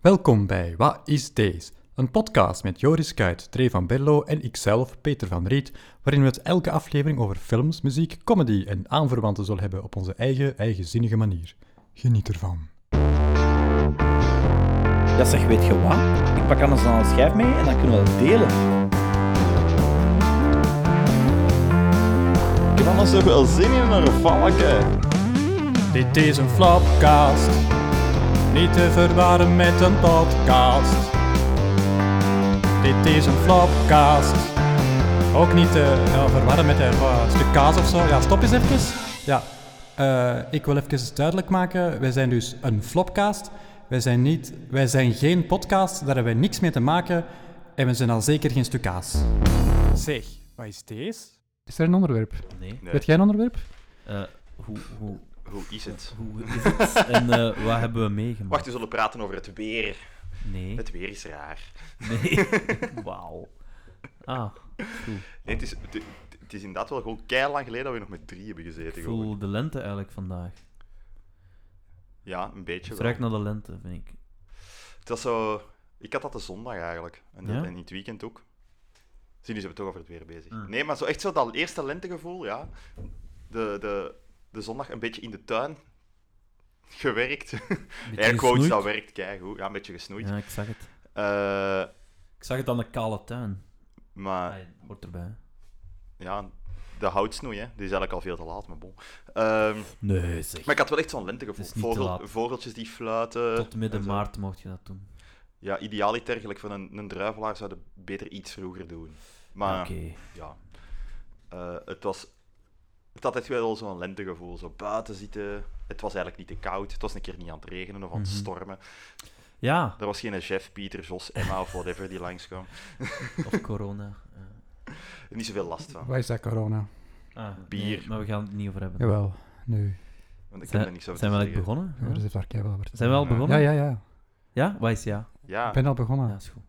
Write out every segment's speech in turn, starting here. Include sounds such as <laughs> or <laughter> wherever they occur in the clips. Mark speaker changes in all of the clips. Speaker 1: Welkom bij Wat is Deze? Een podcast met Joris Kuit, Trey van Berlo en ikzelf, Peter van Riet, waarin we het elke aflevering over films, muziek, comedy en aanverwanten zullen hebben op onze eigen, eigenzinnige manier. Geniet ervan.
Speaker 2: Ja zeg, weet je wat? Ik pak anders dan een schijf mee en dan kunnen we dat delen.
Speaker 3: Ik heb anders toch wel zin in een valken.
Speaker 1: Dit is een flopcast, niet te verwarren met een podcast. Dit is een flopcast, ook niet te ja, verwarren met een eh, stuk kaas of zo. Ja, stop eens even. Ja, eh, ik wil even duidelijk maken, wij zijn dus een flopcast. Wij zijn, niet, wij zijn geen podcast, daar hebben wij niks mee te maken. En we zijn al zeker geen stuk kaas. Zeg, wat is deze? Is er een onderwerp?
Speaker 4: Nee.
Speaker 1: Weet jij een onderwerp?
Speaker 4: Eh, hoe, hoe,
Speaker 3: Hoe is het?
Speaker 4: hoe is
Speaker 2: <laughs>
Speaker 4: het en eh, wat hebben we meegemaakt?
Speaker 3: Wacht, we zullen praten over het weer.
Speaker 4: Nee.
Speaker 3: Het weer is raar.
Speaker 4: Nee.
Speaker 2: <laughs>
Speaker 4: Wauw. Ah, ik voel,
Speaker 3: Nee, het, is, het, het is inderdaad wel gewoon keihard lang geleden dat we nog met drie hebben gezeten.
Speaker 4: ik
Speaker 3: gewoon.
Speaker 4: voel de lente eigenlijk vandaag.
Speaker 3: Ja, een beetje
Speaker 4: Het
Speaker 3: wel.
Speaker 4: ruikt naar de lente, vind ik.
Speaker 3: Het was zo... Ik had dat de zondag eigenlijk. En, dat-
Speaker 4: Ja?
Speaker 3: en in het weekend ook. Zie, nu zijn we toch over het weer bezig.
Speaker 4: Ah.
Speaker 3: Nee, maar zo echt zo dat eerste lentegevoel, ja. De, de, de zondag een beetje in de tuin. Gewerkt. Air quotes,
Speaker 4: gesnoeid.
Speaker 3: dat werkt keigoed. Ja, een beetje gesnoeid.
Speaker 4: Ja, ik zag het.
Speaker 3: Eh,
Speaker 4: Ik zag het aan de kale tuin.
Speaker 3: maar...
Speaker 4: Ah, hoort erbij.
Speaker 3: Ja, de houtsnoei, hè. Die is eigenlijk al veel te laat, maar bon. Ehm,
Speaker 4: Nee, zeg.
Speaker 3: maar ik had wel echt zo'n
Speaker 4: Het
Speaker 3: lentegevoel.
Speaker 4: is niet te
Speaker 3: Vogel,
Speaker 4: laat.
Speaker 3: vogeltjes die fluiten.
Speaker 4: Tot midden
Speaker 3: en zo.
Speaker 4: maart mocht je dat doen.
Speaker 3: Ja, idealiter, gelijk van een, een druivelaar zouden beter iets vroeger doen. Maar
Speaker 4: Ah, Oké.
Speaker 3: ja, Eh, het was... Het had echt wel zo'n lentegevoel. Zo buiten zitten. Het was eigenlijk niet te koud. Het was een keer niet aan het regenen of aan het
Speaker 4: Mhm.
Speaker 3: stormen.
Speaker 4: Ja,
Speaker 3: Er was geen Jeff, Pieter, Jos, Emma of whatever die langskwam.
Speaker 4: of corona. Eh,
Speaker 3: Niet zoveel last van.
Speaker 1: Waar is dat corona?
Speaker 4: ah, nee,
Speaker 3: Bier.
Speaker 4: maar we gaan het niet over hebben.
Speaker 1: Jawel, nu.
Speaker 3: Want ik heb er
Speaker 4: Zijn,
Speaker 3: niks over
Speaker 4: zijn we eigenlijk
Speaker 3: te zeggen.
Speaker 4: begonnen?
Speaker 1: Ja, dat
Speaker 4: Ja?
Speaker 1: heeft daar keihard over te
Speaker 4: Zijn we al
Speaker 3: Ja.
Speaker 4: begonnen?
Speaker 1: Ja, Ah. ja,
Speaker 3: Ah.
Speaker 1: ja.
Speaker 4: Ja? Wat is ja?
Speaker 3: Ja,
Speaker 1: Ik ben al begonnen.
Speaker 4: Ja, is goed.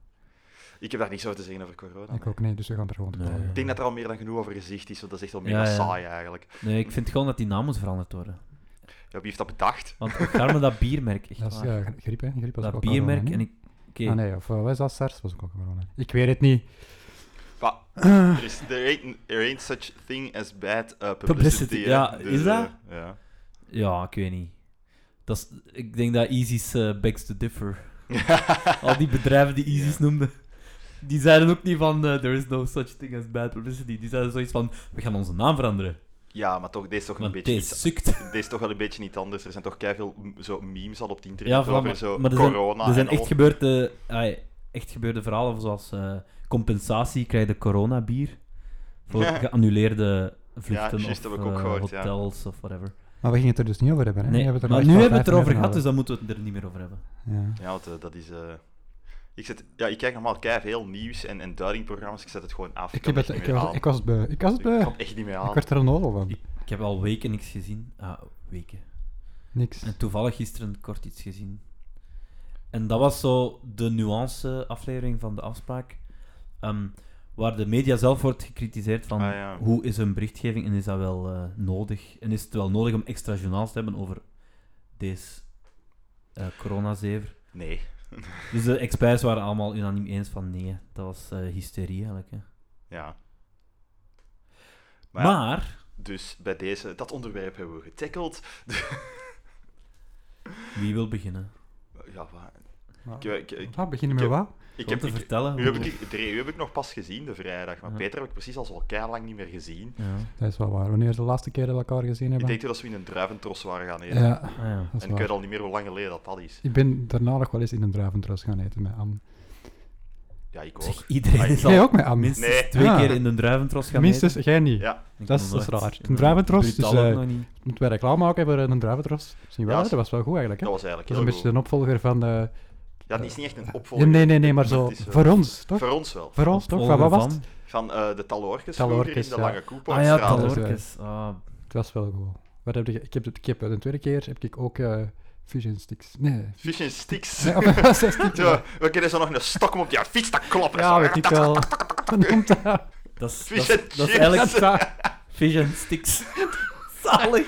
Speaker 3: ik heb daar niks over te zeggen over corona.
Speaker 1: Ik ook niet, dus we gaan er gewoon
Speaker 4: Nee.
Speaker 1: door.
Speaker 3: Ik denk dat er al meer dan genoeg over gezegd is, want dat is echt wel mega
Speaker 4: Ja, ja.
Speaker 3: saai eigenlijk.
Speaker 4: Nee, ik vind gewoon dat die naam moet veranderd worden.
Speaker 3: Ja, wie heeft dat bedacht?
Speaker 4: Want ik ga me dat biermerk echt
Speaker 1: Dat is
Speaker 4: waar.
Speaker 1: eh, gri- griep, hè? Griep was
Speaker 4: dat
Speaker 1: ook
Speaker 4: biermerk
Speaker 1: corona,
Speaker 4: en
Speaker 1: niet?
Speaker 4: ik... Oké,
Speaker 1: Ah nee, of eh, was dat SARS? Was ook al corona. Ik weet het niet. <laughs>
Speaker 3: Maar,
Speaker 4: Ah.
Speaker 3: er is, there ain't, there ain't such thing as bad eh, publicity.
Speaker 4: Publicity,
Speaker 3: hè.
Speaker 4: ja, is dat?
Speaker 3: eh, ja.
Speaker 4: ja, ik weet niet. Dat is, ik denk dat Easy's eh, backs to differ.
Speaker 3: <laughs>
Speaker 4: Al die bedrijven die Easy's noemden, die zeiden ook niet van eh, there is no such thing as bad publicity. Die zeiden zoiets van, we gaan onze naam veranderen.
Speaker 3: ja, maar toch, deze is toch, een
Speaker 4: Want
Speaker 3: beetje
Speaker 4: deze
Speaker 3: iets,
Speaker 4: sukt.
Speaker 3: deze is toch wel een beetje niet anders. Er zijn toch keiveel m- zo memes al op het internet
Speaker 4: Ja, voilà,
Speaker 3: over
Speaker 4: maar-
Speaker 3: zo
Speaker 4: maar er zijn-
Speaker 3: corona
Speaker 4: er zijn
Speaker 3: en
Speaker 4: echt
Speaker 3: al.
Speaker 4: gebeurde, ai, echt gebeurde verhalen zoals eh, compensatie, krijg je coronabier voor
Speaker 3: Ja.
Speaker 4: geannuleerde vluchten
Speaker 3: juist,
Speaker 4: of
Speaker 3: dat heb ik ook
Speaker 4: eh,
Speaker 3: gehoord, ja.
Speaker 4: hotels of whatever.
Speaker 1: Maar we gingen het er dus niet over hebben, hè?
Speaker 4: Nee,
Speaker 1: We hebben
Speaker 4: maar
Speaker 1: echt
Speaker 4: nu
Speaker 1: al
Speaker 4: hebben we het
Speaker 1: vijf
Speaker 4: erover
Speaker 1: minuten
Speaker 4: dus- gehad, dus dan moeten we het er niet meer over hebben.
Speaker 1: Ja.
Speaker 3: Ja, want, eh, dat is... eh, ik, zet, ja, ik kijk normaal keiveel nieuws en, en duidingprogramma's. Ik zet het gewoon af.
Speaker 1: Ik,
Speaker 3: kan
Speaker 1: heb het,
Speaker 3: echt
Speaker 1: ik,
Speaker 3: niet meer
Speaker 1: was,
Speaker 3: aan.
Speaker 1: ik was het beu. Ik was het beu.
Speaker 3: Ik kan echt niet meer
Speaker 1: Ik
Speaker 3: aan.
Speaker 1: werd er een oorlog van.
Speaker 4: Ik heb al weken niks gezien. Ah, weken.
Speaker 1: Niks.
Speaker 4: En toevallig gisteren kort iets gezien. En dat was zo de nuance-aflevering van de afspraak. ehm, waar de media zelf wordt gekritiseerd van
Speaker 3: Ah, ja.
Speaker 4: hoe is hun berichtgeving en is dat wel eh, nodig? En is het wel nodig om extra journaals te hebben over deze eh coronazever?
Speaker 3: Nee.
Speaker 4: Dus de experts waren allemaal unaniem eens van nee, dat was eh, hysterie eigenlijk. Hè.
Speaker 3: Ja.
Speaker 4: Maar,
Speaker 3: Maar, ja, dus bij deze, dat onderwerp hebben we getackled.
Speaker 4: wie wil beginnen?
Speaker 3: Ja, maar...
Speaker 1: Maar-
Speaker 3: Ik, ik, ik,
Speaker 1: Ah, beginnen met
Speaker 3: ik
Speaker 1: wat?
Speaker 3: ik
Speaker 4: Om
Speaker 3: heb,
Speaker 4: te
Speaker 3: ik,
Speaker 1: Oh,
Speaker 4: vertellen
Speaker 3: Nu heb,
Speaker 4: hoe-
Speaker 3: ik, Dre- nu heb ik nog pas gezien, de vrijdag. Maar
Speaker 4: Ja.
Speaker 3: Peter heb ik precies al zo lang niet meer gezien.
Speaker 4: Ja.
Speaker 1: Dat is wel waar. Wanneer is de laatste keer dat we elkaar gezien
Speaker 3: Ik
Speaker 1: hebben?
Speaker 3: denk toen dat we in een druiventros waren gaan eten.
Speaker 1: Ja,
Speaker 4: Ah, ja.
Speaker 1: dat is
Speaker 3: en ik weet
Speaker 1: waar.
Speaker 3: al niet meer hoe lang geleden dat dat is.
Speaker 1: Ik ben daarna nog wel eens in een druiventros gaan eten met Anne.
Speaker 3: Ja, ik ook.
Speaker 4: Zeg, iedereen
Speaker 3: Ah,
Speaker 4: is
Speaker 1: Jij
Speaker 4: al
Speaker 1: ook met Anne?
Speaker 4: minstens
Speaker 3: Nee.
Speaker 4: twee
Speaker 1: Ah.
Speaker 4: keer in een druiventros gaan eten.
Speaker 1: Minstens, jij niet.
Speaker 3: Ja,
Speaker 4: Ik
Speaker 1: Dat is-
Speaker 4: nog
Speaker 1: dat is
Speaker 4: nooit.
Speaker 1: raar.
Speaker 4: Ik
Speaker 1: Een
Speaker 4: ben
Speaker 1: druiventros is,
Speaker 4: brutaal ook
Speaker 1: eh,
Speaker 4: nog niet.
Speaker 1: Moeten wij reclame maken voor een druiventros? Misschien wel,
Speaker 3: Ja,
Speaker 1: hè? dat was wel goed eigenlijk. Hè?
Speaker 3: dat was eigenlijk
Speaker 1: Dat is
Speaker 3: heel
Speaker 1: een beetje
Speaker 3: goed.
Speaker 1: een opvolger van de...
Speaker 3: Ja, het is niet echt een
Speaker 1: Ja,
Speaker 3: opvolger.
Speaker 1: nee, nee, nee, maar zo.
Speaker 3: <laughs> het is, eh,
Speaker 1: Voor ons, toch?
Speaker 3: Voor ons wel.
Speaker 1: Voor ons, toch? Van wat was
Speaker 4: Opvolger
Speaker 1: het?
Speaker 4: van-
Speaker 3: Van eh, de Talorcus,
Speaker 1: Talorcus,
Speaker 3: vroeger in de
Speaker 1: ja.
Speaker 3: Lange
Speaker 4: Ah ja,
Speaker 3: Koepelstraat.
Speaker 1: dat is, eh,
Speaker 4: Talorcus. Ah,
Speaker 1: Het was wel goed. Wat heb je, ik, heb, het- ik heb de tweede keer heb ik ook eh fusion sticks.
Speaker 3: <laughs>
Speaker 1: Nee.
Speaker 3: Fish and Sticks.
Speaker 1: Nee, of was dat sticks?
Speaker 3: Zo, we kennen zo nog een stok om op jouw fiets te klappen.
Speaker 1: Ja,
Speaker 3: Zo.
Speaker 1: weet ik wel.
Speaker 5: <laughs>
Speaker 1: Wat noemt dat?
Speaker 4: dat is, dat,
Speaker 3: Fish
Speaker 4: is-
Speaker 3: and
Speaker 4: dat is
Speaker 3: <laughs> chips.
Speaker 4: eigenlijk
Speaker 1: Dat-
Speaker 4: Fish and Sticks. <laughs> Zalig.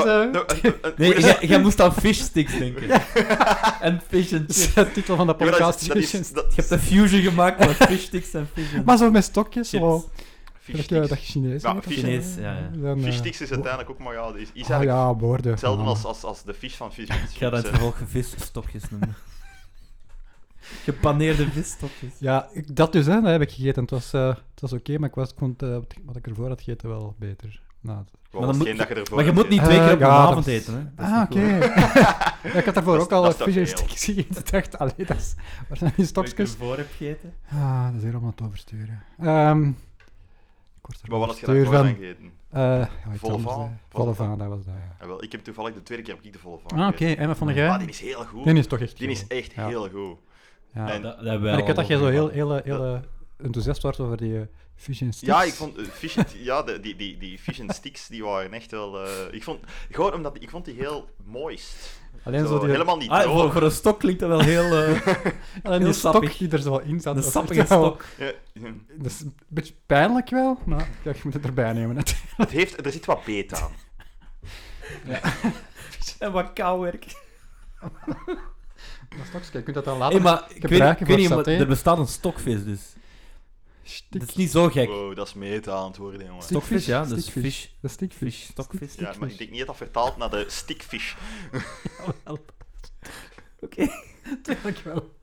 Speaker 1: <laughs>
Speaker 4: Zo.
Speaker 3: nou, een- een- een-
Speaker 4: Nee,
Speaker 3: goeie-
Speaker 4: jij jij moest aan fish sticks denken. <laughs> En fish and chips.
Speaker 5: is de titel van de
Speaker 3: Ja, maar dat
Speaker 5: podcast.
Speaker 3: is- dat is- dat-
Speaker 4: Je hebt een fusion gemaakt van fish sticks en fish and
Speaker 5: maar zo met stokjes,
Speaker 4: chips.
Speaker 5: zo.
Speaker 3: fish
Speaker 5: Dat, je- dat je
Speaker 3: sticks.
Speaker 5: Chinees
Speaker 3: Ja,
Speaker 5: heet of
Speaker 3: fish-
Speaker 5: zo.
Speaker 4: Chinees, ja, ja.
Speaker 5: Dan, eh,
Speaker 3: Fish sticks
Speaker 1: oh.
Speaker 3: is uiteindelijk ook, maar ja, die is, is
Speaker 5: ah,
Speaker 3: eigenlijk
Speaker 5: ja, woorden.
Speaker 3: hetzelfde
Speaker 5: namen.
Speaker 3: als, als, als de fish van fish.
Speaker 4: Ik ga dat in het vervolg visstokjes <laughs> noemen. Gepaneerde visstokjes.
Speaker 5: Ja, ik- dat dus, hè, dat heb ik gegeten. Het was, eh, het was oké, maar ik was, ik vond eh, wat ik- wat ik ervoor had gegeten wel beter. Nou, het-
Speaker 3: Gewoon
Speaker 4: Maar dan
Speaker 3: geen
Speaker 4: moet-
Speaker 3: dat je ervoor
Speaker 4: Maar je
Speaker 3: hebt
Speaker 4: moet niet
Speaker 3: gegeten.
Speaker 4: twee keer
Speaker 5: Eh,
Speaker 4: op een
Speaker 5: ja, dat
Speaker 4: avond
Speaker 5: is-
Speaker 4: eten, hè. Dat is
Speaker 5: Ah,
Speaker 4: niet
Speaker 5: oké.
Speaker 4: goed.
Speaker 5: <laughs> ja, ik had daarvoor
Speaker 3: Dat is-
Speaker 5: ook al
Speaker 3: dat is
Speaker 5: fish and
Speaker 3: toch
Speaker 5: sticks <laughs> gegeten. Ik dacht, allee, dat is... Waar zijn die
Speaker 4: Wat ik
Speaker 5: stokjes?
Speaker 4: ervoor heb gegeten.
Speaker 5: Ah, dat is hier om aan het oversturen. Ehm ik word er
Speaker 3: Maar wat had je
Speaker 5: overstuur
Speaker 3: daarvoor
Speaker 5: van.
Speaker 3: aan gegeten?
Speaker 5: Eh, ja, iets
Speaker 3: Volle
Speaker 5: anders,
Speaker 3: vaan?
Speaker 5: hè.
Speaker 3: Was
Speaker 5: Volle
Speaker 3: dat?
Speaker 5: vaan, dat was dat, ja.
Speaker 3: Ah, wel, ik heb toevallig de tweede keer heb ik de volle van
Speaker 5: Ah, oké. En wat vond
Speaker 3: Maar
Speaker 5: jij?
Speaker 3: die is heel goed.
Speaker 5: Die is toch echt
Speaker 3: Die is
Speaker 5: goed.
Speaker 3: echt
Speaker 5: Ja.
Speaker 3: heel goed.
Speaker 5: Ja.
Speaker 3: en-
Speaker 4: Ah, Dat, dat hebben wij
Speaker 5: Maar ik
Speaker 4: al
Speaker 5: had dat jij zo heel,
Speaker 4: overgehad.
Speaker 5: heel, eh, heel eh, enthousiast was over die eh, fish and sticks.
Speaker 3: Ja, ik vond eh, fish and, ja, de- die, die, die fish and sticks die waren echt wel. eh, ik vond, gewoon omdat die- ik vond die heel mooist.
Speaker 5: Alleen
Speaker 3: Zo,
Speaker 5: zo die,
Speaker 3: helemaal niet
Speaker 4: Ah, voor,
Speaker 3: droog.
Speaker 4: voor een stok klinkt dat wel heel... eh,
Speaker 3: <laughs>
Speaker 5: alleen
Speaker 4: heel
Speaker 5: die stok
Speaker 4: sappig.
Speaker 5: die er zo wel in zat.
Speaker 4: een
Speaker 5: was echt
Speaker 4: sappige
Speaker 5: wel-
Speaker 4: stok.
Speaker 3: Ja, ja.
Speaker 5: Dat is een beetje pijnlijk wel, maar ja, je moet het erbij nemen. <laughs> natuurlijk.
Speaker 3: het heeft, er zit wat beet aan.
Speaker 4: En wat
Speaker 3: Ah,
Speaker 4: kouwerk.
Speaker 5: Dat stokje, je kunt dat dan
Speaker 4: Hé,
Speaker 5: later
Speaker 4: hey, maar ik weet,
Speaker 5: gebruiken
Speaker 4: ik weet niet,
Speaker 5: voor
Speaker 4: maar
Speaker 5: saté.
Speaker 4: er bestaat een stokvis dus.
Speaker 5: Stik-
Speaker 4: Dat is niet zo gek.
Speaker 3: Wow, Oh, dat is meta aan het worden, jongen.
Speaker 5: Stik-
Speaker 4: Stokvis, ja, dat is
Speaker 5: Stikvis.
Speaker 4: fish.
Speaker 5: Dat is stikvis.
Speaker 4: Fish, stokvis.
Speaker 3: Ja, maar ik denk niet dat dat vertaalt naar de stickfish.
Speaker 4: <laughs>
Speaker 5: <laughs> Tuurlijk wel.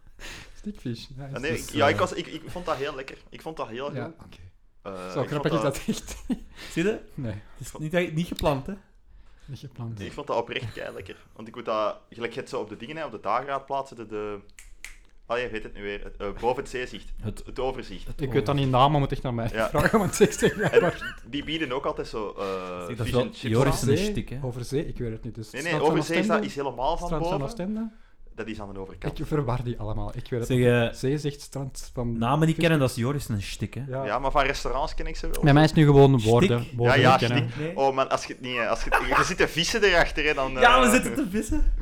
Speaker 5: Stikvis. Ja,
Speaker 3: Ja,
Speaker 5: is-
Speaker 3: Ah, nee,
Speaker 5: is,
Speaker 3: ik, ja,
Speaker 5: eh,
Speaker 3: ik, was, ik, ik vond dat heel lekker. Ik vond dat heel goed.
Speaker 5: Ja, oké.
Speaker 3: Eh,
Speaker 5: Zo
Speaker 3: ik vond
Speaker 5: grappig is dat echt. <laughs>
Speaker 4: Zie je?
Speaker 5: Nee,
Speaker 4: Het is niet, echt- niet gepland, hè.
Speaker 5: niet gepland.
Speaker 3: Ik vond dat oprecht kei lekker. Want ik moet dat, gelijk je het zo op de dingen, hè, op de dageraad plaatsen, de, de ah, je weet het nu weer, het, eh, boven het
Speaker 5: <laughs>
Speaker 3: zeezicht,
Speaker 4: Het-
Speaker 3: het overzicht.
Speaker 5: Ik weet dan niet namen, maar moet echt naar mij
Speaker 3: Ja.
Speaker 5: vragen, want ze is
Speaker 3: <laughs>
Speaker 5: echt
Speaker 3: En
Speaker 5: waar.
Speaker 3: die bieden ook altijd zo eh
Speaker 4: Zeg, dat is
Speaker 3: fish
Speaker 4: wel
Speaker 3: and chips
Speaker 4: Joris'
Speaker 3: aan.
Speaker 4: een shtick, hè?
Speaker 5: Over zee, ik weet het niet. Dus
Speaker 3: Nee,
Speaker 5: Strand
Speaker 3: nee,
Speaker 5: van
Speaker 3: over zee is, dat,
Speaker 5: Oostende?
Speaker 3: is helemaal van
Speaker 5: Strand van
Speaker 3: boven.
Speaker 5: Oostende?
Speaker 3: Dat is aan de overkant.
Speaker 5: Ik verwar die allemaal, ik weet het
Speaker 4: Zeg,
Speaker 5: niet.
Speaker 4: eh,
Speaker 5: Zee zegt strand van...
Speaker 4: namen niet kennen, dat is Joris een shtick, hè.
Speaker 5: Ja.
Speaker 3: Ja, maar van restaurants ken ik ze wel.
Speaker 5: Bij mij is nu gewoon
Speaker 4: Stik.
Speaker 5: woorden.
Speaker 4: Ja,
Speaker 3: ja,
Speaker 5: woorden
Speaker 3: ja,
Speaker 5: kennen.
Speaker 3: shtick.
Speaker 4: Nee.
Speaker 3: Oh man, als je het niet... Als je, het- je zit te vissen erachter, hè, dan...
Speaker 4: Ja, we
Speaker 3: eh,
Speaker 4: zitten te vissen.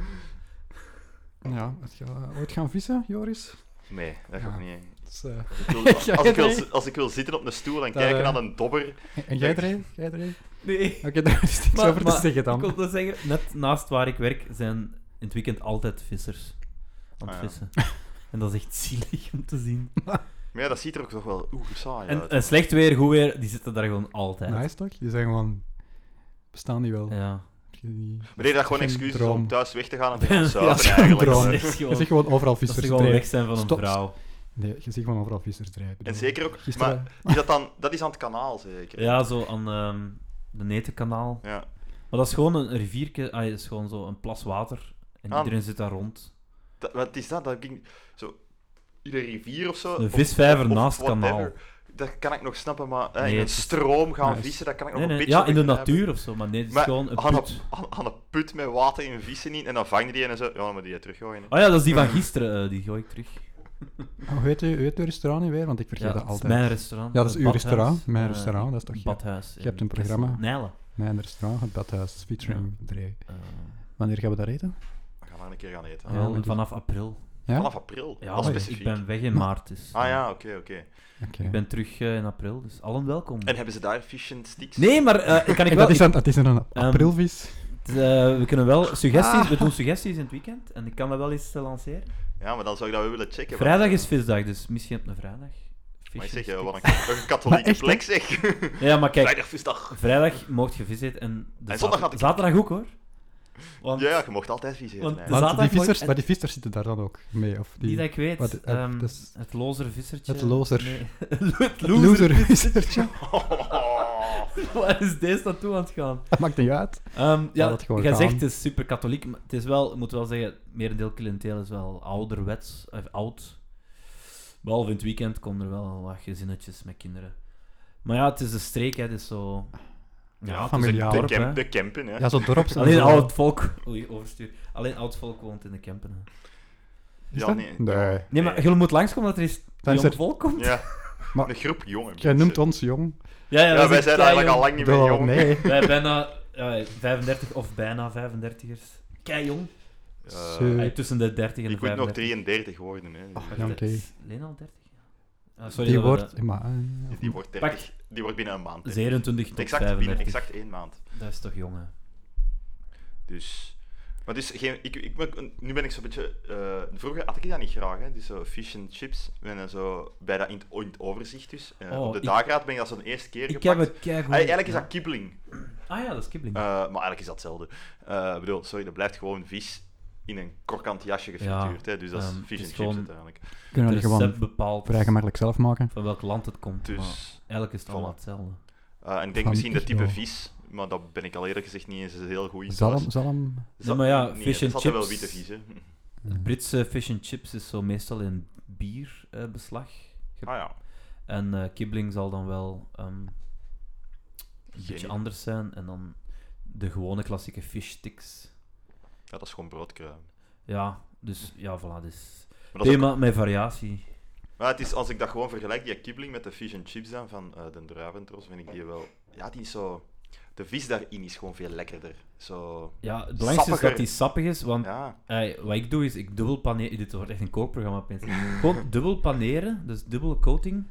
Speaker 5: Ja, het ga- ooit gaan vissen, Joris?
Speaker 3: Nee, dat gaat
Speaker 5: Ja.
Speaker 3: niet.
Speaker 5: Dus, eh, <laughs>
Speaker 3: Als ik, wil, als, ik wil,
Speaker 5: Ja, nee.
Speaker 3: zi- als ik wil zitten op een stoel en
Speaker 5: Dat,
Speaker 3: kijken
Speaker 5: eh,
Speaker 3: naar een dobber...
Speaker 5: en jij er een? Jij er een?
Speaker 4: Nee.
Speaker 5: Oké, <laughs> daar is niks
Speaker 4: Maar-
Speaker 5: over te
Speaker 4: maar
Speaker 5: zeggen dan.
Speaker 4: Ik wil dat zeggen, net naast waar ik werk zijn in het weekend altijd vissers aan het
Speaker 3: Ah, ja.
Speaker 4: vissen. En dat is echt <laughs> zielig om te zien.
Speaker 3: Maar ja, dat ziet er ook toch wel oeh, saai
Speaker 4: En,
Speaker 3: uit.
Speaker 4: en slecht weer, goed weer, die zitten daar gewoon altijd.
Speaker 5: Nice toch? Die zijn gewoon... Bestaan die wel?
Speaker 4: Ja.
Speaker 5: Heb je die-
Speaker 3: Maar nee, dat gewoon
Speaker 5: Geen
Speaker 3: excuses
Speaker 5: droom.
Speaker 3: om thuis weg te gaan en
Speaker 5: <laughs>
Speaker 3: te
Speaker 4: <laughs>
Speaker 3: gaan
Speaker 4: Ja,
Speaker 3: zuipen
Speaker 4: zo'n
Speaker 3: eigenlijk.
Speaker 5: droom.
Speaker 4: Dat is
Speaker 5: Je
Speaker 4: gewoon,
Speaker 5: ziet gewoon overal
Speaker 4: dat ze
Speaker 5: vissers
Speaker 4: gewoon weg
Speaker 5: drijven.
Speaker 4: zijn van een
Speaker 5: Stop.
Speaker 4: vrouw.
Speaker 5: Nee, je ziet gewoon overal vissers drijven.
Speaker 3: En zeker ook...
Speaker 5: Gisteren-
Speaker 3: Maar is dat, dan, dat is aan het kanaal, zeker?
Speaker 4: Ja, zo aan ehm, de Netenkanaal.
Speaker 3: Ja.
Speaker 4: Maar dat is gewoon een rivierke, ah, dat is gewoon zo een plas water. En
Speaker 3: Ah.
Speaker 4: iedereen zit daar rond.
Speaker 3: Dat- wat is dat? Dat ging zo... In een rivier of zo?
Speaker 4: Een
Speaker 3: of-
Speaker 4: visvijver
Speaker 3: of- of
Speaker 4: naast
Speaker 3: whatever.
Speaker 4: kanaal.
Speaker 3: Dat kan ik nog snappen, maar hè,
Speaker 4: Nee,
Speaker 3: in een
Speaker 4: het is-
Speaker 3: stroom gaan
Speaker 5: Nice.
Speaker 3: vissen, dat kan ik
Speaker 4: Nee,
Speaker 3: nog een
Speaker 4: nee,
Speaker 3: beetje
Speaker 4: ja, in de
Speaker 3: begrijpen.
Speaker 4: natuur of zo, maar nee, het is
Speaker 3: Maar
Speaker 4: gewoon een
Speaker 3: aan,
Speaker 4: put.
Speaker 3: een, aan, aan een put met water in vissen in en dan vang je die en zo. Ja, dan moet je die teruggooien. hè.
Speaker 4: Oh ja, dat is die van gisteren, eh, die gooi ik terug.
Speaker 5: Oh, weet u, weet u restaurant niet weer? Want ik vergeet
Speaker 4: Ja,
Speaker 5: dat
Speaker 4: het is
Speaker 5: altijd.
Speaker 4: mijn restaurant.
Speaker 5: Ja, dat is
Speaker 4: het
Speaker 5: uw
Speaker 4: badhuis.
Speaker 5: restaurant, mijn
Speaker 4: Eh,
Speaker 5: restaurant, dat is toch je-
Speaker 4: badhuis.
Speaker 5: je hebt een programma.
Speaker 4: Nijlen.
Speaker 5: Mijn restaurant, het Badhuis, featuring Dree.
Speaker 4: Eh,
Speaker 5: Wanneer gaan we daar eten?
Speaker 3: We gaan daar een keer gaan eten.
Speaker 5: Ah, ja,
Speaker 4: wel,
Speaker 5: maar die-
Speaker 4: vanaf april.
Speaker 5: Ja?
Speaker 3: Vanaf april.
Speaker 4: Ja,
Speaker 3: Al
Speaker 4: maar
Speaker 3: specifiek.
Speaker 4: ik ben weg in maart, dus.
Speaker 3: Ah
Speaker 4: eh,
Speaker 3: ja, oké, oké.
Speaker 5: Oké.
Speaker 4: Ik ben terug eh, in april, dus allen welkom.
Speaker 3: En hebben ze daar fish and sticks?
Speaker 4: Nee, maar eh, kan ik Ehm,
Speaker 5: Hey,
Speaker 4: wel...
Speaker 5: dat, is een, dat is een aprilvis.
Speaker 4: ik- eh, we kunnen wel suggesties...
Speaker 5: Ah.
Speaker 4: We doen suggesties in het weekend, en ik kan dat wel eens eh, lanceren.
Speaker 3: Ja, maar dan zou ik dat wel willen checken. want-
Speaker 4: Vrijdag is visdag, dus misschien op een vrijdag.
Speaker 3: Maar ik
Speaker 4: Visjes.
Speaker 3: zeg, eh, wat een, een katholieke
Speaker 5: Maar echt, hè?
Speaker 3: plek zeg.
Speaker 4: Ja, maar kijk,
Speaker 3: Vrijdag visdag.
Speaker 4: vrijdag mocht je vis eten, en... de
Speaker 3: En zondag
Speaker 4: zater-
Speaker 3: had ik-
Speaker 4: Zaterdag ook, hoor. Want,
Speaker 3: Ja, ja, je mocht altijd vis eten.
Speaker 4: Want-
Speaker 3: hè.
Speaker 4: Dus
Speaker 3: <laughs>
Speaker 5: Want die
Speaker 4: zaterdag
Speaker 5: vissers,
Speaker 4: moet-
Speaker 5: maar die vissers zitten daar dan ook mee? Of die,
Speaker 4: Niet dat ik weet.
Speaker 5: Wat- het-
Speaker 4: ehm,
Speaker 5: het is-
Speaker 4: het lozer vissertje.
Speaker 5: het lozer.
Speaker 4: Nee. <laughs> het
Speaker 5: Het
Speaker 4: lozer.
Speaker 5: loservissertje?
Speaker 4: <laughs> Waar is deze naartoe aan het gaan?
Speaker 5: <laughs> dat maakt niet uit.
Speaker 4: Ehm,
Speaker 5: Laat
Speaker 4: ja,
Speaker 5: het gewoon
Speaker 4: jij
Speaker 5: gaan.
Speaker 4: zegt het is super katholiek. maar Het is wel, ik moet wel zeggen, merendeel cliënteel is wel ouderwets, of oud. Behalve in het weekend komen er wel wat gezinnetjes met kinderen. Maar ja, het is een streek, hè, het is zo. Ja, het is
Speaker 5: Familiaal.
Speaker 4: een
Speaker 3: de,
Speaker 4: dorp, hè.
Speaker 3: camp, de campen, hè.
Speaker 5: Ja, zo
Speaker 4: <laughs>
Speaker 5: dorps.
Speaker 4: Alleen
Speaker 5: zo-
Speaker 4: oud volk. Oei, overstuur. Alleen oud volk woont in de Kempen. hè.
Speaker 5: Is
Speaker 3: Ja,
Speaker 5: dat?
Speaker 3: nee.
Speaker 5: Nee.
Speaker 4: Nee, maar je moet langskomen dat er eens
Speaker 5: Dan is
Speaker 4: jong
Speaker 5: er-
Speaker 4: volk komt.
Speaker 3: Ja,
Speaker 4: <laughs>
Speaker 5: Maar-
Speaker 3: een groep jongen.
Speaker 5: Jij noemt
Speaker 3: mensen.
Speaker 5: ons jong.
Speaker 3: Ja, wij zijn eigenlijk al lang niet meer
Speaker 5: Doe-
Speaker 3: jong.
Speaker 5: nee.
Speaker 4: Wij bijna ja, 35 of bijna 35ers. Kei jong.
Speaker 3: Eh,
Speaker 5: Zo.
Speaker 4: Ay, tussen de 30 en de
Speaker 3: ik moet nog
Speaker 4: 35. Oh.
Speaker 3: 33 worden, hè.
Speaker 5: Ja, oké.
Speaker 4: Leen al 30? Ja. Ah, <laughs> sorry
Speaker 5: Die
Speaker 4: dat we
Speaker 5: wordt...
Speaker 4: dat-
Speaker 5: Maar, eh,
Speaker 3: Die wordt, 30, die wordt binnen een maand. 30.
Speaker 4: 27 tot
Speaker 3: Exact,
Speaker 4: 35.
Speaker 3: binnen exact één maand.
Speaker 4: Dat is toch jongen.
Speaker 3: Dus... Maar dus, geen, ik, ik, ben- nu ben ik zo'n beetje... eh, vroeger had ik dat niet graag, hè. Dus zo fish and chips. En dan zo bij dat in het, in het overzicht dus. Eh,
Speaker 4: Oh,
Speaker 3: op de
Speaker 4: ik-
Speaker 3: dagraad ben ik dat zo'n eerste keer
Speaker 4: Ik heb
Speaker 3: gepakt.
Speaker 4: het keigoed.
Speaker 3: Ah, eigenlijk is dat kibbeling.
Speaker 4: Ah ja, dat is kibbeling.
Speaker 3: Eh, maar eigenlijk is dat hetzelfde. Eh, ik bedoel, sorry, dat blijft gewoon vis in een korkant jasje gefrituurd.
Speaker 4: Ja,
Speaker 3: hè. Dus dat is
Speaker 4: ehm, het
Speaker 3: fish and
Speaker 4: is
Speaker 3: chips
Speaker 4: gewoon-
Speaker 3: uiteindelijk.
Speaker 5: kunnen we
Speaker 4: het
Speaker 5: die
Speaker 4: recept
Speaker 5: gewoon
Speaker 4: bepaalt
Speaker 5: vrij gemakkelijk zelf maken.
Speaker 4: van welk land het komt. maar
Speaker 3: Dus...
Speaker 4: eigenlijk is het allemaal
Speaker 3: Voilà.
Speaker 4: hetzelfde.
Speaker 3: eh, en ik denk
Speaker 5: Van
Speaker 3: misschien dat type
Speaker 5: Pigno.
Speaker 3: vis, maar dat ben ik al eerder gezegd niet eens heel goed in.
Speaker 5: Zalm, zalm...
Speaker 4: Nee,
Speaker 3: Zal-
Speaker 4: maar ja,
Speaker 3: nee,
Speaker 4: fish
Speaker 3: er
Speaker 4: and
Speaker 3: zaten wel
Speaker 4: chips.
Speaker 3: witte vis, hè.
Speaker 5: Ja.
Speaker 4: Het Britse fish and chips is zo meestal in bierbeslag. eh,
Speaker 3: <laughs> Ah ja.
Speaker 4: en eh, kibbeling zal dan wel ehm, een
Speaker 3: Geen
Speaker 4: beetje
Speaker 3: idee.
Speaker 4: anders zijn. En dan de gewone klassieke fish sticks.
Speaker 3: ja, dat is gewoon broodkruim.
Speaker 4: Ja, dus ja, voilà. Dus
Speaker 3: Maar, dat is
Speaker 4: thema met variatie.
Speaker 3: ook- maar het is, als ik dat gewoon vergelijk, die kibbeling met de fish and chips dan van eh de druiventros, vind ik die wel... Ja, die is zo... De vis daarin is gewoon veel lekkerder. Zo...
Speaker 4: Ja, het belangrijkste is dat
Speaker 3: Sappiger.
Speaker 4: die sappig is, want
Speaker 3: Ja.
Speaker 4: Ey, wat ik doe is, ik dubbel paneer. Dit wordt echt een kookprogramma opeens. Gewoon dubbel paneren, dus dubbele coating,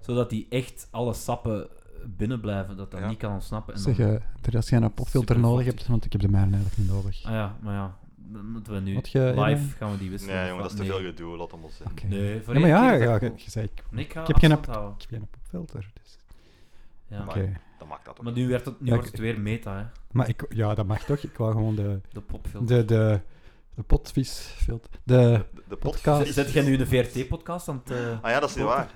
Speaker 4: zodat die echt alle sappen binnen blijven, dat dat
Speaker 3: Ja.
Speaker 4: niet kan ontsnappen. En dan-
Speaker 5: Zeg, eh, er als jij een popfilter
Speaker 4: Super
Speaker 5: nodig
Speaker 4: vochtig.
Speaker 5: hebt, want ik heb de mijne eigenlijk niet nodig.
Speaker 4: Ah ja, maar ja, dan moeten we nu
Speaker 5: eh, Had je
Speaker 4: live
Speaker 5: eerder-
Speaker 4: gaan we die wisselen.
Speaker 3: Nee,
Speaker 4: of
Speaker 3: jongen, dat
Speaker 4: wat?
Speaker 3: is te veel
Speaker 4: Nee.
Speaker 3: gedoe. Laat hem ons zijn.
Speaker 5: Oké.
Speaker 4: Nee, voor
Speaker 5: Ja, maar
Speaker 4: één
Speaker 5: ja,
Speaker 4: keer is
Speaker 5: ja,
Speaker 4: dat
Speaker 5: ik,
Speaker 4: cool.
Speaker 5: ik zei, ik,
Speaker 4: Nee, ik ga
Speaker 5: ik heb geen
Speaker 4: afstand houden.
Speaker 5: ik heb geen popfilter. Dus.
Speaker 4: Ja.
Speaker 3: Maar-
Speaker 5: Oké.
Speaker 3: Dat maakt dat ook.
Speaker 4: Maar nu, werd het, nu
Speaker 5: Ja,
Speaker 4: wordt
Speaker 5: ik-
Speaker 4: het weer meta, hè?
Speaker 5: Maar ik, ja, dat mag toch? Ik wou gewoon
Speaker 4: <laughs>
Speaker 5: de,
Speaker 4: De popfilm.
Speaker 5: de, de, de potvisfilter. De,
Speaker 3: De, de
Speaker 5: podcast.
Speaker 3: podcast.
Speaker 4: Zet jij nu een VRT-podcast aan het... eh,
Speaker 3: Ah ja, dat is niet waar.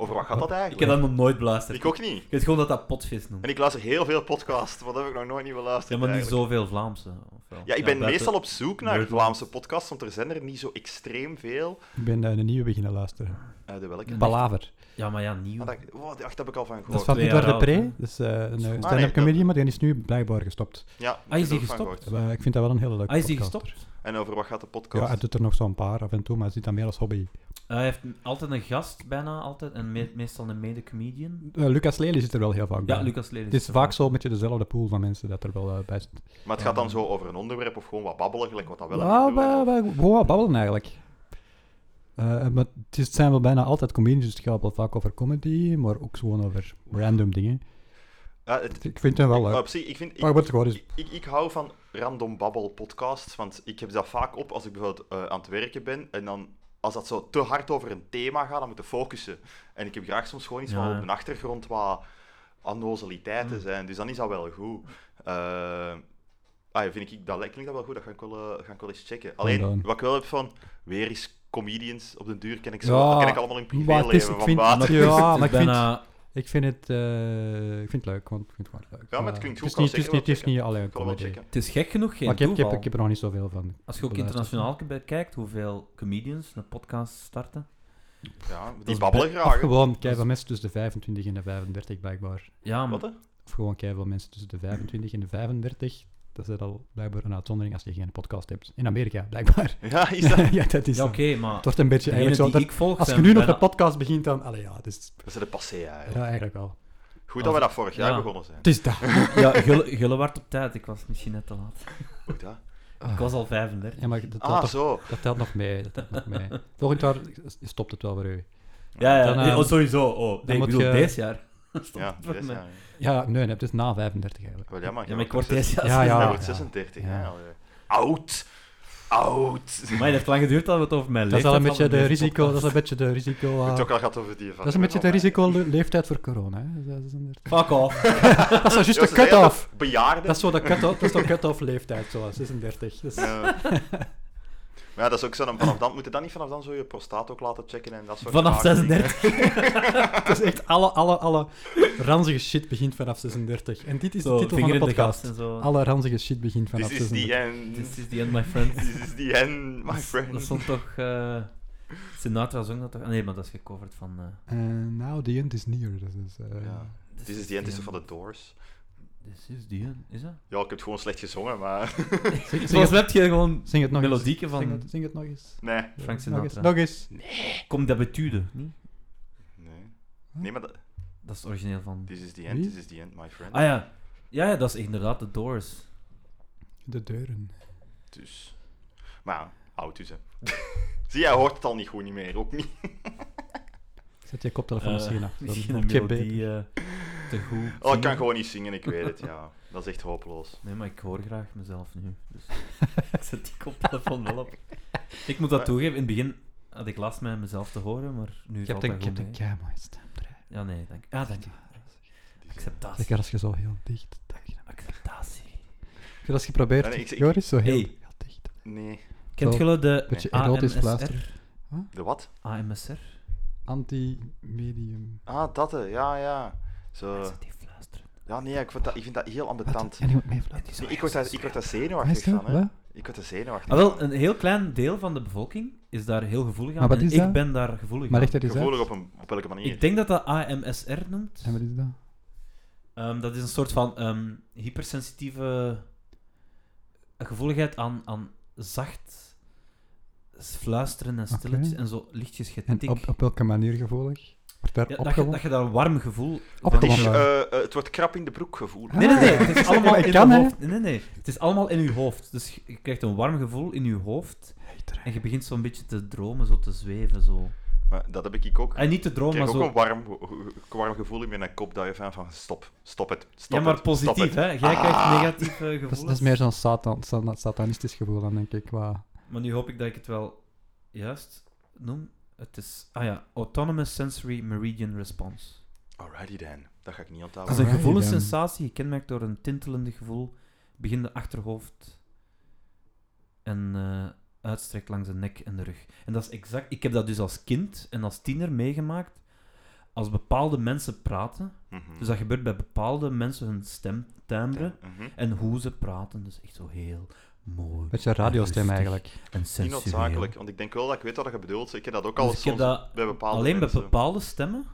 Speaker 3: Over wat gaat dat
Speaker 4: Ik
Speaker 3: eigenlijk?
Speaker 4: heb dat nog nooit beluisterd.
Speaker 3: Ik ook niet.
Speaker 4: Ik weet gewoon dat dat potvis noemt.
Speaker 3: En ik luister heel veel podcasts, wat heb ik nog nooit niet beluisterd.
Speaker 4: Ja, maar niet
Speaker 3: eigenlijk.
Speaker 4: zoveel Vlaamse. of wel?
Speaker 3: Ja, ik ben
Speaker 4: buiten-
Speaker 3: meestal op zoek naar
Speaker 4: Nerd.
Speaker 3: Vlaamse podcasts, want er zijn er niet zo extreem veel.
Speaker 5: ik ben eh, een nieuwe beginnen luisteren.
Speaker 3: Eh, de welke?
Speaker 4: Echt?
Speaker 5: Palaver.
Speaker 4: Ja, maar ja, nieuw.
Speaker 3: Ah, dat, oh, die- ach, dat heb ik al van
Speaker 5: Dat is
Speaker 3: gehoord.
Speaker 5: van
Speaker 4: twee
Speaker 5: Edouard de
Speaker 4: jaar oud, hè?
Speaker 5: Pre. Dus eh, een
Speaker 4: Ah, nee,
Speaker 5: stand-up
Speaker 3: dat-
Speaker 5: comedian, maar die is nu blijkbaar gestopt.
Speaker 3: Ja, ik
Speaker 4: Ah,
Speaker 3: heb
Speaker 4: is die
Speaker 3: er ook van
Speaker 4: gestopt?
Speaker 3: gehoord.
Speaker 5: Eh, ik vind dat wel een hele leuke
Speaker 4: Ah, is die
Speaker 5: podcaster.
Speaker 4: gestopt?
Speaker 3: En over wat gaat de
Speaker 5: Ja,
Speaker 3: podcast?
Speaker 5: hij doet er nog zo'n paar af en toe, maar hij ziet dat meer als hobby.
Speaker 4: Eh, hij heeft een- altijd een gast, bijna altijd, en me- meestal een mede-comedian.
Speaker 5: Eh, Lucas Lely zit er wel heel vaak bij.
Speaker 4: Ja, Lucas Lely.
Speaker 5: Het is vaak zo'n beetje dezelfde pool van mensen dat er wel eh, bij zit.
Speaker 3: Maar het gaat dan zo over een onderwerp of gewoon wat babbelen, gelijk wat dat wel en
Speaker 5: Ja,
Speaker 3: niet doen,
Speaker 5: we,
Speaker 3: of-
Speaker 5: we, gewoon wat babbelen eigenlijk. Eh, maar het, is- het zijn wel bijna altijd comedies, dus het gaat wel vaak over comedy, maar ook gewoon over random dingen.
Speaker 3: Ja, het-
Speaker 5: Ik vind het wel
Speaker 3: maar
Speaker 5: leuk.
Speaker 3: op zich, ik vind... ik-
Speaker 5: Maar wat gewoon is...
Speaker 3: Ik, ik, ik hou van random babbel podcasts, want ik heb dat vaak op als ik bijvoorbeeld eh, aan het werken ben en dan als dat zo te hard over een thema gaat, dan moet ik focussen. En ik heb graag soms gewoon iets
Speaker 4: Ja,
Speaker 3: van
Speaker 4: ja.
Speaker 3: op de achtergrond wat annosaliteiten
Speaker 5: Hm.
Speaker 3: zijn, dus dan is dat wel goed. Eh, ah, ja, vind ik, dat lijkt- klinkt dat wel goed, dat ga ik wel, eh, ga ik wel eens checken. Alleen,
Speaker 5: Gedaan.
Speaker 3: wat ik wel heb van, weer is comedians op den duur, ken ik, zo,
Speaker 5: Ja,
Speaker 3: dat ken ik allemaal in
Speaker 5: maar het is-
Speaker 3: privéleven
Speaker 5: ik
Speaker 3: van
Speaker 5: vind-
Speaker 3: baat.
Speaker 5: maar- Ja,
Speaker 4: maar
Speaker 5: maar
Speaker 4: ik
Speaker 5: ik
Speaker 4: bijna...
Speaker 5: Ik vind het... eh, ik vind het leuk, want ik vind het gewoon leuk. Eh,
Speaker 3: Ja, maar het klinkt goed,
Speaker 5: Het is
Speaker 3: kan
Speaker 5: niet, het
Speaker 3: zeker
Speaker 5: is niet, het is
Speaker 3: wel
Speaker 5: niet alleen
Speaker 3: Ik ga wel
Speaker 5: comedy.
Speaker 3: checken.
Speaker 4: Het is gek genoeg geen
Speaker 5: Maar ik heb, ik, heb,
Speaker 4: toeval.
Speaker 5: ik heb er nog niet zoveel van.
Speaker 4: Als je ook
Speaker 5: beluisterd.
Speaker 4: internationaal k- kijkt, hoeveel comedians een podcast starten.
Speaker 3: Ah, Ja, Dus- die
Speaker 5: is
Speaker 3: babbelen
Speaker 5: be-
Speaker 3: graag.
Speaker 5: Of
Speaker 3: hè.
Speaker 5: gewoon keiveel mensen tussen de 25 en de 35, blijkbaar.
Speaker 4: Ja, maar
Speaker 3: Wat, hè?
Speaker 5: Of gewoon keiveel mensen tussen de 25 en de 35. Dat is al blijkbaar een uitzondering als je geen podcast hebt. In Amerika, blijkbaar.
Speaker 3: Ja, is
Speaker 5: <laughs>
Speaker 3: dat...
Speaker 5: ja, dat is
Speaker 4: ja,
Speaker 5: zo.
Speaker 4: oké, maar
Speaker 5: Het wordt een beetje
Speaker 4: degenen
Speaker 5: eigenlijk zo.
Speaker 4: die
Speaker 5: dat-
Speaker 4: ik volg
Speaker 5: als je
Speaker 4: zijn
Speaker 5: nu nog
Speaker 4: bijna-
Speaker 5: een podcast begint, dan. Allee, ja, het is.
Speaker 3: We zijn de passé, ja.
Speaker 5: Ja, eigenlijk wel.
Speaker 3: Goed dat we dat vorig jaar
Speaker 4: Ja.
Speaker 3: begonnen zijn.
Speaker 5: Het is dat.
Speaker 4: Ja, Gulle- Gulle werd op tijd. Ik was misschien net te laat.
Speaker 3: Goed, hè?
Speaker 5: Ah.
Speaker 4: Ik was al 35.
Speaker 5: Ja, maar dat telt,
Speaker 3: Ah,
Speaker 5: toch-
Speaker 3: zo.
Speaker 5: dat telt nog mee. Dat telt nog mee. Volgend jaar stopt het wel voor u.
Speaker 4: Ja, ja,
Speaker 5: Dan,
Speaker 4: nee,
Speaker 5: ehm,
Speaker 4: oh, sowieso. Oh, nee, ik
Speaker 5: moet
Speaker 4: bedoel,
Speaker 5: je-
Speaker 4: deze jaar. <laughs> Stond
Speaker 3: Ja,
Speaker 4: het voor
Speaker 3: zes
Speaker 4: mij.
Speaker 3: jaar.
Speaker 5: Ja, nee, nee, het is na 35 eigenlijk.
Speaker 3: Wel, ja, maar,
Speaker 4: Ja,
Speaker 3: jij
Speaker 4: maar ik word
Speaker 3: wordt zes-
Speaker 4: deze jaar...
Speaker 5: Ja, ja.
Speaker 3: jij wordt 36, hè,
Speaker 5: Ja.
Speaker 3: alweer. Oud. Oud. <laughs>
Speaker 4: Maar het heeft lang geduurd dat we het over mijn
Speaker 5: Dat is al een
Speaker 4: leeftijd hadden
Speaker 5: beetje de
Speaker 4: in deze
Speaker 5: risico. Dat is
Speaker 4: podcast.
Speaker 5: een beetje de
Speaker 3: <laughs>
Speaker 5: risico. eh,
Speaker 3: Het ook al gaat over die van...
Speaker 5: dat is een beetje de risicoleeftijd voor corona. Hè. Dat is inderdaad-
Speaker 4: Fuck
Speaker 3: <laughs>
Speaker 4: off.
Speaker 5: Dat is zo juist
Speaker 3: Ja,
Speaker 5: de
Speaker 3: ze zeiden
Speaker 5: cut-off.
Speaker 3: dat Bejaarden.
Speaker 5: Dat is zo de cut-off, dat is de cut-off leeftijd, zo, 36. Dat is-
Speaker 3: Ja. Maar ja, dat is ook zo. Vanaf dan, moet je dan niet vanaf dan zo je prostaat ook laten checken en dat soort
Speaker 4: Vanaf
Speaker 3: rare dingen.
Speaker 4: 36.
Speaker 5: Het is echt alle, alle, alle ranzige shit begint vanaf 36. En dit is
Speaker 4: Zo,
Speaker 5: de titel van
Speaker 4: vinger
Speaker 5: de
Speaker 4: in de
Speaker 5: podcast. Ah.
Speaker 4: gast en zo.
Speaker 5: Alle ranzige shit begint vanaf
Speaker 3: This is
Speaker 5: 36.
Speaker 3: the end.
Speaker 4: This is the end, my friend.
Speaker 3: This is the end, <laughs> my
Speaker 4: Dat- Dat
Speaker 3: friend.
Speaker 4: stond toch... eh Sinatra zong dat toch? Ah, Nee, maar dat is gecoverd van... eh,
Speaker 5: En nou, the end is near. Dus, is, eh,
Speaker 3: Ja. This is the end is toch van de Doors?
Speaker 4: This is the end, is dat?
Speaker 3: Ja, ik heb het gewoon slecht gezongen, maar... <laughs>
Speaker 5: Zing, zing
Speaker 4: Volgens
Speaker 5: het,
Speaker 4: mij heb je gewoon
Speaker 5: zing het nog
Speaker 4: melodieken
Speaker 5: eens. Zing
Speaker 4: van
Speaker 5: het, zing het nog eens.
Speaker 3: Nee.
Speaker 4: Frank
Speaker 5: Nog eens.
Speaker 4: Sinatra.
Speaker 5: Nog eens.
Speaker 4: Comme d'habitude. niet?
Speaker 3: Nee, nee maar dat...
Speaker 4: Dat is het origineel van...
Speaker 3: This is the end,
Speaker 5: Wie?
Speaker 3: this is the end, my friend.
Speaker 4: Ah ja. Ja, ja, dat is inderdaad de Doors.
Speaker 5: De deuren.
Speaker 3: Dus. <laughs> Maar ja, oud is hè. Zie, jij hoort het al niet goed niet meer, ook niet.
Speaker 5: Zet je koptelefoon eens
Speaker 4: Eh,
Speaker 5: hierna.
Speaker 4: Misschien
Speaker 5: Dan
Speaker 4: een
Speaker 5: hoort je beter.
Speaker 4: melodie eh, te goed.
Speaker 3: Oh, ik kan
Speaker 4: zingen.
Speaker 3: gewoon niet zingen, ik weet het. Ja, dat is echt hopeloos.
Speaker 4: Nee, maar ik hoor graag mezelf nu.
Speaker 5: <laughs>
Speaker 4: Dus ik zet die koptelefoon wel op. Ik moet dat
Speaker 3: Maar-
Speaker 4: toegeven, in het begin had ik last met mezelf te horen, maar nu
Speaker 5: Je
Speaker 4: valt
Speaker 5: hebt
Speaker 4: dat
Speaker 5: een, je
Speaker 4: goed
Speaker 5: hebt een
Speaker 4: mee.
Speaker 5: kei mooie stem. Dre.
Speaker 4: Ja, nee, dank je. Ah, dank je. Acceptatie.
Speaker 5: Zeker als je zo heel dicht... tegen hem-
Speaker 4: Acceptatie.
Speaker 5: Heb je dat eens geprobeerd?
Speaker 3: Nee, nee, ik- ik-
Speaker 5: Joris, zo heel,
Speaker 4: Hey.
Speaker 5: heel dicht.
Speaker 3: Nee.
Speaker 4: Kent
Speaker 5: Zo,
Speaker 4: jullie de
Speaker 5: Beetje erotisch
Speaker 4: AMSR?
Speaker 5: fluisteren.
Speaker 3: De wat?
Speaker 4: AMSR?
Speaker 3: Eh.
Speaker 5: Anti-medium.
Speaker 3: Ah, dat, hè. ja, ja. Zo.
Speaker 4: Positief fluisteren.
Speaker 3: Ja, nee, ik vind dat, ik vind dat heel ambetant.
Speaker 5: En iemand meefluiten.
Speaker 3: Nee, ik, word daar, ik word daar
Speaker 5: Hij
Speaker 3: zenuwachtig
Speaker 5: is
Speaker 3: van, hè.
Speaker 5: wel.
Speaker 3: Ik word daar zenuwachtig
Speaker 4: Ah, wel,
Speaker 3: van.
Speaker 4: een heel klein deel van de bevolking is daar heel gevoelig aan.
Speaker 5: Maar wat
Speaker 4: en
Speaker 5: is
Speaker 4: ik
Speaker 5: dat?
Speaker 4: ben daar gevoelig
Speaker 5: Maar
Speaker 4: aan.
Speaker 5: ligt dat eens
Speaker 3: Gevoelig op,
Speaker 5: uit?
Speaker 3: een, op welke manier?
Speaker 4: Ik denk dat dat AMSR noemt.
Speaker 5: En wat is dat?
Speaker 4: Ehm, dat is een soort van ehm, hypersensitieve gevoeligheid aan, aan zacht s- fluisteren en stilletjes en zo lichtjes getik.
Speaker 5: En op, op welke manier gevoelig? Wordt daar
Speaker 4: Ja, dat, je,
Speaker 5: opgewonden?
Speaker 4: dat je daar een warm gevoel
Speaker 3: Het,
Speaker 5: Opgewonden.
Speaker 3: is, eh, eh, het wordt krap in de broek gevoeld.
Speaker 4: Nee, nee, nee. Het is
Speaker 5: <laughs>
Speaker 4: allemaal
Speaker 5: Ah. Ik
Speaker 4: in
Speaker 5: kan,
Speaker 4: je
Speaker 5: hè.
Speaker 4: hoofd. Nee, nee, nee. Het is allemaal in je hoofd. Dus je- je krijgt een warm gevoel in je hoofd. En je begint zo'n beetje te dromen, zo te zweven. Zo.
Speaker 3: Maar dat heb ik ook.
Speaker 4: En niet te
Speaker 3: Ik
Speaker 4: dromen, Ah, maar
Speaker 3: krijg ook
Speaker 4: zo.
Speaker 3: een warm, warm gevoel in mijn kop dat je van, van stop, stop het, stop
Speaker 4: Ja, maar
Speaker 3: het, stop
Speaker 4: positief,
Speaker 3: het.
Speaker 4: hè? Jij krijgt negatieve
Speaker 5: Dat is,
Speaker 4: gevoelens.
Speaker 5: dat is meer zo'n satan, satan- satanistisch gevoel dan, denk ik. qua-
Speaker 4: Maar nu hoop ik dat ik het wel juist noem. Het is, ah ja, Autonomous Sensory Meridian Response.
Speaker 3: Alrighty then. Dat ga ik niet
Speaker 4: Dat is
Speaker 3: onthouden.
Speaker 4: een
Speaker 5: Alright,
Speaker 4: gevoelenssensatie gekenmerkt door een tintelende gevoel, beginnende achterhoofd en eh, uitstrekt langs de nek en de rug. En dat is exact, ik heb dat dus als kind en als tiener meegemaakt. Als bepaalde mensen praten,
Speaker 3: Mhm.
Speaker 4: dus dat gebeurt bij bepaalde mensen hun stemtimbre
Speaker 3: Mhm.
Speaker 4: en hoe ze praten, dus echt zo heel mooi.
Speaker 5: Beetje radiostem
Speaker 4: Rustig.
Speaker 5: eigenlijk.
Speaker 4: En
Speaker 3: Niet
Speaker 4: sensueel.
Speaker 3: noodzakelijk, want ik denk wel dat ik weet wat je bedoelt. Ik heb dat ook al
Speaker 4: Dus ik
Speaker 3: soms
Speaker 4: heb dat
Speaker 3: bij bepaalde
Speaker 4: alleen bij
Speaker 3: mensen.
Speaker 4: bepaalde stemmen.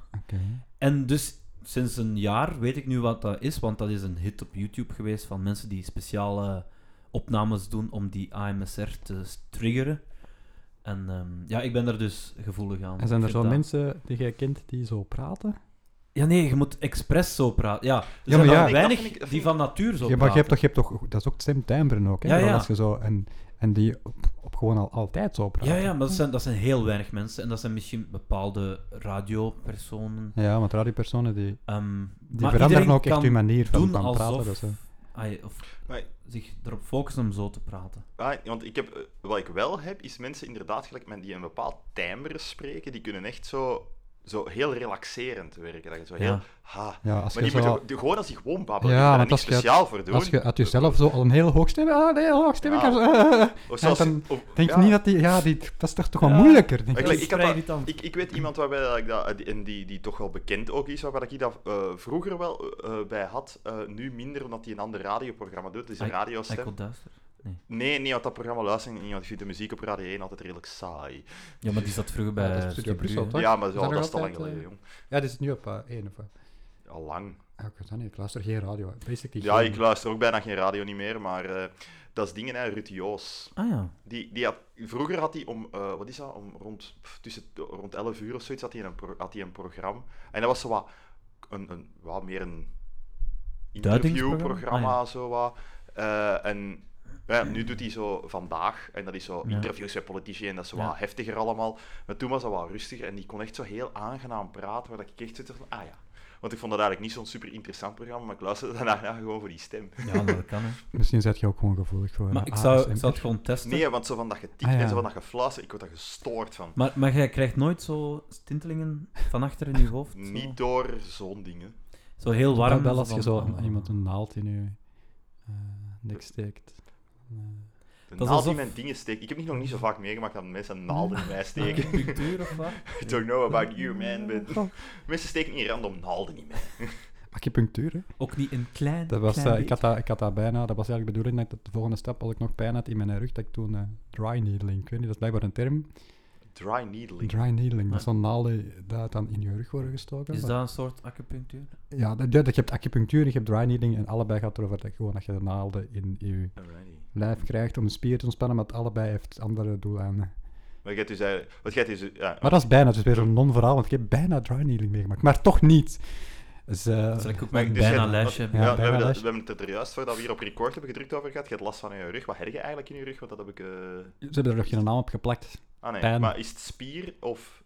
Speaker 4: En dus sinds een jaar weet ik nu wat dat is, want dat is een hit op YouTube geweest van mensen die speciale opnames doen om die AMSR te s- triggeren. En ehm, ja, ik ben daar dus gevoelig aan.
Speaker 5: En zijn er
Speaker 4: Ik
Speaker 5: zo
Speaker 4: heb dat-
Speaker 5: mensen die jij kent die zo praten?
Speaker 4: Ja, nee, je moet expres zo praten. Ja, er
Speaker 5: maar
Speaker 4: zijn
Speaker 5: ja.
Speaker 4: er
Speaker 5: Ik-
Speaker 4: weinig
Speaker 3: dat vind ik- dat
Speaker 4: die
Speaker 3: vind
Speaker 4: van natuur zo
Speaker 5: Ja, maar je
Speaker 4: praten.
Speaker 5: hebt, toch, je hebt toch... Dat is ook stemtimbren ook, hè?
Speaker 4: Ja,
Speaker 5: Gewoon
Speaker 4: ja.
Speaker 5: Als je zo... En, en die op, op gewoon al, altijd zo praten.
Speaker 4: Ja, ja, maar dat zijn, dat zijn heel weinig mensen. En dat zijn misschien bepaalde radiopersonen.
Speaker 5: Ja, want radiopersonen die,
Speaker 4: Ehm,
Speaker 5: die
Speaker 4: maar
Speaker 5: veranderen
Speaker 4: iedereen
Speaker 5: ook echt
Speaker 4: kan
Speaker 5: hun manier van,
Speaker 4: doen
Speaker 5: van
Speaker 4: alsof...
Speaker 5: praten. Dus, hè.
Speaker 4: Ah, ja, of
Speaker 3: Maar-
Speaker 4: zich erop focussen om zo te praten.
Speaker 3: Ah, want ik heb, eh, wat ik wel heb, is mensen inderdaad gelijk met die een bepaald timbre spreken, die kunnen echt zo, zo heel relaxerend werken. Dat je zo heel...
Speaker 4: Ja.
Speaker 3: Ha.
Speaker 5: Ja, als
Speaker 3: Maar
Speaker 5: je
Speaker 3: die
Speaker 5: zo...
Speaker 3: moeten ge- gewoon als die gewoon babbelen.
Speaker 5: Ja,
Speaker 3: Ja, daar
Speaker 5: want
Speaker 3: niks
Speaker 5: als je-
Speaker 3: speciaal voor doen.
Speaker 5: Als je uit jezelf zo al een heel hoog stem... Ah, nee, hoog stem. Ik
Speaker 3: Ja.
Speaker 5: heb zo- <laughs>
Speaker 3: Of zelfs-
Speaker 5: en dan
Speaker 3: of-
Speaker 5: Denk
Speaker 3: ja.
Speaker 5: niet dat die... Ja, die, dat is toch, toch wel
Speaker 4: Ja.
Speaker 5: moeilijker, denk
Speaker 3: Ik,
Speaker 5: ik.
Speaker 4: Dat is
Speaker 3: ik, had
Speaker 4: vrij
Speaker 3: dat-
Speaker 4: irritant.
Speaker 3: ik, ik weet iemand waarbij dat ik dat, en die, die toch wel bekend ook is, waarbij ik dat eh, vroeger wel eh, eh, bij had, eh, nu minder omdat hij een ander radioprogramma doet. Het is een
Speaker 4: Ah,
Speaker 3: radiostem.
Speaker 4: Eikel Duister.
Speaker 3: Nee, nee, want dat programma luister ik niet, want ik vind de muziek op Radio 1 altijd redelijk saai.
Speaker 4: Ja, maar die zat vroeger
Speaker 5: Ja, dat
Speaker 4: bij
Speaker 5: is Studio
Speaker 4: Studio
Speaker 5: Brussel,
Speaker 4: Brussel,
Speaker 5: toch?
Speaker 3: Ja, maar
Speaker 5: Is
Speaker 3: zo,
Speaker 5: dat
Speaker 3: dat,
Speaker 5: nog
Speaker 3: is te lang
Speaker 5: altijd,
Speaker 3: geleden,
Speaker 5: eh,
Speaker 3: jong.
Speaker 5: Ja, dit is nu op eh, één of wat.
Speaker 3: Al lang.
Speaker 5: Ja, ik weet dat niet. Ik luister geen radio. Basically
Speaker 3: Ja,
Speaker 5: geen-
Speaker 3: ik luister ook bijna geen radio niet meer, maar eh, dat is dingen, hè, Ruud Joos.
Speaker 4: Ah ja.
Speaker 3: Die, die had, vroeger had hij om, eh, wat is dat, om rond, pff, tussen, rond 11 uur of zoiets had hij een, pro- had hij een programma. En dat was zo wat, een, een, wat meer een interviewprogramma,
Speaker 4: Duidingsprogramma?
Speaker 3: zo wat. Eh, en ja, nu doet hij zo vandaag, en dat is zo
Speaker 4: Ja.
Speaker 3: interviews met politici en dat is zo
Speaker 4: Ja.
Speaker 3: wat heftiger allemaal. Maar toen was dat wat rustiger en die kon echt zo heel aangenaam praten, waar ik echt zit van, ah ja. Want ik vond dat eigenlijk niet zo'n super interessant programma, maar ik luisterde daarna gewoon voor die stem.
Speaker 4: Ja, <laughs> dat kan hè.
Speaker 5: Misschien zet je ook gewoon gevoelig voor.
Speaker 4: Maar
Speaker 5: eh,
Speaker 4: ik zou, ik
Speaker 5: ASMR.
Speaker 4: zou het gewoon testen.
Speaker 3: Nee, want zo van dat getikt
Speaker 5: Ah, ja.
Speaker 3: en zo van dat gefluister, ik word daar gestoord van.
Speaker 4: Maar, maar jij krijgt nooit zo stintelingen van achter in je hoofd? Zo,
Speaker 3: <laughs> Niet door zo'n dingen.
Speaker 4: zo heel warm.
Speaker 5: Maar wel als je zo
Speaker 4: van-
Speaker 5: iemand een naald in je eh nek steekt. Eh,
Speaker 3: De
Speaker 4: Dat is
Speaker 3: naald die
Speaker 4: alsof-
Speaker 3: mijn dingen steekt. Ik heb nog niet zo vaak meegemaakt dat mensen naalden in mij
Speaker 5: <laughs>
Speaker 3: steken. <laughs>
Speaker 4: Acupunctuur of wat?
Speaker 3: I don't know about you, man, but...
Speaker 5: Oh.
Speaker 3: Mensen steken niet random naalden in mij.
Speaker 5: acupunctuur, hè.
Speaker 4: Ook niet een klein.
Speaker 5: Dat was,
Speaker 4: klein
Speaker 5: eh, ik, had
Speaker 4: beetje.
Speaker 5: dat, ik had dat bijna, dat was eigenlijk de bedoeling dat ik dat de volgende stap, als ik nog pijn had in mijn rug, dat ik toen eh, dry needling, ik weet niet, dat is blijkbaar een term.
Speaker 3: Dry needling.
Speaker 5: Dry needling, dat
Speaker 4: Maar-
Speaker 5: zijn naalden die dan in je rug worden gestoken.
Speaker 4: Is
Speaker 5: Maar-
Speaker 4: dat een soort acupunctuur?
Speaker 5: Ja, dat, ja, dat je hebt acupunctuur, en je hebt dry needling en allebei gaat erover dat, gewoon dat je de naalden in je
Speaker 3: Alrighty.
Speaker 5: lijf krijgt om de spier te ontspannen, maar het allebei heeft andere doeleinden.
Speaker 3: Maar jij hebt dus eigenlijk... Wat jij hebt dus... Ja,
Speaker 5: Maar dat is bijna, het is weer een non-verhaal, want ik heb bijna dry needling meegemaakt, maar toch niet. Dus, eh,
Speaker 4: Zal ik ook
Speaker 3: maar
Speaker 4: mijn
Speaker 3: dus jij-
Speaker 4: bijna lijstje
Speaker 3: Ja,
Speaker 4: hebben?
Speaker 5: Ja,
Speaker 3: we,
Speaker 5: bijna
Speaker 3: hebben dat-
Speaker 5: lijstje.
Speaker 3: we hebben het er juist voor dat we hier op record hebben gedrukt over gehad. Je hebt last van in je rug. Wat heb je eigenlijk in je rug? Want dat heb ik... eh,
Speaker 5: Ze hebben er nog geen naam op geplakt.
Speaker 3: Ah nee,
Speaker 5: Pijn.
Speaker 3: maar is het spier of...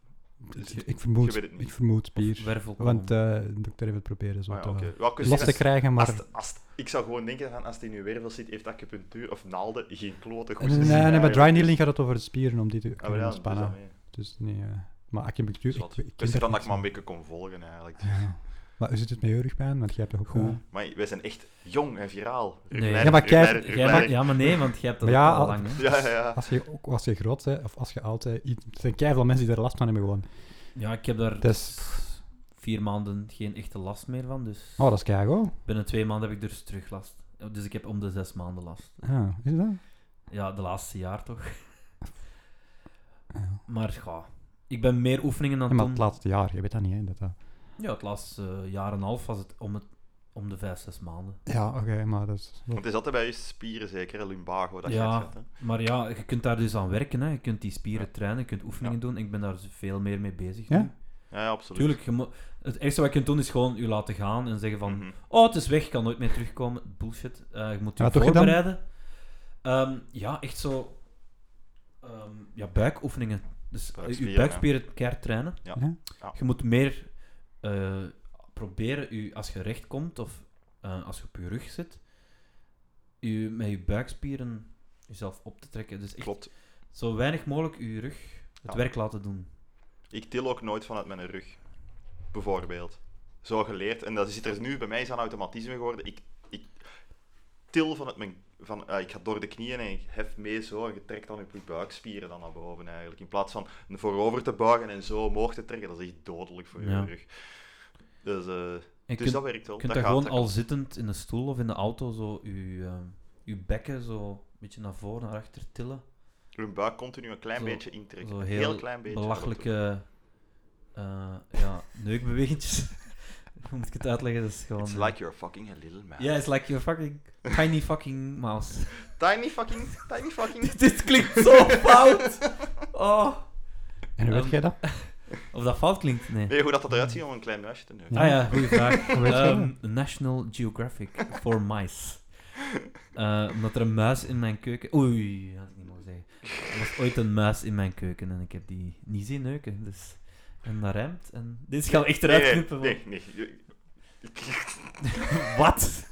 Speaker 3: Dus-
Speaker 5: Ik vermoed,
Speaker 3: Je weet het niet.
Speaker 5: ik vermoed bier.
Speaker 4: Wervelkolom.
Speaker 5: Want eh, de dokter heeft het proberen zo
Speaker 3: Ah, ja,
Speaker 5: te,
Speaker 3: oké. Wel, ik wist
Speaker 5: los te
Speaker 3: niet,
Speaker 5: krijgen,
Speaker 3: als-
Speaker 5: maar...
Speaker 3: als- als- Ik zou gewoon denken aan als het in uw wervel zit, heeft acupunctuur of naalden geen klote goed.
Speaker 5: Nee, nee, nee, bij dry needling gaat het over spieren om die te
Speaker 3: Ah, maar
Speaker 5: kunnen
Speaker 3: ja, dus
Speaker 5: ontspannen.
Speaker 3: daarmee.
Speaker 5: Dus nee, eh, maar acupunctuur... Ik,
Speaker 3: Zwat.
Speaker 5: ik,
Speaker 3: Ik
Speaker 5: ik
Speaker 3: wist
Speaker 5: ken
Speaker 3: dan dat
Speaker 5: daar
Speaker 3: ik maar een
Speaker 5: niks
Speaker 3: beetje kon volgen eigenlijk.
Speaker 5: van. Ja. Maar hoe zit het met je rugpijn? Want jij hebt toch ook...
Speaker 4: Goed.
Speaker 5: eh,
Speaker 3: Maar wij zijn echt jong en viraal.
Speaker 4: Nee.
Speaker 3: Rugleider,
Speaker 5: Ja, maar kijk-
Speaker 3: rugleider,
Speaker 4: Jij maakt-
Speaker 3: rugleider.
Speaker 4: ja, maar nee, want jij hebt dat
Speaker 5: Maar ja,
Speaker 4: ook al
Speaker 5: al-
Speaker 4: lang. Hè.
Speaker 3: Ja, ja, ja.
Speaker 5: als, je, ook, als je groot bent, of als je oud bent, i- er zijn keiveel mensen die er last van hebben gewoon.
Speaker 4: Ja, ik heb daar
Speaker 5: Dus-
Speaker 4: pff, vier maanden geen echte last meer van. Dus
Speaker 5: Oh, dat is keigo.
Speaker 4: binnen twee maanden heb ik dus terug last. Dus ik heb om de zes maanden last.
Speaker 5: Ja, is dat?
Speaker 4: Ja, de laatste jaar toch.
Speaker 5: Ja.
Speaker 4: Maar ja, ik ben meer oefeningen aan
Speaker 5: Ja,
Speaker 4: het
Speaker 5: maar
Speaker 4: doen.
Speaker 5: het laatste jaar, je weet dat niet, hè. Dat, dat...
Speaker 4: Ja, het laatste eh, jaar en een half was het om, het om de vijf, zes maanden.
Speaker 5: Ja, oké, maar dat is...
Speaker 3: Want het is altijd bij je spieren zeker, hè, lumbago, dat
Speaker 4: Ja.
Speaker 3: je het zet, hè.
Speaker 4: Maar ja, je kunt daar dus aan werken. Hè. Je kunt die spieren
Speaker 3: Ja.
Speaker 4: trainen, je kunt oefeningen
Speaker 3: Ja.
Speaker 4: doen. Ik ben daar dus veel meer mee bezig.
Speaker 5: Ja?
Speaker 4: nu.
Speaker 3: Ja, ja, absoluut.
Speaker 4: Tuurlijk, je mo- het eerste wat je kunt doen is gewoon je laten gaan en zeggen van...
Speaker 3: Mhm.
Speaker 4: Oh, het is weg, ik kan nooit meer terugkomen. Bullshit. Eh, je moet je
Speaker 5: Wat doe je dan?
Speaker 4: voorbereiden. Ehm, ja, echt zo... ehm, ja, buikoefeningen. Dus eh,
Speaker 3: Buikspieren,
Speaker 4: je buikspieren keihard trainen.
Speaker 3: Ja.
Speaker 5: Ja.
Speaker 3: Ja.
Speaker 4: Je moet meer eh, proberen, u, als je recht komt of eh, als je op je rug zit, u, met je buikspieren jezelf op te trekken. Dus echt
Speaker 3: Klopt.
Speaker 4: zo weinig mogelijk je rug het
Speaker 3: Ja.
Speaker 4: werk laten doen.
Speaker 3: Ik til ook nooit vanuit mijn rug. Bijvoorbeeld. Zo geleerd. En dat zit er nu bij mij is aan automatisme geworden. Ik, ik til vanuit mijn... Van, eh, ik ga door de knieën en ik hef mee zo en je trekt dan je buikspieren dan naar boven eigenlijk. In plaats van voorover te buigen en zo omhoog te trekken, dat is echt dodelijk voor je
Speaker 4: Ja.
Speaker 3: rug. Dus, eh,
Speaker 4: En je
Speaker 3: dus
Speaker 4: kunt-
Speaker 3: dat werkt wel.
Speaker 4: Je kunt
Speaker 3: dat
Speaker 4: daar gewoon
Speaker 3: gaat,
Speaker 4: al zittend in de stoel of in de auto zo je, ehm, je bekken zo een beetje naar voren, naar achter tillen.
Speaker 3: Je buik continu een klein
Speaker 4: Zo-
Speaker 3: beetje intrekken.
Speaker 4: Zo
Speaker 3: Een
Speaker 4: heel,
Speaker 3: heel, klein beetje.
Speaker 4: belachelijke eh ja, neukbewegingjes. <laughs> Hoe moet ik het uitleggen? Dat is gewoon...
Speaker 3: It's
Speaker 4: eh,
Speaker 3: like you're fucking a little man.
Speaker 4: Ja, it's like your fucking tiny fucking
Speaker 3: <laughs>
Speaker 4: mouse. <laughs>
Speaker 3: Tiny fucking, tiny fucking.
Speaker 4: Dit klinkt zo fout! Oh.
Speaker 5: En hoe
Speaker 4: Ehm,
Speaker 5: weet jij dat?
Speaker 4: Of dat fout klinkt? Nee.
Speaker 3: Nee, hoe dat eruit ziet om een klein muisje te neuken.
Speaker 5: Ja.
Speaker 4: Ah ja, goede vraag.
Speaker 5: Hoe weet jij
Speaker 4: Ehm, National Geographic for mice. Eh, omdat er een muis in mijn keuken... Oei, dat had ik niet mogen zeggen. Er was ooit een muis in mijn keuken en ik heb die niet zien neuken. Dus... En dat ruimt. En... Dit gaan we echt eruit
Speaker 3: nee,
Speaker 4: knippen.
Speaker 3: nee, nee, nee.
Speaker 4: want- Wat?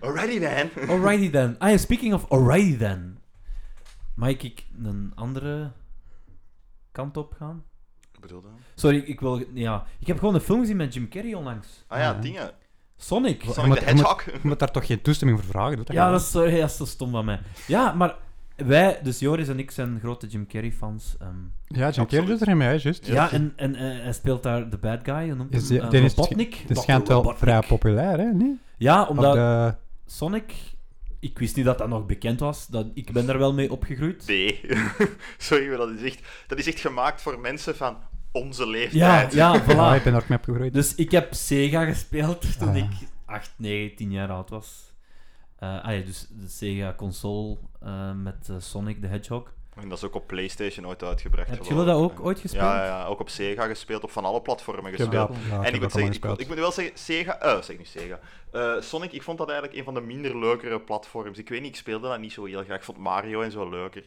Speaker 3: Alrighty man.
Speaker 4: Alrighty then. Ah ja, speaking of alrighty then. Mag ik een andere kant op gaan?
Speaker 3: Wat bedoel je dan?
Speaker 4: Sorry, ik wil... Ja, ik heb gewoon een film gezien met Jim Carrey onlangs.
Speaker 3: Ah ja,
Speaker 5: Ja.
Speaker 3: dingen.
Speaker 4: Sonic.
Speaker 5: moet-
Speaker 3: Sonic the
Speaker 5: je moet-
Speaker 3: Hedgehog. <laughs>
Speaker 5: Je moet daar toch geen toestemming voor vragen? Doet dat
Speaker 4: Ja,
Speaker 5: gewoon?
Speaker 4: dat is, sorry, dat is zo stom van mij. Ja, maar wij, dus Joris en ik, zijn grote Jim Carrey-fans. ehm.
Speaker 5: Ja, Jim Carrey
Speaker 3: Absoluut.
Speaker 5: doet er in mij, juist.
Speaker 4: ja, en, en eh, hij speelt daar de bad guy, je noemt
Speaker 5: Is
Speaker 4: hem
Speaker 5: die-
Speaker 4: eh,
Speaker 5: die is-
Speaker 4: Robotnik.
Speaker 5: Het schijnt wel
Speaker 4: Robotnik.
Speaker 5: vrij populair, hè? Nee?
Speaker 4: Ja,
Speaker 5: Op
Speaker 4: omdat
Speaker 5: de-
Speaker 4: Sonic... Ik wist niet dat dat nog bekend was. Dat, ik ben daar wel mee opgegroeid.
Speaker 3: Nee. <laughs> Sorry, maar dat is, echt, dat is echt gemaakt voor mensen van onze
Speaker 4: Ja,
Speaker 3: leeftijd.
Speaker 4: ja,
Speaker 5: <laughs> Ja, ik
Speaker 4: voilà.
Speaker 5: ben er ook mee opgegroeid.
Speaker 4: Dus ik heb Sega gespeeld toen
Speaker 5: Ah.
Speaker 4: ik 8, 9, 10 jaar oud was. Eh, ah ja, dus de Sega-console eh, met eh, Sonic the Hedgehog.
Speaker 3: En dat is ook op PlayStation ooit uitgebracht.
Speaker 4: Heb jullie
Speaker 3: geloof
Speaker 4: dat
Speaker 3: ik.
Speaker 4: ook ooit gespeeld?
Speaker 3: Ja, ja, ook op Sega gespeeld, op van alle platformen
Speaker 5: ik heb
Speaker 3: gespeeld.
Speaker 5: dat,
Speaker 4: En
Speaker 5: ja, ik heb
Speaker 3: en ik
Speaker 5: dat
Speaker 3: moet,
Speaker 5: allemaal
Speaker 3: zeggen, ik, wil-
Speaker 5: gespeeld.
Speaker 3: ik moet wel zeggen, Sega, eh zeg niet Sega, Eh, Sonic, ik vond dat eigenlijk een van de minder leukere platforms. Ik weet niet, ik speelde dat niet zo heel graag. Ik vond Mario en zo leuker.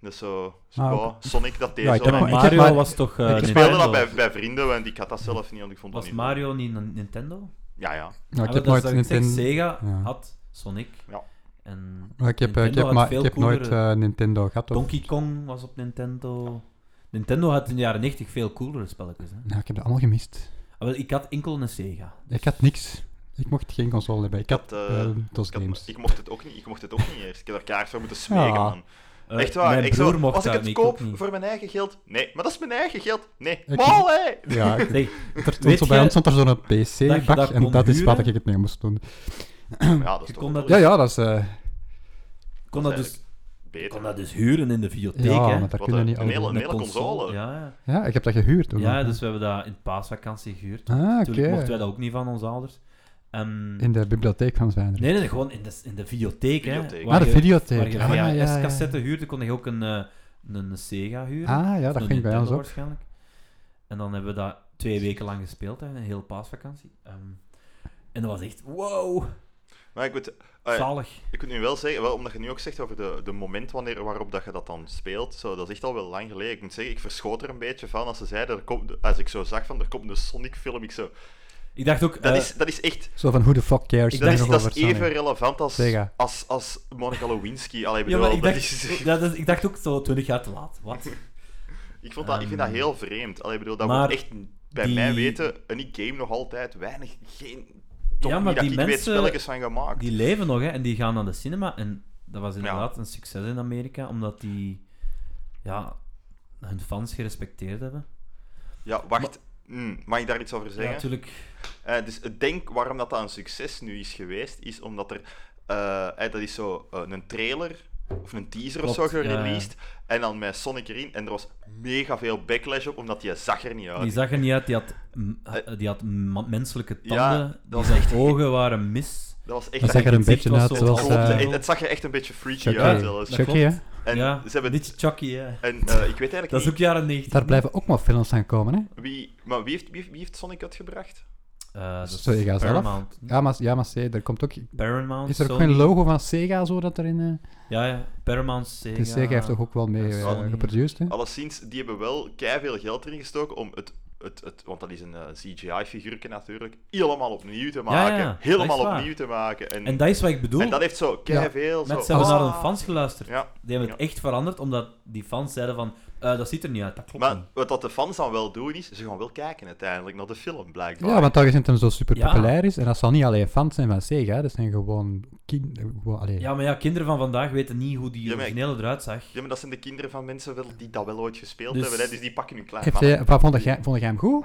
Speaker 3: Dus zo, zo,
Speaker 5: Ah,
Speaker 3: ja,
Speaker 5: oké.
Speaker 3: Sonic dat deed
Speaker 5: Ja, ik
Speaker 3: zo.
Speaker 5: heb
Speaker 4: Maar
Speaker 5: maar-
Speaker 4: Mario
Speaker 5: maar-
Speaker 4: was toch... eh,
Speaker 5: ik
Speaker 3: Ik
Speaker 5: Nee,
Speaker 3: speelde
Speaker 4: Nintendo?
Speaker 3: dat bij, bij vrienden, want ik had dat zelf niet, want ik vond dat
Speaker 4: Was
Speaker 3: niet leuk.
Speaker 4: Mario niet een Nintendo?
Speaker 3: Ja, ja.
Speaker 5: Ja,
Speaker 4: Ah,
Speaker 5: Nou,
Speaker 4: wel,
Speaker 5: ik heb
Speaker 4: dat
Speaker 5: nooit
Speaker 4: is dat ik zeg,
Speaker 5: Nintendo...
Speaker 4: Sega
Speaker 5: Ja.
Speaker 4: had Sonic.
Speaker 3: Ja.
Speaker 4: En
Speaker 5: Maar ik heb, eh, ik
Speaker 4: Nintendo
Speaker 5: heb,
Speaker 4: had
Speaker 5: maar,
Speaker 4: veel
Speaker 5: ik heb nooit
Speaker 4: coolere-
Speaker 5: eh, Nintendo gehad. Of,
Speaker 4: Donkey Kong was op Nintendo. Nintendo had in de jaren 90 veel coolere spelletjes. Hè?
Speaker 5: nou, ik heb dat allemaal gemist.
Speaker 4: Ah, wel, ik had enkel een Sega.
Speaker 5: Ik had niks. Ik mocht geen console hebben. Ik had
Speaker 3: had, eh,
Speaker 5: eh, DOS
Speaker 3: Ik, had-
Speaker 5: games.
Speaker 3: ik mocht het ook niet, ik mocht het ook niet eerst. Ik heb daar kaart voor moeten smeken,
Speaker 5: Ja.
Speaker 3: man.
Speaker 4: Eh,
Speaker 3: Echt waar.
Speaker 4: Mijn
Speaker 3: ik
Speaker 4: broer
Speaker 3: zo,
Speaker 4: mocht
Speaker 3: als ik
Speaker 4: dat
Speaker 3: het
Speaker 4: niet,
Speaker 3: koop
Speaker 4: ook niet.
Speaker 3: voor mijn eigen geld, nee. Maar dat is mijn eigen geld, nee.
Speaker 5: Ik-
Speaker 3: Mal,
Speaker 5: <clears throat>
Speaker 3: hé!
Speaker 4: <laughs>
Speaker 5: Ja, ik-
Speaker 4: Zeg,
Speaker 5: er stond
Speaker 4: weet
Speaker 5: zo bij
Speaker 4: jij
Speaker 5: ons stond er zo'n
Speaker 4: dat je
Speaker 5: PC-bak
Speaker 4: dat
Speaker 5: en
Speaker 4: kon
Speaker 5: dat is wat
Speaker 4: huren?
Speaker 5: ik het mee moest doen.
Speaker 3: Ja, dat
Speaker 4: Je
Speaker 3: is
Speaker 4: kon
Speaker 3: toch
Speaker 4: dat-
Speaker 3: wel
Speaker 5: Ja, ja, dat is eh,
Speaker 4: kon dat, dus,
Speaker 3: beter.
Speaker 4: kon dat dus huren in de videotheek.
Speaker 5: ja,
Speaker 4: hè?
Speaker 5: maar daar
Speaker 3: Wat
Speaker 5: kunnen
Speaker 3: een-
Speaker 5: niet
Speaker 3: een
Speaker 5: alle...
Speaker 3: hele- hele console.
Speaker 4: Ja,
Speaker 5: Ja, ik heb dat gehuurd. ook
Speaker 4: ja
Speaker 5: nog,
Speaker 4: dus we hebben dat in de paasvakantie gehuurd.
Speaker 5: Ah, oké.
Speaker 4: Natuurlijk mochten wij dat ook niet van onze ouders. Ehm,
Speaker 5: In de bibliotheek van Zwijndrecht.
Speaker 4: nee, nee, gewoon in de, in de videotheek.
Speaker 3: Videotheek.
Speaker 4: Hè,
Speaker 5: ah, de
Speaker 4: je- Waar
Speaker 5: videotheek.
Speaker 4: je
Speaker 5: Ah, ja, ja,
Speaker 4: VHS-cassette huurde, kon je ook een, eh, een Sega huren.
Speaker 5: Ah, ja, dat
Speaker 4: Een
Speaker 5: ging bij
Speaker 4: Nintendo
Speaker 5: ons op.
Speaker 4: Waarschijnlijk. En dan hebben we dat twee weken lang gespeeld, hè, een hele paasvakantie. Ehm, en dat was echt, wow.
Speaker 3: Maar ik moet, eh,
Speaker 4: Zalig.
Speaker 3: ik moet nu wel zeggen, wel, omdat je nu ook zegt over de, de moment wanneer, waarop dat je dat dan speelt, zo, dat is echt al wel lang geleden. Ik moet zeggen, ik verschoot er een beetje van als ze zeiden, er komt, als ik zo zag van, er komt een Sonic-film, ik zo...
Speaker 4: Ik dacht ook...
Speaker 3: Dat,
Speaker 4: eh,
Speaker 3: is, dat is echt...
Speaker 5: Zo van, who the fuck cares?
Speaker 4: Ik
Speaker 3: Dat
Speaker 4: dacht-
Speaker 3: is,
Speaker 5: nog
Speaker 3: dat
Speaker 5: over
Speaker 3: is even
Speaker 5: Sonic.
Speaker 3: relevant als,
Speaker 5: Sega.
Speaker 3: als, als Monica Lewinsky. Allee,
Speaker 4: ja,
Speaker 3: bedoel,
Speaker 4: maar ik
Speaker 3: dat
Speaker 4: dacht,
Speaker 3: is,
Speaker 4: dat is, ik dacht ook zo 20 jaar te laat. Wat?
Speaker 3: ik, vond dat, ik vind dat heel vreemd. Allee, bedoel, dat
Speaker 4: Maar
Speaker 3: wordt echt bij
Speaker 4: die-
Speaker 3: mij weten, en ik game nog altijd weinig, geen... Toch
Speaker 4: Ja, maar
Speaker 3: niet dat
Speaker 4: die
Speaker 3: ik weet
Speaker 4: mensen-
Speaker 3: spelletjes van gemaakt.
Speaker 4: Die leven nog, hè, en die gaan naar de cinema. En dat was inderdaad een succes in Amerika, omdat die ja, hun fans gerespecteerd hebben.
Speaker 3: Ja, wacht. Mm, mag ik daar iets over
Speaker 4: Ja,
Speaker 3: zeggen?
Speaker 4: natuurlijk.
Speaker 3: Eh, dus ik denk waarom dat, dat een succes nu is geweest, is omdat er... eh, eh, dat is zo eh, een trailer of een teaser of
Speaker 4: Klopt,
Speaker 3: zo
Speaker 4: ja, ja.
Speaker 3: gereleased. En dan met Sonic erin. En er was mega veel backlash op, omdat je zag er niet uit.
Speaker 4: Die zag er niet uit, die had, m- eh, die had ma- menselijke
Speaker 3: Ja,
Speaker 4: tanden.
Speaker 3: dat
Speaker 4: die
Speaker 3: was
Speaker 4: zijn
Speaker 3: echt-
Speaker 4: ogen waren mis.
Speaker 3: Dat was echt...
Speaker 5: Dat zag er een
Speaker 4: gezicht
Speaker 5: beetje
Speaker 4: was
Speaker 5: uit
Speaker 4: zo
Speaker 5: zoals...
Speaker 4: half-
Speaker 5: eh,
Speaker 3: Klopt,
Speaker 4: Ja.
Speaker 3: het, het zag er echt een beetje freaky
Speaker 5: Chucky.
Speaker 3: uit zelfs.
Speaker 4: dat
Speaker 5: Chucky,
Speaker 4: klopt.
Speaker 5: hè?
Speaker 3: En
Speaker 4: ja,
Speaker 3: ze hebben...
Speaker 4: een beetje Chucky, hè.
Speaker 3: En eh, ik weet eigenlijk
Speaker 4: Dat is ook
Speaker 3: niet
Speaker 4: jaren 90.
Speaker 5: Daar blijven ook maar films aan komen, hè?
Speaker 3: wie... Maar wie heeft, wie, heeft- wie heeft Sonic uitgebracht?
Speaker 4: Eh, dat is
Speaker 5: Zo, je gaat zelf.
Speaker 4: Paramount.
Speaker 5: Ja, maar, ja, maar C, er komt ook...
Speaker 4: Paramount.
Speaker 5: Is er ook
Speaker 4: Sony.
Speaker 5: geen logo van Sega zo dat erin... eh
Speaker 4: Ja, ja. Paramount, Sega.
Speaker 5: dus Sega heeft toch ook wel mee
Speaker 4: Ja,
Speaker 5: eh,
Speaker 4: Sony.
Speaker 5: geproduceerd, hè?
Speaker 3: Alleszins, die hebben wel veel geld erin gestoken om het... Het, het, want dat is een eh, CGI-figuurtje natuurlijk. Helemaal opnieuw te maken.
Speaker 4: ja, dat is
Speaker 3: helemaal
Speaker 4: waar.
Speaker 3: opnieuw te maken. En,
Speaker 4: En dat is wat ik bedoel.
Speaker 3: en dat heeft zo keiveel...
Speaker 4: Net, ze
Speaker 3: zo...
Speaker 4: hebben
Speaker 5: Oh.
Speaker 3: ah.
Speaker 4: naar hun fans geluisterd.
Speaker 3: Ja.
Speaker 4: Die hebben het echt veranderd, omdat die fans zeiden van... eh, dat ziet er niet uit, dat klopt
Speaker 3: Maar
Speaker 4: niet.
Speaker 3: wat dat de fans dan wel doen, is... Ze gaan wel kijken uiteindelijk naar de film, blijkbaar.
Speaker 5: Ja, want dat gezien dat hem zo super
Speaker 4: Ja.
Speaker 5: populair is. En dat zal niet alleen fans zijn van Sega, dat zijn gewoon... Kind, eh, gewoon allee.
Speaker 4: Ja, maar ja, kinderen van vandaag weten niet hoe die
Speaker 3: Ja, maar ik-
Speaker 4: originele eruit zag.
Speaker 3: Ja, maar dat zijn de kinderen van mensen wel, die dat wel ooit gespeeld
Speaker 4: Dus-
Speaker 3: hebben. Hè? Dus die pakken hun klein
Speaker 5: Heeft
Speaker 3: mannetje.
Speaker 5: hij, wat vond jij, vond jij hem goed?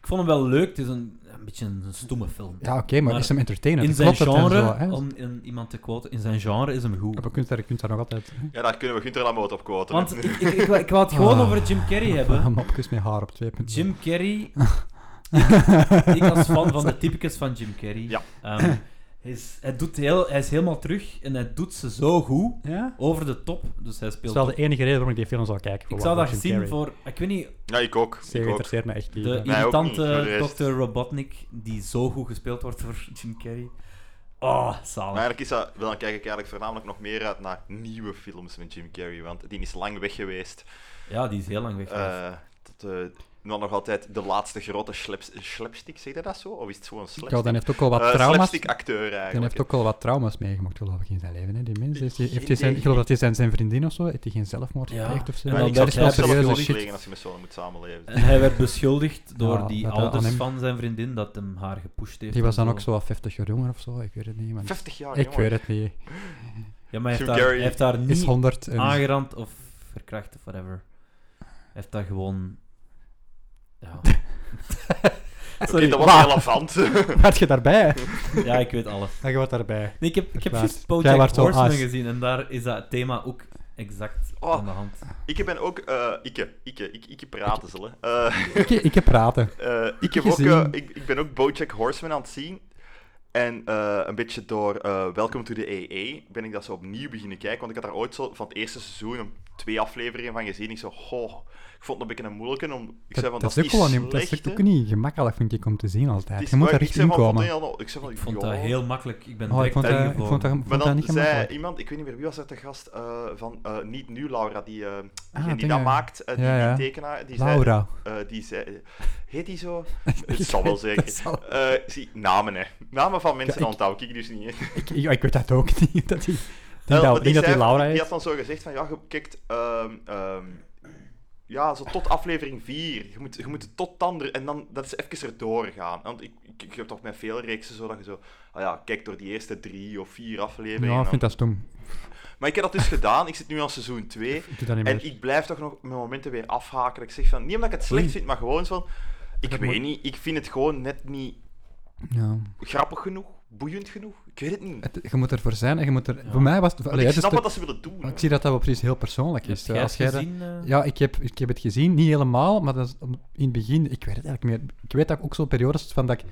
Speaker 4: Ik vond hem wel leuk, het is een, een beetje een stomme film.
Speaker 5: Ja, oké, maar,
Speaker 4: Maar
Speaker 5: is hem entertainend?
Speaker 4: in zijn
Speaker 5: Klopt het en
Speaker 4: genre,
Speaker 5: zo, hè?
Speaker 4: om in, iemand te quoten, in zijn genre is hem goed.
Speaker 5: Ja, Je kunt, daar, je kunt daar nog altijd...
Speaker 3: Ja, daar kunnen we Gunther Lamoot op quoten.
Speaker 4: Want ik, ik, ik, wou- ik wou het gewoon
Speaker 5: Ah.
Speaker 4: over Jim Carrey
Speaker 5: Een <laughs>
Speaker 4: hebben.
Speaker 5: mopjes met haar op twee punten.
Speaker 4: Jim
Speaker 5: <laughs>
Speaker 4: Carrey... Ik, ik als fan van de typicus van Jim Carrey...
Speaker 3: Ja.
Speaker 4: ehm, hij, is, hij, doet heel, hij is helemaal terug en hij doet ze zo goed,
Speaker 5: Ja? Dat
Speaker 4: over de top. Dus hij
Speaker 5: is
Speaker 4: speelt...
Speaker 5: wel de enige reden waarom ik die film zou kijken.
Speaker 4: Ik
Speaker 5: gewoon
Speaker 4: zou
Speaker 5: voor
Speaker 4: dat
Speaker 5: Jim
Speaker 4: gezien
Speaker 5: Carrey.
Speaker 4: voor... Ik weet niet,
Speaker 3: Ja, ik ook.
Speaker 5: Sega
Speaker 3: Ik ook.
Speaker 5: interesseert me echt niet.
Speaker 4: De
Speaker 5: ja.
Speaker 3: Mij ook niet, voor de
Speaker 4: irritante
Speaker 3: rest.
Speaker 4: Dr. Robotnik, die zo goed gespeeld wordt <laughs> door Jim Carrey. Oh,
Speaker 3: Maar
Speaker 4: zalig.
Speaker 3: eigenlijk is dat, dan kijk ik eigenlijk voornamelijk nog meer uit naar nieuwe films met Jim Carrey, want die is lang weg geweest.
Speaker 4: Ja, die is heel lang weg geweest.
Speaker 3: Eh, tot, eh, dan nog altijd de laatste grote sleps, slepstick, zeg je dat zo? Of is het gewoon slapstick?
Speaker 5: Ja, dan heeft ook wel wat
Speaker 3: Eh,
Speaker 5: trauma's.
Speaker 3: slapstick-acteur eigenlijk.
Speaker 5: Dan heeft ook wel wat trauma's meegemaakt, geloof ik, in zijn leven. Hè. Die mens, heeft die,
Speaker 3: Geen
Speaker 5: heeft die zijn,
Speaker 3: idee.
Speaker 5: ik geloof dat hij zijn, zijn vriendin of zo, heeft hij geen zelfmoord
Speaker 4: Ja.
Speaker 5: gepleegd of zo.
Speaker 4: En
Speaker 3: Maar
Speaker 4: dan
Speaker 3: ik
Speaker 4: werd
Speaker 5: dat
Speaker 3: zou
Speaker 5: is
Speaker 4: hij
Speaker 5: wel
Speaker 3: zelf zelf
Speaker 5: serieuze
Speaker 3: niet
Speaker 5: shit.
Speaker 3: liggen als je met zo'n moet samenleven.
Speaker 5: <laughs>
Speaker 4: En hij werd beschuldigd door
Speaker 5: Ja,
Speaker 4: die
Speaker 5: dat dat
Speaker 4: ouders
Speaker 5: aan hem-
Speaker 4: van zijn vriendin dat hem haar gepusht heeft.
Speaker 5: Die was
Speaker 4: en
Speaker 5: dan ook zo wat 50 jaar jonger of zo, ik weet het niet. Maar
Speaker 3: 50 jaar,
Speaker 5: ik
Speaker 3: jongen.
Speaker 5: weet het niet.
Speaker 4: Ja, maar hij heeft,
Speaker 3: Jim
Speaker 4: haar,
Speaker 3: Carrey
Speaker 4: hij heeft haar
Speaker 5: Is
Speaker 4: niet
Speaker 5: 100 en <laughs>
Speaker 4: aangerand of verkracht of whatever. Hij heeft daar gewoon...
Speaker 5: <laughs>
Speaker 4: Ja, <laughs>
Speaker 3: Oké,
Speaker 5: Sorry,
Speaker 3: dat was <laughs>
Speaker 5: maar-
Speaker 3: relevant.
Speaker 5: Had je
Speaker 3: <laughs>
Speaker 5: daarbij?
Speaker 4: ja ik weet alles.
Speaker 5: Ja, je wordt daarbij.
Speaker 4: Nee, ik heb, ik heb
Speaker 5: Klaar.
Speaker 4: juist
Speaker 5: Jij
Speaker 4: Bojack
Speaker 5: wordt zo
Speaker 4: Horseman
Speaker 5: as.
Speaker 4: gezien en daar is dat thema ook exact
Speaker 3: Oh.
Speaker 4: aan de hand.
Speaker 3: ik ben ook... eh ikke, ikke, ikke, ikke praten, zullen. Eh,
Speaker 5: Ik, ik heb praten.
Speaker 3: Eh, ik, heb ook,
Speaker 5: Gezien.
Speaker 3: eh, ik, ik ben ook Bojack Horseman aan het zien. En eh, een beetje door eh Welcome to the AA ben ik dat zo opnieuw beginnen kijken. Want ik had daar ooit zo van het eerste seizoen een, twee afleveringen van gezien. Ik zo, goh, ik vond het een beetje een moeilijke. Om, ik zei van, dat,
Speaker 5: is ook
Speaker 3: is
Speaker 5: gewoon
Speaker 3: niet
Speaker 5: niet,
Speaker 3: slecht,
Speaker 5: dat is
Speaker 3: hè.
Speaker 5: ook niet gemakkelijk, vind ik, om te zien altijd.
Speaker 3: Het is-
Speaker 5: je moet
Speaker 3: maar
Speaker 5: er
Speaker 3: ik
Speaker 5: echt
Speaker 3: zei
Speaker 5: in
Speaker 3: van, vond
Speaker 5: komen.
Speaker 3: dat heel- ik zei van,
Speaker 4: Ik vond
Speaker 3: ja.
Speaker 4: dat heel makkelijk. Ik ben
Speaker 5: Oh,
Speaker 4: direct
Speaker 5: ik vond dat, ik
Speaker 4: ingevlogen.
Speaker 5: vond dat, ik
Speaker 3: Maar
Speaker 5: vond dat
Speaker 3: dan
Speaker 5: niet
Speaker 3: zei
Speaker 5: gemakkelijk.
Speaker 3: iemand, ik weet niet meer wie was dat de gast, eh, van eh, niet nu Laura, die, eh,
Speaker 5: Ah,
Speaker 3: die dat
Speaker 5: dingen.
Speaker 3: maakt, eh, die,
Speaker 5: Ja, ja.
Speaker 3: die tekenaar, die zei,
Speaker 5: Laura.
Speaker 3: Eh, die zei... Heet die
Speaker 5: <laughs>
Speaker 3: zo? Het zal wel zeker.
Speaker 5: Dat zal-
Speaker 3: Eh, zie, namen, hè. Namen van mensen
Speaker 5: Ja, ik-
Speaker 3: onthoud ik dus niet. hè.
Speaker 5: Ik, ik, ik weet dat ook <laughs> niet. Dat die, ik
Speaker 3: Wel,
Speaker 5: denk
Speaker 3: maar
Speaker 5: dat, ik denk dat die
Speaker 3: zei-
Speaker 5: Laura
Speaker 3: Die
Speaker 5: is.
Speaker 3: had dan zo gezegd van, ja, je kijkt... ehm, ehm, ja, zo tot aflevering 4. Je moet, je moet tot dan... er- En dan, dat is even erdoor gaan. Want ik, ik, ik heb toch met veel reeksen zo dat je zo... Ah ja, kijk door die eerste drie of vier afleveringen.
Speaker 5: Ja, ik vind dat stom.
Speaker 3: Maar ik heb dat dus gedaan. Ik zit nu aan seizoen 2.
Speaker 5: Ik doe dat niet meer.
Speaker 3: En ik blijf toch nog mijn momenten weer afhaken. Dat Ik zeg van, niet omdat ik het slecht
Speaker 5: Oei.
Speaker 3: vind, maar gewoon zo van... Ik
Speaker 5: Dat
Speaker 3: weet
Speaker 5: moet-
Speaker 3: niet, ik vind het gewoon net niet
Speaker 5: Ja.
Speaker 3: grappig genoeg, boeiend genoeg. Ik weet het niet.
Speaker 5: Het- je moet ervoor zijn en je moet er...
Speaker 4: Ja.
Speaker 5: Voor mij was het...
Speaker 3: Want
Speaker 5: allee,
Speaker 3: ik
Speaker 5: het is
Speaker 3: snap
Speaker 5: de-
Speaker 3: wat dat ze willen doen.
Speaker 5: ik zie dat dat wel precies heel persoonlijk
Speaker 4: Heb
Speaker 5: is.
Speaker 4: jij
Speaker 5: Als
Speaker 4: het
Speaker 5: jij dat-
Speaker 4: gezien? eh?
Speaker 5: Ja, ik heb, ik heb het gezien, niet helemaal, maar dat is om- in het begin, ik weet het eigenlijk niet meer. Ik weet dat ik ook zo'n periodes van dat ik,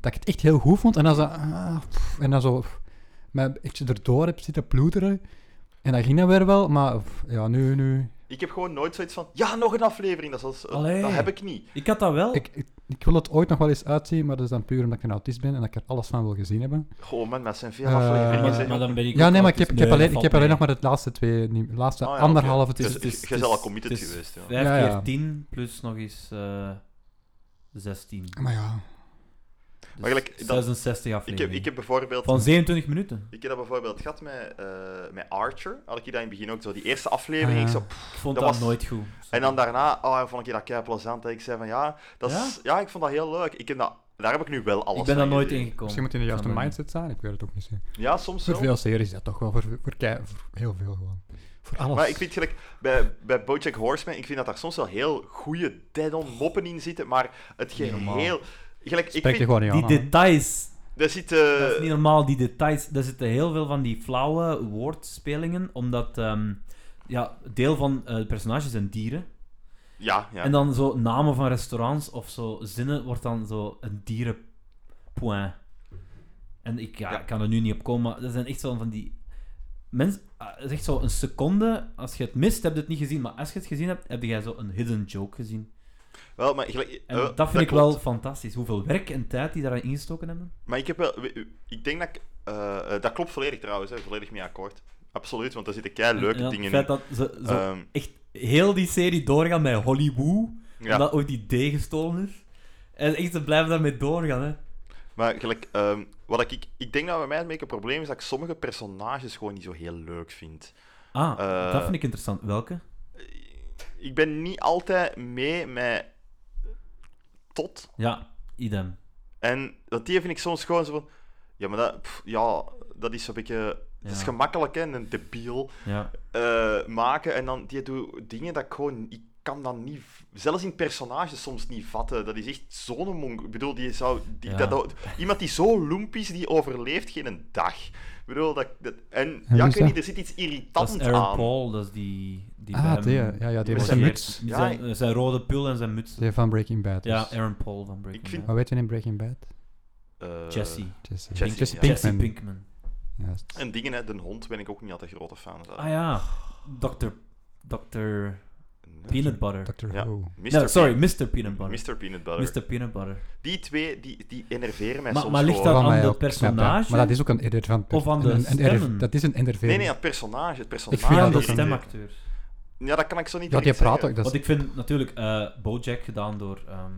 Speaker 5: dat ik het echt heel goed vond en dan zo, ah, pff, en dan zo, pff, maar ik erdoor heb zitten ploeteren en dat ging dan weer wel, maar pff, ja, nu, nu,
Speaker 3: Ik heb gewoon nooit zoiets van, ja, nog een aflevering. Dat, is, als-
Speaker 4: Allee.
Speaker 3: dat heb ik niet.
Speaker 4: Ik had dat wel.
Speaker 5: Ik, ik, ik wil het ooit nog wel eens uitzien, maar dat is dan puur omdat ik een autist ben en dat ik er alles van wil gezien hebben.
Speaker 3: Goh, man, maar het zijn veel
Speaker 5: Eh,
Speaker 3: afleveringen.
Speaker 5: maar-
Speaker 3: zeg.
Speaker 4: dan ben ik
Speaker 5: ja,
Speaker 4: ook
Speaker 5: nee, maar ik
Speaker 4: autistisch.
Speaker 5: heb, ik heb
Speaker 4: Nee,
Speaker 5: alleen, ik
Speaker 4: valt
Speaker 5: heb alleen
Speaker 4: mee.
Speaker 5: nog maar het laatste twee, niet- laatste
Speaker 3: Ah, ja,
Speaker 5: anderhalve
Speaker 3: oké.
Speaker 5: twee.
Speaker 3: Dus- Je- je bent al committed
Speaker 4: het is
Speaker 3: geweest, ja.
Speaker 4: Vijf
Speaker 5: Ja, ja.
Speaker 4: keer tien plus nog eens eh 16. Dus
Speaker 5: Maar ja,
Speaker 3: Maar gelijk, dan-
Speaker 4: 66
Speaker 3: Ik heb,
Speaker 4: Dus afleveringen.
Speaker 3: ik heb bijvoorbeeld...
Speaker 4: Van 27 minuten.
Speaker 3: Ik heb dat bijvoorbeeld gehad met, eh, met Archer. Had ik dat in het begin ook zo. Die eerste aflevering,
Speaker 5: Ah.
Speaker 3: ik zo... pff.
Speaker 4: Ik vond dat,
Speaker 3: Dat was-
Speaker 4: nooit goed.
Speaker 3: En dan daarna, oh, vond ik dat kei plezant. hè. Ik zei van, ja, dat is, ja? ik vond dat heel leuk. Ik heb dat, daar heb ik nu wel alles
Speaker 4: ik ben
Speaker 3: van
Speaker 4: daar nooit
Speaker 3: gezien.
Speaker 4: ingekomen.
Speaker 5: misschien moet je in de juiste
Speaker 4: Van mijn-
Speaker 5: mindset zijn, ik weet het ook niet. zeker.
Speaker 3: Ja, soms
Speaker 5: Voor
Speaker 3: wel.
Speaker 5: veel series is dat toch wel, voor, voor, kei- voor heel veel gewoon. Voor alles.
Speaker 3: Maar ik vind gelijk, bij, bij Bojack Horseman, ik vind dat daar soms wel heel goede dead-on moppen in zitten, maar het geheel... Gelijk, ik
Speaker 5: Spreek je
Speaker 3: vind,
Speaker 5: gewoon niet
Speaker 4: Die
Speaker 5: aan. hè.
Speaker 4: details.
Speaker 3: daar zit... eh,
Speaker 4: Dat is niet normaal, die details. Daar zitten heel veel van die flauwe woordspelingen, omdat ehm, ja, deel van eh, de personages zijn dieren.
Speaker 3: ja, ja.
Speaker 4: En dan zo namen van restaurants of zo zinnen wordt dan zo een dierenpoint. En ik, ja,
Speaker 3: Ja.
Speaker 4: ik kan er nu niet op komen, maar dat zijn echt zo van die... Mens, ah, het is echt zo een seconde. Als je het mist, heb je het niet gezien. Maar als je het gezien hebt, heb jij zo een hidden joke gezien.
Speaker 3: Wel, maar gelijk,
Speaker 4: En
Speaker 3: eh,
Speaker 4: dat vind ik wel
Speaker 3: klopt.
Speaker 4: fantastisch. Hoeveel werk en tijd die daarin ingestoken hebben.
Speaker 3: Maar ik heb wel... Ik denk dat ik... eh, eh, dat klopt volledig trouwens, hè, volledig mee akkoord. Absoluut, want daar zitten kei leuke
Speaker 4: En, ja,
Speaker 3: dingen
Speaker 4: Het feit
Speaker 3: in.
Speaker 4: dat ze zo
Speaker 3: Ehm,
Speaker 4: echt heel die serie doorgaan met Hollywood,
Speaker 3: ja.
Speaker 4: omdat ooit die D gestolen is. En echt, ze blijven daarmee doorgaan, hè.
Speaker 3: Maar gelijk, ehm, wat ik, ik denk dat bij mij het beetje een probleem is dat ik sommige personages gewoon niet zo heel leuk vind.
Speaker 4: Ah,
Speaker 3: Eh,
Speaker 4: dat vind ik interessant. Welke?
Speaker 3: Ik ben niet altijd mee met tot.
Speaker 4: Ja, idem.
Speaker 3: En dat die vind ik soms gewoon zo van. Ja, maar dat, pff, ja, dat is een beetje. Het is
Speaker 4: Ja.
Speaker 3: gemakkelijk, hè, een debiel
Speaker 4: Ja.
Speaker 3: eh, maken. En dan die doet dingen dat ik gewoon. Ik kan dat niet. v- Zelfs in personages soms niet vatten. Dat is echt zo'n monk. Ik bedoel, die zou. Die,
Speaker 4: Ja.
Speaker 3: dat, dat- iemand die zo loemp is, die overleeft geen een dag. Ik bedoel, dat. dat en
Speaker 5: wie
Speaker 3: ja, ik weet
Speaker 5: is dat?
Speaker 3: niet, er zit iets
Speaker 4: Dat is
Speaker 3: irritants
Speaker 4: Aaron
Speaker 3: aan.
Speaker 4: Paul, dat is die... die bij
Speaker 5: Ah,
Speaker 4: hem-
Speaker 5: die, ja, ja, die
Speaker 3: met
Speaker 5: was
Speaker 3: zijn
Speaker 5: een
Speaker 4: geëerd.
Speaker 5: muts.
Speaker 3: Ja,
Speaker 4: zijn, eh, zijn rode pul en zijn muts.
Speaker 5: Die van Breaking Bad. dus.
Speaker 4: Ja, Aaron Paul van Breaking
Speaker 3: Ik vind-
Speaker 4: Bad.
Speaker 5: Wat weet je in Breaking Bad?
Speaker 3: Eh,
Speaker 4: Jesse.
Speaker 5: Jesse,
Speaker 3: Jesse,
Speaker 5: Jesse
Speaker 3: ja.
Speaker 4: Jesse
Speaker 5: Pinkman.
Speaker 4: Pinkman.
Speaker 5: Juist.
Speaker 3: En dingen, hè, de hond ben ik ook niet altijd een grote fan van.
Speaker 4: Ah ja, Dr. Dr.
Speaker 3: Nee.
Speaker 4: Peanut Butter.
Speaker 5: Dr.
Speaker 3: Ja.
Speaker 5: Who.
Speaker 3: Mr.
Speaker 4: Nee, sorry,
Speaker 3: Peanut-
Speaker 4: Mr. Peanut Butter.
Speaker 3: Mr. Peanut Butter.
Speaker 4: Mr. Peanut Butter.
Speaker 3: Die twee, die, die enerveren mij
Speaker 4: Maar,
Speaker 3: soms
Speaker 4: maar ligt
Speaker 3: gewoon.
Speaker 4: dat aan
Speaker 5: Van mij
Speaker 4: de
Speaker 5: ook, snap je.
Speaker 4: personage?
Speaker 5: Maar dat is ook een edit van...
Speaker 4: Of aan de
Speaker 5: een- een
Speaker 4: stemmen?
Speaker 5: edit- Dat is een NRV.
Speaker 3: Nee, nee, het personage. Het personage
Speaker 5: vind
Speaker 4: aan
Speaker 5: dat
Speaker 4: de
Speaker 5: ook een-
Speaker 4: stemacteur.
Speaker 3: Ja, dat kan ik zo niet
Speaker 5: Ja, die
Speaker 3: direct
Speaker 5: praat ook.
Speaker 3: zeggen.
Speaker 5: Dat
Speaker 4: Want
Speaker 5: is,
Speaker 4: ik vind natuurlijk eh Bojack gedaan door ehm,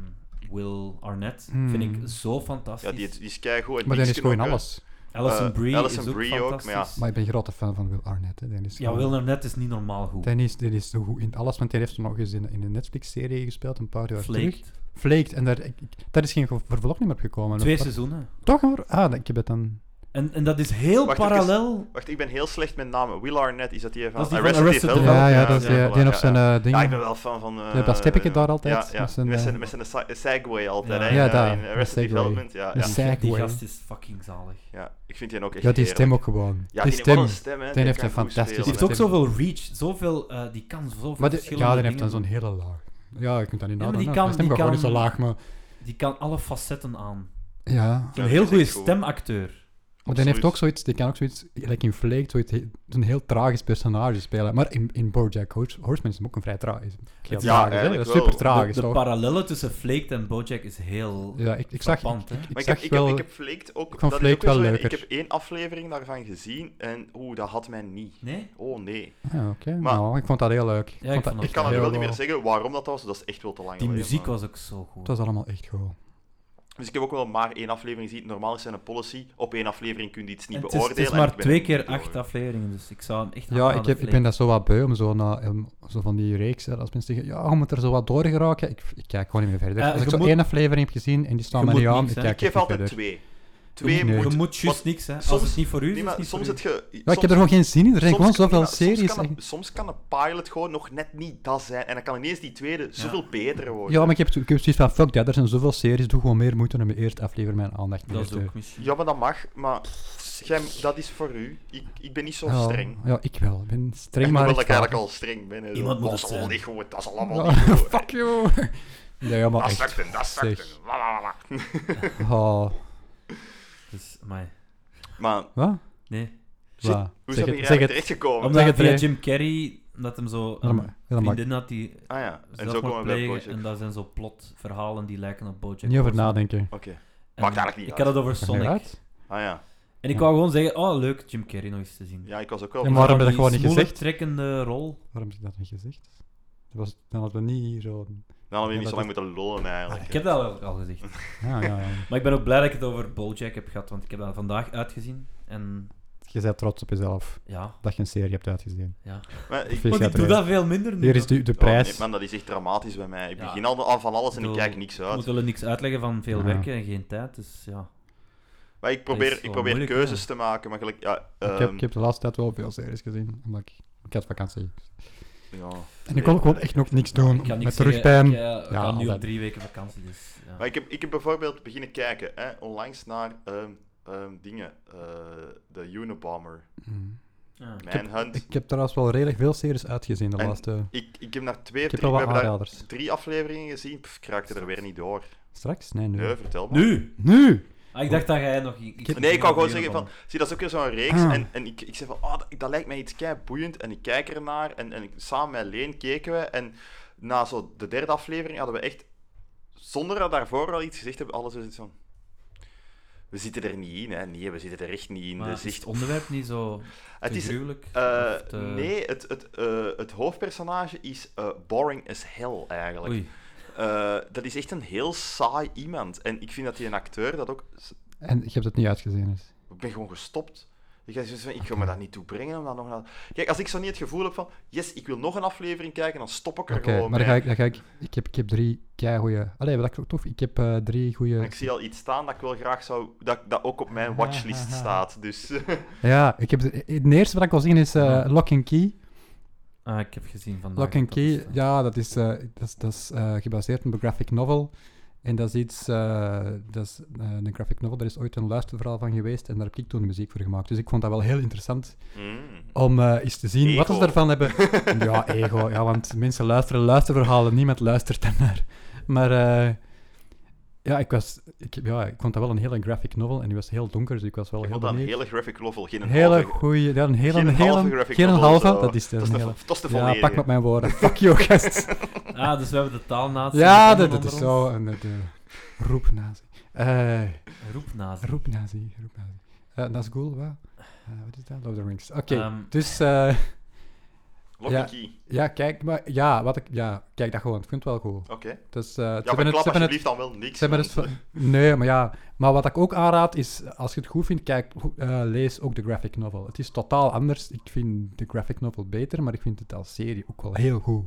Speaker 4: Will Arnett,
Speaker 5: Hmm.
Speaker 4: vind ik zo fantastisch.
Speaker 3: Ja, die, die is keigoed. en
Speaker 5: maar die is
Speaker 3: Dixon
Speaker 5: gewoon
Speaker 3: ook, hè.
Speaker 5: alles.
Speaker 4: Alison
Speaker 3: eh,
Speaker 4: Brie
Speaker 3: Alison
Speaker 4: is ook
Speaker 3: Brie ook, maar ja.
Speaker 4: fantastisch.
Speaker 5: Maar ik ben een grote fan van Will Arnett. Hè. Die is
Speaker 4: ja, Will Arnett is niet normaal goed.
Speaker 5: Die is, die is zo goed in alles, want die heeft nog eens in, in een Netflix-serie gespeeld, een paar jaar terug.
Speaker 4: Flaked.
Speaker 5: Flaked. En daar, ik- ik- daar is geen ge- vervolg niet meer op gekomen.
Speaker 4: Twee
Speaker 5: Of-
Speaker 4: seizoenen.
Speaker 5: Toch hoor? Ah, ik heb het dan...
Speaker 4: En, en dat is heel
Speaker 3: Wacht,
Speaker 4: parallel.
Speaker 3: Wacht, ik ben heel slecht met namen. Will Arnett, is dat die van
Speaker 4: Dat is die van
Speaker 3: Arrested,
Speaker 4: Arrested
Speaker 3: Development?
Speaker 5: Ja, ja, dat
Speaker 3: ja,
Speaker 5: is die,
Speaker 3: voilà,
Speaker 5: die op
Speaker 3: ja,
Speaker 5: zijn
Speaker 3: ja.
Speaker 5: eh, ding.
Speaker 3: Ja, ik ben wel fan van... eh
Speaker 5: Ja, dat steppetje daar altijd,
Speaker 3: Ja, ja.
Speaker 5: met zijn,
Speaker 3: Met zijn,
Speaker 5: eh,
Speaker 3: met zijn si- segway altijd.
Speaker 4: Ja.
Speaker 3: hè,
Speaker 5: Ja,
Speaker 3: in, eh,
Speaker 5: daar,
Speaker 3: in
Speaker 5: een
Speaker 3: Arrested
Speaker 5: segway.
Speaker 3: Development, ja.
Speaker 5: Een
Speaker 3: ja.
Speaker 5: segway.
Speaker 4: Die gast is fucking zalig.
Speaker 3: Ja, ik vind die ook echt
Speaker 5: Ja, die
Speaker 3: heerlijk.
Speaker 5: stem ook gewoon.
Speaker 3: Ja, die,
Speaker 5: die
Speaker 3: heeft wel
Speaker 5: stem.
Speaker 3: een stem, hè.
Speaker 5: die heeft
Speaker 3: kan
Speaker 5: een
Speaker 3: goed
Speaker 5: fantastische
Speaker 4: Die
Speaker 3: spelen,
Speaker 4: heeft
Speaker 3: hè.
Speaker 4: ook zoveel reach, zoveel, eh, die kan zoveel
Speaker 5: Maar die,
Speaker 4: verschillende
Speaker 5: ja, die heeft dan
Speaker 4: dingen
Speaker 5: zo'n hele laag. Ja, ik moet dat niet
Speaker 4: Ja,
Speaker 5: nadoen.
Speaker 4: maar die
Speaker 5: hè.
Speaker 4: kan-
Speaker 5: stem
Speaker 4: die
Speaker 5: gaat gewoon niet
Speaker 4: kan-
Speaker 5: zo laag, maar...
Speaker 4: doen. Die kan alle facetten aan.
Speaker 5: Ja.
Speaker 4: Een
Speaker 3: Ja,
Speaker 4: heel
Speaker 3: die
Speaker 4: goede
Speaker 3: is echt goed.
Speaker 4: stemacteur.
Speaker 5: Maar die heeft
Speaker 3: Absoluut.
Speaker 5: ook zoiets... Die kan ook zoiets... Like in Flaked, zoiets, he- zo'n heel tragisch personage spelen. Maar in, in BoJack Hors- Horseman is hem ook een vrij tragisch... heel
Speaker 4: Ja,
Speaker 5: tragisch, hè.
Speaker 3: eigenlijk
Speaker 5: Dat Ah, is
Speaker 3: wel.
Speaker 5: super
Speaker 4: De,
Speaker 5: tragisch,
Speaker 4: de
Speaker 5: toch?
Speaker 4: parallellen tussen Flaked en Bojack is heel...
Speaker 5: Ja, ik, ik zag...
Speaker 4: Verpand, hè.
Speaker 5: ik, ik
Speaker 3: Maar ik heb,
Speaker 5: zag
Speaker 3: ik,
Speaker 5: wel...
Speaker 3: heb, ik heb Flaked ook...
Speaker 5: ik vond
Speaker 3: dat is
Speaker 5: Flaked
Speaker 3: ook weer
Speaker 5: wel
Speaker 3: zo een- Ik
Speaker 5: leuker.
Speaker 3: heb één aflevering daarvan gezien en oeh, dat had mij niet.
Speaker 4: Nee?
Speaker 3: Oh nee.
Speaker 5: Ja, oké.
Speaker 3: Maar-
Speaker 5: Nou, ik vond dat heel leuk.
Speaker 4: ik vond dat-
Speaker 5: echt
Speaker 3: Ik kan het nu
Speaker 5: heel
Speaker 3: wel niet meer
Speaker 5: wel-
Speaker 3: zeggen waarom dat was, dat is echt wel te lang
Speaker 4: Die
Speaker 3: geleden,
Speaker 4: muziek
Speaker 3: maar-
Speaker 4: was ook zo goed.
Speaker 5: Het was allemaal echt goed.
Speaker 3: Dus ik heb ook wel maar één aflevering gezien. Normaal is het een policy. Op één aflevering kun je iets niet
Speaker 4: En het, is,
Speaker 3: beoordelen.
Speaker 4: het is
Speaker 3: en
Speaker 4: maar
Speaker 3: ik ben
Speaker 4: twee
Speaker 3: het niet
Speaker 4: keer acht
Speaker 3: beoordelen.
Speaker 4: afleveringen, dus ik zou hem echt
Speaker 5: Ja,
Speaker 4: aanraden,
Speaker 5: ik, heb, ik ben
Speaker 4: Flaked.
Speaker 5: dat zo wat beu om zo, na, om zo van die reeks. hè, Als mensen zeggen, ja, je moet er zo wat door geraken. Ik, ik kijk gewoon niet meer verder.
Speaker 4: Eh,
Speaker 5: als ik
Speaker 4: je
Speaker 5: zo
Speaker 4: moet-
Speaker 5: één aflevering heb gezien en die staan
Speaker 4: Je
Speaker 5: mij
Speaker 4: moet
Speaker 5: niet aan,
Speaker 4: niks,
Speaker 5: ik
Speaker 4: hè.
Speaker 5: kijk
Speaker 3: Ik geef
Speaker 5: echt niet
Speaker 3: altijd
Speaker 5: verder.
Speaker 3: twee. Twee
Speaker 5: Nee.
Speaker 3: moet...
Speaker 4: Je moet juist niks, hè. Als
Speaker 3: soms-
Speaker 4: het niet voor u is,
Speaker 3: Nee,
Speaker 4: is het
Speaker 3: maar
Speaker 4: niet
Speaker 3: soms
Speaker 4: voor u.
Speaker 3: het ge...
Speaker 5: Ja, ik heb er gewoon geen zin in. Er zijn gewoon zoveel series.
Speaker 3: Soms kan,
Speaker 5: hè.
Speaker 3: een, soms kan een pilot gewoon nog net niet dat zijn. En dan kan ineens die tweede zoveel beter worden.
Speaker 5: Ja, maar ik heb, ik heb zoiets van, fuck dat, er zijn zoveel series. Doe gewoon meer moeite om je eerst aflevering mijn aandacht
Speaker 4: Dat
Speaker 5: meer
Speaker 4: is
Speaker 5: te-
Speaker 4: ook misschien.
Speaker 3: Ja, maar dat mag. Maar jij, dat is voor u. Ik, ik ben niet zo
Speaker 5: Ja,
Speaker 3: streng.
Speaker 5: Ja, ik wel. Ik ben streng,
Speaker 3: En
Speaker 5: maar...
Speaker 3: hoewel dat
Speaker 5: echt
Speaker 3: ik eigenlijk
Speaker 5: vaag.
Speaker 3: al streng ben. hè, zo,
Speaker 4: Iemand moet
Speaker 3: dat
Speaker 4: het
Speaker 3: is allemaal
Speaker 4: zijn.
Speaker 3: niet goed. Dat is allemaal niet <laughs>
Speaker 5: Ja,
Speaker 3: goed.
Speaker 5: fuck you. Nee, ja, maar
Speaker 3: Dat
Speaker 5: echt.
Speaker 3: zakt en dat zakt
Speaker 5: zeg.
Speaker 3: en la, la, la, la.
Speaker 5: Oh,
Speaker 4: Dus, amai.
Speaker 3: <laughs> Maar
Speaker 5: wat?
Speaker 4: Nee.
Speaker 3: Shit,
Speaker 5: Wat?
Speaker 3: hoe zijn we
Speaker 5: Zeg
Speaker 3: hier
Speaker 5: het, zeg
Speaker 3: eigenlijk
Speaker 5: het.
Speaker 3: terechtgekomen?
Speaker 4: Omdat
Speaker 5: het,
Speaker 4: via
Speaker 5: hè.
Speaker 4: Jim Carrey Omdat hem zo een
Speaker 5: Helemaal, helemaal.
Speaker 4: vriendin had die
Speaker 3: Ah ja, en zo komen
Speaker 4: zelfmoord
Speaker 3: we bij
Speaker 4: plegen.
Speaker 3: Bojack.
Speaker 4: En dat zijn zo plot verhalen die lijken op Bojack.
Speaker 5: Niet over
Speaker 4: Horseman.
Speaker 5: nadenken.
Speaker 3: Oké.
Speaker 4: En
Speaker 3: Maakt eigenlijk niet
Speaker 4: Ik
Speaker 3: uit.
Speaker 4: had het over
Speaker 5: Ga je
Speaker 4: Sonic.
Speaker 5: uit?
Speaker 3: Ah ja.
Speaker 4: En ik
Speaker 5: Ja.
Speaker 4: wou gewoon zeggen, oh leuk Jim Carrey nog eens te zien.
Speaker 3: Ja, ik was ook wel...
Speaker 5: Ja, maar- waarom
Speaker 4: Van
Speaker 5: heb je dat gewoon
Speaker 4: die
Speaker 5: niet
Speaker 4: smoele,
Speaker 5: gezegd?
Speaker 4: trekkende rol.
Speaker 5: Waarom heb je dat niet gezegd? Dat was, dan hadden we niet hier zo...
Speaker 3: Dan hadden we
Speaker 5: Ja,
Speaker 3: niet zo
Speaker 5: dat Ah,
Speaker 3: lang moeten lullen, eigenlijk.
Speaker 4: Ik heb dat wel al gezegd.
Speaker 5: Ja, ja, ja. <laughs>
Speaker 4: Maar ik ben ook blij dat ik het over Bojack heb gehad, want ik heb dat vandaag uitgezien. En
Speaker 5: Je bent trots op jezelf
Speaker 4: ja,
Speaker 5: dat je een serie hebt uitgezien.
Speaker 4: ja.
Speaker 3: Maar ik-
Speaker 4: Want
Speaker 5: Vind je
Speaker 4: ik doe
Speaker 5: terecht?
Speaker 4: dat veel minder nu.
Speaker 5: Hier Dus is
Speaker 4: toch?
Speaker 5: de, de
Speaker 3: Oh, nee,
Speaker 5: prijs.
Speaker 3: man, dat is echt dramatisch bij mij. Ik
Speaker 4: Ja.
Speaker 3: begin al, al van alles en ik
Speaker 4: bedoel,
Speaker 3: kijk niks
Speaker 4: Ik
Speaker 3: uit.
Speaker 4: moet wel niks uitleggen van veel
Speaker 5: Ja.
Speaker 4: werken en geen tijd, dus ja.
Speaker 3: Maar ik
Speaker 4: Dat
Speaker 3: probeer,
Speaker 4: is
Speaker 3: ik
Speaker 4: wel
Speaker 3: probeer
Speaker 4: moeilijk,
Speaker 3: keuzes
Speaker 4: ja.
Speaker 3: te maken, maar gelijk... Ja,
Speaker 5: Ik, heb,
Speaker 3: ehm,
Speaker 5: ik heb de laatste tijd wel veel series gezien, omdat ik, ik had vakantie.
Speaker 3: ehm, ja.
Speaker 5: En ik kon ook gewoon echt nog niks doen.
Speaker 4: Ik ga niks
Speaker 5: Met
Speaker 4: zeggen,
Speaker 5: terugpijn.
Speaker 4: Ik eh, ga nu op
Speaker 5: altijd.
Speaker 4: drie weken vakantie, dus ja.
Speaker 3: Maar ik heb, ik heb bijvoorbeeld beginnen kijken, hè, onlangs, naar ehm, ehm, dingen. eh, de Unabomber,
Speaker 5: Mm.
Speaker 4: Ja.
Speaker 3: Manhunt.
Speaker 4: eh,
Speaker 3: Ik,
Speaker 5: Ik heb trouwens wel redelijk veel series uitgezien de
Speaker 3: En-
Speaker 5: laatste.
Speaker 3: ik, heb naar twee
Speaker 5: Ik
Speaker 3: of
Speaker 5: heb
Speaker 3: drie... We
Speaker 5: wel wat
Speaker 3: hebben daar
Speaker 5: aanraders.
Speaker 3: drie afleveringen gezien. Pff, ik raakte er weer niet door.
Speaker 5: Straks? Nee, nu.
Speaker 3: Nee, vertel maar.
Speaker 4: Nu!
Speaker 5: Nu!
Speaker 4: Ah, ik dacht dat jij nog... i- iets
Speaker 3: Nee, ik wou gewoon
Speaker 4: ging
Speaker 3: zeggen
Speaker 4: doen.
Speaker 3: van... Zie, dat is ook weer zo'n reeks.
Speaker 5: Ah.
Speaker 3: En, en ik, ik zeg van, oh, dat, dat lijkt mij iets kei boeiend. En ik kijk ernaar. En, en ik- samen met Leen keken we. En na zo de derde aflevering hadden we echt... Zonder dat we daarvoor al iets gezegd hebben, alles was iets van... We zitten er niet in, hè. Nee, we zitten er echt niet in.
Speaker 4: Maar
Speaker 3: Dus
Speaker 4: is
Speaker 3: echt...
Speaker 4: het onderwerp niet zo
Speaker 3: <laughs> Het is...
Speaker 4: gruwelijk?
Speaker 3: eh,
Speaker 4: Of te-
Speaker 3: Nee, het, het, eh, het hoofdpersonage is eh, boring as hell, eigenlijk.
Speaker 4: Oei.
Speaker 3: Eh, dat is echt een heel saai iemand. En ik vind dat die een acteur dat ook
Speaker 5: En ik heb het niet uitgezien. Dus.
Speaker 3: ik ben gewoon gestopt. Ik, had zoiets van, ik wil me daar niet toe brengen. Om dat nog naar... Kijk, als ik zo niet het gevoel heb van, yes, ik wil nog een aflevering kijken, dan stop ik er
Speaker 5: Oké,
Speaker 3: gewoon
Speaker 5: maar dan ga
Speaker 3: mee.
Speaker 5: ik, dan ga ik, ik, heb, ik heb drie keigoeie... Allee, maar dat klopt toch? Ik heb eh, drie
Speaker 3: En
Speaker 5: goede...
Speaker 3: Ik zie al iets staan dat ik wel graag zou, dat, dat ook op mijn watchlist staat. Dus <laughs>
Speaker 5: Ja, ik heb... de- Het eerste wat ik wil zien is eh, Lock and Key.
Speaker 4: Ah, ik heb gezien vandaag.
Speaker 5: Lock
Speaker 4: dat
Speaker 5: and
Speaker 4: dat
Speaker 5: Key,
Speaker 4: bestaat.
Speaker 5: ja, dat is, eh, dat is, dat is eh, gebaseerd op een graphic novel. En dat is iets, eh, dat is eh, een graphic novel, daar is ooit een luisterverhaal van geweest en daar heb ik toen de muziek voor gemaakt. Dus ik vond dat wel heel interessant
Speaker 3: mm.
Speaker 5: om eh, eens te zien wat
Speaker 3: Ego.
Speaker 5: ze daarvan
Speaker 3: <laughs>
Speaker 5: hebben. <laughs> ja, ego, ja, want mensen luisteren luisterverhalen, niemand luistert daarnaar. Maar eh, ja, ik was, ik, ja, ik vond dat wel een hele graphic novel en die was heel donker, dus ik was wel
Speaker 3: ik
Speaker 5: heel
Speaker 3: vond dat een
Speaker 5: benieuwd.
Speaker 3: hele graphic novel. Geen
Speaker 5: Een
Speaker 3: een
Speaker 5: hele
Speaker 3: halve-
Speaker 5: goeie, ja, een hele,
Speaker 3: geen
Speaker 5: een hele,
Speaker 3: halve graphic
Speaker 5: geen een
Speaker 3: novel,
Speaker 5: halve,
Speaker 3: zo.
Speaker 5: dat is,
Speaker 3: Dat
Speaker 5: dat is
Speaker 3: is
Speaker 5: een
Speaker 3: de,
Speaker 5: hele...
Speaker 3: dat is de
Speaker 5: Ja,
Speaker 3: volledige.
Speaker 5: pak met mijn woorden. Fuck you, gast.
Speaker 4: Ah, dus we hebben de taalnatie.
Speaker 5: Ja, dat,
Speaker 4: gevonden
Speaker 5: dat is
Speaker 4: onder ons.
Speaker 5: zo. En de, de roepnazi. Eh,
Speaker 4: Roepnazi.
Speaker 5: roepnazi, roepnazi. Eh Nazgul, wat? Eh, wat is dat? Lord of the Rings. Oké,
Speaker 4: Ehm,
Speaker 5: dus eh,
Speaker 3: Lock
Speaker 5: Ja.
Speaker 3: and key.
Speaker 5: ja, kijk, maar ja, wat ik, ja, kijk dat gewoon. Ik vind het wel goed.
Speaker 3: Oké.
Speaker 5: Dus, eh, ze
Speaker 3: Ja,
Speaker 5: hebben
Speaker 3: maar
Speaker 5: het-
Speaker 3: klap
Speaker 5: ze hebben het-
Speaker 3: alsjeblieft dan wel niks.
Speaker 5: ze hebben
Speaker 3: want-
Speaker 5: het
Speaker 3: <laughs>
Speaker 5: van- nee, maar ja. Maar wat ik ook aanraad is, als je het goed vindt, kijk, ho- eh, lees ook de graphic novel. Het is totaal anders. Ik vind de graphic novel beter, maar ik vind het als serie ook wel heel goed.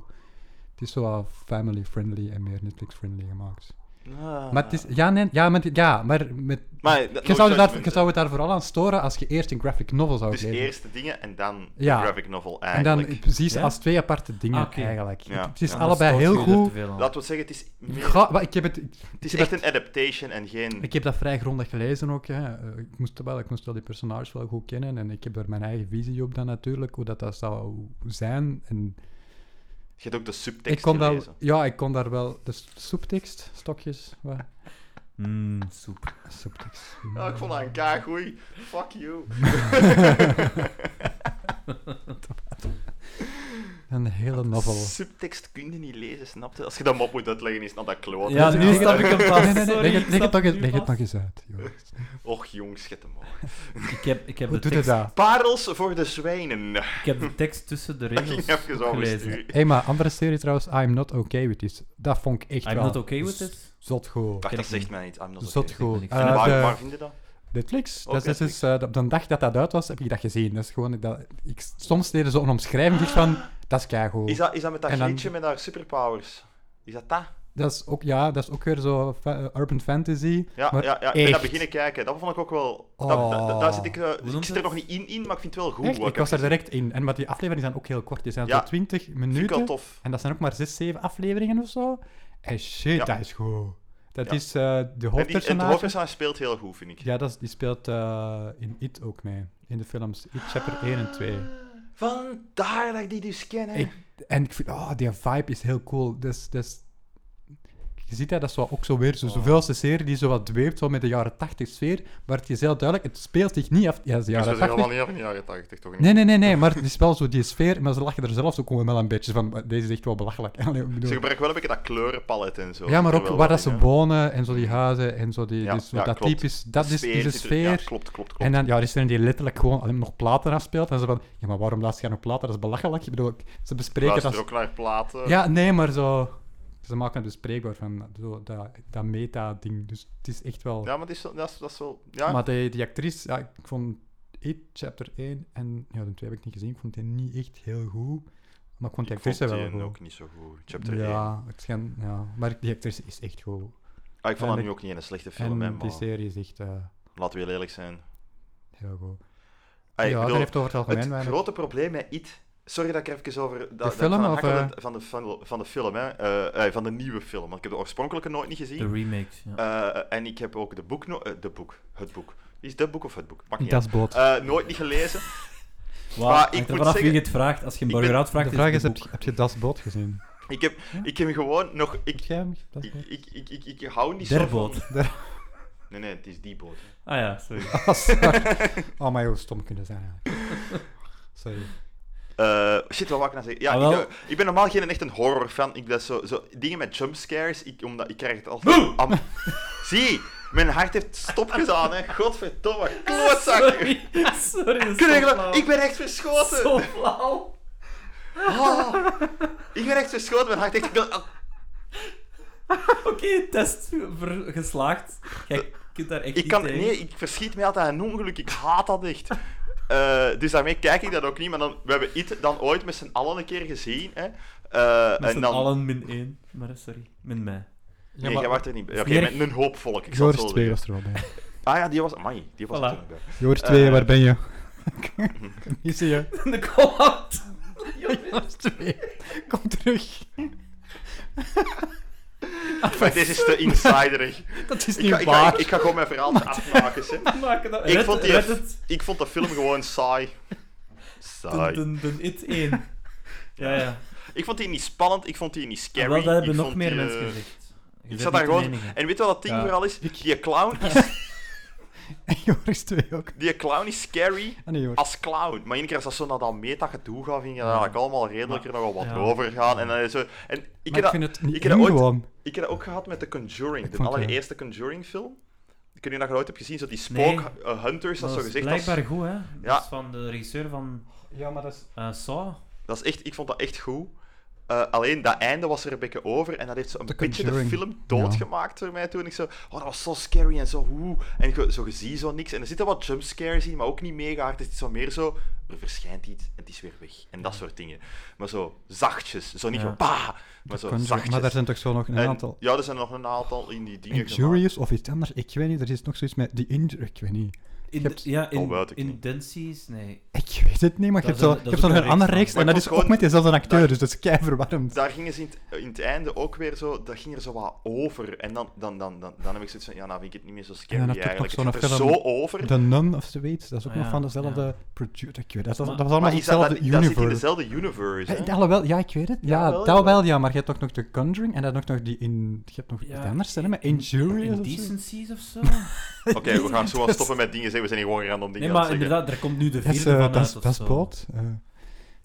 Speaker 5: Het is zo wat family-friendly en meer Netflix-friendly gemaakt.
Speaker 3: Ah.
Speaker 5: Maar het is, ja, nee, ja, met, ja, maar met,
Speaker 3: Maar, eh, dat-
Speaker 5: je, zou je,
Speaker 3: nog
Speaker 5: daar,
Speaker 3: iets
Speaker 5: je zou het daar vooral aan storen als je eerst een graphic novel zou
Speaker 3: Dus
Speaker 5: lezen.
Speaker 3: eerst de dingen en dan de
Speaker 5: Ja.
Speaker 3: graphic novel
Speaker 5: en dan
Speaker 3: eigenlijk.
Speaker 5: precies
Speaker 4: Ja?
Speaker 5: als twee aparte dingen,
Speaker 4: Ah, oké.
Speaker 5: eigenlijk.
Speaker 3: Ja.
Speaker 5: Het is
Speaker 3: Ja,
Speaker 4: dan
Speaker 5: allebei
Speaker 4: stoort
Speaker 5: heel
Speaker 4: je er
Speaker 5: goed.
Speaker 4: te veel aan.
Speaker 3: Laten we het zeggen, het is, meer-
Speaker 5: Ga, maar ik, heb het, ik,
Speaker 3: het is
Speaker 5: ik
Speaker 3: echt
Speaker 5: heb
Speaker 3: een adaptation en geen...
Speaker 5: ik heb dat vrij grondig gelezen ook. Hè. Eh, Ik, moest wel, ik moest wel die personages wel goed kennen. En ik heb er mijn eigen visie op dan natuurlijk, hoe dat, dat zou zijn. En
Speaker 3: Je hebt ook de
Speaker 5: ik
Speaker 3: subtekst
Speaker 5: kon daar,
Speaker 3: gelezen.
Speaker 5: ja, ik kon daar wel... De s- subtekst, stokjes, wat?
Speaker 4: Mm, soep.
Speaker 5: Subtekst.
Speaker 3: Ja, ik vond dat een kaag goeie. Fuck you.
Speaker 5: Een hele novel.
Speaker 3: Subtekst kun je niet lezen, snap je? Als je dat mop moet uitleggen, is dat dat kloot.
Speaker 4: Ja, nu snap ik hem pas.
Speaker 5: Nee, nee, nee,
Speaker 4: Sorry,
Speaker 5: leg het,
Speaker 4: ik
Speaker 5: leg het,
Speaker 4: snap
Speaker 5: nog, eens,
Speaker 4: nu
Speaker 5: leg het
Speaker 4: pas.
Speaker 5: nog eens uit, jongens.
Speaker 3: Och, jongens, schet hem op.
Speaker 4: Ik heb, ik, heb
Speaker 5: Hoe
Speaker 4: de
Speaker 5: doet het
Speaker 4: tekst,
Speaker 5: dat?
Speaker 3: Parels voor de zwijnen. <laughs> Dat
Speaker 4: ik heb de tekst tussen
Speaker 3: <laughs>
Speaker 4: de
Speaker 3: ging
Speaker 4: regels
Speaker 3: even zo
Speaker 4: gelezen.
Speaker 3: gestuurd.
Speaker 5: Hé, maar andere serie trouwens, I'm Not Okay With This. Dat vond ik echt
Speaker 4: I'm
Speaker 5: wel... Dus-
Speaker 4: not okay with this.
Speaker 5: Zot goed.
Speaker 3: Wacht,
Speaker 4: Ken
Speaker 3: dat
Speaker 4: ik
Speaker 3: zegt
Speaker 4: niet.
Speaker 3: mij niet. I'm not okay.
Speaker 5: Zot
Speaker 4: ik
Speaker 5: goed.
Speaker 4: niet.
Speaker 5: Eh,
Speaker 3: En waar,
Speaker 5: de-
Speaker 3: waar vind je dat?
Speaker 5: Netflix.
Speaker 3: Ook
Speaker 5: dat is
Speaker 3: Netflix.
Speaker 5: dus, eh, op de dag dat dat uit was, heb ik dat gezien. Dat is gewoon... Dat, ik, soms deden ze een omschrijving dus van... Dat is keigoed.
Speaker 3: Ah. Is dat, is dat met dat
Speaker 5: En dan-
Speaker 3: grietje met haar superpowers? Is dat dat?
Speaker 5: Dat is ook, ja, dat is ook weer zo fa- eh, urban fantasy.
Speaker 3: Ja,
Speaker 5: maar
Speaker 3: ja, ja. ik ben dat
Speaker 5: echt. Oh.
Speaker 3: beginnen kijken. Dat vond ik ook wel... Dat, dat- dat- daar zit ik, eh, ik
Speaker 4: noemt
Speaker 3: zit er
Speaker 4: het?
Speaker 3: nog niet in, in, maar ik vind het wel goed.
Speaker 5: Echt,
Speaker 3: wat
Speaker 5: ik was er
Speaker 3: heb gezien.
Speaker 5: direct in. En maar die afleveringen zijn ook heel kort. Die zijn
Speaker 3: Ja.
Speaker 5: zo 20
Speaker 3: Vind ik wel
Speaker 5: minuten.
Speaker 3: tof.
Speaker 5: En dat zijn ook maar 6, 7 afleveringen of zo. En shit,
Speaker 3: Ja.
Speaker 5: dat is goed. Dat
Speaker 3: Ja.
Speaker 5: is eh, de
Speaker 3: En die- En het
Speaker 5: hoofdpersonage.
Speaker 3: hoofdpersonage speelt heel goed, vind ik.
Speaker 5: Ja, dat is, die speelt eh, in It ook mee. In de films It Chapter 1 en 2.
Speaker 3: Vandaar dat ik die dus ken, hè.
Speaker 5: ah, Ik- En ik vind, oh, die vibe is heel cool. Dus, dus, Je ziet hè, dat is zo, ook zo weer
Speaker 3: Ah.
Speaker 5: zo, zoveelste serie die zo wat dweept zo met de jaren 80 sfeer. Maar het is heel duidelijk, het speelt zich niet af. Ja, het is de
Speaker 3: Dus
Speaker 5: jaren
Speaker 3: we zijn
Speaker 5: 80.
Speaker 3: helemaal niet in de jaren 80, toch? niet?
Speaker 5: Nee, nee, nee, nee, maar het is wel zo die sfeer. Maar ze lachen er zelfs ook gewoon wel een beetje van. Deze is echt wel belachelijk. <laughs> Allee, ik bedoel-
Speaker 3: Ze gebruiken wel een beetje dat kleurenpalet en zo.
Speaker 5: ja, maar
Speaker 3: Er
Speaker 5: ook
Speaker 3: wel
Speaker 5: waar
Speaker 3: wat
Speaker 5: dat
Speaker 3: in,
Speaker 5: ze
Speaker 3: hè.
Speaker 5: wonen en zo die huizen en zo die,
Speaker 3: Ja,
Speaker 5: dus zo
Speaker 3: ja,
Speaker 5: dat
Speaker 3: klopt.
Speaker 5: typisch, dat is
Speaker 3: Sfeer
Speaker 5: is de
Speaker 3: zit er- Ja,
Speaker 5: sfeer.
Speaker 3: klopt, klopt, klopt.
Speaker 5: en dan, ja, er is er een die letterlijk gewoon alleen nog platen afspeelt. En ze van, ja, maar waarom laat je nog platen? Dat is belachelijk. Ik bedoel, ik- ze bespreken
Speaker 3: Luister
Speaker 5: dat...
Speaker 3: ook naar platen.
Speaker 5: Ja, nee, maar zo... Ze maken het bespreekbaar van zo, dat, dat meta-ding. Dus het is echt wel...
Speaker 3: Ja, maar het is, wel- dat, is, dat is wel... Ja,
Speaker 5: Maar die, die actrice, ja, ik vond It, chapter 1 en... Ja, de 2 heb ik niet gezien. Ik vond die niet echt heel goed. Maar ik vond die
Speaker 3: ik
Speaker 5: actrice
Speaker 3: vond
Speaker 5: wel
Speaker 3: die
Speaker 5: goed.
Speaker 3: ook niet zo goed. Chapter 1.
Speaker 5: ja, het schijnt- ja, maar die actrice is echt goed.
Speaker 3: Ah, ik
Speaker 5: En
Speaker 3: vond dat
Speaker 5: de-
Speaker 3: nu ook niet een slechte
Speaker 5: en
Speaker 3: film, hè,
Speaker 5: die
Speaker 3: maar
Speaker 5: serie is echt eh,
Speaker 3: laten we heel eerlijk zijn.
Speaker 5: heel goed.
Speaker 3: Ah, ik
Speaker 5: ja, dat
Speaker 3: bedoel,
Speaker 5: heeft over het algemeen
Speaker 3: het
Speaker 5: weinig.
Speaker 3: grote probleem met It... Sorry dat ik er even over... dat- dat ik
Speaker 5: film,
Speaker 3: van,
Speaker 5: of,
Speaker 3: hakel
Speaker 5: eh?
Speaker 3: ben- van, de, van, de, van de film, hè. eh, eh, van de nieuwe film. Want ik heb de oorspronkelijke nooit niet gezien.
Speaker 4: De remakes, ja.
Speaker 3: Eh, en ik heb ook de boek... no- eh, de boek. Het boek. Is dat boek of het boek? Maakt niet
Speaker 5: Dat is boot.
Speaker 3: uit. Eh, Nooit niet gelezen.
Speaker 4: Wow,
Speaker 3: maar
Speaker 4: hangt
Speaker 3: ik
Speaker 4: er
Speaker 3: moet
Speaker 4: vanaf wie
Speaker 3: zeggen-
Speaker 4: je het vraagt. Als je een
Speaker 3: Ik ben-
Speaker 4: burger vraagt,
Speaker 5: de vraag is,
Speaker 4: het
Speaker 5: heb,
Speaker 4: boek.
Speaker 5: heb je Das Boot gezien?
Speaker 3: Ik heb, ik heb gewoon nog... Ik,
Speaker 5: Heb jij hem? Das <laughs>
Speaker 3: ik,
Speaker 5: Boot?
Speaker 3: ik, ik, ik, ik hou niet zo
Speaker 4: Der
Speaker 3: van...
Speaker 4: boot.
Speaker 3: Nee, nee, het is die boot. hè.
Speaker 4: Ah ja, sorry.
Speaker 5: Ah, sorry. oh, maar hoe stom kunnen zijn eigenlijk. Sorry.
Speaker 3: Eh, shit, wat wou ik nou zeggen? Ja,
Speaker 4: Ah, wel.
Speaker 3: ik, eh, ik ben normaal geen echt een horrorfan. Ik, dat zo, zo, dingen met jumpscares, ik, omdat, ik krijg het altijd... Am- Zie, mijn hart heeft stopgezaan, hè.
Speaker 4: <laughs>
Speaker 3: Godverdomme, klootzak.
Speaker 4: Sorry, sorry. dat is zo flauw.
Speaker 3: Kregelen, ik ben echt verschoten.
Speaker 4: Zo flauw.
Speaker 3: Ah, ik ben echt verschoten, mijn hart echt...
Speaker 4: Oké, test ver- geslaagd. Jij kunt daar echt
Speaker 3: Ik
Speaker 4: niet
Speaker 3: kan,
Speaker 4: tegen.
Speaker 3: nee, ik verschiet mij altijd een ongeluk. Ik haat dat echt. <laughs> Eh, dus daarmee kijk ik dat ook niet. Maar dan, we hebben It dan ooit met z'n allen een keer gezien. Hè. Eh,
Speaker 4: Met
Speaker 3: en
Speaker 4: z'n
Speaker 3: dan,
Speaker 4: allen min één. Maar sorry, min
Speaker 5: <laughs>
Speaker 4: mij.
Speaker 5: Ja,
Speaker 3: Nee, jij was er niet bij. Oké,
Speaker 4: Smerig.
Speaker 3: met een hoop volk. Ik zal het
Speaker 5: Joris
Speaker 3: zo
Speaker 5: 2
Speaker 3: zeggen.
Speaker 5: was er wel bij.
Speaker 3: Ah ja, die was... Amai, die was
Speaker 4: Voilà.
Speaker 3: er toen ook
Speaker 4: <laughs>
Speaker 3: bij.
Speaker 5: Joris
Speaker 3: Eh,
Speaker 5: 2, waar ben je? Hier zie je.
Speaker 4: De <laughs> call-out.
Speaker 5: <laughs> Joris 2, kom terug.
Speaker 3: Maar dit is te insiderig.
Speaker 5: Dat is
Speaker 3: ik,
Speaker 5: niet
Speaker 3: ga, ik,
Speaker 5: waar.
Speaker 3: ga, ik ga gewoon mijn
Speaker 4: <laughs>
Speaker 3: verhaal afmaken. hè.
Speaker 4: Maken dat.
Speaker 3: Ik
Speaker 4: Red-
Speaker 3: vond die-
Speaker 4: red het.
Speaker 3: Ik vond de film gewoon saai. Saai.
Speaker 4: Dun, dun, dun, it
Speaker 3: <laughs>
Speaker 4: 1. Ja, ja.
Speaker 3: Ik vond die niet spannend, ik vond die niet scary.
Speaker 4: Ah, wel, dat hebben
Speaker 3: ik
Speaker 4: nog
Speaker 3: vond
Speaker 4: meer
Speaker 3: die,
Speaker 4: mensen
Speaker 3: eh,
Speaker 4: gezegd. Je
Speaker 3: Ik
Speaker 4: bent
Speaker 3: zat daar
Speaker 4: niet de
Speaker 3: gewoon...
Speaker 4: enige.
Speaker 3: En weet je wat dat ding
Speaker 5: Ja.
Speaker 3: vooral is? Die clown is
Speaker 5: En <laughs> Joris 2 ook.
Speaker 3: Die clown is scary
Speaker 5: Ah nee, Joris.
Speaker 3: als clown. Maar één keer als dat zo naar dat meta-gedoe gaat, vind je dat eigenlijk allemaal redelijker nogal wat
Speaker 4: ja.
Speaker 3: over gaan. En, dan is zo, en ik,
Speaker 5: Maar
Speaker 3: heb
Speaker 5: ik
Speaker 3: dat,
Speaker 5: vind het niet
Speaker 3: ik heb dat
Speaker 5: eng
Speaker 3: ooit-
Speaker 5: gewoon.
Speaker 3: ik heb dat ook gehad met de Conjuring,
Speaker 5: Ik
Speaker 3: de
Speaker 5: vond het- eh,
Speaker 3: allereerste Conjuring-film. Ik weet niet of je dat ooit hebt gezien, zo die
Speaker 4: Nee.
Speaker 3: spook eh, hunters, dat,
Speaker 4: Maar
Speaker 3: is zo
Speaker 4: dat is
Speaker 3: gezegd. Dat is,
Speaker 4: blijkbaar goed, hè?
Speaker 3: Ja.
Speaker 4: Dat is van de regisseur van
Speaker 5: Ja, maar dat is...
Speaker 4: eh Saw.
Speaker 3: dat is echt, ik vond dat echt goed. Eh, alleen dat einde was er een beetje over en dat heeft zo een
Speaker 5: De
Speaker 3: beetje
Speaker 5: Conjuring,
Speaker 3: de film doodgemaakt voor mij toen. Ik zo, oh dat was zo scary en zo hoe. En ik zo gezien zo niks. En er zitten wat jumpscares in, maar ook niet mega hard. Het is zo meer zo, er verschijnt iets en het is weer weg. En dat soort dingen. Maar zo zachtjes, zo niet
Speaker 4: Ja.
Speaker 3: van pa, maar zo zachtjes.
Speaker 5: Maar daar zijn toch zo nog een
Speaker 3: En-
Speaker 5: aantal...
Speaker 3: Ja, er zijn nog een aantal in die dingen gemaakt.
Speaker 5: Injurious of iets anders, ik weet niet. Er is nog zoiets met The Injury, ik weet niet.
Speaker 4: In,
Speaker 5: Je hebt-
Speaker 4: ja, in,
Speaker 3: Oh, weet ik
Speaker 4: in
Speaker 3: niet.
Speaker 4: Densies, nee.
Speaker 5: Ik weet het niet, maar je
Speaker 4: Dat
Speaker 5: hebt
Speaker 4: is een-
Speaker 5: zo,
Speaker 4: dat is
Speaker 5: je hebt zo
Speaker 4: ook
Speaker 5: nog
Speaker 4: een
Speaker 5: een andere
Speaker 4: reeks
Speaker 5: reeks.
Speaker 3: van.
Speaker 5: En
Speaker 3: Maar
Speaker 5: dat
Speaker 3: ik
Speaker 5: is
Speaker 3: vond
Speaker 5: ook met dezelfde acteur,
Speaker 3: dat-
Speaker 5: dus dat is kei verwarrend.
Speaker 3: Daar gingen ze in het, in het einde ook weer zo, dat ging er zo wat over. En dan, dan, dan, dan, dan heb ik zoiets van, ja, nou vind ik het niet meer zo scary
Speaker 5: En dan heb je ook
Speaker 3: eigenlijk.
Speaker 5: nog
Speaker 3: Het
Speaker 5: zo'n
Speaker 3: gaat er
Speaker 5: film-
Speaker 3: zo over.
Speaker 5: The Nun of zoiets, dat is ook
Speaker 4: Ah,
Speaker 5: nog
Speaker 4: ja,
Speaker 5: van dezelfde producer. Ik weet dat, dat,
Speaker 4: Maar-
Speaker 5: dat was allemaal
Speaker 3: Maar is dat,
Speaker 5: hetzelfde
Speaker 3: dat, dat zit in
Speaker 5: universe.
Speaker 3: dezelfde universe, hè?
Speaker 5: Eh, alhoewel, ja, ik weet het. Ja,
Speaker 3: Jawel,
Speaker 5: dat
Speaker 3: jawel.
Speaker 5: wel, ja, maar je hebt ook nog The Conjuring en dan ook nog die in... Je hebt nog
Speaker 4: Ja,
Speaker 5: iets anders, hè,
Speaker 4: in-
Speaker 5: maar Injurious
Speaker 4: In
Speaker 5: of zo.
Speaker 4: Decencies of zo?
Speaker 5: <laughs>
Speaker 3: Oké, we gaan zo wel stoppen met dingen zeggen. We zijn hier gewoon random dingen
Speaker 4: Nee,
Speaker 3: aan
Speaker 4: maar
Speaker 3: het zeggen.
Speaker 4: inderdaad, er komt nu de
Speaker 5: Dat
Speaker 4: vierde
Speaker 5: is,
Speaker 4: van
Speaker 5: eh,
Speaker 4: uit
Speaker 5: dat is-
Speaker 4: of
Speaker 5: dat is
Speaker 4: zo.
Speaker 5: boot. eh.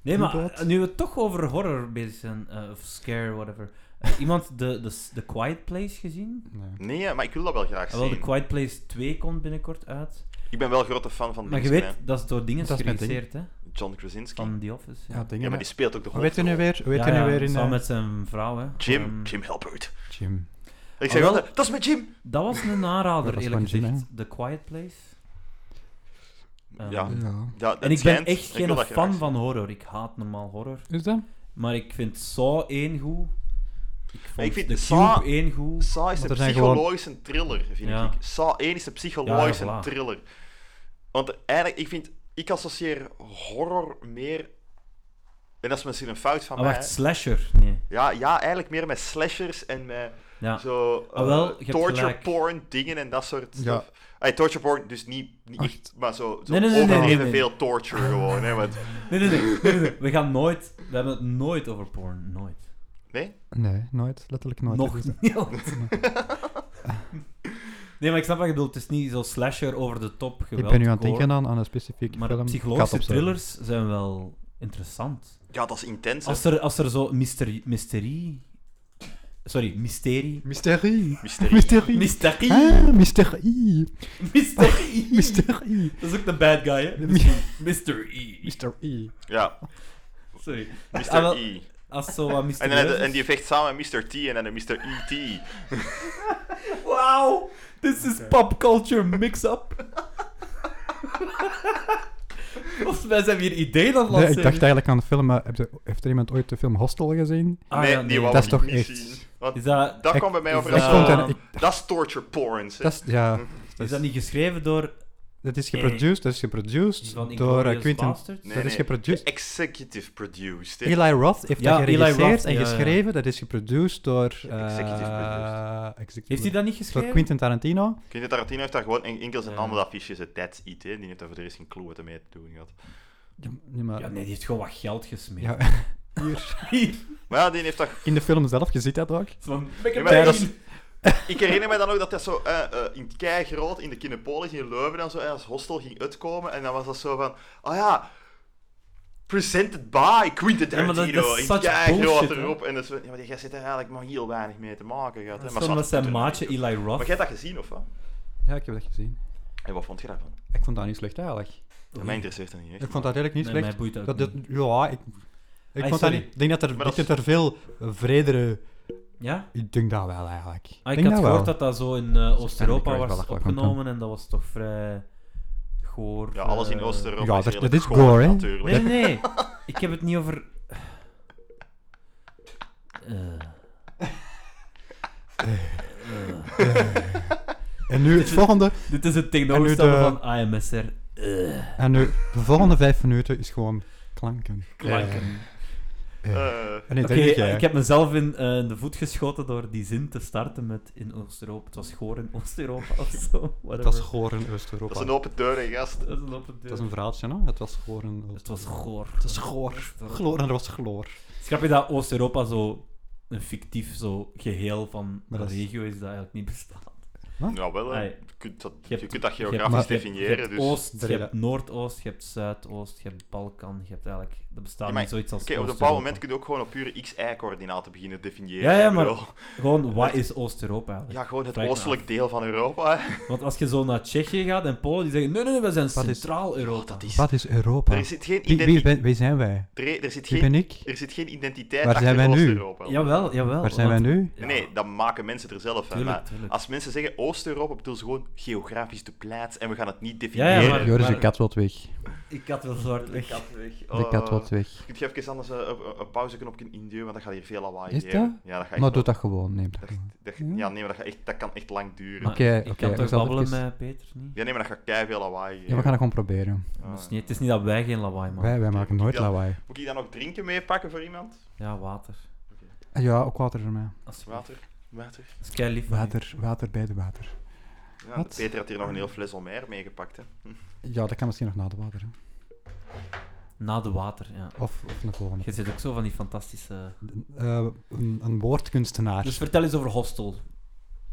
Speaker 4: Nee, maar
Speaker 5: Blood.
Speaker 4: eh, nu we het toch over horror bezig zijn, eh, of scare, whatever.
Speaker 5: <laughs>
Speaker 4: Eh, iemand de, de, s- de Quiet Place gezien?
Speaker 5: Nee.
Speaker 3: Nee, maar ik Oh, wil dat wel graag
Speaker 4: Ah, wel, de
Speaker 3: zien.
Speaker 4: Quiet Place 2 komt binnenkort uit.
Speaker 3: Ik ben wel grote fan van
Speaker 4: Maar je
Speaker 3: Dingsken,
Speaker 4: weet, dat is door dingen
Speaker 5: Dat is met
Speaker 4: geregisseerd, hè?
Speaker 3: hè. John Krasinski.
Speaker 4: Van The Office.
Speaker 5: Ja, dingen.
Speaker 3: Ja, maar
Speaker 5: hè.
Speaker 3: die speelt ook de
Speaker 5: Hoe weet je nu
Speaker 3: hoofdrol.
Speaker 5: weer? Hoe weet
Speaker 4: Ja,
Speaker 5: je nu
Speaker 4: ja,
Speaker 5: weer in...
Speaker 4: Samen
Speaker 5: eh,
Speaker 4: met zijn vrouw, hè?
Speaker 3: Jim,
Speaker 4: Ehm,
Speaker 3: Jim Halpert.
Speaker 5: Jim.
Speaker 3: Ik
Speaker 4: Ah,
Speaker 3: zeg
Speaker 4: wel.
Speaker 3: altijd, dat is met Jim!
Speaker 4: Dat was een
Speaker 5: Dat
Speaker 4: aanrader,
Speaker 5: was
Speaker 4: eerlijk
Speaker 5: van Jim,
Speaker 4: gezegd. The Quiet Place. Ehm,
Speaker 3: Ja.
Speaker 5: Ja.
Speaker 3: Ja, dat
Speaker 4: En ik ben
Speaker 3: schijnt.
Speaker 4: echt
Speaker 3: wil
Speaker 4: geen
Speaker 3: dat graag
Speaker 4: fan
Speaker 3: zien.
Speaker 4: van horror. Ik haat normaal horror.
Speaker 5: Is dat?
Speaker 4: Maar ik vind Saw 1 goed. Ik vond
Speaker 3: ik vind
Speaker 4: The
Speaker 3: Saw-
Speaker 4: Cube 1 goed.
Speaker 3: Saw is
Speaker 5: Want
Speaker 3: een
Speaker 5: er zijn gewoon-
Speaker 3: psychologische thriller, vind
Speaker 4: Ja.
Speaker 3: ik. Saw 1 is een psychologische
Speaker 4: Ja, ja, voilà.
Speaker 3: thriller. Want eigenlijk, ik vind... Ik associeer horror meer... En dat is misschien een fout van
Speaker 4: Ah,
Speaker 3: mij.
Speaker 4: wacht,
Speaker 3: hè.
Speaker 4: Slasher. Nee.
Speaker 3: Ja, ja, eigenlijk meer met slashers en met...
Speaker 4: Ja.
Speaker 3: Zo, eh,
Speaker 4: Ah, wel, je hebt
Speaker 3: torture
Speaker 4: gelijk.
Speaker 3: porn dingen en dat soort
Speaker 5: Ja.
Speaker 3: stuff. Ay, torture porn, dus niet, niet echt, maar zo, zo
Speaker 4: Nee, nee, nee, nee,
Speaker 3: overdreven
Speaker 4: nee, nee.
Speaker 3: veel torture gewoon. Hè, want,
Speaker 4: Nee, nee, nee, nee, nee, nee. We gaan nooit... We hebben het nooit over porn. Nooit.
Speaker 3: Nee?
Speaker 5: Nee, nooit. Letterlijk nooit.
Speaker 4: Nog
Speaker 5: Dat is-
Speaker 4: niet. nee, maar ik snap wat je bedoelt. Het is niet zo slasher over de top geweld.
Speaker 5: Ik ben nu aan het
Speaker 4: gore,
Speaker 5: denken aan, aan een specifieke
Speaker 4: Maar
Speaker 5: film.
Speaker 4: psychologische
Speaker 5: Kat op zee.
Speaker 4: thrillers zijn wel interessant.
Speaker 3: Ja, dat is intens. hè.
Speaker 4: Als er, als er zo mysterie... mysterie sorry, mysterie...
Speaker 5: Mysterie.
Speaker 3: Mysterie.
Speaker 5: Mysterie.
Speaker 4: Mysterie!
Speaker 5: Ah, Mr. I. <laughs>
Speaker 4: Mysterie!
Speaker 5: Mr. I.
Speaker 4: Dat is ook de bad guy, hè?
Speaker 5: My-
Speaker 4: Mr. E.
Speaker 5: Mr. I.
Speaker 3: Ja,
Speaker 4: Sorry.
Speaker 3: Mr.
Speaker 4: Ah, wel,
Speaker 3: E.
Speaker 4: Als zo wat
Speaker 3: En,
Speaker 4: mysterieus
Speaker 3: dan,
Speaker 4: is.
Speaker 3: en die vecht samen met Mr. T en dan een Mr.
Speaker 4: Ah,
Speaker 3: E.T.
Speaker 4: Wauw! This is pop culture <laughs> mix-up. Volgens mij zijn we hier ideeën aan het
Speaker 5: Nee, ik
Speaker 4: lanceren.
Speaker 5: dacht eigenlijk aan de film... eh, heb je- Heeft er iemand ooit de film Hostel gezien?
Speaker 4: Ah,
Speaker 3: nee,
Speaker 4: ja,
Speaker 3: die wou
Speaker 5: Dat
Speaker 3: ik
Speaker 5: is toch
Speaker 3: niet
Speaker 5: echt-
Speaker 3: zien. Want
Speaker 4: Is dat,
Speaker 3: dat
Speaker 5: Ik-
Speaker 3: kwam bij mij
Speaker 4: is
Speaker 3: over
Speaker 4: dat-
Speaker 5: Ik
Speaker 3: als...
Speaker 5: vond
Speaker 3: eh,
Speaker 5: dat... Ik,
Speaker 3: Dat is torture porns, hè.
Speaker 5: dat is, ja,
Speaker 4: is dat niet geschreven door...
Speaker 5: dat is geproduced. Dat is
Speaker 4: Is
Speaker 5: geproduced
Speaker 4: van
Speaker 5: door eh,
Speaker 4: Inglourious
Speaker 5: Quentin...
Speaker 4: Basterds?
Speaker 3: Nee,
Speaker 5: dat is
Speaker 3: nee,
Speaker 5: geproduceerd-
Speaker 3: Executive produced, hè.
Speaker 5: Eli Roth heeft
Speaker 4: Ja,
Speaker 5: dat
Speaker 4: Eli
Speaker 5: geregisseerd
Speaker 4: Roth,
Speaker 5: en
Speaker 4: ja, ja.
Speaker 5: geschreven. Dat is geproduceerd door... eh,
Speaker 3: Executive produced.
Speaker 5: executive-
Speaker 4: Heeft hij dat niet
Speaker 5: Door
Speaker 4: geschreven?
Speaker 5: Quentin Tarantino.
Speaker 3: Quentin Tarantino heeft daar gewoon en- enkel zijn
Speaker 4: Ja.
Speaker 3: naam op dat affiche gezet. That's it, hè. Die heeft daar voor de rest geen clue wat ermee te doen gehad.
Speaker 5: Ja, nee, maar...
Speaker 4: Ja, nee, die heeft gewoon wat geld gesmeerd. <laughs>
Speaker 5: Ja, hier.
Speaker 3: Maar ja, die heeft dat...
Speaker 5: In de film zelf, je ziet dat ook.
Speaker 4: Van, "Make
Speaker 3: Ja,
Speaker 4: a
Speaker 3: maar dat is-
Speaker 4: brain."
Speaker 3: Ik herinner mij dan ook dat dat zo eh eh, in het kei groot in de Kinepolis in Leuven en zo eh, als hostel ging uitkomen. En dan was dat zo van, ah ja, presented by Quentin
Speaker 4: Ja, maar dat-
Speaker 3: Tarantino.
Speaker 4: dat is
Speaker 3: in
Speaker 4: such
Speaker 3: kei groot
Speaker 4: bullshit, hè.
Speaker 3: erop. En dat is van, ja, maar die gast zit er eigenlijk maar heel weinig mee te maken gehad. hè.
Speaker 4: Dat
Speaker 3: Maar
Speaker 4: is omdat
Speaker 3: ze
Speaker 4: zijn
Speaker 3: hadden het
Speaker 4: maatje
Speaker 3: natuurlijk.
Speaker 4: Eli Roth...
Speaker 3: Maar jij hebt dat gezien, of wat?
Speaker 5: Ja, ik heb dat gezien.
Speaker 3: En wat vond je daarvan?
Speaker 5: Ik vond dat niet slecht eigenlijk.
Speaker 3: Dat mij interesseert dat niet echt.
Speaker 5: Ik vond dat eigenlijk niet
Speaker 4: Nee,
Speaker 5: slecht.
Speaker 4: mij boeit dat ook
Speaker 5: dat, dat- ja, ik, ik
Speaker 4: Ai,
Speaker 5: vond dat
Speaker 4: sorry.
Speaker 5: niet. Ik denk dat er,
Speaker 3: Maar
Speaker 5: ik
Speaker 3: dat
Speaker 5: denk Ah, dat er veel vredere.
Speaker 4: Ja?
Speaker 5: Ik denk dat wel eigenlijk.
Speaker 4: Ah, ik
Speaker 5: denk
Speaker 4: had
Speaker 5: dat
Speaker 4: gehoord
Speaker 5: wel.
Speaker 4: dat dat zo in eh, Oost-Europa
Speaker 5: Crash
Speaker 4: was
Speaker 5: belachelijk
Speaker 4: opgenomen en dat was toch vrij goor.
Speaker 3: Ja, alles in
Speaker 4: eh,
Speaker 3: Oost-Europa
Speaker 5: ja,
Speaker 3: is
Speaker 5: dat-
Speaker 3: redelijk
Speaker 5: dat is
Speaker 3: goor,
Speaker 5: gore, hè.
Speaker 3: natuurlijk.
Speaker 4: <laughs> Nee, nee, nee. ik heb het niet over... Eh. Eh.
Speaker 5: En nu het volgende.
Speaker 4: Dit is het
Speaker 5: En
Speaker 4: tegenovergestelde
Speaker 5: nu de-
Speaker 4: van AMSR. Eh.
Speaker 5: En nu de volgende vijf minuten is gewoon klanken.
Speaker 4: Klanken.
Speaker 5: Eh,
Speaker 3: Eh,
Speaker 5: eh. En nee,
Speaker 4: Oké,
Speaker 5: dat denk jij.
Speaker 4: ik heb mezelf in eh, de voet geschoten door die zin te starten met in Oost-Europa. Het was goor in Oost-Europa of
Speaker 5: <laughs>
Speaker 4: zo.
Speaker 5: Het was
Speaker 4: whatever.
Speaker 5: goor in
Speaker 3: dat
Speaker 5: Oost-Europa.
Speaker 3: is een open deuren, gast.
Speaker 4: Dat is een open deur.
Speaker 5: Dat is een verhaaltje, hè? Het was goor in
Speaker 4: Het was goor.
Speaker 5: Het was goor. Gloor en er was gloor.
Speaker 4: Schrap je dat Oost-Europa zo een fictief zo geheel van
Speaker 5: Maar
Speaker 4: een
Speaker 5: dat is-
Speaker 4: regio is dat eigenlijk niet bestaat?
Speaker 3: Ja, wel, hè.
Speaker 4: Ai,
Speaker 3: je, kunt dat,
Speaker 4: Je hebt-
Speaker 3: je kunt dat
Speaker 4: je hebt-
Speaker 3: geografisch
Speaker 4: je hebt- je
Speaker 3: definiëren.
Speaker 4: hebt
Speaker 3: Dus.
Speaker 4: Oost, je
Speaker 5: Breda.
Speaker 4: hebt Noordoost, je hebt Zuidoost, je hebt Balkan, je hebt eigenlijk... Er bestaat
Speaker 3: Ja, maar-
Speaker 4: niet zoiets als
Speaker 3: Oké, op een
Speaker 4: Oost-Europa.
Speaker 3: bepaald moment kun je ook gewoon op pure x-y-coördinaten beginnen definiëren.
Speaker 4: Ja, ja,
Speaker 3: Ik
Speaker 4: maar-
Speaker 3: bedoel,
Speaker 4: Gewoon, wat is Oost-Europa eigenlijk?
Speaker 3: Ja, gewoon het
Speaker 4: Vraag me
Speaker 3: oostelijk deel van Europa. hè.
Speaker 4: Want als je zo naar Tsjechië gaat en Polen, die zeggen, nee, nee, nee, we zijn
Speaker 5: Wat is-
Speaker 4: Centraal-Europa.
Speaker 3: Oh, dat is...
Speaker 5: Wat is Europa?
Speaker 3: <laughs> Er zit geen,
Speaker 5: Wie, wie,
Speaker 3: identi-
Speaker 5: ben- wie zijn wij?
Speaker 3: er, er zit
Speaker 5: Wie ben
Speaker 3: geen,
Speaker 5: ik?
Speaker 3: er zit geen identiteit
Speaker 5: Waar
Speaker 3: achter
Speaker 5: zijn wij nu?
Speaker 3: Oost-Europa.
Speaker 4: Jawel, jawel.
Speaker 5: Waar zijn wij
Speaker 4: want-
Speaker 5: nu?
Speaker 4: Ja,
Speaker 3: Nee, dat maken mensen er zelf van.
Speaker 4: tuurlijk,
Speaker 3: Maar
Speaker 4: tuurlijk.
Speaker 3: als mensen zeggen Oost-Europa, bedoelen ze gewoon geografisch de plaats en we gaan het niet
Speaker 4: Ja,
Speaker 3: definiëren.
Speaker 5: Jo-
Speaker 4: maar-
Speaker 5: Joris,
Speaker 4: maar-
Speaker 5: de kat wordt weg.
Speaker 4: Ik had wel zwart weg.
Speaker 3: Oh.
Speaker 5: De kat wordt weg.
Speaker 3: Kun je even anders eh, een, een pauzeknop in induwen, want dat gaat hier veel lawaai
Speaker 5: Is
Speaker 3: geven.
Speaker 5: dat?
Speaker 3: Ja, dat gaat
Speaker 5: Maar doe dat gewoon, neem dat
Speaker 3: Dat-
Speaker 5: gewoon.
Speaker 3: Ja, nee, maar dat, gaat echt, dat kan echt lang duren.
Speaker 4: Maar
Speaker 5: Oké,
Speaker 4: ik
Speaker 5: oké,
Speaker 4: kan
Speaker 5: ik
Speaker 4: toch
Speaker 5: zal
Speaker 4: babbelen
Speaker 5: even-
Speaker 4: met Peter, niet?
Speaker 3: Ja, nee, maar dat gaat kei veel lawaai geven.
Speaker 5: Ja, we gaan het gewoon proberen.
Speaker 3: Ah.
Speaker 4: Dat is niet? Het is niet dat wij geen lawaai maken.
Speaker 5: Wij, wij maken nooit
Speaker 3: Ja.
Speaker 5: lawaai.
Speaker 3: Moet ik dan nog drinken meepakken voor iemand?
Speaker 4: Ja, water.
Speaker 5: Ja, ook water voor mij.
Speaker 4: Als water.
Speaker 3: Water? Water?
Speaker 4: Dat is kei lief. van
Speaker 5: Water, water bij de water.
Speaker 3: Ja,
Speaker 5: Wat?
Speaker 3: Peter had hier nog een heel fles Almer meegepakt, hè.
Speaker 5: Ja, dat kan misschien nog na de water. hè.
Speaker 4: je. Na de water, ja.
Speaker 5: Of, of een volgende.
Speaker 4: Je zit ook zo van die fantastische...
Speaker 5: Eh, een, een woordkunstenaar.
Speaker 4: Dus vertel eens over Hostel.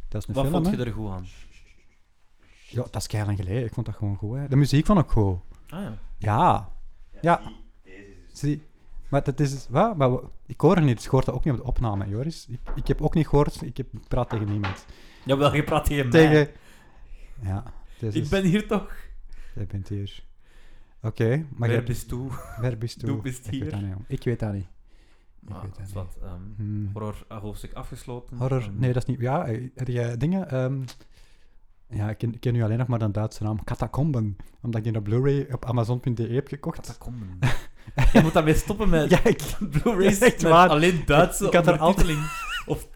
Speaker 5: dat is een
Speaker 4: Wat
Speaker 5: film,
Speaker 4: vond
Speaker 5: hè?
Speaker 4: je er goed aan?
Speaker 5: Ja, dat is keihard geleden. Ik vond dat gewoon goed. Hè. De muziek vond ik goed.
Speaker 4: Ah ja.
Speaker 5: Ja. Ja. Zie. Maar dat is... Wat? Maar, wa- ik hoor het niet. Dus ik hoor dat ook niet op de opname, Joris. Ik, ik heb ook niet gehoord. Ik, heb, ik praat tegen niemand.
Speaker 4: Jawel, je praat tegen mij.
Speaker 5: Tegen... Ja. Dus
Speaker 4: Ik ben hier toch?
Speaker 5: Jij bent hier. Oké, maar
Speaker 4: Wer
Speaker 5: jij...
Speaker 4: bist du?
Speaker 5: Waar
Speaker 4: <laughs>
Speaker 5: bist
Speaker 4: Du bist
Speaker 5: Ik weet
Speaker 4: hier.
Speaker 5: dat niet. jong. Ik weet dat niet. Ik
Speaker 4: Maar,
Speaker 5: weet dat
Speaker 4: dat is
Speaker 5: niet.
Speaker 4: wat, ehm,
Speaker 5: Hmm.
Speaker 4: horror eh, hoofdstuk afgesloten.
Speaker 5: Horror?
Speaker 4: Ehm,
Speaker 5: Nee, dat is niet... Ja, eh, heb jij dingen... ehm, ja, ik ken, ik ken nu alleen nog maar een Duitse naam. Catacomben. Omdat ik die op Blu-ray op Amazon.de E heb gekocht. <laughs>
Speaker 4: Catacomben. je moet daarmee stoppen met
Speaker 5: Ja, ik...
Speaker 4: <laughs> Blu-rays
Speaker 5: Ja, echt
Speaker 4: met
Speaker 5: waar.
Speaker 4: alleen Duitse
Speaker 5: Ik- ik had er
Speaker 4: ondertiteling. Of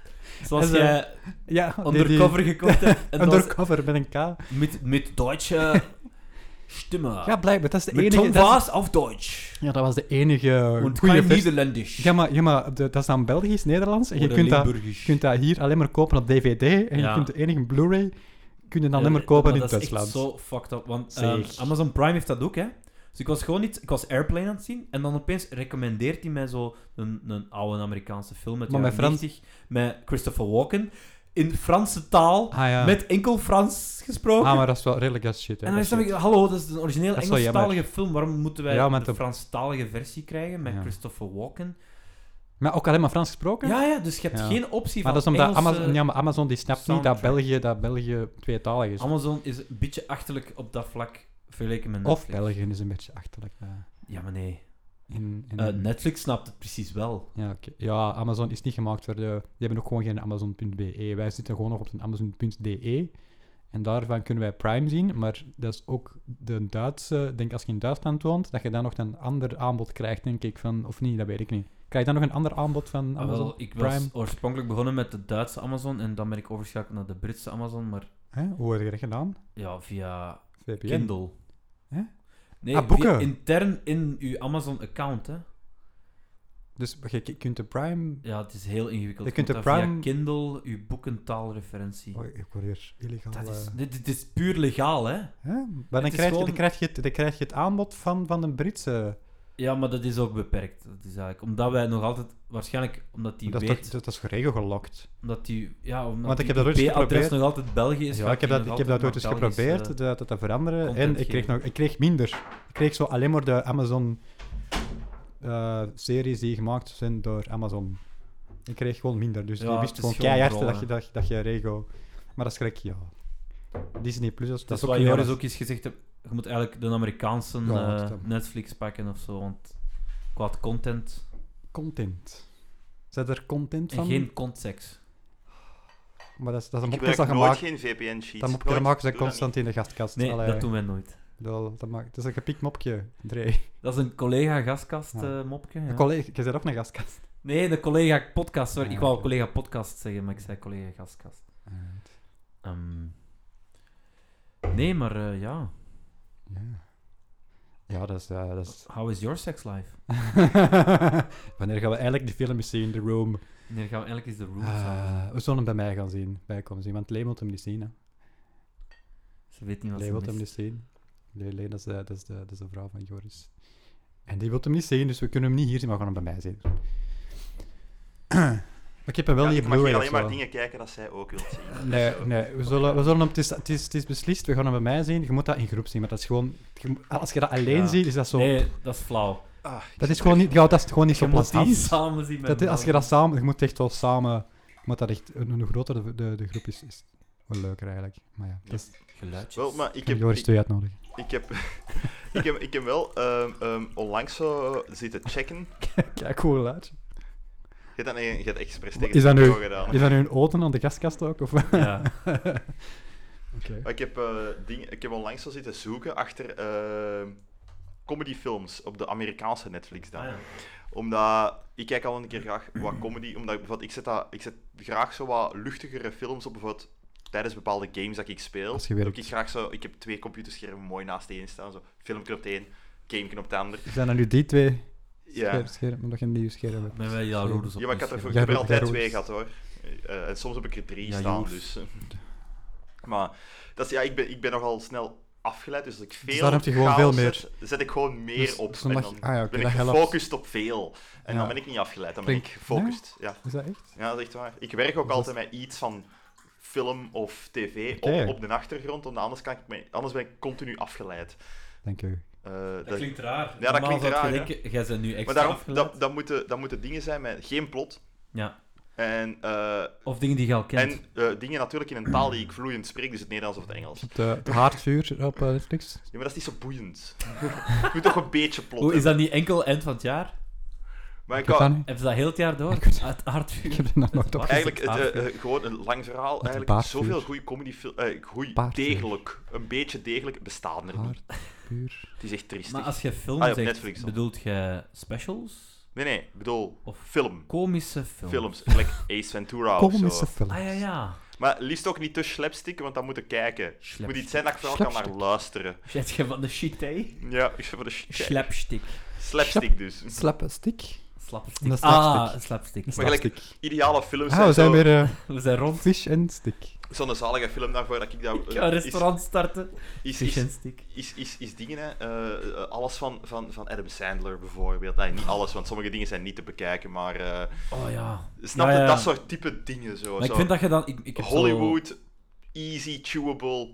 Speaker 4: zoals
Speaker 5: En zo-
Speaker 4: jij
Speaker 5: Ja, die- die-
Speaker 4: undercover gekocht hebt. En dat was
Speaker 5: undercover, met een K.
Speaker 4: met, met
Speaker 5: <laughs>
Speaker 4: Duitse stemmen.
Speaker 5: Ja, blijkbaar. Dat is de
Speaker 4: met
Speaker 5: enige...
Speaker 4: Tom
Speaker 5: dat is-
Speaker 4: Vaas auf Deutsch.
Speaker 5: ja, dat was de enige
Speaker 4: En
Speaker 5: goede
Speaker 4: geen
Speaker 5: versie.
Speaker 4: Nederlandisch.
Speaker 5: Ja, maar, ja, maar de- dat is dan Belgisch, Nederlands. En je
Speaker 4: Oder
Speaker 5: kunt dat,
Speaker 4: Limburgisch.
Speaker 5: je kunt dat hier alleen maar kopen op DVD. En
Speaker 4: Ja.
Speaker 5: je kunt de enige Blu-ray... Kun je dan
Speaker 4: Ja,
Speaker 5: alleen maar
Speaker 4: maar
Speaker 5: kopen in
Speaker 4: Dat is echt
Speaker 5: Duitsland.
Speaker 4: zo fucked up. Want ehm,
Speaker 5: Zeg.
Speaker 4: Amazon Prime heeft dat ook, hè. Dus ik was gewoon niet... Ik was Airplane aan het zien. En dan opeens recommendeert hij mij zo een, een oude Amerikaanse film uit de
Speaker 5: Maar met
Speaker 4: jaren 90. Met Christopher Walken. In Franse taal.
Speaker 5: Ah ja.
Speaker 4: Met enkel Frans gesproken.
Speaker 5: Ah, maar dat is wel redelijk als shit. hè.
Speaker 4: en dan
Speaker 5: Dat
Speaker 4: snap
Speaker 5: is-
Speaker 4: ik, hallo, dat is een origineel
Speaker 5: Dat is wel
Speaker 4: Engelstalige film. Waarom moeten wij
Speaker 5: Ja,
Speaker 4: de
Speaker 5: met de-
Speaker 4: Franstalige versie krijgen met
Speaker 5: Ja.
Speaker 4: Christopher Walken?
Speaker 5: Maar ook alleen maar Frans gesproken?
Speaker 4: Ja, ja, dus je hebt
Speaker 5: Ja.
Speaker 4: geen optie
Speaker 5: Maar dat is
Speaker 4: van
Speaker 5: omdat
Speaker 4: Engelse-
Speaker 5: Amazon, ja, maar Amazon die snapt niet dat
Speaker 4: soundtrack.
Speaker 5: België, dat België tweetalig is.
Speaker 4: Amazon is een beetje achterlijk op dat vlak vergeleken met
Speaker 5: Of
Speaker 4: Netflix.
Speaker 5: België is een beetje achterlijk. ja.
Speaker 4: Ja, maar nee.
Speaker 5: In, in-
Speaker 4: Eh, Netflix snapt het precies wel.
Speaker 5: ja, oké. ja, Amazon is niet gemaakt voor de... Die hebben ook gewoon geen Amazon.be. Wij zitten gewoon nog op een Amazon.de. En daarvan kunnen wij Prime zien, maar dat is ook de Duitse... Ik denk, als je in Duitsland woont, dat je dan nog een ander aanbod krijgt, denk ik, van... Of niet, dat weet ik niet. Krijg je dan nog een ander aanbod van
Speaker 4: Ah,
Speaker 5: Amazon
Speaker 4: wel, ik was
Speaker 5: Prime?
Speaker 4: oorspronkelijk begonnen met de Duitse Amazon en dan ben ik overgeschakeld naar de Britse Amazon, maar
Speaker 5: Hè? Hoe heb je dat gedaan?
Speaker 4: ja, via
Speaker 5: VPN?
Speaker 4: Kindle.
Speaker 5: Hè?
Speaker 4: Nee,
Speaker 5: Ah, boeken.
Speaker 4: via- intern in uw Amazon-account, hè.
Speaker 5: Dus je je kunt de Prime...
Speaker 4: Ja, het is heel ingewikkeld.
Speaker 5: Je kunt
Speaker 4: want
Speaker 5: de
Speaker 4: dat
Speaker 5: Prime-
Speaker 4: Via Kindle, uw boekentaalreferentie.
Speaker 5: Oh, ik word hier illegaal...
Speaker 4: Dat is,
Speaker 5: eh,
Speaker 4: dit, dit is puur legaal, hè.
Speaker 5: Hè? Maar dan
Speaker 4: Het is
Speaker 5: krijg, je, dan,
Speaker 4: gewoon-
Speaker 5: krijg je het, dan krijg je het aanbod van, van een Britse.
Speaker 4: Ja, maar dat is ook beperkt. Dat is eigenlijk, omdat wij nog altijd, waarschijnlijk omdat die
Speaker 5: Dat is,
Speaker 4: weet...
Speaker 5: toch, dat is geregel gelokt.
Speaker 4: Omdat die, ja, omdat
Speaker 5: Want ik
Speaker 4: die
Speaker 5: heb dat ooit eens
Speaker 4: IP-adres
Speaker 5: geprobeerd.
Speaker 4: nog altijd België is.
Speaker 5: Ja,
Speaker 4: ga
Speaker 5: ik heb
Speaker 4: die
Speaker 5: dat,
Speaker 4: nog
Speaker 5: ik heb
Speaker 4: altijd
Speaker 5: dat ooit eens
Speaker 4: naar Belgisch,
Speaker 5: geprobeerd,
Speaker 4: eh,
Speaker 5: dat, dat te veranderen. En
Speaker 4: content
Speaker 5: ik kreeg,
Speaker 4: geven.
Speaker 5: nog, ik kreeg minder. Ik kreeg zo alleen maar de Amazon-series die gemaakt zijn door Amazon. Ik kreeg gewoon minder. Dus
Speaker 4: Ja,
Speaker 5: je wist
Speaker 4: het is
Speaker 5: gewoon
Speaker 4: gewoon
Speaker 5: keihard
Speaker 4: rollen.
Speaker 5: dat je, dat, je- dat je regel... Maar dat is gelijk, ja. Disney Plus, dat,
Speaker 4: dat
Speaker 5: is ook
Speaker 4: wat
Speaker 5: weer-
Speaker 4: Joris ook eens gezegd hebt. Je moet eigenlijk de Amerikaanse
Speaker 5: Ja,
Speaker 4: eh,
Speaker 5: dat kan.
Speaker 4: Netflix pakken of zo. Want qua content.
Speaker 5: Content. Zet er content
Speaker 4: En
Speaker 5: van?
Speaker 4: geen context.
Speaker 5: Maar dat is, dat is
Speaker 3: Ik
Speaker 5: een
Speaker 3: gebruik
Speaker 5: mopjes dat
Speaker 3: nooit
Speaker 5: je maakt.
Speaker 3: geen VPN-sheet.
Speaker 5: Dat mopje dat maken ze constant in de gastkast.
Speaker 4: Nee,
Speaker 5: Allee.
Speaker 4: dat doen wij nooit.
Speaker 5: Dat, dat, maakt, dat is een gepikt mopje, Dre.
Speaker 4: Dat is een collega-gastkast
Speaker 5: Ja.
Speaker 4: eh, mopje.
Speaker 5: Een
Speaker 4: Ja.
Speaker 5: collega, je bent ook een gastkast.
Speaker 4: nee, de collega-podcast. Sorry,
Speaker 5: Ja,
Speaker 4: ik wou
Speaker 5: oké.
Speaker 4: collega-podcast zeggen, maar ik zei collega-gastkast. Ehm, nee, maar eh, ja.
Speaker 5: Ja. ja, dat is... eh, dat is...
Speaker 4: How is your sex life?
Speaker 5: <laughs> Wanneer gaan we eigenlijk die film eens zien, The Room?
Speaker 4: Wanneer gaan we eigenlijk eens de rules aan?
Speaker 5: Ah, we zullen hem bij mij gaan zien, bij komen zien, want Lee wil hem niet zien. Hè.
Speaker 4: Ze weet niet wat
Speaker 5: Lee
Speaker 4: ze
Speaker 5: wil hem
Speaker 4: mist.
Speaker 5: niet zien. Lee, Lee, dat, is de, dat, is de, dat is de vrouw van Joris. En die wil hem niet zien, dus we kunnen hem niet hier zien, maar we gaan hem bij mij zien. <clears throat> Maar ik heb hem wel
Speaker 3: Ja,
Speaker 5: niet
Speaker 3: ik
Speaker 5: op
Speaker 3: mag
Speaker 5: Blu-ray
Speaker 3: hier
Speaker 5: of
Speaker 3: alleen maar
Speaker 5: zo.
Speaker 3: dingen kijken dat zij ook wilt
Speaker 5: <laughs>
Speaker 3: zien. <laughs>
Speaker 5: Nee, nee we zullen, we zullen hem, het, is, het, is, het is beslist, we gaan hem bij mij zien. Je moet dat in groep zien, maar dat is gewoon... je moet- Als je dat alleen
Speaker 4: Ja.
Speaker 5: ziet, is dat zo...
Speaker 4: Nee, dat is flauw.
Speaker 3: Ah,
Speaker 5: dat, is gewoon niet, ja, dat is gewoon niet
Speaker 4: Je
Speaker 5: zo
Speaker 4: moet die
Speaker 5: plezant.
Speaker 4: samen zien met
Speaker 5: Dat is- als je
Speaker 4: mannen.
Speaker 5: dat samen... Je moet echt wel samen... je moet dat echt, hoe hoe groter de, de, de groep is, is hoe leuker eigenlijk. Maar ja, dat is,
Speaker 4: Geluidjes.
Speaker 3: Wel, maar ik
Speaker 5: ik heb
Speaker 3: heb,
Speaker 5: Joris
Speaker 3: ik,
Speaker 5: twee uitnodigen.
Speaker 3: ik heb, <laughs> ik heb, ik heb wel ehm, ehm, onlangs zo zitten checken.
Speaker 5: Kijk, hoe laat.
Speaker 3: Je hebt dat, nee, je hebt expres tegen
Speaker 5: Is dat
Speaker 3: de
Speaker 5: nu-
Speaker 3: bureau gedaan.
Speaker 5: Is dat nu een oten aan de gastkast ook? Of? Oké.
Speaker 4: Ja.
Speaker 3: Maar ik heb, eh, dingen, ik heb onlangs zo zitten zoeken achter ehm, comedyfilms op de Amerikaanse Netflix dan. Omdat ik kijk al een keer graag wat comedy, omdat ik, bijvoorbeeld, ik, zet dat, ik zet graag zo wat luchtigere films op, bijvoorbeeld tijdens bepaalde games dat ik speel.
Speaker 5: Als je
Speaker 3: Heb
Speaker 5: werkt.
Speaker 3: ik, graag zo, ik heb twee computerschermen mooi naast één staan, zo filmpje op het een, gameknop op het ander.
Speaker 5: Zijn er nu die twee
Speaker 3: Ja.
Speaker 5: schermen, schermen, nog een nieuw scherm? hebt?
Speaker 4: Met wel jaloers op.
Speaker 3: Ja, maar ik, had
Speaker 4: ons,
Speaker 3: er,
Speaker 4: ja.
Speaker 3: ik heb
Speaker 5: Jij
Speaker 3: er
Speaker 5: ro-
Speaker 3: altijd
Speaker 5: jij
Speaker 3: twee
Speaker 5: roept.
Speaker 3: gehad hoor. Eh, en soms heb ik er drie
Speaker 4: Ja, je
Speaker 3: staan,
Speaker 4: hoeft.
Speaker 3: dus. eh. Maar dat is, ja, ik, ben, ik ben nogal snel afgeleid, dus als ik veel.
Speaker 5: daarom heb je gewoon
Speaker 3: chaos
Speaker 5: veel meer.
Speaker 3: Zet, zet ik gewoon meer
Speaker 5: Dus
Speaker 3: op. en
Speaker 5: zondag-
Speaker 3: dan
Speaker 5: ah ja, oké,
Speaker 3: ben ik
Speaker 5: dat helpt.
Speaker 3: gefocust op veel. En
Speaker 5: Ja.
Speaker 3: dan ben ik niet afgeleid, dan ben ik
Speaker 5: Denk-
Speaker 3: gefocust. Ja.
Speaker 5: Is dat echt?
Speaker 3: ja, dat is echt waar. Ik werk ook
Speaker 5: Dus dat
Speaker 3: altijd met iets van film of tv
Speaker 5: Oké.
Speaker 3: op, op de achtergrond, want anders, kan ik me, anders ben ik continu afgeleid.
Speaker 5: Dank u.
Speaker 3: Eh,
Speaker 4: Dat klinkt raar.
Speaker 3: dat
Speaker 4: Normaal
Speaker 3: klinkt
Speaker 4: zou je
Speaker 3: raar,
Speaker 4: denken, Jij bent nu
Speaker 3: maar
Speaker 4: extra
Speaker 3: daarom,
Speaker 4: afgeleid.
Speaker 3: dat, dat, moeten, dat moeten dingen zijn met geen plot.
Speaker 4: Ja.
Speaker 3: En eh,
Speaker 4: Of dingen die je al kent.
Speaker 3: En eh, dingen natuurlijk in een taal die ik vloeiend spreek, dus het Nederlands of het Engels.
Speaker 5: Het, eh, het haardvuur op eh, Netflix.
Speaker 3: Ja, maar dat is niet zo boeiend. Je moet toch een beetje
Speaker 4: Hoe
Speaker 3: plotten.
Speaker 4: is dat niet enkel eind van het jaar?
Speaker 3: Maar ik
Speaker 5: Ik weet dat
Speaker 3: wou
Speaker 5: niet.
Speaker 4: Hebben ze dat heel het jaar door? Het
Speaker 5: Ik
Speaker 4: hardvuur.
Speaker 5: heb het nog nooit
Speaker 4: waar.
Speaker 5: op.
Speaker 3: eigenlijk
Speaker 4: het
Speaker 3: het, eh,
Speaker 4: paardvuur?
Speaker 3: eh, gewoon een lang verhaal. Eigenlijk
Speaker 5: paardvuur.
Speaker 3: zoveel goede comedy eh goeie
Speaker 5: Paardvuur.
Speaker 3: degelijk, een beetje degelijk bestaan er niet.
Speaker 5: Puur.
Speaker 3: Het is echt triestig.
Speaker 4: Maar als je film
Speaker 3: Ah, ja, op
Speaker 4: zegt,
Speaker 3: Netflix dan.
Speaker 4: bedoelt je specials?
Speaker 3: Nee, nee, ik bedoel
Speaker 4: Of
Speaker 3: film.
Speaker 4: komische films?
Speaker 3: Films, gelijk Ace Ventura of zo.
Speaker 5: Komische film.
Speaker 4: Ah ja, ja.
Speaker 3: Maar liefst ook niet te schlepstikken, want dan moet ik kijken. Het moet iets zijn dat ik vooral kan naar
Speaker 5: Slapstick.
Speaker 3: luisteren.
Speaker 4: Zet je van de shite?
Speaker 3: Ja, ik zeg voor de sh-
Speaker 4: Slapstick.
Speaker 3: slapstick dus.
Speaker 5: Slapstick.
Speaker 4: Slapstick.
Speaker 5: Dat is
Speaker 4: Ah,
Speaker 5: slapstick.
Speaker 4: slapstick.
Speaker 3: Maar gelijk, ideale films
Speaker 5: Ah, we zijn
Speaker 3: zo,
Speaker 5: weer eh,
Speaker 4: We zijn rond.
Speaker 5: fish en stick.
Speaker 3: Zo'n zalige film daarvoor dat ik dat...
Speaker 4: Ik ga een restaurant starten.
Speaker 3: Eh, Is, is,
Speaker 4: Fish
Speaker 3: is,
Speaker 4: and stick.
Speaker 3: is, is, is dingen, hè. eh, eh, alles van, van, van Adam Sandler bijvoorbeeld. Nee, niet alles, want sommige dingen zijn niet te bekijken, maar... eh,
Speaker 4: Oh ja.
Speaker 3: snap
Speaker 4: Ja,
Speaker 3: je,
Speaker 4: ja.
Speaker 3: dat soort type dingen zo.
Speaker 4: Maar ik
Speaker 3: zo.
Speaker 4: vind dat je dan... Ik, ik heb zo-
Speaker 3: Hollywood, easy, chewable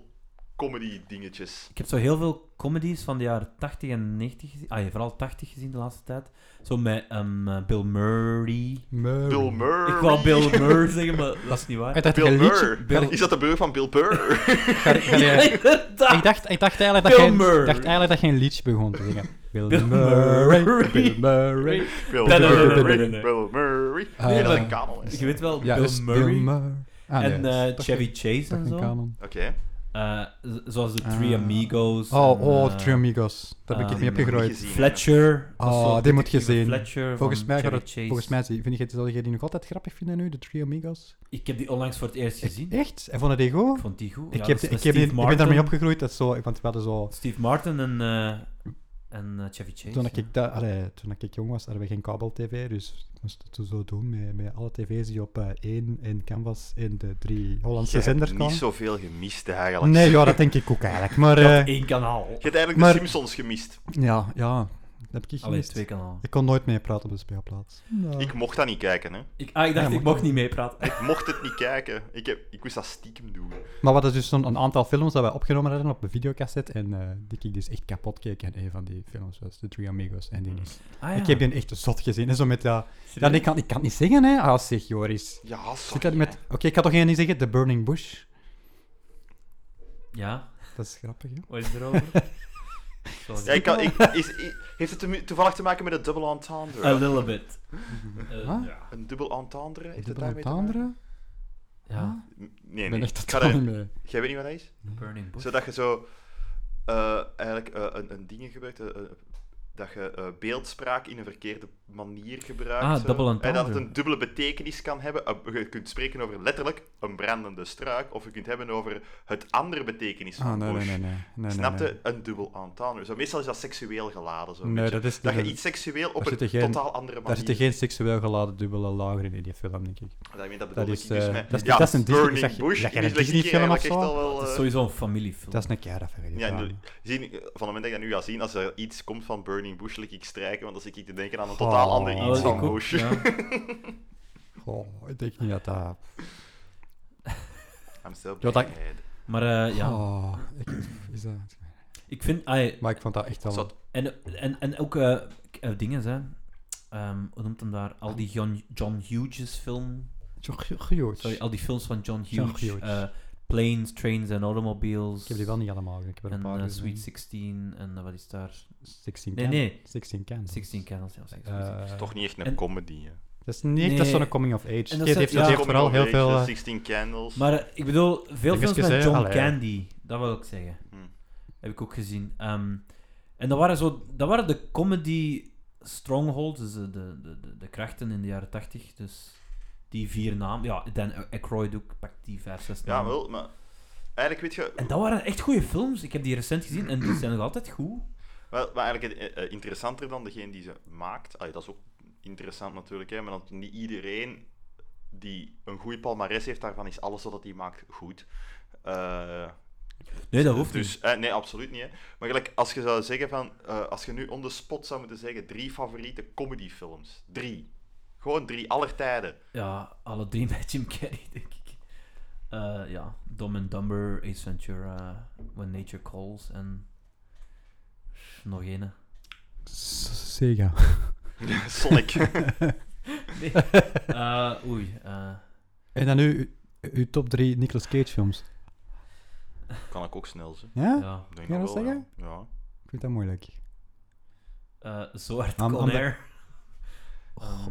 Speaker 3: comedy dingetjes.
Speaker 4: ik heb zo heel veel comedies van de jaren 80 en 90 gezien. Ah, ja, vooral 80 gezien de laatste tijd. Zo met ehm, eh, Bill Murray.
Speaker 5: Murray.
Speaker 3: Bill Murray.
Speaker 4: Ik wou Bill
Speaker 3: <laughs>
Speaker 4: Murray <laughs> zeggen, maar dat is niet
Speaker 5: Hij
Speaker 4: waar.
Speaker 5: dacht,
Speaker 3: Bill
Speaker 5: een liedje-
Speaker 3: Murray.
Speaker 5: Bill-
Speaker 3: Is dat de broer van Bill
Speaker 5: <laughs>
Speaker 3: Burr?
Speaker 5: Ga- ga
Speaker 4: Ja,
Speaker 5: jij-
Speaker 4: inderdaad.
Speaker 5: Ik dacht, ik dacht eigenlijk dat
Speaker 4: Bill
Speaker 5: jij- ik
Speaker 4: Murray.
Speaker 5: dacht eigenlijk dat je een liedje begon te zingen. Bill,
Speaker 4: Bill Murray.
Speaker 5: Murray, Bill Murray.
Speaker 3: Bill
Speaker 4: Nee, nee, nee,
Speaker 3: Murray.
Speaker 4: nee, nee, nee.
Speaker 3: Bill Murray.
Speaker 5: Eh,
Speaker 3: nee, dat is
Speaker 4: maar-
Speaker 3: een kanon. hè.
Speaker 4: <laughs> Je weet wel,
Speaker 5: Ja,
Speaker 4: Bill
Speaker 5: dus
Speaker 4: Murray
Speaker 5: Bill Murray. Ah, nee,
Speaker 4: en
Speaker 5: dat is
Speaker 4: eh,
Speaker 5: toch
Speaker 4: Chevy
Speaker 5: geen-
Speaker 4: Chase
Speaker 5: toch
Speaker 4: en
Speaker 5: geen
Speaker 4: zo.
Speaker 5: canon.
Speaker 3: Oké.
Speaker 4: Eh, z- zoals de Three
Speaker 5: Ah.
Speaker 4: Amigos.
Speaker 5: Oh,
Speaker 4: en,
Speaker 5: oh,
Speaker 4: eh,
Speaker 5: Three Amigos. Daar heb ik
Speaker 4: ah,
Speaker 5: het mee
Speaker 3: die heb ik
Speaker 5: opgegroeid.
Speaker 3: gezien.
Speaker 4: Fletcher.
Speaker 5: Oh,
Speaker 4: Dat is zo
Speaker 5: die
Speaker 4: detective
Speaker 5: moet je zien.
Speaker 4: Fletcher
Speaker 5: Volgens
Speaker 4: van
Speaker 5: mij, gaat
Speaker 4: Chevy
Speaker 5: het-
Speaker 4: Chase.
Speaker 5: volgens mij zie- vind ik het zal je die nog altijd grappig vinden nu, de Three Amigos.
Speaker 4: Ik heb die onlangs voor het eerst gezien. Ik,
Speaker 5: Echt? En vonden die goed?
Speaker 4: vond die goed.
Speaker 5: Ik,
Speaker 4: Ja,
Speaker 5: heb,
Speaker 4: dat is
Speaker 5: ik,
Speaker 4: met
Speaker 5: heb,
Speaker 4: Steve
Speaker 5: ik ben daarmee
Speaker 4: Martin.
Speaker 5: opgegroeid, dat is zo, want we hadden zo...
Speaker 4: Steve Martin en, eh, en eh, Chevy Chase.
Speaker 5: Toen
Speaker 4: ja.
Speaker 5: ik, dat, allee, toen ik jong was, hadden we geen kabel-tv, dus ik moest het toen zo doen met, met alle tv's die op eh, één en Canvas en de drie Hollandse
Speaker 3: Je hebt
Speaker 5: zenders
Speaker 3: niet
Speaker 5: kwamen.
Speaker 3: zoveel gemist eigenlijk.
Speaker 5: Nee, ja, dat denk ik ook eigenlijk.
Speaker 4: <laughs>
Speaker 5: Maar
Speaker 4: Ik had
Speaker 5: eh,
Speaker 4: één kanaal.
Speaker 3: Je hebt eigenlijk
Speaker 5: Maar-
Speaker 3: de Simpsons gemist.
Speaker 5: ja, ja, dat heb ik
Speaker 4: Alleen
Speaker 5: gemist.
Speaker 4: twee kanalen.
Speaker 5: Ik kon nooit meer praten op de speelplaats. Ja.
Speaker 3: Ik mocht dat niet kijken, hè.
Speaker 4: Ik, ah, ik dacht,
Speaker 5: Ja, maar-
Speaker 4: ik mocht niet meepraten.
Speaker 3: Ik mocht het niet kijken. Ik, heb, ik moest dat stiekem doen.
Speaker 5: Maar wat is dus zo'n een aantal films dat wij opgenomen hadden op een videocassette en eh, die ik dus echt kapot keek. En een van die films was The Three Amigos. En die is...
Speaker 4: Ah, ja.
Speaker 5: Ik heb die echt zot gezien. En zo met dat... Hmm. Ja, nee, ik, kan, ik kan het niet zeggen, hè. Ah, zeg, Joris.
Speaker 3: Ja,
Speaker 5: Zit
Speaker 3: sorry.
Speaker 5: dat met... Oké, ik kan toch geen niet zeggen? The Burning Bush.
Speaker 4: Ja,
Speaker 5: Dat is grappig, hè.
Speaker 4: wat is
Speaker 5: <laughs>
Speaker 4: er over? Zoals-
Speaker 3: Ja, ik kan, ik, is, i- heeft het te- toevallig te maken met een dubbel
Speaker 4: A
Speaker 3: entendre?
Speaker 4: little bit. Eh,
Speaker 5: Huh?
Speaker 4: ja.
Speaker 3: Een dubbel entendre? Heeft het
Speaker 5: Dubbel
Speaker 3: daarmee te maken?
Speaker 5: entendre?
Speaker 4: ja,
Speaker 3: Nee,
Speaker 5: Ik
Speaker 3: nee.
Speaker 5: ben echt
Speaker 3: Ik ga
Speaker 5: totaal
Speaker 3: er-
Speaker 5: niet mee.
Speaker 3: Jij weet niet wat dat is?
Speaker 4: Burning Bush.
Speaker 3: Zodat je zo eh, eigenlijk eh, een, een ding gebruikt, eh, eh, dat je eh, beeldspraak in een verkeerde manier gebruikt.
Speaker 4: Ah,
Speaker 3: zo.
Speaker 4: dubbel
Speaker 3: en dat het
Speaker 4: entendre.
Speaker 3: een dubbele betekenis kan hebben. Eh, je kunt spreken over letterlijk een brandende struik, of je kunt hebben over het andere betekenis van
Speaker 5: Ah, nee, nee,
Speaker 3: bush.
Speaker 5: nee. nee, nee
Speaker 3: Snapte?
Speaker 5: nee, nee.
Speaker 3: Een dubbel entendre. Zo, meestal is dat seksueel geladen. Zo, een
Speaker 5: Nee,
Speaker 3: beetje.
Speaker 5: dat is
Speaker 3: dat je
Speaker 5: niet-
Speaker 3: iets seksueel op
Speaker 5: daar
Speaker 3: een
Speaker 5: zitten geen-
Speaker 3: totaal andere manier...
Speaker 5: Daar zitten geen seksueel geladen dubbele lagen in in die film, denk ik.
Speaker 3: Dat, dat,
Speaker 5: dat
Speaker 3: bedoel
Speaker 5: is,
Speaker 3: ik dus
Speaker 5: eh,
Speaker 3: met-
Speaker 5: dat is-
Speaker 3: ja,
Speaker 5: dat is een Disney-
Speaker 3: Burning
Speaker 5: zeg je-
Speaker 3: Bush.
Speaker 5: zeg je
Speaker 3: die
Speaker 5: een
Speaker 3: leg ik hier
Speaker 5: Disney-film
Speaker 3: eigenlijk
Speaker 5: of
Speaker 3: echt
Speaker 5: zo?
Speaker 3: al wel...
Speaker 4: Dat is
Speaker 3: eh,
Speaker 4: sowieso een familiefilm.
Speaker 5: Dat is een keer afgegeven.
Speaker 3: Ja, doe- Zie, van het moment dat ik dat nu ga zien, als er iets komt van Burning Bush, lik ik strijken, want dan zit ik te denken aan een totaal
Speaker 5: Oh,
Speaker 3: ander
Speaker 5: dat
Speaker 3: iets
Speaker 5: is
Speaker 3: van
Speaker 5: ook
Speaker 3: Bush.
Speaker 5: Goh, ik denk niet dat dat...
Speaker 3: <laughs> I'm so
Speaker 5: Ja,
Speaker 3: bad.
Speaker 5: dat-
Speaker 4: Maar eh, ja,
Speaker 5: Oh, ik, is dat...
Speaker 4: ik vind... ah, ja,
Speaker 5: Maar ik vond dat echt wel...
Speaker 3: Zot.
Speaker 4: en, en, en ook eh, k- eh, dingen, hè. Ehm, hoe noemt hem daar? Al die John, John Hughes film...
Speaker 5: Gejoord.
Speaker 4: Sorry, al die films van John
Speaker 5: John
Speaker 4: Hughes.
Speaker 5: Hughes.
Speaker 4: eh, Planes, Trains and Automobiles.
Speaker 5: Ik heb die wel niet allemaal. gezien. Ik heb er een
Speaker 4: En
Speaker 5: paar
Speaker 4: eh,
Speaker 5: gezien.
Speaker 4: Sweet 16 en eh, wat is daar?
Speaker 5: 16
Speaker 4: Nee,
Speaker 5: Can-
Speaker 4: nee.
Speaker 5: 16 Candles.
Speaker 4: 16 Candles, ja. 16.
Speaker 5: Eh,
Speaker 3: Toch niet echt een
Speaker 4: En-
Speaker 3: comedy, hè.
Speaker 5: Dat is niet echt dat is
Speaker 4: Nee.
Speaker 5: zo'n coming of age. Die
Speaker 4: zijn-
Speaker 5: heeft, die
Speaker 4: ja.
Speaker 5: heeft vooral heel veel... eh,
Speaker 3: 16 Candles.
Speaker 4: Maar eh, ik bedoel, veel
Speaker 5: Ik
Speaker 4: films
Speaker 5: even
Speaker 4: met
Speaker 5: zeggen,
Speaker 4: John
Speaker 5: allee.
Speaker 4: Candy, dat wil ik zeggen.
Speaker 3: Hmm.
Speaker 4: Heb ik ook gezien. Ehm, en dat waren, zo, dat waren de comedy strongholds, dus de, de, de, de- de krachten in de jaren tachtig. Dus die vier namen. Ja, Dan Aykroyd ook, pak die vijf, zes
Speaker 3: Ja,
Speaker 4: namen.
Speaker 3: wel, maar... Eigenlijk weet je...
Speaker 4: En dat waren echt goede films. Ik heb die recent gezien en die zijn nog altijd goed.
Speaker 3: Wel, maar eigenlijk eh, eh, interessanter dan degene die ze maakt. Allee, dat is ook interessant natuurlijk, hè, maar dat niet iedereen die een goede palmares heeft, daarvan is alles wat hij maakt goed. Eh...
Speaker 4: Nee, dat hoeft
Speaker 3: dus, eh, nee, absoluut niet. Hè. Maar gelijk, als je zou zeggen van... eh, als je nu on the spot zou moeten zeggen, drie favoriete comedyfilms. Drie. Gewoon drie, aller tijden.
Speaker 4: niet. Ja, alle drie <laughs> met Jim Carrey, denk ik. Eh, ja, Dumb and Dumber, Ace Ventura, When Nature Calls en... Nog ene.
Speaker 5: S- Sega.
Speaker 3: Sonic.
Speaker 4: Nee. <laughs> Eh, oei. eh,
Speaker 5: En dan nu uw- uw top 3 Nicolas Cage films.
Speaker 3: kan ik ook snel, ze.
Speaker 5: Ja?
Speaker 4: ja.
Speaker 3: Denk
Speaker 5: Ja,
Speaker 3: dat
Speaker 5: dat
Speaker 3: wel,
Speaker 5: zeggen?
Speaker 3: Ja. Ja.
Speaker 5: Ik vind dat moeilijk.
Speaker 4: Eh, Ehm, zo hard
Speaker 5: Aan- aan
Speaker 4: Con
Speaker 5: de- Oh,
Speaker 4: Air.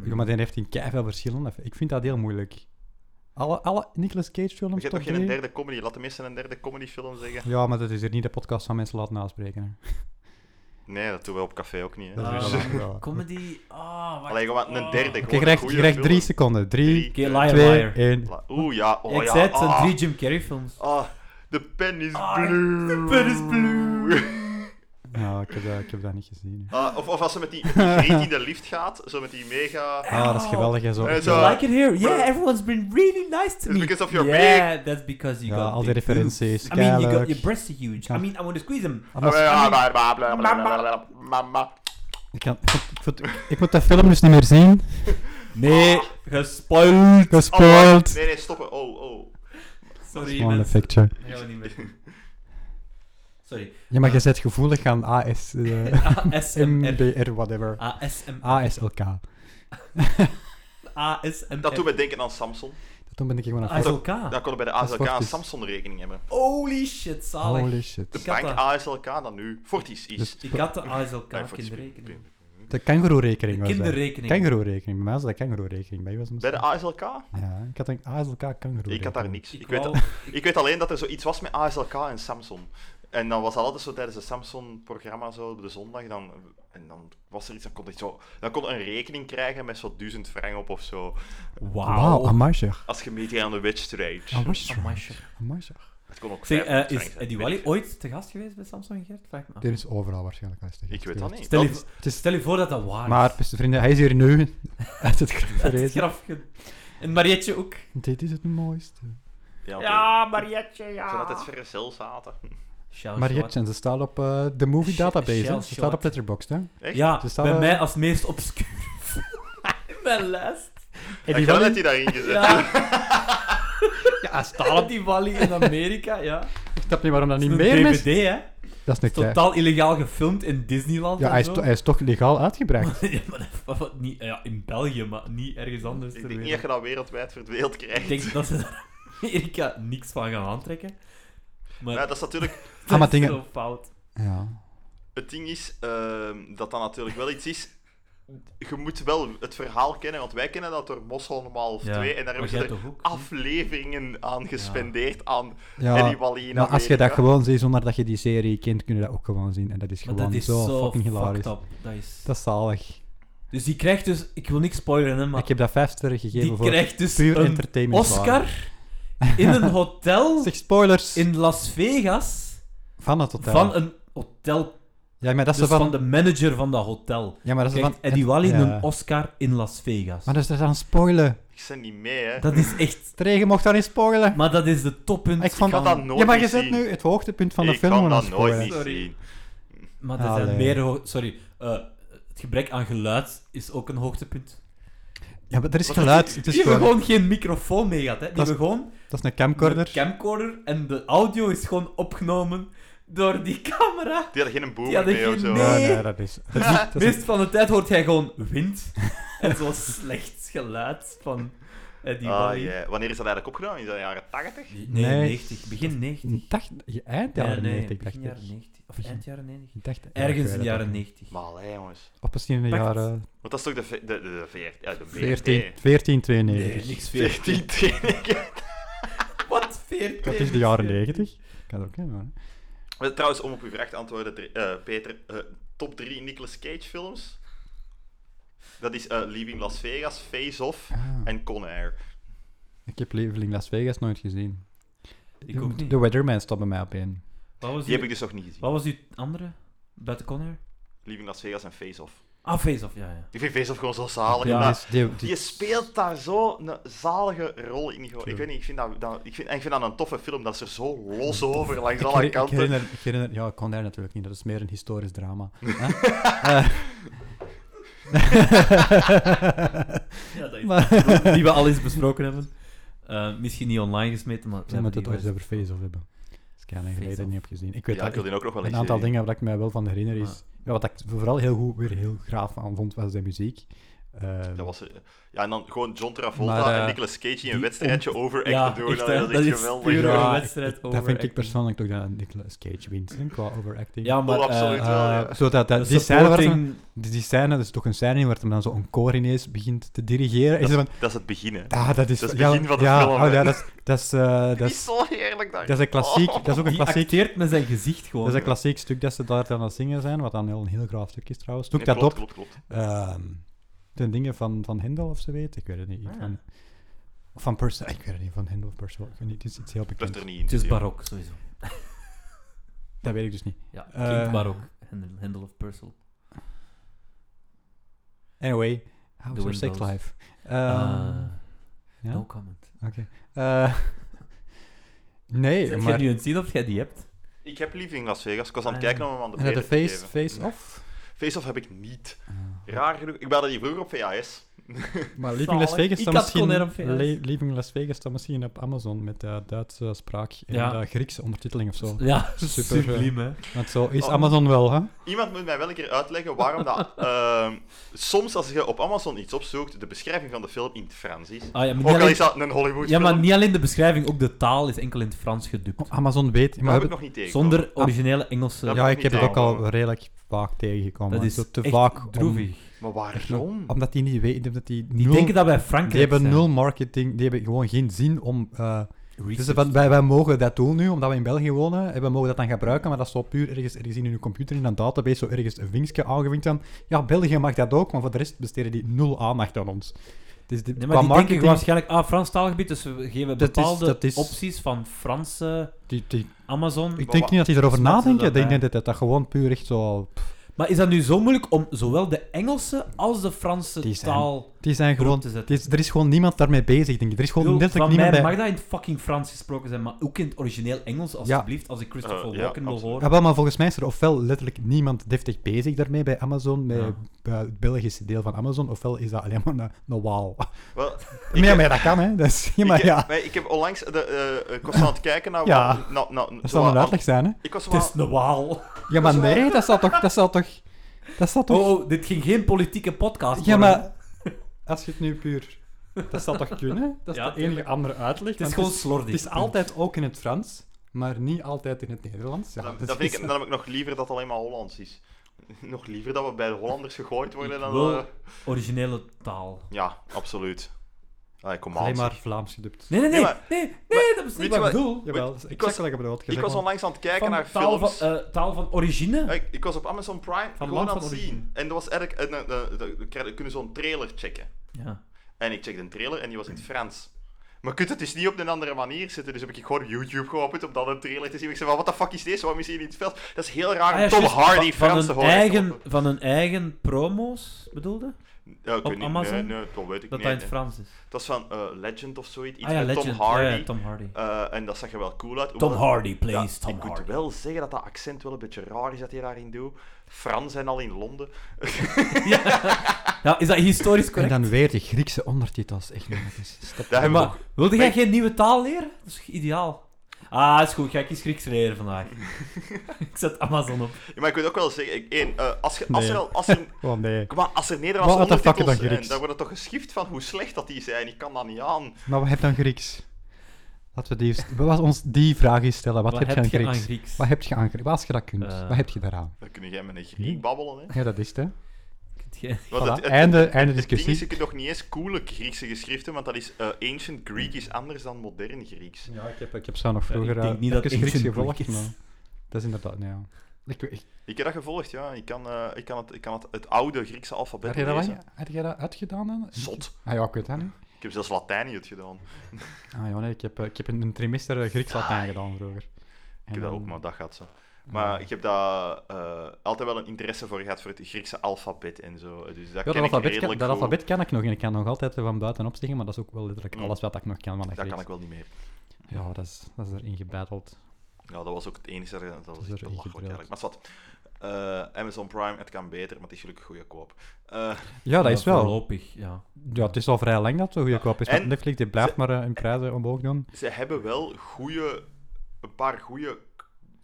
Speaker 5: Goh, maar die heeft in keiveel verschillende... Ik vind dat heel moeilijk. Alle, alle Nicolas Cage
Speaker 3: Maar
Speaker 5: films
Speaker 3: Je hebt
Speaker 5: top
Speaker 3: nog geen
Speaker 5: 3?
Speaker 3: derde comedy. Laat de mensen een derde comedyfilm zeggen.
Speaker 5: Ja, maar dat is er niet de podcast van mensen laten naspreken. Hè.
Speaker 3: Nee, dat doen we op café ook niet. Hè.
Speaker 4: Ah.
Speaker 5: Dat is
Speaker 3: Dus,
Speaker 5: wel-
Speaker 4: <laughs>
Speaker 5: wel-
Speaker 4: Comedy. Ah, wacht.
Speaker 3: Allee, gewoon een derde.
Speaker 5: Oké, je
Speaker 3: gewoon een
Speaker 5: krijgt- je
Speaker 3: goede
Speaker 5: krijgt
Speaker 3: film.
Speaker 5: 3 seconden. 3,
Speaker 3: Drie,
Speaker 4: Oké,
Speaker 3: eh,
Speaker 4: Liar
Speaker 5: 2,
Speaker 4: Liar.
Speaker 5: 1.
Speaker 3: la- Oeh, ja. Oh,
Speaker 4: ik
Speaker 3: ja.
Speaker 4: zei het, zijn
Speaker 3: ah, Oh.
Speaker 4: drie Jim Carrey films.
Speaker 3: Ah, de pen is
Speaker 4: Ah,
Speaker 3: blue.
Speaker 4: de pen is blue.
Speaker 5: Ja, ik heb dat, ik heb dat niet gezien.
Speaker 3: <laughs> Ah, of, of als ze met die, met die greet in de lift gaat, zo met die mega...
Speaker 5: Ah, dat is geweldig. Hè, zo.
Speaker 3: Eh, zo.
Speaker 4: I like it here.
Speaker 3: Well,
Speaker 4: Yeah, everyone's been really nice to me.
Speaker 3: it's because of your
Speaker 4: yeah, that's because you
Speaker 5: Ja,
Speaker 4: got
Speaker 5: al die
Speaker 4: big
Speaker 5: referenties.
Speaker 4: boobs. I mean, you got,
Speaker 5: keileuk.
Speaker 4: your breasts are huge. I mean, I want to squeeze them.
Speaker 5: Ah, maar-
Speaker 3: Mama.
Speaker 5: ik, kan- ik, vond- ik moet dat film dus niet meer zien.
Speaker 4: Nee, gespoild.
Speaker 3: Oh,
Speaker 5: Gespoild.
Speaker 3: nee, nee, stoppen. Oh, oh.
Speaker 4: Sorry,
Speaker 5: Gewoon een
Speaker 4: mensen.
Speaker 5: fictje.
Speaker 4: Dat gaan we niet meer doen. <laughs>
Speaker 5: <laughs>
Speaker 4: Sorry.
Speaker 5: Ja, maar je bent gevoelig aan
Speaker 3: <laughs>
Speaker 5: AS, eh,
Speaker 4: ASMR.
Speaker 5: MBR, whatever.
Speaker 4: ASMR.
Speaker 5: ASLK.
Speaker 4: ASMR.
Speaker 3: Dat doet me denken aan Samson.
Speaker 5: Toen ben ik gewoon aan
Speaker 4: ASLK.
Speaker 3: Dan konden we bij de
Speaker 5: Dat is
Speaker 3: ASLK een
Speaker 5: Fortis.
Speaker 3: Samson-rekening hebben.
Speaker 4: Holy shit, zalig.
Speaker 5: Holy
Speaker 3: De
Speaker 5: shit.
Speaker 4: Ik had
Speaker 3: bank
Speaker 4: dat.
Speaker 3: ASLK dan nu. Fortis is.
Speaker 5: Dus-
Speaker 4: Ik had de ASLK
Speaker 3: Nee, Fortis-
Speaker 4: kinderrekening.
Speaker 5: De kangoeroerekening was
Speaker 4: Kinderrekening.
Speaker 5: dat. Kangoeroerekening. Bij mij was dat kangoeroerekening. Bij jou was het
Speaker 3: Bij de
Speaker 5: misschien-
Speaker 3: ASLK?
Speaker 5: Ja, ik had een ASLK kangoeroerekening.
Speaker 3: Ik had daar niks. Ik
Speaker 4: wou-
Speaker 3: weet, ik weet alleen dat er zoiets was met ASLK en Samson. En dan was dat altijd zo tijdens het Samson-programma, zo op de zondag. Dan, en dan was er iets, dan kon ik zo... Dan kon ik een rekening krijgen met zo'n duizend frank op of zo.
Speaker 5: Wauw,
Speaker 4: Wauw.
Speaker 5: amai zeg.
Speaker 3: Als je meedeed aan de wedstrijd.
Speaker 5: Amai
Speaker 4: Amai,
Speaker 5: zeg.
Speaker 4: zeg.
Speaker 5: Amai zeg.
Speaker 3: Het kon ook
Speaker 4: Ah. Zeg,
Speaker 3: vijftig
Speaker 4: eh, is
Speaker 3: frank zijn,
Speaker 4: Eddie
Speaker 3: weet
Speaker 4: Wally
Speaker 3: ik.
Speaker 4: ooit te gast geweest bij Samsung Gert? Vraag ik me af.
Speaker 5: Dit is overal waarschijnlijk als het
Speaker 3: Ik weet dat niet.
Speaker 4: Stel je,
Speaker 3: Dat is-
Speaker 5: Het is,
Speaker 4: stel je voor dat dat waar <laughs>
Speaker 5: maar, beste vrienden, hij is hier nu. <laughs> Uit het graf
Speaker 3: <laughs>
Speaker 4: is. Dat is
Speaker 5: gerezen.
Speaker 4: graf. ge- En Marietje ook.
Speaker 5: Dit is het mooiste.
Speaker 3: Ja, oké.
Speaker 6: Ja, Marietje, ja.
Speaker 3: Toen altijd vergezel zaten. <laughs>
Speaker 4: Shell
Speaker 5: Marietje, en ze staat op eh, de Movie
Speaker 4: Sh-
Speaker 5: Database. hè.
Speaker 4: Shell
Speaker 5: Ze staat
Speaker 4: Short.
Speaker 5: op Letterboxd, hè.
Speaker 3: Echt?
Speaker 4: Ja,
Speaker 5: Ze staan,
Speaker 4: bij
Speaker 5: eh,
Speaker 4: mij als meest obscuur. <laughs> In mijn lijst.
Speaker 3: Ik heb net die daarin gezet.
Speaker 4: Ja,
Speaker 5: Ja, staat op.
Speaker 4: Eddie Wally in Amerika, ja.
Speaker 5: Ik snap niet waarom dat
Speaker 4: Dat is
Speaker 5: niet
Speaker 4: een
Speaker 5: meer is.
Speaker 4: DVD, hè.
Speaker 5: Dat is niet hè.
Speaker 4: Totaal illegaal gefilmd in Disneyland
Speaker 5: Ja,
Speaker 4: en
Speaker 5: hij is,
Speaker 4: zo.
Speaker 5: to- hij is toch legaal
Speaker 4: <laughs>
Speaker 5: uitgebracht.
Speaker 4: ja, maar dat- wat- wat niet, ja, in België, maar niet ergens anders
Speaker 3: Ik
Speaker 4: ter
Speaker 3: denk niet dat
Speaker 4: wereld.
Speaker 3: je dat wereldwijd verdeeld krijgt.
Speaker 4: Ik denk dat ze daar <laughs> in Amerika niks van gaan aantrekken. Maar
Speaker 3: Ja, dat is natuurlijk...
Speaker 4: dat
Speaker 5: Ah, maar
Speaker 4: is
Speaker 5: dingen-
Speaker 4: zo fout.
Speaker 5: Ja.
Speaker 3: Het ding is ehm, dat dat natuurlijk wel iets is. Je moet wel het verhaal kennen, want wij kennen dat door Mossel normaal of
Speaker 4: Ja,
Speaker 3: twee. En daar
Speaker 4: maar
Speaker 3: hebben ze
Speaker 4: jij
Speaker 3: er
Speaker 4: toch ook?
Speaker 3: afleveringen aan gespendeerd aan Eddie
Speaker 5: ja.
Speaker 3: Wally in
Speaker 5: Maar als je dat
Speaker 3: Amerika.
Speaker 5: gewoon ziet zonder dat je die serie kent, kun je dat ook gewoon zien. En dat is
Speaker 4: Maar
Speaker 5: gewoon
Speaker 4: dat is
Speaker 5: zo,
Speaker 4: zo
Speaker 5: fucking hilarisch.
Speaker 4: fucked up. Dat is...
Speaker 5: Dat is zalig.
Speaker 4: Dus die krijgt dus... Ik wil niks spoileren, hè, maar...
Speaker 5: Ik heb dat vijf sterren gegeven
Speaker 4: die
Speaker 5: voor
Speaker 4: krijgt dus
Speaker 5: puur
Speaker 4: een
Speaker 5: entertainment. waarde.
Speaker 4: Oscar in een hotel
Speaker 5: <laughs> Zeg spoilers
Speaker 4: in Las Vegas
Speaker 5: van het hotel.
Speaker 4: van een hotel...
Speaker 5: ja, maar dat is
Speaker 4: Dus
Speaker 5: van,
Speaker 4: van... de manager van dat hotel.
Speaker 5: ja, maar dat is
Speaker 4: Krijgt
Speaker 5: van
Speaker 4: Eddie Wally
Speaker 5: ja.
Speaker 4: een Oscar in Las Vegas.
Speaker 5: Maar dat is dat is aan spoilen.
Speaker 3: Ik ben niet mee, hè.
Speaker 4: Dat is echt...
Speaker 5: Tregen mocht daar niet spoilen.
Speaker 4: Maar dat is de toppunt.
Speaker 5: ik vond
Speaker 3: kan dat nooit
Speaker 5: Ja, maar je
Speaker 3: niet
Speaker 5: zet
Speaker 3: zien.
Speaker 5: nu het hoogtepunt van de
Speaker 3: ik
Speaker 5: film
Speaker 3: kan
Speaker 5: aan
Speaker 3: dat
Speaker 5: het
Speaker 3: nooit
Speaker 5: spoilen.
Speaker 3: niet
Speaker 4: Sorry.
Speaker 3: zien.
Speaker 4: Maar er
Speaker 5: Allee.
Speaker 4: zijn meer... ho- Sorry. eh, het gebrek aan geluid is ook een hoogtepunt.
Speaker 5: Ja, maar er is
Speaker 3: Wat
Speaker 5: geluid. Het
Speaker 4: Die
Speaker 5: is
Speaker 4: hebben <laughs>
Speaker 5: gewoon,
Speaker 4: gewoon geen microfoon mee gehad. Hè. Die
Speaker 5: Dat is-
Speaker 4: hebben gewoon
Speaker 5: dat is een camcorder.
Speaker 4: de camcorder en de audio is gewoon opgenomen door die camera.
Speaker 3: Die hadden geen boer
Speaker 4: Die hadden
Speaker 3: mee of
Speaker 4: geen
Speaker 3: zo.
Speaker 4: nee.
Speaker 5: Ja, nee, dat is... Dat is, dat is-
Speaker 4: Meest van de tijd hoort jij gewoon wind <laughs> en zo'n slecht geluid van Eddie
Speaker 3: Ah,
Speaker 4: Wally.
Speaker 3: ja. Wanneer is dat eigenlijk opgedaan? Is dat in de jaren 80?
Speaker 4: Nee,
Speaker 5: Nee.
Speaker 4: 90. Begin 90.
Speaker 5: Ik dacht... je Eind jaren
Speaker 4: Ja, nee,
Speaker 5: 90, dacht
Speaker 4: begin
Speaker 5: ik.
Speaker 4: jaren 90. Of
Speaker 5: Begin-
Speaker 4: eind jaren 90.
Speaker 5: Ik dacht... ja, ik weet
Speaker 4: Ergens in
Speaker 5: het
Speaker 4: de
Speaker 5: ook
Speaker 4: jaren
Speaker 5: niet.
Speaker 4: 90.
Speaker 3: Maar allee, jongens.
Speaker 5: Of misschien in de
Speaker 4: Pak het.
Speaker 5: jaren
Speaker 3: Want dat is toch de, ve- de, de, de, veert- ja, de
Speaker 5: 14,
Speaker 3: BRT.
Speaker 5: 1492.
Speaker 4: Nee, niks 14.
Speaker 3: <laughs> 14, 20.
Speaker 4: <laughs> Wat 14?
Speaker 5: Dat is
Speaker 4: <laughs>
Speaker 5: de jaren 90. Kan dat ook hebben, hoor.
Speaker 3: Maar Eh, Trouwens, om op uw vraag te antwoorden, Dr- eh, Peter, eh, top 3 Nicolas Cage films? Dat is eh, Leaving Las Vegas, Face Off
Speaker 5: Ah.
Speaker 3: en Con Air.
Speaker 5: Ik heb Leveling Las Vegas nooit gezien.
Speaker 4: Ik ook niet.
Speaker 5: The Weatherman staat bij mij op één.
Speaker 4: Wat was,
Speaker 3: Die heb ik
Speaker 4: die,
Speaker 3: dus nog niet gezien.
Speaker 4: wat was die andere? Buiten Connor?
Speaker 3: Leaving Las Vegas en Face Off.
Speaker 4: Ah, Face-Off, ja, ja.
Speaker 3: Ik vind Face Off gewoon zo zalig.
Speaker 4: Ja.
Speaker 5: Die
Speaker 3: omdat
Speaker 5: is- die-
Speaker 3: Oh,
Speaker 5: die-
Speaker 3: je speelt daar zo een zalige rol in. gewoon. Ik
Speaker 5: True.
Speaker 3: weet niet, ik vind dat, dat- ik, vind, en ik vind dat een toffe film. Dat is er zo los
Speaker 5: <laughs>
Speaker 3: over,
Speaker 5: Ik,
Speaker 3: langs
Speaker 5: her-
Speaker 3: alle
Speaker 5: ik
Speaker 3: kanten.
Speaker 5: herinner, ik herinner... Ja, ik kon daar natuurlijk niet. Dat is meer een historisch drama. Hè? Eh.
Speaker 4: Ja, dat is
Speaker 5: <laughs> <laughs> Maar-
Speaker 4: die we al eens besproken hebben. Eh, misschien niet online gesmeten, maar...
Speaker 5: Ze moeten het ooit eens
Speaker 4: die
Speaker 5: over Face-Off hebben. Dat is keihard lang geleden
Speaker 4: Face-Off.
Speaker 5: niet heb gezien. Ik weet
Speaker 3: Ja, ik
Speaker 5: dat,
Speaker 3: wil die ook nog wel eens eh,
Speaker 5: een aantal
Speaker 3: zien.
Speaker 5: dingen waar ik mij wel van herinner is... Ja, wat ik vooral heel goed, weer heel graaf aan vond, was de muziek. Ehm,
Speaker 3: Dat was, eh, ja, en dan gewoon John Travolta
Speaker 5: Maar, eh, oh,
Speaker 3: en Nicolas Cage die een
Speaker 4: die
Speaker 3: wedstrijdje over
Speaker 4: ja,
Speaker 3: te doen.
Speaker 4: echt,
Speaker 3: dat,
Speaker 4: hè.
Speaker 3: dat is
Speaker 4: Dat
Speaker 3: echt
Speaker 4: is
Speaker 3: geweldig.
Speaker 4: puur
Speaker 3: Ja.
Speaker 5: eh,
Speaker 4: een wedstrijd
Speaker 5: dat vind ik
Speaker 4: overacting.
Speaker 5: persoonlijk toch dat Nicolas Cage wint, hè, qua overacting.
Speaker 4: Ja, maar...
Speaker 3: Oh, absoluut
Speaker 4: eh,
Speaker 3: wel, ja.
Speaker 5: Eh, zo dat, dat,
Speaker 4: de
Speaker 5: die, scène waar hem,
Speaker 4: supporting-
Speaker 5: die, die scène, dat is toch een scène in waar hem dan zo een koor ineens begint te dirigeren. Is
Speaker 3: Dat,
Speaker 5: er
Speaker 3: is- dat is het begin, hè.
Speaker 5: van, ah, dat is...
Speaker 3: dat is het
Speaker 5: ja,
Speaker 3: begin van de
Speaker 5: ja,
Speaker 3: film, hè.
Speaker 5: oh, ja, dat is... Dat is, eh, dat
Speaker 3: <laughs> Dat
Speaker 5: is,
Speaker 3: is zo heerlijk daar. Oh.
Speaker 5: dat is een klassiek, dat is ook een
Speaker 4: Die
Speaker 5: klassiek,
Speaker 4: acteert met zijn gezicht gewoon.
Speaker 5: dat is een klassiek stuk dat ze daar dan aan het zingen zijn, wat dan wel een heel graaf stuk is trouwens. Zoek
Speaker 3: Nee,
Speaker 5: dat
Speaker 3: klopt,
Speaker 5: op.
Speaker 3: klopt, klopt.
Speaker 5: Ehm, de dingen van, van Hendel of ze weet, ik weet het niet.
Speaker 4: Ah.
Speaker 5: Van, of van <laughs> Purcell, ik weet het niet, van Hendel of Purcell, ik weet niet, het is iets heel
Speaker 3: Het
Speaker 5: bekend.
Speaker 3: er niet in.
Speaker 4: Het is
Speaker 3: Ja.
Speaker 4: barok, sowieso.
Speaker 5: Dat weet ik dus niet.
Speaker 4: Ja, klinkt
Speaker 5: Eh.
Speaker 4: waar ook. Handel, Handel of Purcell.
Speaker 5: Anyway, how's your sex
Speaker 4: Windows.
Speaker 5: life? Ehm,
Speaker 4: Ah,
Speaker 5: ja?
Speaker 4: No comment.
Speaker 5: Eh, <laughs> nee,
Speaker 4: Heb jij
Speaker 5: maar...
Speaker 4: nu een zien of jij die hebt?
Speaker 3: Ik heb Living Las Vegas. Ik was aan het
Speaker 4: Ah,
Speaker 3: kijken om hem aan de
Speaker 5: En dat
Speaker 3: Peter te
Speaker 5: de face, Ah,
Speaker 3: geven.
Speaker 5: face off?
Speaker 3: Face-off heb ik niet. Raar genoeg. Ik belde die vroeger op VHS.
Speaker 5: Maar Leaving Las
Speaker 4: Zalig.
Speaker 5: Vegas
Speaker 4: Ik had
Speaker 5: staat misschien...
Speaker 4: Conair op VHS.
Speaker 5: Le- Leaving Las Vegas staat misschien op Amazon met eh, Duitse spraak en
Speaker 4: Ja.
Speaker 5: eh, Griekse ondertiteling of
Speaker 4: <laughs>
Speaker 5: zo.
Speaker 4: Ja,
Speaker 5: Super, eh,
Speaker 4: subliem, hè?
Speaker 5: Want zo is
Speaker 3: Oh.
Speaker 5: Amazon wel, hè?
Speaker 3: <laughs> Iemand moet mij wel een keer uitleggen waarom
Speaker 5: <laughs>
Speaker 3: dat... ehm, soms als je op Amazon iets opzoekt, de beschrijving van de film in het Frans is.
Speaker 4: Ah, ja, maar niet
Speaker 3: Ook al is
Speaker 4: alleen,
Speaker 3: dat een Hollywood
Speaker 4: ja, maar
Speaker 3: film.
Speaker 4: niet alleen de beschrijving, ook de taal is enkel in het Frans gedubt.
Speaker 5: Amazon weet...
Speaker 3: Daar
Speaker 5: Maar
Speaker 3: heb ik nog niet tegen.
Speaker 4: Zonder originele Engelse...
Speaker 3: nog-
Speaker 5: ja, ik heb het ook al
Speaker 3: Ja.
Speaker 5: redelijk vaak tegengekomen.
Speaker 4: dat
Speaker 5: Het
Speaker 4: is
Speaker 5: zo te
Speaker 4: echt
Speaker 5: vaak om-
Speaker 4: droevig.
Speaker 3: Maar waarom?
Speaker 5: omdat die niet weten, omdat die
Speaker 4: Die
Speaker 5: nul-
Speaker 4: denken dat wij
Speaker 5: die
Speaker 4: Frankrijk
Speaker 5: hebben
Speaker 4: zijn.
Speaker 5: nul marketing, die hebben gewoon geen zin om... eh, Dus
Speaker 4: Research.
Speaker 5: van, wij, wij mogen dat doen nu, omdat we in België wonen. En we mogen dat dan gebruiken, maar dat is zo puur ergens, ergens in hun computer, in een database, zo ergens een vinkje aangevinkt dan. Ja, België mag dat ook, maar voor de rest besteden die nul aandacht aan ons. Dus die,
Speaker 4: Nee,
Speaker 5: qua
Speaker 4: maar die
Speaker 5: marketing,
Speaker 4: denken waarschijnlijk, ah, Frans taalgebied, dus we geven
Speaker 5: Dat is-
Speaker 4: bepaalde
Speaker 5: dat is-
Speaker 4: opties van Franse
Speaker 5: die- die-
Speaker 4: Amazon.
Speaker 5: ik denk niet dat die erover
Speaker 4: Snappen ze
Speaker 5: nadenken. Ik
Speaker 4: dat
Speaker 5: denk
Speaker 4: bij?
Speaker 5: dat dat, dat gewoon puur echt zo... pff,
Speaker 4: Maar is dat nu zo moeilijk om zowel de Engelse als de Franse
Speaker 5: Die zijn-
Speaker 4: taal
Speaker 5: Die zijn
Speaker 4: rond
Speaker 5: gewoon...
Speaker 4: te zetten?
Speaker 5: die is- er is gewoon niemand daarmee bezig, denk ik. Er is
Speaker 4: Ik
Speaker 5: gewoon
Speaker 4: bedoel,
Speaker 5: letterlijk
Speaker 4: van mij
Speaker 5: niemand bij...
Speaker 4: mag dat in het fucking Frans gesproken zijn, maar ook in het origineel Engels, alsjeblieft, als ik Christopher
Speaker 3: Eh, ja,
Speaker 4: Walken wil
Speaker 3: absoluut.
Speaker 5: Ja,
Speaker 4: horen.
Speaker 5: wel, maar volgens mij is er ofwel letterlijk niemand deftig bezig daarmee bij Amazon, bij,
Speaker 4: Ja.
Speaker 5: bij het Belgische deel van Amazon, ofwel is dat alleen maar een, een waal. <laughs>
Speaker 3: Wel,
Speaker 5: Nee,
Speaker 3: ik-
Speaker 5: maar, ja, dat kan, hè. Dat <laughs> is, ja, maar
Speaker 3: ik,
Speaker 5: ja,
Speaker 3: maar ik heb onlangs... De, eh, ik was aan het kijken naar...
Speaker 5: <laughs> Ja.
Speaker 3: wat- nou, nou,
Speaker 5: dat
Speaker 3: zo
Speaker 5: zal een
Speaker 3: wat-
Speaker 5: uitleg zijn, hè.
Speaker 3: Ik was zo
Speaker 4: Het
Speaker 3: wat-
Speaker 4: is een waal.
Speaker 5: Ja, maar nee, dat zal toch... Dat zal toch... Dat zal toch...
Speaker 4: Oh, oh, dit ging geen politieke podcast
Speaker 5: ja,
Speaker 4: worden.
Speaker 5: maar... <laughs> Als je het nu puur... Dat zal toch <laughs> kunnen? Dat is
Speaker 4: Ja,
Speaker 5: de enige
Speaker 4: tuurlijk.
Speaker 5: andere uitleg.
Speaker 4: Het is
Speaker 5: want
Speaker 4: gewoon
Speaker 5: Het
Speaker 4: slordig.
Speaker 5: is altijd ook in het Frans, maar niet altijd in het Nederlands. Ja,
Speaker 3: Dan,
Speaker 5: dat
Speaker 3: dan,
Speaker 5: is-
Speaker 3: vind ik, dan heb ik nog liever dat het alleen maar Hollands is. <laughs> Nog liever dat we bij de Hollanders gegooid worden dan...
Speaker 4: wil-
Speaker 3: eh,
Speaker 4: Originele taal.
Speaker 3: ja, absoluut. Allee, kom aan.
Speaker 5: Alleen maar
Speaker 3: zeg.
Speaker 5: Vlaams gedubt.
Speaker 4: Nee, nee, nee.
Speaker 3: Nee, maar-
Speaker 4: nee, nee, dat is
Speaker 3: weet
Speaker 4: niet
Speaker 3: je
Speaker 4: wat ik
Speaker 3: wat-
Speaker 4: bedoel.
Speaker 5: Jawel, dat is exact
Speaker 3: was-
Speaker 5: wat ik bedoel. Je
Speaker 3: Ik
Speaker 5: zegt
Speaker 3: was
Speaker 5: gewoon-
Speaker 3: onlangs aan het kijken
Speaker 4: Van
Speaker 3: naar
Speaker 4: taal,
Speaker 3: films.
Speaker 4: van, eh, taal van origine.
Speaker 3: ik, ik was op Amazon Prime
Speaker 4: Van
Speaker 3: gewoon
Speaker 4: land
Speaker 3: aan het
Speaker 4: van
Speaker 3: zien.
Speaker 4: origine.
Speaker 3: En dat was erg... En, eh, de- de- de- we krijgen- we kunnen zo'n trailer checken.
Speaker 4: Ja.
Speaker 3: En ik check de trailer en die was in het Frans. Maar kunt het dus niet op een andere manier zitten, dus heb ik gewoon op YouTube geopend om dan een trailer te zien. Ik zei van, wat de fuck is deze? Waarom is hier niet het Frans? Dat is heel raar om
Speaker 4: Ah, ja,
Speaker 3: Tom
Speaker 4: juist,
Speaker 3: Hardy
Speaker 4: van-
Speaker 3: Frans te
Speaker 4: van
Speaker 3: horen.
Speaker 4: een, eigen, van een eigen promo's, bedoelde?
Speaker 3: Ja, ik
Speaker 4: op
Speaker 3: weet niet.
Speaker 4: Amazon?
Speaker 3: Nee, nee, dat weet ik
Speaker 4: Dat
Speaker 3: niet.
Speaker 4: hij in het
Speaker 3: nee.
Speaker 4: Frans is.
Speaker 3: Dat is van eh, Legend of zoiets. Iets
Speaker 4: ah ja,
Speaker 3: met
Speaker 4: Legend.
Speaker 3: Tom Hardy.
Speaker 4: Ja, ja, Tom Hardy.
Speaker 3: Eh, en dat zag er wel cool uit.
Speaker 4: Tom
Speaker 3: hoewel-
Speaker 4: Hardy
Speaker 3: Ja,
Speaker 4: plays Tom
Speaker 3: ik
Speaker 4: Hardy.
Speaker 3: moet wel zeggen dat dat accent wel een beetje raar is dat hij daarin doet. Frans en al in Londen. <laughs>
Speaker 4: Ja, is dat historisch
Speaker 5: En
Speaker 4: correct?
Speaker 5: dan weer de Griekse ondertitels. Echt, nee, dat is- stop.
Speaker 3: Daar hebben we
Speaker 4: maar wilde jij geen nieuwe taal leren? Dat is ideaal. Ah, is goed. Ga ik eens Grieks leren
Speaker 3: <laughs>
Speaker 4: vandaag. ik zet Amazon op.
Speaker 3: nog- Ja, maar ik weet ook wel zeggen, ik- één, eh, als, je, als,
Speaker 5: Nee.
Speaker 3: er, al- als, er,
Speaker 5: Oh, nee.
Speaker 3: kom aan, als er Nederlandse
Speaker 5: What the fuck
Speaker 3: ondertitels
Speaker 5: dan,
Speaker 3: zijn,
Speaker 5: Grieks?
Speaker 3: dan wordt het toch geschift van hoe slecht dat die zijn. Ik kan dat niet aan.
Speaker 5: Maar wat heb je aan Grieks? Laten we, die, we laten ons die vraag eens stellen. Wat, heb je aan Grieks? Wat heb je aan Grieks? Wat als je dat kunt?
Speaker 4: Eh.
Speaker 5: Wat heb je daaraan?
Speaker 3: Dan kun jij met een
Speaker 5: Nee.
Speaker 3: Griek babbelen, hè.
Speaker 5: Ja, dat is het, hè.
Speaker 4: Kunt jij-
Speaker 3: Want
Speaker 5: Voilà,
Speaker 3: het- het-
Speaker 5: einde, einde
Speaker 3: Het ding is, je
Speaker 5: discussie.
Speaker 3: kunt nog niet eens coole Griekse geschriften, want dat is eh, ancient Greek is anders dan modern Grieks.
Speaker 5: Ja, ik heb, ik heb zo nog
Speaker 4: Ja, ik
Speaker 5: vroeger
Speaker 4: denk
Speaker 5: eh,
Speaker 4: niet dat
Speaker 5: even Grieks
Speaker 4: ancient
Speaker 5: gevolgd,
Speaker 4: Greek is.
Speaker 5: maar dat is inderdaad, nee, ja. Ik, ik,
Speaker 3: Ik heb dat gevolgd, ja. Ik kan, eh, ik kan, het, ik kan het, het oude Griekse alfabet
Speaker 5: had, jij dat,
Speaker 3: lezen.
Speaker 5: lang- had jij dat uitgedaan dan?
Speaker 3: Zot.
Speaker 5: Ah ja, ik weet dat niet.
Speaker 3: Ik heb zelfs Latijn niet gedaan.
Speaker 5: Ah ja, nee, ik heb, eh, ik heb in een trimester eh, Grieks-Latijn gedaan vroeger.
Speaker 3: Ah. Ik heb dat ook, maar dat gaat zo. Maar ik heb daar eh, altijd wel een interesse voor gehad, voor het Griekse alfabet en zo. Dus dat
Speaker 5: Ja, dat
Speaker 3: ken ik
Speaker 5: alfabet, kan,
Speaker 3: redelijk
Speaker 5: dat
Speaker 3: goed.
Speaker 5: alfabet kan ik nog en ik kan nog altijd van buitenop zeggen, maar dat is ook wel letterlijk
Speaker 3: Mm.
Speaker 5: alles wat ik nog kan van de
Speaker 3: Dat
Speaker 5: Grieks.
Speaker 3: kan ik wel niet meer.
Speaker 5: Ja, dat is, dat is erin gebatteld.
Speaker 3: Ja, dat was ook het enige. Dat was
Speaker 5: is
Speaker 3: echt
Speaker 5: er
Speaker 3: belachelijk
Speaker 5: ingebrand.
Speaker 3: eigenlijk. Maar wat. Amazon Prime, het kan beter, maar het is gelukkig goede koop. Eh,
Speaker 5: Ja, dat is wel.
Speaker 4: Voorlopig, ja.
Speaker 5: Ja, het is al vrij lang dat het een goede koop is.
Speaker 3: En-
Speaker 5: maar Netflix die blijft maar eh, in prijzen omhoog doen.
Speaker 3: ze hebben wel goede, een paar goede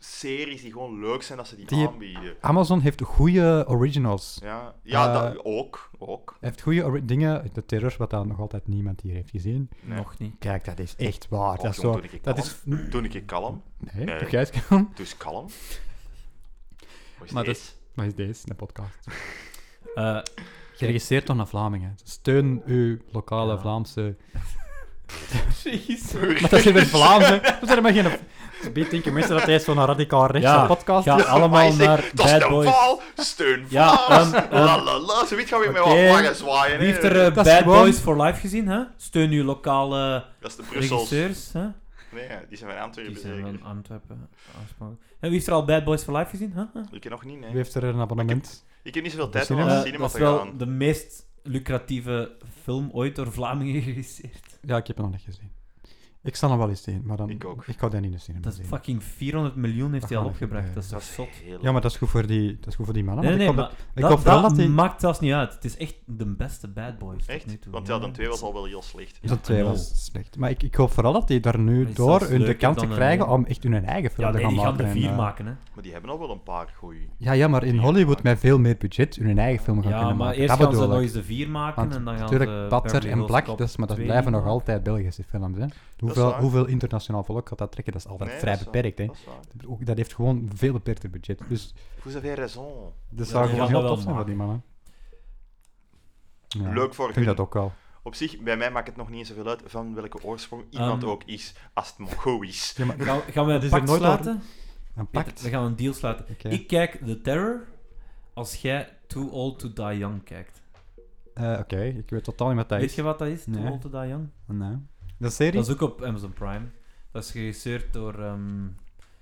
Speaker 3: series die gewoon leuk zijn dat ze die,
Speaker 5: Die-
Speaker 3: aanbieden.
Speaker 5: Amazon heeft goede originals.
Speaker 3: Ja, ja
Speaker 5: Eh,
Speaker 3: dat, ook. ook.
Speaker 5: Hij heeft goede dingen. De terror, wat daar nog altijd niemand hier heeft gezien.
Speaker 3: Nee.
Speaker 4: Nog niet.
Speaker 5: Kijk, dat is echt waar.
Speaker 3: Och,
Speaker 5: dat
Speaker 3: jong,
Speaker 5: is zo.
Speaker 3: Oh, toen ik
Speaker 5: Dat
Speaker 3: kalm.
Speaker 5: is.
Speaker 3: Toen ik kalm.
Speaker 5: Nee,
Speaker 3: Nee.
Speaker 5: toch jij <laughs> is kalm?
Speaker 3: Dus kalm. Wat is
Speaker 5: Maar dat
Speaker 3: dit?
Speaker 5: is- Wat is deze, een podcast?
Speaker 4: Eh,
Speaker 5: Geregisseerd door een Vlaming. hè. Steun uw lokale
Speaker 4: Ja.
Speaker 5: <laughs> Vlaamse.
Speaker 4: Jezus.
Speaker 5: Maar dat zijn weer Vlaamse. Dat zijn maar geen. Beetje denken mensen dat hij zo'n radicaal rechtse
Speaker 4: Ja,
Speaker 5: podcast
Speaker 4: ga
Speaker 5: is.
Speaker 4: allemaal
Speaker 3: Maar zeg,
Speaker 4: naar
Speaker 3: Dat is
Speaker 4: Bad
Speaker 3: de
Speaker 4: Boys.
Speaker 3: val, steun
Speaker 4: Ja,
Speaker 3: Vlaams.
Speaker 4: ehm, ehm.
Speaker 3: la la la, zoiets gaan we weer
Speaker 5: Oké.
Speaker 3: met wat vlaggen zwaaien.
Speaker 4: Wie
Speaker 3: hè.
Speaker 4: heeft er eh,
Speaker 5: Dat is
Speaker 4: Bad
Speaker 5: gewoon-
Speaker 4: Boys for Life gezien, hè? Steun uw lokale
Speaker 3: Dat is de Brussels.
Speaker 4: regisseurs, hè?
Speaker 3: Nee, die zijn van Antwerpen
Speaker 4: Die zijn
Speaker 3: zeker.
Speaker 4: van Antwerpen afspraken. En wie heeft er al Bad Boys for Life gezien? Huh? Huh?
Speaker 3: Ik heb nog niet, nee.
Speaker 5: Wie heeft er een abonnement?
Speaker 3: Ik heb niet zoveel tijd om
Speaker 5: cinema?
Speaker 3: naar de
Speaker 4: Eh,
Speaker 3: cinema
Speaker 4: dat
Speaker 3: te
Speaker 4: is wel
Speaker 3: gaan.
Speaker 4: de meest lucratieve film ooit door Vlamingen <laughs> geregisseerd.
Speaker 5: Ja, ik heb hem nog niet gezien. Ik zal hem wel eens zien, maar dan...
Speaker 3: Ik ook.
Speaker 5: Ik ga dat niet in de cinema
Speaker 4: Dat is
Speaker 5: zien.
Speaker 4: fucking 400 miljoen heeft
Speaker 5: Dat
Speaker 4: hij al
Speaker 5: kan ik,
Speaker 4: opgebracht.
Speaker 5: eh,
Speaker 4: Dat is toch
Speaker 3: is
Speaker 4: zot?
Speaker 3: heel-
Speaker 5: Ja, maar dat is goed voor die, dat is goed voor die mannen.
Speaker 4: Nee, nee,
Speaker 5: want
Speaker 4: maar
Speaker 5: ik hoop dat, ik
Speaker 4: dat,
Speaker 5: hoop wel
Speaker 4: dat
Speaker 5: dat die...
Speaker 4: maakt zelfs niet uit. Het is echt de beste Bad Boys. tot nu
Speaker 3: Echt?
Speaker 4: toe.
Speaker 3: Want ja, de 2 was al wel heel slecht.
Speaker 5: Dat twee
Speaker 4: nul.
Speaker 5: was slecht. Maar ik, ik hoop vooral dat die daar nu
Speaker 4: Maar is
Speaker 5: door
Speaker 4: zelfs
Speaker 5: hun de
Speaker 4: leuker
Speaker 5: kans te
Speaker 4: dan een
Speaker 5: krijgen
Speaker 4: nul.
Speaker 5: om echt hun eigen film
Speaker 4: Ja,
Speaker 5: te
Speaker 4: nee,
Speaker 5: gaan
Speaker 4: die
Speaker 5: maken.
Speaker 4: gaan er
Speaker 5: en,
Speaker 4: vier
Speaker 5: eh,
Speaker 4: maken, hè.
Speaker 3: Maar die hebben al wel een paar goeie.
Speaker 5: Ja, ja, maar in Hollywood met veel meer budget hun eigen film gaan
Speaker 4: Ja,
Speaker 5: kunnen
Speaker 4: maar
Speaker 5: maken.
Speaker 4: eerst
Speaker 5: dat
Speaker 4: gaan ze
Speaker 5: bedoel
Speaker 4: nog
Speaker 5: ik.
Speaker 4: eens de vier maken
Speaker 5: Want
Speaker 4: en dan gaan ze...
Speaker 5: Natuurlijk, Batter
Speaker 4: Beverly
Speaker 5: en
Speaker 4: Hills
Speaker 5: Black,
Speaker 4: Cop
Speaker 5: dus, maar dat
Speaker 4: 2
Speaker 5: blijven nog
Speaker 4: maken.
Speaker 5: altijd Belgische films. Hè.
Speaker 3: Dat is
Speaker 5: Hoeveel,
Speaker 3: waar.
Speaker 5: hoeveel internationaal volk gaat dat trekken? Dat is altijd
Speaker 3: Nee,
Speaker 5: vrij
Speaker 3: dat is waar,
Speaker 5: beperkt. Hè.
Speaker 3: dat is waar.
Speaker 5: Ook- Dat heeft gewoon een veel beperkter budget. Dus
Speaker 3: Vous avez raison.
Speaker 5: dat
Speaker 4: Ja,
Speaker 5: zou
Speaker 4: die
Speaker 5: gewoon
Speaker 4: gaan
Speaker 5: heel
Speaker 4: dat
Speaker 5: tof
Speaker 4: wel
Speaker 5: zijn voor die mannen. Ja,
Speaker 3: Leuk voor
Speaker 5: Ik vind
Speaker 3: hun.
Speaker 5: dat ook wel.
Speaker 3: Op zich, bij mij maakt het nog niet eens zoveel uit van welke oorsprong iemand
Speaker 4: Ehm.
Speaker 3: ook is, als het Mongo is.
Speaker 5: Ja, maar
Speaker 4: Gaan, gaan we een
Speaker 5: is
Speaker 4: pact
Speaker 5: er nooit al-
Speaker 4: sluiten?
Speaker 5: een
Speaker 4: Peter,
Speaker 5: pact.
Speaker 4: We gaan een deal sluiten.
Speaker 5: Oké.
Speaker 4: Ik kijk The Terror als jij Too Old to Die Young kijkt.
Speaker 5: Eh, Oké, ik weet totaal niet wat dat
Speaker 4: Weet
Speaker 5: is.
Speaker 4: je wat dat is, Too
Speaker 5: Nee.
Speaker 4: Old to Die Young?
Speaker 5: Nee. Dat serie?
Speaker 4: Dat is ook op Amazon Prime. Dat is geregisseerd door ehm,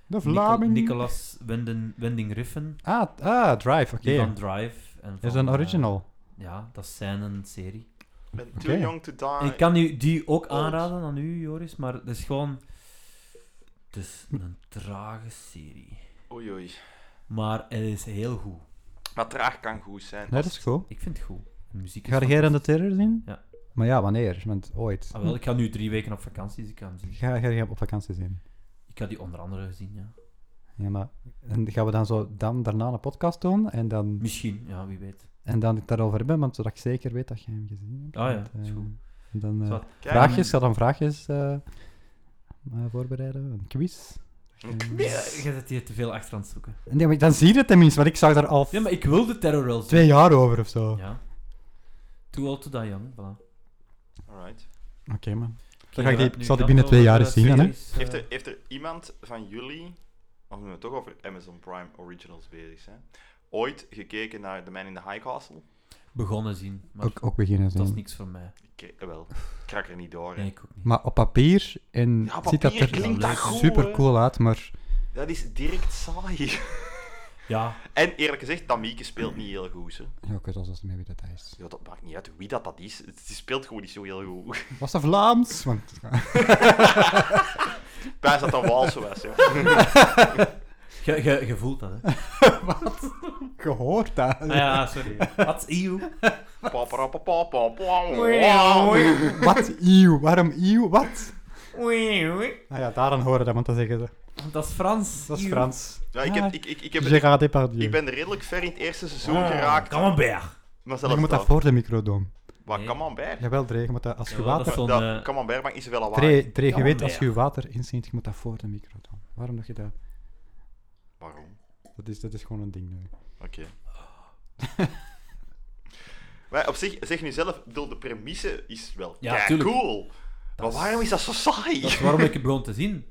Speaker 5: De
Speaker 4: Nico-
Speaker 5: Vlaming.
Speaker 4: Nicolas Wenden, Wending Riffen.
Speaker 5: Ah, ah, Drive, oké.
Speaker 4: Die van Drive. En
Speaker 5: Is dat
Speaker 4: van,
Speaker 5: een
Speaker 4: eh,
Speaker 5: original?
Speaker 4: ja, dat is zijn serie.
Speaker 3: Ik ben too
Speaker 5: Oké.
Speaker 3: young to die.
Speaker 4: Ik kan u die ook
Speaker 3: Ah, Old.
Speaker 4: aanraden aan u, Joris, maar het is gewoon... Het is een trage serie.
Speaker 3: Oei, oei.
Speaker 4: Maar het is heel goed.
Speaker 3: Maar traag kan goed zijn.
Speaker 5: Nee, dat is goed.
Speaker 4: Ik vind het goed. De muziek is
Speaker 5: Ga jij dan de terror zien?
Speaker 4: Ja.
Speaker 5: Maar ja, wanneer? Want ooit.
Speaker 4: Ah, wel, ik ga nu drie weken op vakantie, dus ik kan hem zien.
Speaker 5: Ga, ga jij op vakantie zijn?
Speaker 4: Ik had die onder andere gezien, ja.
Speaker 5: Ja, maar en gaan we dan zo dan, daarna een podcast doen en dan,
Speaker 4: Misschien, ja, wie weet.
Speaker 5: en dan het daarover hebben, want zodat ik zeker weet dat je hem gezien hebt.
Speaker 4: Ah ja,
Speaker 5: Want, eh,
Speaker 4: is goed.
Speaker 5: en dan, eh,
Speaker 4: Zwart.
Speaker 3: Kijk,
Speaker 5: vraagjes, ga dan vraagjes eh, eh, voorbereiden, een quiz.
Speaker 3: Een
Speaker 5: Eh,
Speaker 4: Ja, je zit hier te veel achter aan het zoeken.
Speaker 5: Nee, maar dan zie je het tenminste, want ik zag daar al
Speaker 4: Ja, maar ik wil de terror wel zien.
Speaker 5: twee jaar over of zo.
Speaker 4: Ja. Too old to die young, voilà.
Speaker 3: Alright.
Speaker 5: Oké, man.
Speaker 4: Oké,
Speaker 5: ga ik die-
Speaker 4: wat
Speaker 5: ik
Speaker 4: nu
Speaker 5: zal die
Speaker 4: dan
Speaker 5: binnen
Speaker 4: over
Speaker 5: twee jaar
Speaker 4: de
Speaker 5: eens zien dan, hè.
Speaker 4: series, eh,
Speaker 3: Heeft er, heeft er iemand van jullie, of we het toch over Amazon Prime Originals bezig zijn, ooit gekeken naar The Man in the High Castle?
Speaker 4: Begonnen zien, maar
Speaker 5: Ook, Mm. ook beginnen
Speaker 4: dat is
Speaker 5: zien.
Speaker 4: niks voor mij.
Speaker 3: Ik, eh, wel, ik krak er niet door. hè.
Speaker 4: Nee, ik ook niet.
Speaker 5: Maar op papier, en
Speaker 3: Ja, op
Speaker 5: ziet dat
Speaker 3: papier
Speaker 5: er
Speaker 3: klinkt dat goed,
Speaker 5: super
Speaker 3: hè.
Speaker 5: cool uit, maar
Speaker 3: Dat is direct saai. <laughs>
Speaker 4: Ja,
Speaker 3: En eerlijk gezegd, Tamieke speelt niet heel goed. Hè.
Speaker 5: ja, oké, dat is mee wie dat is.
Speaker 3: Ja, dat maakt niet uit wie dat, dat is. Het- Ze speelt gewoon niet zo heel goed. <laughs>
Speaker 5: Was dat Vlaams? Want,
Speaker 3: Pijs dat dat Waalse was. Ja.
Speaker 4: je, je, je voelt dat, hè.
Speaker 5: gehoord <laughs> dat.
Speaker 4: <laughs> Ah, ja, sorry. Wat? Eeuw.
Speaker 3: Pa, pa, pa, pa, pa, pa.
Speaker 5: Wat? Eeuw? Waarom eeuw? Wat?
Speaker 4: Oei, oei.
Speaker 5: Nou ja, daaraan horen dat, want dan zeggen ze.
Speaker 4: Want Dat is Frans.
Speaker 5: Dat is
Speaker 4: Eeuw.
Speaker 5: Frans.
Speaker 3: Ja, ik, heb, ik, ik, ik, heb,
Speaker 5: Gérard Depardieu.
Speaker 3: ik ben redelijk ver in het eerste seizoen
Speaker 4: Ah,
Speaker 3: geraakt.
Speaker 4: Camembert.
Speaker 3: Maar zelfs
Speaker 5: Je moet dat voor de micro doen.
Speaker 3: Wat
Speaker 4: Nee.
Speaker 3: camembert?
Speaker 5: Jawel, Dre, je moet dat als je
Speaker 4: Jawel,
Speaker 5: water...
Speaker 4: dat is
Speaker 3: Dat
Speaker 4: Zo'n, eh,
Speaker 3: camembert maakt niet zoveel lawaai.
Speaker 5: Dre, Dre, je
Speaker 4: Ja,
Speaker 5: weet,
Speaker 4: nee,
Speaker 5: als je je water inzinkt, je moet dat voor de micro doen. Waarom dat je dat...
Speaker 3: Waarom?
Speaker 5: Dat is, dat is gewoon een ding nu.
Speaker 3: Oké. <laughs> maar op zich, zeg nu zelf, ik bedoel, de premisse is wel
Speaker 4: Ja,
Speaker 3: ja,
Speaker 4: tuurlijk.
Speaker 3: cool. Maar waarom is dat zo saai?
Speaker 4: Dat is Dus waarom ik het begon te zien.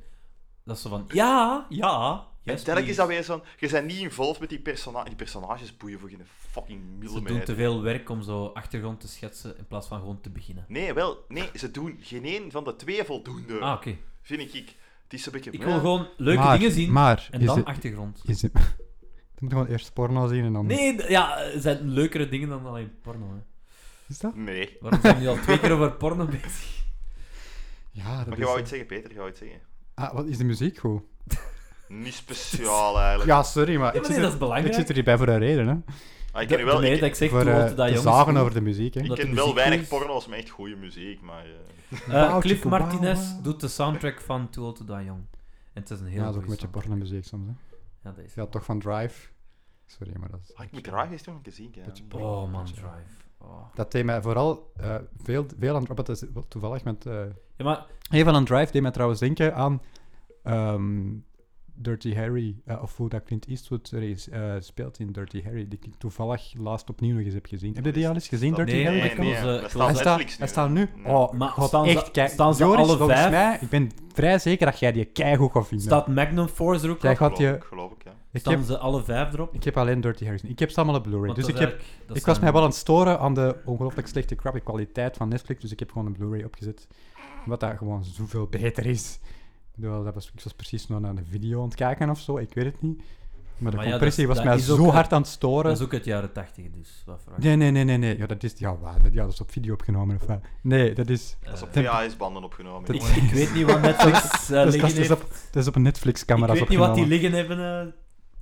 Speaker 4: Dat is zo van, ja, ja.
Speaker 3: en
Speaker 4: yes,
Speaker 3: <laughs> telkens
Speaker 4: please.
Speaker 3: is dat weer zo'n... Je bent niet involved met die personages. Die personages boeien voor geen fucking
Speaker 4: Ze doen te
Speaker 3: millimeter.
Speaker 4: veel werk om zo achtergrond te schetsen in plaats van gewoon te beginnen.
Speaker 3: Nee, wel. Nee, ze doen geen één van de twee voldoende.
Speaker 4: Ah, oké.
Speaker 3: Vind ik. ik. Het is een beetje... Eh,
Speaker 4: Ik wil gewoon leuke
Speaker 5: Maar-
Speaker 4: dingen zien
Speaker 5: Maar,
Speaker 4: en
Speaker 5: is
Speaker 4: dan
Speaker 5: het-
Speaker 4: achtergrond.
Speaker 5: Is het... Je <laughs> moet gewoon eerst porno zien en dan...
Speaker 4: Nee, d- ja, er zijn leukere dingen dan alleen porno. Hè.
Speaker 5: Is dat?
Speaker 3: Nee.
Speaker 4: Waarom zijn we nu al twee keer over porno <laughs> bezig?
Speaker 5: Ja, dat
Speaker 3: Maar
Speaker 5: is...
Speaker 3: je wou iets zeggen, Peter. Je wou iets zeggen.
Speaker 5: Ah, wat is de muziek goed?
Speaker 3: Niet speciaal, eigenlijk.
Speaker 5: Ja, sorry, maar...
Speaker 4: Ja,
Speaker 5: ik
Speaker 4: maar
Speaker 5: zit
Speaker 4: nee,
Speaker 5: er-
Speaker 4: dat is belangrijk.
Speaker 5: Ik zit er hier bij voor een reden, hè.
Speaker 3: Ah, ik
Speaker 4: De-
Speaker 3: ken wel...
Speaker 4: de
Speaker 3: Ik,
Speaker 4: reden dat ik zeg,
Speaker 5: Voor
Speaker 4: toen
Speaker 5: eh,
Speaker 4: hoorde dat
Speaker 5: te
Speaker 4: jongens...
Speaker 5: zagen
Speaker 4: goed.
Speaker 5: over de muziek, hè.
Speaker 3: ik
Speaker 4: omdat de
Speaker 3: ken wel
Speaker 4: muziek
Speaker 3: weinig
Speaker 4: is.
Speaker 3: porno's met echt goede muziek, maar... eh,
Speaker 4: Eh,
Speaker 5: Wauw,
Speaker 4: Cliff
Speaker 5: chico, wauw,
Speaker 4: Martinez
Speaker 5: wauw.
Speaker 4: doet de soundtrack van Too Old To Die Young. En het is een heel
Speaker 5: Ja, dat is ook een
Speaker 4: goeie
Speaker 5: beetje
Speaker 4: soundtrack.
Speaker 5: porno-muziek soms, hè.
Speaker 4: Ja, dat is
Speaker 5: Ja, toch van Drive. Sorry, maar dat is...
Speaker 3: ah, ik moet graag eens doen, ik zie ja.
Speaker 5: Beetje porno.
Speaker 4: Oh man, Drive. Oh.
Speaker 5: Dat deed mij vooral eh, veel, veel aan... Robert, dat is wel toevallig met... eh
Speaker 4: Ja, maar
Speaker 5: een van een Drive deed mij trouwens denken aan... ehm, Dirty Harry, eh, of hoe dat Clint Eastwood er is, eh, speelt in Dirty Harry, die ik toevallig laatst opnieuw nog eens heb gezien. Heb je die al eens gezien, Dirty
Speaker 4: Nee,
Speaker 5: Harry?
Speaker 4: nee,
Speaker 5: Dat kan-
Speaker 4: nee.
Speaker 3: eh,
Speaker 4: onze-
Speaker 3: dat
Speaker 5: Hij
Speaker 3: staat op
Speaker 5: staat,
Speaker 3: Netflix nu.
Speaker 5: hij staat nu.
Speaker 3: Nee.
Speaker 5: Oh,
Speaker 4: Maar
Speaker 5: God,
Speaker 4: staan ze-
Speaker 5: echt, kijk,
Speaker 4: staan ze
Speaker 5: Joris,
Speaker 4: alle
Speaker 5: volgens
Speaker 4: vijf?
Speaker 5: mij, ik ben vrij zeker dat jij die keigoed gaat vinden.
Speaker 4: staat Magnum Force er ook
Speaker 5: Jij
Speaker 4: op?
Speaker 5: gaat
Speaker 3: Geloof
Speaker 5: je...
Speaker 3: ik, geloof ik, ja.
Speaker 5: Ik
Speaker 4: Staan
Speaker 5: heb,
Speaker 4: ze alle vijf erop?
Speaker 5: ik heb alleen Dirty Harry gezien. Ik heb ze allemaal op Blu-ray.
Speaker 4: Want
Speaker 5: Dus
Speaker 4: dat
Speaker 5: ik,
Speaker 4: is
Speaker 5: heb,
Speaker 4: eigenlijk- dat
Speaker 5: ik was
Speaker 4: zijn-
Speaker 5: mij wel aan het storen aan de ongelooflijk slechte crappy kwaliteit van Netflix, dus ik heb gewoon een Blu-ray opgezet. Omdat dat gewoon zoveel beter is. bedoel, dat was, ik was precies nog naar een video aan het kijken of zo, ik weet het niet. Maar de
Speaker 4: Maar ja,
Speaker 5: compressie
Speaker 4: dat is-
Speaker 5: was
Speaker 4: dat
Speaker 5: mij
Speaker 4: is ook,
Speaker 5: zo
Speaker 4: eh,
Speaker 5: hard aan het storen.
Speaker 4: Dat is ook uit de jaren 80, dus wat vraag
Speaker 5: Nee, nee, nee, nee, nee. Ja, dat is, ja, waar, dat, ja, dat is op video opgenomen of wat. Nee, dat is...
Speaker 4: Eh,
Speaker 3: Dat is op
Speaker 5: Tempo-
Speaker 3: VHS-banden opgenomen.
Speaker 4: ik,
Speaker 5: Dat-
Speaker 3: jongen.
Speaker 4: ik weet niet
Speaker 5: <laughs>
Speaker 4: wat Netflix eh,
Speaker 5: dat, is,
Speaker 4: liggen
Speaker 5: dat, is
Speaker 4: heeft.
Speaker 5: op, dat is op een
Speaker 4: Ik
Speaker 5: Netflix-camera
Speaker 4: weet niet wat die
Speaker 5: opgenomen.
Speaker 4: liggen hebben eh,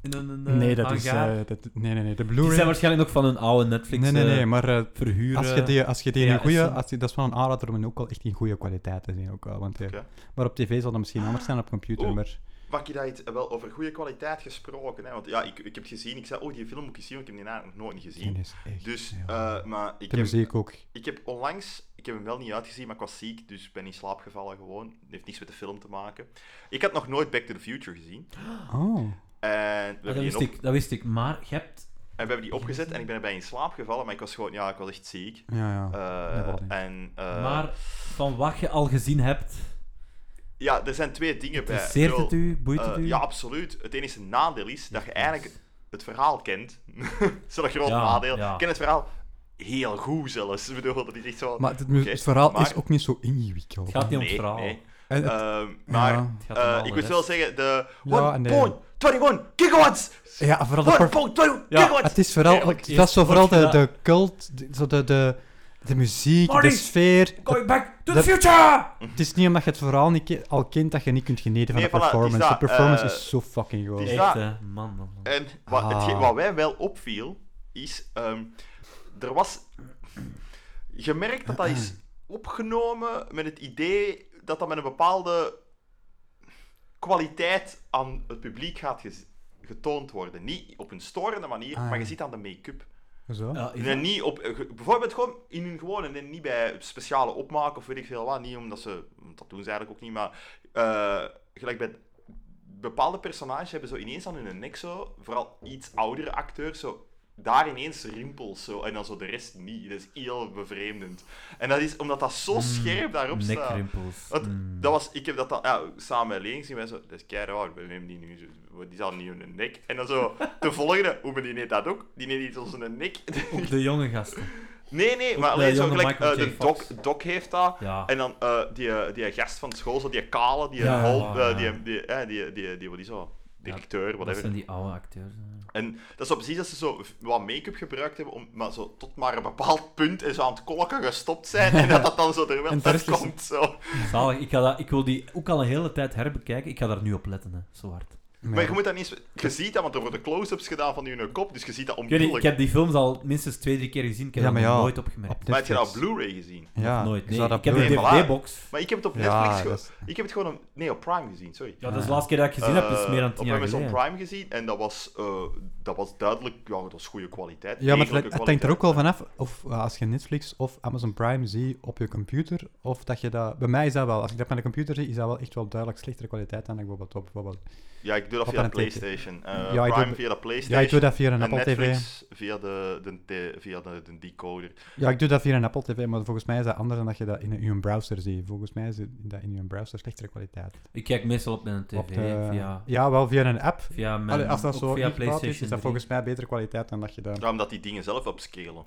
Speaker 4: in een, een eh,
Speaker 5: Nee, dat is...
Speaker 4: hangar.
Speaker 5: eh, dat, nee, nee, nee.
Speaker 4: die
Speaker 5: De
Speaker 4: zijn
Speaker 5: Blu-ray...
Speaker 4: waarschijnlijk nog van hun oude Netflix
Speaker 5: Nee, nee, nee.
Speaker 4: eh,
Speaker 5: Maar eh,
Speaker 4: verhuren.
Speaker 5: als je die, als je die
Speaker 4: Ja,
Speaker 5: in goede...
Speaker 4: SM.
Speaker 5: Als je, dat is wel een aanrader om die ook wel echt in goede kwaliteit te zien. Ook, wel, want, eh,
Speaker 3: Oké.
Speaker 5: Maar op tv zal dat misschien anders zijn op computer,
Speaker 3: Oeh.
Speaker 5: maar...
Speaker 3: Pak je dat iets- eh, wel over goede kwaliteit gesproken? Hè? Want ja, ik, ik heb het gezien. Ik zei, oh, die film moet ik eens zien, want ik heb die na- nog nooit niet
Speaker 5: Nee,
Speaker 3: gezien.
Speaker 5: dat is echt...
Speaker 3: Dus,
Speaker 5: ja.
Speaker 3: eh, maar ik
Speaker 5: de
Speaker 3: heb,
Speaker 5: muziek ook.
Speaker 3: ik heb onlangs, ik heb hem wel niet uitgezien, maar ik was ziek, dus ik ben in slaap gevallen gewoon. Het heeft niks met de film te maken. Ik had nog nooit Back to the Future gezien.
Speaker 5: Oh.
Speaker 3: En we, hebben
Speaker 4: Ah, dat,
Speaker 3: die
Speaker 4: wist
Speaker 3: op-
Speaker 4: ik, dat wist ik, maar je hebt...
Speaker 3: en we hebben die opgezet en ik ben erbij in slaap gevallen, maar ik was gewoon, ja, ik was echt ziek.
Speaker 5: Ja, ja.
Speaker 3: Eh,
Speaker 5: dat wel,
Speaker 3: en, eh,
Speaker 4: Maar van wat je al gezien hebt,
Speaker 3: Ja, er zijn twee dingen bij.
Speaker 4: interesseert
Speaker 3: Ik
Speaker 4: het
Speaker 3: bedoel,
Speaker 4: u? Boeit het
Speaker 3: eh,
Speaker 4: u?
Speaker 3: ja, absoluut. Het enige nadeel is dat je eigenlijk het verhaal kent. <laughs> dat is wel een groot
Speaker 4: Ja,
Speaker 3: nadeel.
Speaker 4: ja.
Speaker 3: Ik ken het verhaal heel goed zelfs. <laughs> Ik bedoel, dat is echt zo...
Speaker 5: Maar het, het
Speaker 3: Oké,
Speaker 5: verhaal
Speaker 3: maar-
Speaker 5: is ook niet zo ingewikkeld.
Speaker 4: het gaat niet om het
Speaker 3: nee,
Speaker 4: verhaal.
Speaker 3: nee.
Speaker 5: En het-
Speaker 3: Ehm, maar
Speaker 5: ja.
Speaker 4: Het gaat om
Speaker 3: eh,
Speaker 4: alle
Speaker 3: ik moet
Speaker 4: rest.
Speaker 3: wel zeggen, de
Speaker 5: Ja,
Speaker 3: 1.21
Speaker 5: en, eh,
Speaker 3: gigawatts! 1.21
Speaker 5: Ja, vooral de perf-
Speaker 4: Ja,
Speaker 5: Het
Speaker 3: gigawatts!
Speaker 5: is vooral,
Speaker 3: Eerlijk,
Speaker 5: het was zo
Speaker 4: eerst
Speaker 5: vooral de,
Speaker 4: wordt
Speaker 5: de cult, de, zo de, de, de muziek,
Speaker 4: Marty,
Speaker 5: de sfeer.
Speaker 4: Going back to the
Speaker 5: dat-
Speaker 4: future!
Speaker 5: Het is niet omdat je het verhaal niet ke- al kent dat je niet kunt genieten van
Speaker 3: Nee,
Speaker 5: de
Speaker 3: voilà, het is
Speaker 5: performance.
Speaker 3: dat,
Speaker 5: de performance
Speaker 3: eh,
Speaker 5: is zo fucking goed.
Speaker 3: het is
Speaker 4: Echt,
Speaker 3: dat-
Speaker 4: hè. Man, man, man.
Speaker 3: En wat,
Speaker 5: Ah.
Speaker 3: hetgeen- wat wij wel opviel, is... ehm, er was... Je merkt dat dat is opgenomen met het idee dat dat met een bepaalde kwaliteit aan het publiek gaat gez- getoond worden. Niet op een storende manier,
Speaker 5: Ah, ja.
Speaker 3: maar je ziet aan de make-up.
Speaker 5: Zo?
Speaker 4: Ja, Ah, is
Speaker 3: En niet op, eh, ge- bijvoorbeeld gewoon in hun gewone, en niet bij speciale opmaak of weet ik veel wat. Niet omdat ze, dat doen ze eigenlijk ook niet, maar eh, gelijk bij bepaalde personages hebben zo ineens aan hun nek zo, vooral iets oudere acteurs, zo daar ineens rimpels zo, en dan zo de rest niet. Dat is heel bevreemdend. En dat is omdat dat zo scherp daarop staat.
Speaker 4: Nekrimpels.
Speaker 3: Want
Speaker 4: Mm.
Speaker 3: dat was, ik heb dat dan ja, samen met Leen gezien, wij zo, dat is keihard, we nemen die nu, zo- die zal niet op hun nek. En dan zo, de volgende, hoe die neemt dat ook, die neemt iets op zijn nek.
Speaker 4: Ook de jonge
Speaker 3: <laughs>
Speaker 4: gasten.
Speaker 3: Nee, nee, maar
Speaker 4: de
Speaker 3: alleen zo
Speaker 4: jonge
Speaker 3: gelijk,
Speaker 4: Michael
Speaker 3: eh,
Speaker 4: J.
Speaker 3: de doc,
Speaker 4: Fox.
Speaker 3: doc heeft dat.
Speaker 4: Ja.
Speaker 3: En dan eh, die, eh, die gast van school, zo die kale, die
Speaker 4: Ja,
Speaker 3: hol,
Speaker 4: ja.
Speaker 3: eh, die, die, eh, die, die, die, wat is dat? Directeur,
Speaker 4: Dat
Speaker 3: whatever.
Speaker 4: zijn die oude acteurs. hè.
Speaker 3: En dat is zo precies dat ze zo v- wat make-up gebruikt hebben, om, maar zo tot maar een bepaald punt en zo aan het kolken gestopt zijn. en dat dat dan
Speaker 4: <laughs>
Speaker 3: zo er wel
Speaker 5: En de rest is-
Speaker 3: uitkomt. Zo.
Speaker 4: Zalig. Ik, ga dat, ik wil die ook al een hele tijd herbekijken. Ik ga daar nu op letten, hè. Zo hard.
Speaker 3: Maar je moet dat niet eens... Je ziet dat, want er worden close-ups gedaan van hun kop, dus je ziet dat
Speaker 4: Ik, weet niet, ik
Speaker 3: onmiddellijk.
Speaker 4: heb die films al minstens twee, drie keer gezien. Ik heb
Speaker 5: Ja,
Speaker 4: dat
Speaker 5: maar
Speaker 4: nog
Speaker 5: ja.
Speaker 4: nooit opgemerkt.
Speaker 5: Op
Speaker 3: Maar heb je dat
Speaker 5: Netflix.
Speaker 3: op Blu-ray gezien?
Speaker 5: Ja,
Speaker 4: nooit.
Speaker 5: je
Speaker 4: Nee,
Speaker 5: zou dat
Speaker 4: ik heb een
Speaker 5: Blu-ray-
Speaker 3: Blu-ray- voilà.
Speaker 4: DVD-box.
Speaker 3: Maar ik heb het op
Speaker 5: Ja,
Speaker 3: Netflix... ge-
Speaker 5: dat is-
Speaker 3: Ik heb het gewoon... op- Nee, op Prime gezien, sorry.
Speaker 4: Ja, dat is de laatste keer dat ik gezien heb. Dat is meer dan
Speaker 3: Eh,
Speaker 4: tien jaar
Speaker 3: Op
Speaker 4: geleden.
Speaker 3: Amazon Prime gezien en dat was, eh, dat was duidelijk, ja, dat was goede kwaliteit.
Speaker 5: Ja, maar het,
Speaker 3: degelijke
Speaker 5: lijkt- het hangt er ook wel
Speaker 3: kwaliteit.
Speaker 5: vanaf of eh, als je Netflix of Amazon Prime ziet op je computer, of dat je dat... Bij mij is dat wel, als ik dat op mijn computer zie, is dat wel echt wel duidelijk slechtere kwaliteit dan ik bijvoorbeeld op... Bijvoorbeeld.
Speaker 3: Ja, ik doe dat
Speaker 5: Op
Speaker 3: via de
Speaker 5: een teken.
Speaker 3: PlayStation. Eh,
Speaker 5: Ja, ik
Speaker 3: Prime
Speaker 5: doe-
Speaker 3: via de PlayStation.
Speaker 5: Ja, ik doe dat via
Speaker 3: en
Speaker 5: een Apple TV.
Speaker 3: Netflix via de, de, de- via de, de decoder.
Speaker 5: Ja, ik doe dat via een Apple TV, maar volgens mij is dat anders dan dat je dat in een- in je browser ziet. Volgens mij is dat in je browser slechtere kwaliteit.
Speaker 4: Ik kijk meestal op mijn tv.
Speaker 5: Op eh, de-
Speaker 4: Via,
Speaker 5: Ja, wel via een app.
Speaker 4: via mijn...
Speaker 5: Allee, als dat
Speaker 4: ook
Speaker 5: zo
Speaker 4: via
Speaker 5: ingebouwd
Speaker 4: PlayStation
Speaker 5: is, is dat
Speaker 4: 3.
Speaker 5: volgens mij betere kwaliteit dan dat je dat...
Speaker 3: Ja, omdat die dingen zelf upscalen.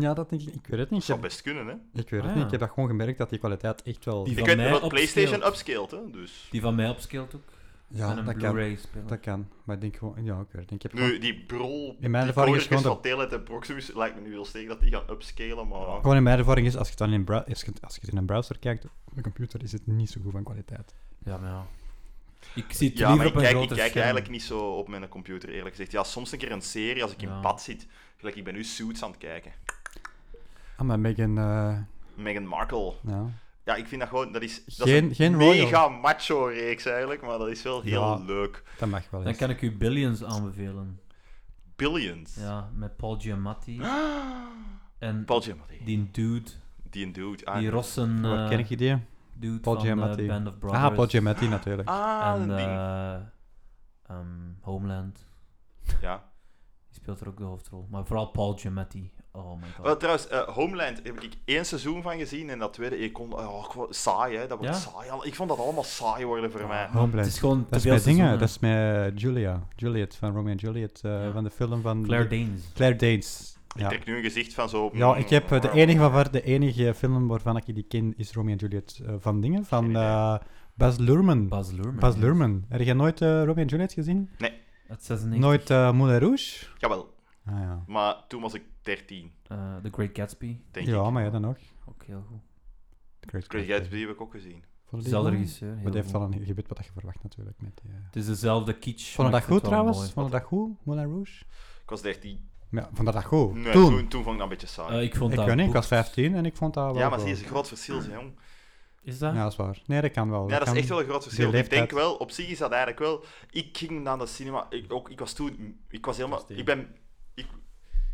Speaker 5: Ja, dat denk ik. Ik weet het
Speaker 3: Dat
Speaker 5: niet. Ik
Speaker 3: zou
Speaker 5: heb,
Speaker 3: best kunnen, hè.
Speaker 5: ik weet het
Speaker 4: Ah,
Speaker 5: niet.
Speaker 4: ja.
Speaker 5: Ik heb dat gewoon gemerkt dat die kwaliteit echt wel...
Speaker 4: Die
Speaker 3: ik
Speaker 4: van
Speaker 3: weet
Speaker 4: mij
Speaker 3: dat
Speaker 4: upscaled.
Speaker 3: PlayStation upscaled, hè. Dus.
Speaker 4: Die van mij opscaled ook.
Speaker 5: ja,
Speaker 4: en een
Speaker 5: dat kan.
Speaker 4: Blu-ray speler.
Speaker 5: Dat kan. Maar ik denk gewoon... Ja, ik weet het niet. Ik heb gewoon,
Speaker 3: Nu, die brol...
Speaker 5: In mijn
Speaker 3: die
Speaker 5: ervaring is
Speaker 3: kodertjes
Speaker 5: gewoon
Speaker 3: van Telenet en Proximus lijkt me nu wel steek dat die gaan upscalen, maar...
Speaker 5: gewoon in mijn ervaring is, als je, het dan in brow- als, je, als je het in een browser kijkt, op een computer is het niet zo goed van kwaliteit.
Speaker 4: Ja, maar ja. Ik zie het
Speaker 3: Ja, maar
Speaker 4: liever
Speaker 3: ik
Speaker 4: op een
Speaker 3: kijk, ik
Speaker 4: groter
Speaker 3: kijk
Speaker 4: scherm.
Speaker 3: eigenlijk niet zo op mijn computer, eerlijk gezegd. Ja, soms een keer een serie als ik
Speaker 4: Ja.
Speaker 3: in bad zit. Gelijk, ik ben nu Suits aan het kijken.
Speaker 5: Ah, maar Megan... eh,
Speaker 3: Meghan Markle.
Speaker 5: ja.
Speaker 3: Ja, ik vind dat gewoon... Dat is, dat
Speaker 5: Geen-
Speaker 3: is
Speaker 5: geen
Speaker 3: een
Speaker 5: royal.
Speaker 3: mega macho-reeks eigenlijk, maar dat is wel heel
Speaker 5: Ja.
Speaker 3: leuk.
Speaker 5: Dat mag wel
Speaker 4: Dan
Speaker 5: eens.
Speaker 4: kan ik u Billions aanbevelen.
Speaker 3: Billions.
Speaker 4: Ja, met Paul Giamatti. En
Speaker 3: Paul Giamatti.
Speaker 4: die dude,
Speaker 3: Die een dude. Ah,
Speaker 4: die rossen
Speaker 5: Wat
Speaker 4: eh,
Speaker 5: ken ik die? idee?
Speaker 4: dude
Speaker 5: Paul
Speaker 4: van eh,
Speaker 5: Giamatti.
Speaker 4: Band of Brothers.
Speaker 5: Ah, Paul Giamatti natuurlijk.
Speaker 3: ah
Speaker 4: En
Speaker 3: dat ding.
Speaker 4: eh, ehm, Homeland.
Speaker 3: Ja.
Speaker 4: Die speelt er ook de hoofdrol. Maar vooral Paul Giamatti. Oh my god.
Speaker 3: Wel, trouwens, eh, Homeland heb ik één seizoen van gezien en dat tweede... Ik kon, oh, ik wou- saai, hè. Dat wordt
Speaker 4: Ja?
Speaker 3: saai. al- Ik vond dat allemaal saai worden voor mij.
Speaker 4: Het
Speaker 5: Homeland.
Speaker 4: is gewoon te
Speaker 5: Dat is
Speaker 4: veel
Speaker 5: met dingen.
Speaker 4: seizoenen.
Speaker 5: Dat is met Julia. Juliet van Romeo en Juliet. eh,
Speaker 4: Ja.
Speaker 5: Van de film van...
Speaker 4: Claire Danes.
Speaker 5: Claire Danes.
Speaker 3: Ik
Speaker 5: Ja.
Speaker 3: trek nu een Oh. gezicht van zo...
Speaker 5: Ja, ik heb eh, de enige, waarvan- de enige film waarvan ik die ken is Romeo en Juliet eh, van dingen. Van
Speaker 3: Geen idee.
Speaker 5: eh, Baz Luhrmann.
Speaker 4: Baz Luhrmann.
Speaker 5: Baz Luhrmann. Heb jij nooit eh, Romeo en Juliet gezien?
Speaker 4: Uit 96.
Speaker 5: Nooit eh Moulin Rouge?
Speaker 3: Jawel,
Speaker 5: Ah ja.
Speaker 3: maar toen was ik 13,
Speaker 4: Eh, The Great Gatsby.
Speaker 3: denk ik.
Speaker 5: ja, maar ja, dan nog.
Speaker 4: Ook heel goed.
Speaker 5: Great
Speaker 3: Crazy
Speaker 5: Gatsby.
Speaker 3: Gatsby heb ik ook gezien.
Speaker 5: Vond je die
Speaker 4: Dezelfde
Speaker 5: goed?
Speaker 4: regisseur.
Speaker 5: Maar
Speaker 4: heel
Speaker 5: die heeft
Speaker 4: goed.
Speaker 5: al een gebied wat je verwacht natuurlijk. Met die, eh.
Speaker 4: Het is dezelfde kitsch.
Speaker 5: Vond je
Speaker 4: maar
Speaker 5: dat
Speaker 4: ik vind
Speaker 5: goed
Speaker 4: het wel
Speaker 5: trouwens?
Speaker 4: mooi.
Speaker 5: Vond je dat goed, Moulin Rouge?
Speaker 3: Ik was 13.
Speaker 5: Ja, vond je dat goed?
Speaker 3: Nee,
Speaker 5: toen?
Speaker 3: toen. Toen, vond ik dat een beetje saai.
Speaker 4: Eh, ik vond
Speaker 5: Ik
Speaker 4: dat
Speaker 5: weet niet, ik
Speaker 4: boek-
Speaker 5: was 15 en ik vond dat wel...
Speaker 3: Ah, ja, maar
Speaker 5: goed.
Speaker 3: zie je, is een groot verschil, zeg, jong.
Speaker 4: Is dat?
Speaker 5: Ja, dat is waar. Nee, dat kan wel.
Speaker 3: Ja, dat is
Speaker 5: kan.
Speaker 3: echt wel een groot verschil. Ik
Speaker 5: leeftijd.
Speaker 3: denk wel, op zich is dat eigenlijk wel. Ik ging naar de cinema. Ik, ook, ik was toen. Ik was helemaal.
Speaker 5: Versteer.
Speaker 3: Ik ben. Ik,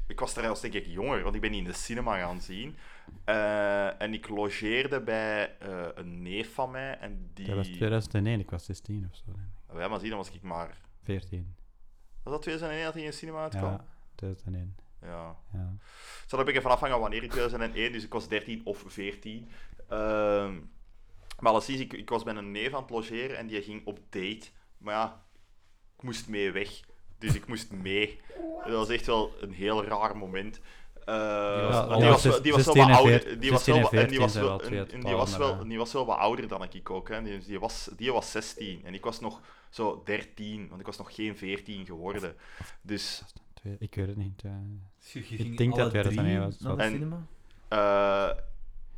Speaker 3: ik was daar als denk ik jonger, want ik ben niet in de cinema gaan zien. Eh, en ik logeerde bij eh, een neef van mij. En die.
Speaker 5: Dat was 2001, ik was 16 of zo. denk ik.
Speaker 3: Wij maar zien, dan was ik maar.
Speaker 5: 14.
Speaker 3: Was dat 2001 dat hij in de cinema uitkwam?
Speaker 5: Ja,
Speaker 3: Ja.
Speaker 5: 2001. Ja.
Speaker 3: Het zal een beetje van afhangen wanneer ik 2001, dus ik was 13 of 14. Ehm, maar alleszins, ik, ik was bij een neef aan het logeren en die ging op date. Maar ja, ik moest mee weg. Dus ik moest mee. Dat was echt wel een heel raar moment. Eh,
Speaker 4: was
Speaker 3: want
Speaker 4: al
Speaker 3: die was,
Speaker 5: zes-
Speaker 3: die was wel
Speaker 5: 16
Speaker 3: wat
Speaker 5: en
Speaker 3: ouder.
Speaker 5: 14,
Speaker 3: Die was wel wat-
Speaker 5: 16 en
Speaker 3: en die was
Speaker 5: 14 zijn
Speaker 3: wel-
Speaker 5: wel twee
Speaker 3: en- en die
Speaker 5: totaal
Speaker 3: was wel-
Speaker 5: andere.
Speaker 3: die was wel wat ouder dan ik ook. Hè. Die, die, was, die was 16 en ik was nog zo 13, want ik was nog geen 14 geworden. Dus
Speaker 5: Twee- Ik weet het niet. eh.
Speaker 4: Dus Je ging
Speaker 5: Ik denk
Speaker 4: alle
Speaker 5: dat wij dat dan
Speaker 4: drie
Speaker 5: even-
Speaker 4: naar de
Speaker 3: En-
Speaker 4: cinema?
Speaker 3: Eh,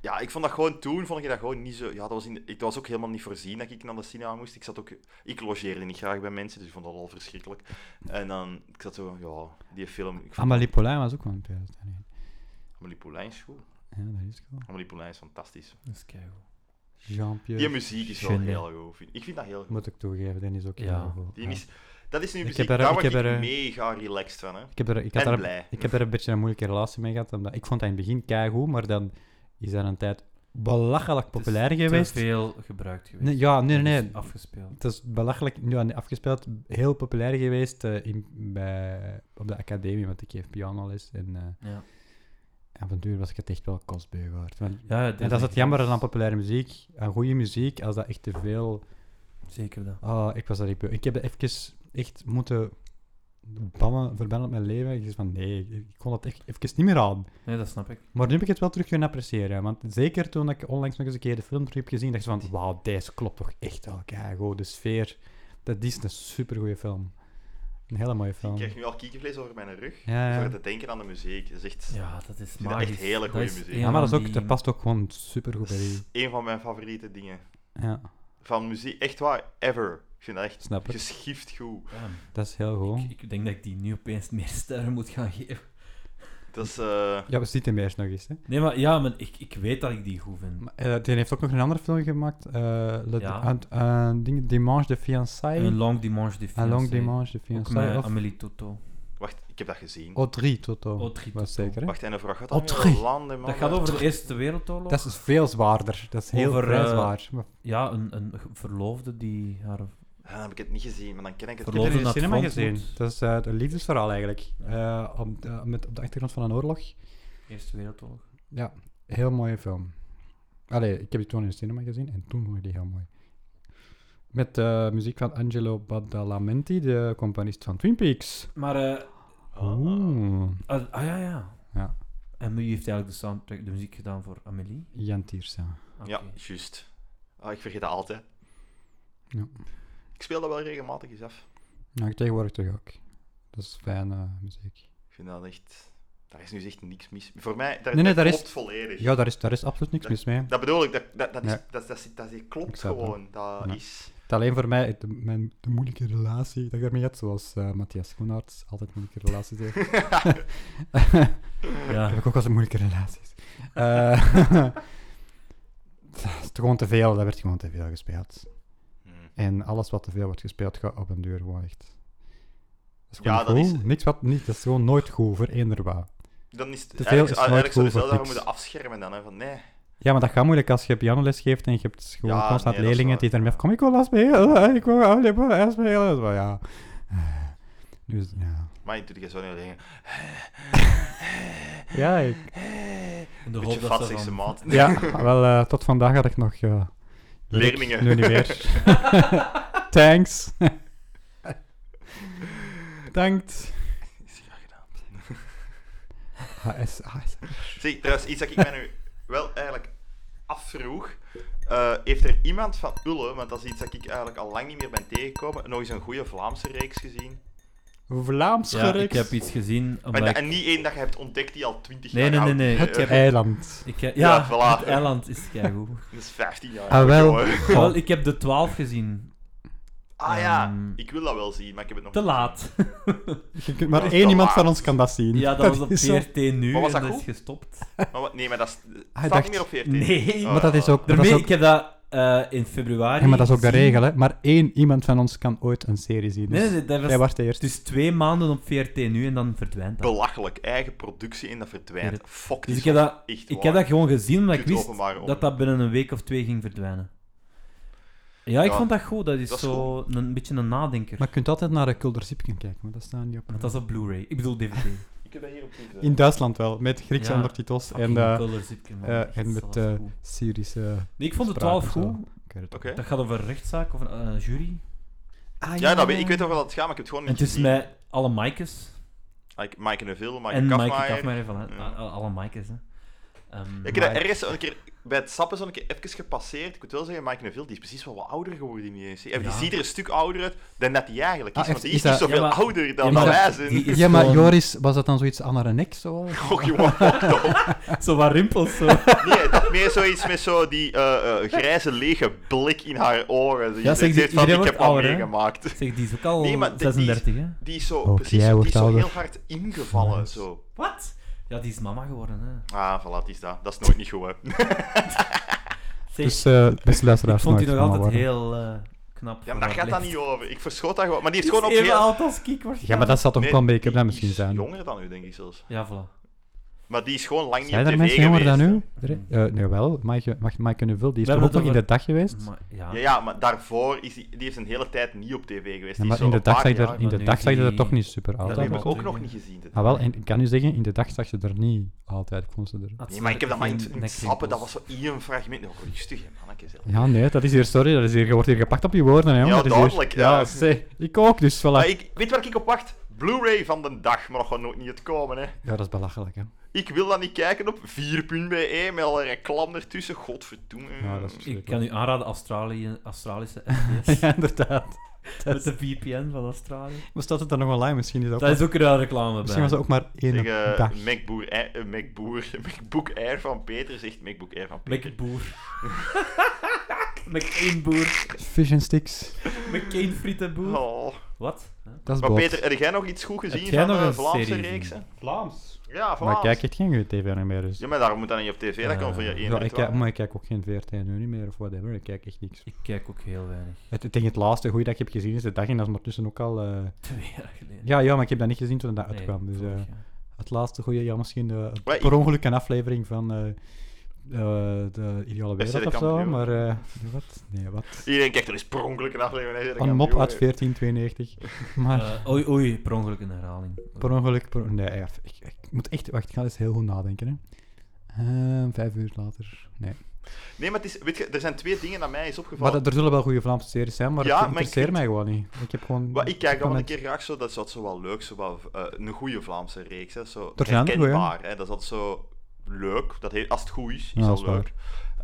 Speaker 3: ja, ik vond dat gewoon toen, vond ik dat gewoon niet zo... Ja, dat was, in, ik, dat was ook helemaal niet voorzien dat ik naar de cinema moest. Ik zat ook... Ik logeerde niet graag bij mensen, dus ik vond dat al verschrikkelijk. En dan, ik zat zo, ja, die film... Ik vond
Speaker 5: Amélie Poulain was ook wel in 2001.
Speaker 3: Amélie Poulain is goed.
Speaker 5: Ja, dat is cool.
Speaker 3: Amélie Poulain is fantastisch.
Speaker 4: Dat is keigoed.
Speaker 5: Jean-Pierre.
Speaker 3: Die muziek is wel
Speaker 5: Geniaal.
Speaker 3: heel goed. vind- Ik vind dat heel goed.
Speaker 5: Moet ik toegeven, die is ook
Speaker 4: Ja.
Speaker 5: heel goed.
Speaker 3: Die
Speaker 5: Ja.
Speaker 3: is, dat is nu
Speaker 5: Ik
Speaker 3: muziek,
Speaker 5: heb er-
Speaker 3: daar
Speaker 5: ik
Speaker 3: word ik,
Speaker 5: heb er, eh,
Speaker 3: mega relaxed van, hè.
Speaker 5: Ik heb, er, ik, had
Speaker 3: En
Speaker 5: daar-
Speaker 3: blij.
Speaker 5: ik heb er een beetje een moeilijke relatie mee gehad. Omdat, ik vond dat in het begin keigoed, maar dan is dat een tijd belachelijk populair geweest.
Speaker 4: Te veel gebruikt geweest.
Speaker 5: Nee, ja, nee,
Speaker 4: Dat is
Speaker 5: nee. nee.
Speaker 4: Afgespeeld.
Speaker 5: Het is belachelijk, nu aan afgespeeld, heel populair geweest eh, in, bij, op de academie, want ik geef pianoles. En eh
Speaker 4: Ja.
Speaker 5: en van duur was ik het echt wel kostbaar gehoord. Want-
Speaker 4: Ja,
Speaker 5: en dat is het jammer aan populaire muziek, aan goede muziek, als dat echt te veel
Speaker 4: Zeker dat.
Speaker 5: Ah, ik was daar echt beu. Ik heb even echt moeten bannen, verbannen op mijn leven. Ik dacht van nee, ik kon dat echt even niet meer aan.
Speaker 4: Nee, dat snap ik.
Speaker 5: Maar nu heb ik het wel terug kunnen appreciëren. Want zeker toen ik onlangs nog eens een keer de film terug heb gezien, dacht ik van wauw, deze klopt toch echt wel keigoed. De sfeer, dat is een supergoeie film. Een hele mooie
Speaker 3: Ik
Speaker 5: film.
Speaker 3: krijg nu al kiekenvlees over mijn rug.
Speaker 5: Ja, ja.
Speaker 3: Voor te denken aan de muziek. Dat is echt
Speaker 4: Ja, dat is
Speaker 3: vind dat echt
Speaker 4: magisch.
Speaker 3: hele
Speaker 4: Dat
Speaker 3: goeie
Speaker 4: is
Speaker 3: muziek.
Speaker 4: een
Speaker 5: Ja, maar dat, is
Speaker 4: van
Speaker 5: ook,
Speaker 4: die-
Speaker 5: dat past ook gewoon supergoed bij die.
Speaker 3: een van mijn favoriete dingen.
Speaker 5: Ja,
Speaker 3: Van muziek, echt waar, ever. Ik vind dat echt
Speaker 5: snap ik.
Speaker 3: geschift goed.
Speaker 4: Damn.
Speaker 5: Dat is heel goed.
Speaker 4: Ik, ik denk dat ik die nu opeens <laughs> meer sterren moet gaan geven.
Speaker 3: Dat is... eh,
Speaker 5: Ja, we zien hem eerst nog eens. Hè.
Speaker 4: Nee, maar ja, maar ik, ik weet dat ik die goed vind.
Speaker 5: Maar, eh, die heeft ook nog een andere film gemaakt. eh Le,
Speaker 4: Ja.
Speaker 5: aan- aan ding- Dimanche de Fiançailles.
Speaker 4: Een Long Dimanche de
Speaker 5: Een
Speaker 4: Fiancé.
Speaker 5: Ah, Long Dimanche de
Speaker 4: Ook met
Speaker 5: Fiançailles. Of
Speaker 4: Amélie Toto.
Speaker 3: Wacht, ik heb dat gezien.
Speaker 5: Audrey Toto.
Speaker 4: Audrey
Speaker 5: was
Speaker 4: Tautou.
Speaker 5: zeker, Oh, hè? Oh,
Speaker 3: Wacht, en de vraag gaat
Speaker 5: Op
Speaker 3: over
Speaker 5: drie.
Speaker 3: landen, man.
Speaker 4: Dat gaat over de Eerste Wereldoorlog.
Speaker 5: Dat is veel zwaarder. Dat is heel
Speaker 4: Over,
Speaker 5: vrij
Speaker 4: eh,
Speaker 5: zwaar. Maar
Speaker 4: Ja, een, een ge- verloofde die haar...
Speaker 3: Ja, dan heb ik het niet gezien, maar dan ken ik het.
Speaker 4: Verlof.
Speaker 5: heb
Speaker 4: Londen
Speaker 5: je in de
Speaker 4: naar het
Speaker 5: cinema
Speaker 4: front
Speaker 5: gezien.
Speaker 4: moet.
Speaker 5: Dat is eh, een liefdesverhaal eigenlijk. Eh, op, de- met, op de achtergrond van een oorlog.
Speaker 4: Eerste Wereldoorlog.
Speaker 5: Ja, heel mooie film. Allee, ik heb die toen in de cinema gezien en toen vond ik die heel mooi. Met eh, muziek van Angelo Badalamenti, de componist van Twin Peaks.
Speaker 4: Maar, eh,
Speaker 5: Oeh.
Speaker 4: ah, ah, ja, ja.
Speaker 5: Ja.
Speaker 4: En wie heeft eigenlijk de soundtrack, de muziek gedaan voor Amélie?
Speaker 5: Jan Tiersa.
Speaker 4: Oké.
Speaker 3: Ja, juist. Ah, ik vergeet dat altijd.
Speaker 5: Ja.
Speaker 3: Ik speel dat wel regelmatig eens af.
Speaker 5: Nou, ik tegenwoordig toch ook. Dat is fijne eh, muziek.
Speaker 3: Ik vind dat echt... Daar is nu echt niks mis. Voor mij, daar,
Speaker 5: Nee, nee,
Speaker 3: dat
Speaker 5: daar is-
Speaker 3: klopt volledig.
Speaker 5: Ja, daar is, daar is absoluut niks mis mee.
Speaker 3: Dat bedoel ik, dat, dat, dat, is,
Speaker 5: Ja.
Speaker 3: dat, dat, dat, dat
Speaker 5: Ik
Speaker 3: klopt
Speaker 5: snap het.
Speaker 3: gewoon. Dat
Speaker 5: Ja. <laughs>
Speaker 3: is...
Speaker 5: Het alleen voor mij, het- mijn, de moeilijke relatie dat ik daarmee had, zoals eh, Matthias Groenaerts altijd moeilijke relaties heeft.
Speaker 4: Ja.
Speaker 5: Heb ik ook wel eens moeilijke relaties. Eh, <laughs> Het is gewoon te veel, dat werd gewoon te veel gespeeld.
Speaker 3: Hm.
Speaker 5: En alles wat te veel wordt gespeeld, gaat op een deur gewoon echt. Dat is gewoon
Speaker 3: Ja, dat
Speaker 5: niet goed.
Speaker 3: is-
Speaker 5: Niks wat niet, dat is gewoon nooit goed voor eender wat.
Speaker 3: Dan is het...
Speaker 5: veel
Speaker 3: eigenlijk eigenlijk
Speaker 5: is nooit
Speaker 3: zou je
Speaker 5: goed voor
Speaker 3: zelf daarvan
Speaker 5: niks.
Speaker 3: moeten afschermen dan, hè. Van, nee.
Speaker 5: Ja, maar dat gaat moeilijk als je pianoles geeft en je hebt gewoon
Speaker 3: Ja,
Speaker 5: constant
Speaker 3: nee, dat is
Speaker 5: leerlingen
Speaker 3: waar.
Speaker 5: die daarmee van, kom ik wil les spelen, ik wil oh, ik wil les spelen. Zo, ja. Eh, Dus, ja.
Speaker 3: Maar je doet je zo niet dingen.
Speaker 5: Ja, ik,
Speaker 4: In de hoop
Speaker 3: Beetje
Speaker 4: dat ze
Speaker 3: vatstigste
Speaker 4: van-
Speaker 3: maat.
Speaker 5: ja wel, eh, tot vandaag had ik nog... eh,
Speaker 3: Leerlingen.
Speaker 5: Nu niet meer. Thanks. Dankt.
Speaker 3: Is graag gedaan.
Speaker 5: HS,
Speaker 3: Zie, trouwens, iets dat ik mij nu wel eigenlijk afvroeg. Eh, Eh, heeft er iemand van Ulle, want dat is iets dat ik eigenlijk al lang niet meer ben tegengekomen, nog eens een goede Vlaamse reeks gezien?
Speaker 5: Vlaams
Speaker 4: Ja, ik
Speaker 5: gerecht.
Speaker 4: heb iets gezien.
Speaker 3: En,
Speaker 4: Omdat ik...
Speaker 3: en niet één dat je hebt ontdekt die al 20
Speaker 4: Nee,
Speaker 3: jaar
Speaker 4: nee, nee,
Speaker 3: oud
Speaker 4: nee,
Speaker 3: is.
Speaker 4: ik
Speaker 3: Eh,
Speaker 4: heb-
Speaker 5: Eiland.
Speaker 4: Ik, heb-
Speaker 3: Ja,
Speaker 4: ja,
Speaker 3: voilà.
Speaker 4: het eiland is keigoed.
Speaker 3: Dat is 15 jaar.
Speaker 5: Ah, wel.
Speaker 3: joh.
Speaker 4: Wel, ik heb de 12 gezien.
Speaker 3: Ah ja,
Speaker 4: Ehm,
Speaker 3: ik wil dat wel zien, maar ik heb het nog
Speaker 4: Te
Speaker 3: niet
Speaker 5: <laughs>
Speaker 4: laat.
Speaker 5: Je kunt-
Speaker 3: Dat
Speaker 5: maar
Speaker 3: is
Speaker 5: één
Speaker 3: te
Speaker 5: iemand van
Speaker 3: laat.
Speaker 5: ons kan dat zien.
Speaker 4: Ja, dat was op
Speaker 5: is zo.
Speaker 4: VRT nu
Speaker 3: Maar was
Speaker 4: en
Speaker 3: dat
Speaker 4: dat is
Speaker 3: goed?
Speaker 4: gestopt.
Speaker 3: gezien. Maar wat- nee, maar dat is- staat
Speaker 5: dacht-
Speaker 3: niet meer op Eh, 14.
Speaker 4: Nee.
Speaker 5: Maar dat is ook-
Speaker 4: Daarmee,
Speaker 5: dat is ook-
Speaker 4: ik heb dat eh, in februari
Speaker 5: Ja, maar dat is ook de
Speaker 4: gezien.
Speaker 5: regel, hè. Maar één iemand van ons kan ooit een serie zien. Dus
Speaker 4: Nee, nee, dat was
Speaker 5: Jij was de eerste.
Speaker 4: dus twee maanden op VRT nu en dan verdwijnt dat.
Speaker 3: Belachelijk. Eigen productie en dat verdwijnt.
Speaker 4: Ja.
Speaker 3: Fuck,
Speaker 4: Dus
Speaker 3: die
Speaker 4: ik heb dat, ik
Speaker 3: echt waar.
Speaker 4: heb dat gewoon gezien omdat ik
Speaker 3: Kut
Speaker 4: wist
Speaker 3: openbare
Speaker 4: dat
Speaker 3: omroep.
Speaker 4: dat binnen een week of twee ging verdwijnen. Ja, ik
Speaker 3: Ja,
Speaker 4: vond dat goed. Dat is,
Speaker 3: dat is
Speaker 4: zo een, beetje een nadenker.
Speaker 5: Maar je kunt altijd naar de Kuldersipken kijken, maar dat staat niet op.
Speaker 4: Want dat is op Blu-ray. Ik bedoel DVD.
Speaker 5: <laughs>
Speaker 3: Ik heb dat hier op Twitter.
Speaker 5: In Duitsland wel, met Griekse
Speaker 4: Ja.
Speaker 5: ondertitels en,
Speaker 4: Fucking
Speaker 5: eh,
Speaker 4: Color Zipkin, man.
Speaker 5: eh,
Speaker 4: Echt,
Speaker 5: en
Speaker 4: dat
Speaker 5: met
Speaker 4: was
Speaker 5: eh,
Speaker 4: goed.
Speaker 5: Syrische...
Speaker 4: Nee, ik vond de
Speaker 5: spraak
Speaker 4: 12
Speaker 5: of zo.
Speaker 4: goed.
Speaker 5: Ik weet het ook
Speaker 3: Oké.
Speaker 4: Dat gaat over een rechtszaak of een eh, jury.
Speaker 5: Ah,
Speaker 3: Ja, dat weet, ik weet wel dat het gaat, maar ik heb het gewoon
Speaker 4: En
Speaker 3: niet
Speaker 4: het is
Speaker 3: gezien.
Speaker 4: met alle Mike's.
Speaker 3: Like Mike Neville, Mike
Speaker 4: En Mike
Speaker 3: Kafmaier.
Speaker 4: Kafmaier van
Speaker 3: Ja.
Speaker 4: eh, alle Mike's. Hè. Ehm,
Speaker 3: Ik heb dat
Speaker 5: Mike.
Speaker 3: ergens een keer bij het sappen zo'n keer even gepasseerd. Ik moet wel zeggen, Mike Neville die is precies wel wat ouder geworden in ESC. Die E
Speaker 4: Ja.
Speaker 3: ziet er een stuk ouder uit dan dat hij eigenlijk is.
Speaker 5: Ah,
Speaker 3: want
Speaker 5: is-
Speaker 3: die
Speaker 5: is
Speaker 3: is niet
Speaker 5: dat-
Speaker 3: zoveel
Speaker 4: ja, maar-
Speaker 3: ouder dan
Speaker 4: Ja,
Speaker 3: dat
Speaker 4: maar-
Speaker 3: wij zijn.
Speaker 4: die is
Speaker 5: Ja, maar
Speaker 4: gewoon-
Speaker 5: Joris, was dat dan zoiets anorenek? Zo?
Speaker 3: <laughs> Och, jongen,
Speaker 4: Zo wat rimpels.
Speaker 3: <laughs>
Speaker 4: Zo.
Speaker 3: Nee, dat meer zoiets met zo die eh, eh, grijze lege blik in haar oren. Die
Speaker 4: Ja, zeg,
Speaker 3: zegt
Speaker 4: die-
Speaker 3: van,
Speaker 4: iedereen
Speaker 3: ik
Speaker 4: wordt
Speaker 3: heb al
Speaker 4: ouder, hè? Oh,
Speaker 3: meegemaakt.
Speaker 4: Zeg, die is ook al
Speaker 3: Nee, maar die- die is-
Speaker 4: 36, hè?
Speaker 3: Die is zo,
Speaker 5: Ook
Speaker 3: precies,
Speaker 5: jij
Speaker 3: die is
Speaker 5: wordt
Speaker 3: zo
Speaker 5: ouder.
Speaker 3: heel hard ingevallen.
Speaker 5: Nice.
Speaker 3: Zo.
Speaker 4: Wat? Ja, die is mama geworden, hè?
Speaker 3: Ah, voilà, het is dat. Dat is nooit niet goed, hè. <laughs>
Speaker 4: Zeg,
Speaker 5: Dus, eh beste
Speaker 4: ik
Speaker 5: luisteraars,
Speaker 4: vond die
Speaker 5: nooit
Speaker 4: nog
Speaker 5: mama
Speaker 4: altijd
Speaker 5: worden.
Speaker 4: heel eh, knap.
Speaker 3: Ja, maar daar gaat dat niet over. Ik verschoot dat gewoon. Maar die is
Speaker 4: Het is
Speaker 3: gewoon ook
Speaker 4: even
Speaker 3: heel...
Speaker 4: oud als Kiek,
Speaker 5: Ja, maar dat zal toch
Speaker 3: Nee,
Speaker 5: wel een beetje
Speaker 3: die
Speaker 5: dan
Speaker 3: is
Speaker 5: misschien zijn.
Speaker 3: jonger dan u, denk ik zelfs.
Speaker 4: Ja, voilà.
Speaker 3: Maar die is gewoon lang niet
Speaker 5: Zijn
Speaker 3: op
Speaker 5: er
Speaker 3: tv
Speaker 5: mensen jonger dan
Speaker 3: geweest,
Speaker 5: u? Eh nee, wel. Mike, Mike, Mike Neville, die is
Speaker 4: We
Speaker 5: toch
Speaker 4: hebben
Speaker 5: ook nog
Speaker 4: het
Speaker 5: in de dag geweest?
Speaker 4: Maar, ja.
Speaker 3: hè. Ja, ja, maar daarvoor is die, die heeft een hele tijd niet op tv geweest. Die
Speaker 5: Ja,
Speaker 3: is
Speaker 5: maar
Speaker 3: zo
Speaker 5: in de
Speaker 3: een
Speaker 5: dag
Speaker 3: paar
Speaker 5: zag je
Speaker 3: jaar-
Speaker 5: er, in
Speaker 4: maar
Speaker 5: de
Speaker 4: nu
Speaker 5: dag zag je
Speaker 4: die-
Speaker 5: er toch niet super
Speaker 4: Dat
Speaker 5: oud
Speaker 3: Dat
Speaker 4: weet
Speaker 5: uit.
Speaker 3: heb
Speaker 4: ik
Speaker 3: ik
Speaker 4: wel
Speaker 3: ook
Speaker 4: terug, ja.
Speaker 3: nog niet gezien. Ah. dit.
Speaker 5: Ah, wel, en ik kan u zeggen, in de dag zag je er niet altijd. Kon ze er...
Speaker 4: Had
Speaker 3: Nee, maar ik heb dat maar in het- in
Speaker 4: geen
Speaker 3: het sappen, dat was
Speaker 4: nekrimpels.
Speaker 3: zo één fragment. Oh, rustig, hè, manneke zelf.
Speaker 5: Ja, nee, dat is hier, sorry, dat is hier, je wordt hier gepakt op je woorden, hè, jongen.
Speaker 3: Ja,
Speaker 5: dat is hier-
Speaker 3: duidelijk,
Speaker 5: Ja,
Speaker 3: ja.
Speaker 5: zeg, ik ook, dus voilà.
Speaker 3: Maar ik, weet waar ik op wacht? Blu-ray van de dag, maar dat gaat nooit niet het komen, hè.
Speaker 5: Ja, dat is belachelijk, hè. <laughs>
Speaker 3: Ik wil dat niet kijken op 4.be E, met al een reclame ertussen. Godverdomme.
Speaker 5: Ja, dat is
Speaker 4: Ik
Speaker 5: verschrikkelijk.
Speaker 4: kan u aanraden Australië,
Speaker 5: <laughs>
Speaker 4: Australische SBS.
Speaker 5: Ja, inderdaad.
Speaker 4: Met de VPN van Australië.
Speaker 5: Maar staat het dan nog online? Misschien is dat ook,
Speaker 4: Dat is ook een reclame
Speaker 5: misschien
Speaker 4: bij.
Speaker 5: was dat ook maar één
Speaker 3: Zeg, eh,
Speaker 5: dag.
Speaker 3: MacBoer, eh, eh, MacBoer, <laughs> MacBook Air van Peter zegt MacBook Air van
Speaker 4: Met
Speaker 3: Peter.
Speaker 4: een boer. <laughs> Met één boer.
Speaker 5: Fish and sticks,
Speaker 4: Met geen frietenboer.
Speaker 3: Oh.
Speaker 4: Wat? Huh?
Speaker 5: dat is
Speaker 3: Maar
Speaker 5: boos.
Speaker 3: Peter, heb jij nog iets goed gezien
Speaker 4: jij
Speaker 3: van
Speaker 4: nog
Speaker 3: de
Speaker 4: een
Speaker 3: Vlaamse
Speaker 4: serie
Speaker 3: reeksen?
Speaker 5: Vlaams.
Speaker 3: Ja, Vlaams.
Speaker 5: Maar ik kijk echt geen goede tv nog meer, dus...
Speaker 3: Ja, maar daarom moet dat niet op tv, dat
Speaker 4: Eh,
Speaker 3: kan voor je
Speaker 5: Ja,
Speaker 3: één
Speaker 5: ik
Speaker 3: ritueel.
Speaker 5: kijk, maar ik kijk ook geen VRT nu niet meer, of whatever, ik kijk echt niks.
Speaker 4: Ik kijk ook heel weinig. <laughs>
Speaker 5: Het, ik denk het laatste goede dat ik heb gezien is de dag, en dat is ondertussen ook al... eh,
Speaker 4: Twee jaar geleden.
Speaker 5: Ja, ja, maar ik heb dat niet gezien toen dat
Speaker 4: Nee,
Speaker 5: uitkwam, dus... eh,
Speaker 4: vorig jaar.
Speaker 5: Het laatste goede, ja, misschien eh,
Speaker 3: Maar ik-
Speaker 5: per ongeluk een aflevering van eh, eh, de Ideale
Speaker 3: Wij zijn
Speaker 5: Wereld
Speaker 3: de
Speaker 5: of zo,
Speaker 3: kampioen.
Speaker 5: maar eh, wat? Nee, wat?
Speaker 3: Iedereen kijkt er eens per ongeluk een aflevering en hij zegt,
Speaker 5: Een
Speaker 3: "Ik ga
Speaker 5: mop uit
Speaker 3: doen." <laughs>
Speaker 5: 1492. Maar
Speaker 4: Eh, oei, oei, per ongeluk een herhaling.
Speaker 5: per ongeluk, per- nee, ja, ik, ik moet echt, wacht, ik ga eens heel goed nadenken. Hè. Eh, vijf uur later, nee.
Speaker 3: Nee, maar het is, weet je, er zijn twee dingen aan mij is opgevallen.
Speaker 5: Maar er zullen wel goede Vlaamse series zijn, maar
Speaker 3: Ja,
Speaker 5: het
Speaker 3: maar ik
Speaker 5: interesseert
Speaker 3: vind-
Speaker 5: mij gewoon niet. Ik heb gewoon...
Speaker 3: Maar ik
Speaker 5: heb
Speaker 3: kijk dan wel een
Speaker 5: moment-
Speaker 3: keer graag zo, dat is altijd zo wel leuk, zo wat, eh, een goede Vlaamse reeks. Hè, zo
Speaker 5: Er zijn er goeie, hè?
Speaker 3: herkenbaar, hè, dat is altijd zo leuk. Dat heet, als het goed is, is
Speaker 5: Ja, dat
Speaker 3: dat
Speaker 5: is
Speaker 3: leuk.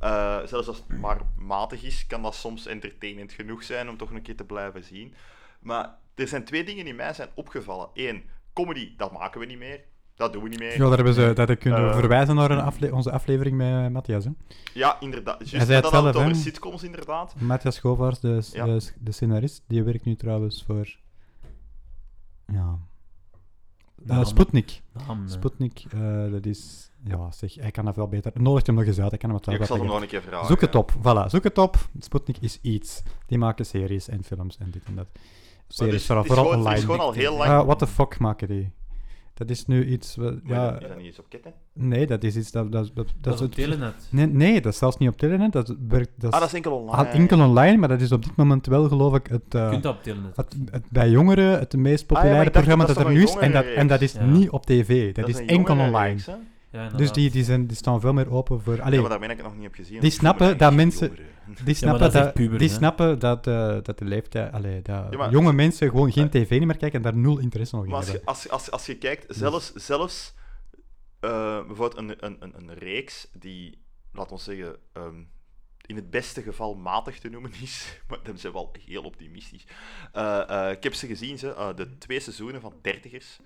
Speaker 3: Eh, zelfs als het maar matig is, kan dat soms entertainend genoeg zijn om toch een keer te blijven zien. Maar er zijn twee dingen die mij zijn opgevallen. Eén, comedy, dat maken we niet meer. Dat doen we niet meer.
Speaker 5: Ja,
Speaker 3: Ja,
Speaker 5: daar hebben ze, dat kunnen we
Speaker 3: Eh,
Speaker 5: verwijzen naar een afle- onze aflevering met eh, Matthias. Hè?
Speaker 3: inderdaad.
Speaker 5: Hij
Speaker 3: Juist,
Speaker 5: zei
Speaker 3: dat
Speaker 5: het
Speaker 3: hadden we het
Speaker 5: zelf,
Speaker 3: over
Speaker 5: hè?
Speaker 3: sitcoms, inderdaad.
Speaker 5: Matthias Schovaars, de,
Speaker 3: Ja.
Speaker 5: de, de scenarist, die werkt nu trouwens voor. Ja. Eh
Speaker 4: Naam.
Speaker 5: Sputnik.
Speaker 4: Naam, eh.
Speaker 5: Sputnik, eh, dat is. Ja, zeg, hij kan dat wel beter. Nodig hem nog eens uit, hij kan hem
Speaker 3: Ja,
Speaker 5: wel
Speaker 3: ik zal
Speaker 5: beter.
Speaker 3: hem nog een keer vragen.
Speaker 5: Zoek het op, voilà, zoek het op. Sputnik is iets. Die maken series en films en dit en dat.
Speaker 3: Maar
Speaker 5: Series,
Speaker 3: dus,
Speaker 5: vooral,
Speaker 3: het is
Speaker 5: vooral
Speaker 3: gewoon, Het is
Speaker 5: online.
Speaker 3: gewoon al heel lang.
Speaker 5: Eh, what the fuck maken die? Dat is nu iets. wat-
Speaker 3: ja,
Speaker 5: ja,
Speaker 3: is dat niet eens op ketten?
Speaker 5: nee, dat is iets. Dat, dat, dat, dat
Speaker 4: Dat is
Speaker 5: is
Speaker 4: op Telenet.
Speaker 5: nee, nee, dat is zelfs niet op Telenet. Dat werkt. Dat
Speaker 3: Ah,
Speaker 5: is-
Speaker 3: dat is enkel online.
Speaker 5: had enkel online, maar dat is op dit moment wel, geloof ik, het, eh,
Speaker 4: Je kunt dat op Telenet.
Speaker 5: het, het bij jongeren het meest
Speaker 3: Ah maar ik
Speaker 5: populaire
Speaker 3: dacht
Speaker 5: programma
Speaker 3: dat
Speaker 5: dat,
Speaker 3: dat
Speaker 5: er
Speaker 3: een
Speaker 5: nu is. En dat,
Speaker 3: jongerenreeks.
Speaker 5: en dat is
Speaker 4: Ja.
Speaker 5: niet op tv, dat, is
Speaker 3: een
Speaker 5: enkel
Speaker 3: jongere
Speaker 5: online.
Speaker 3: reeks, hè?
Speaker 4: Ja, inderdaad.
Speaker 5: dus die, die, zijn, die staan veel meer open voor. Allee,
Speaker 3: Ja, maar daarmee heb ik het nog niet op gezien.
Speaker 5: Die
Speaker 3: want ik voel me
Speaker 5: snappen dat
Speaker 3: eigenlijk
Speaker 5: mensen-
Speaker 3: jongeren.
Speaker 5: die snappen
Speaker 4: dat is
Speaker 5: dat,
Speaker 4: echt puberen,
Speaker 5: die
Speaker 4: hè?
Speaker 5: snappen dat, eh, dat de leeftijd. Allee, dat
Speaker 3: Ja, maar-
Speaker 5: jonge mensen gewoon geen tv niet meer kijken en daar nul interesse nog in
Speaker 3: Maar als
Speaker 5: hebben.
Speaker 3: je, als, je- als, je- als je kijkt,
Speaker 5: Dus-
Speaker 3: zelfs, zelfs eh, bijvoorbeeld een, een, een, een reeks die, laten we zeggen, ehm, in het beste geval matig te noemen is. <laughs> Maar dan zijn we wel heel optimistisch. Eh, eh, ik heb ze gezien, ze, eh, de twee seizoenen van dertigers.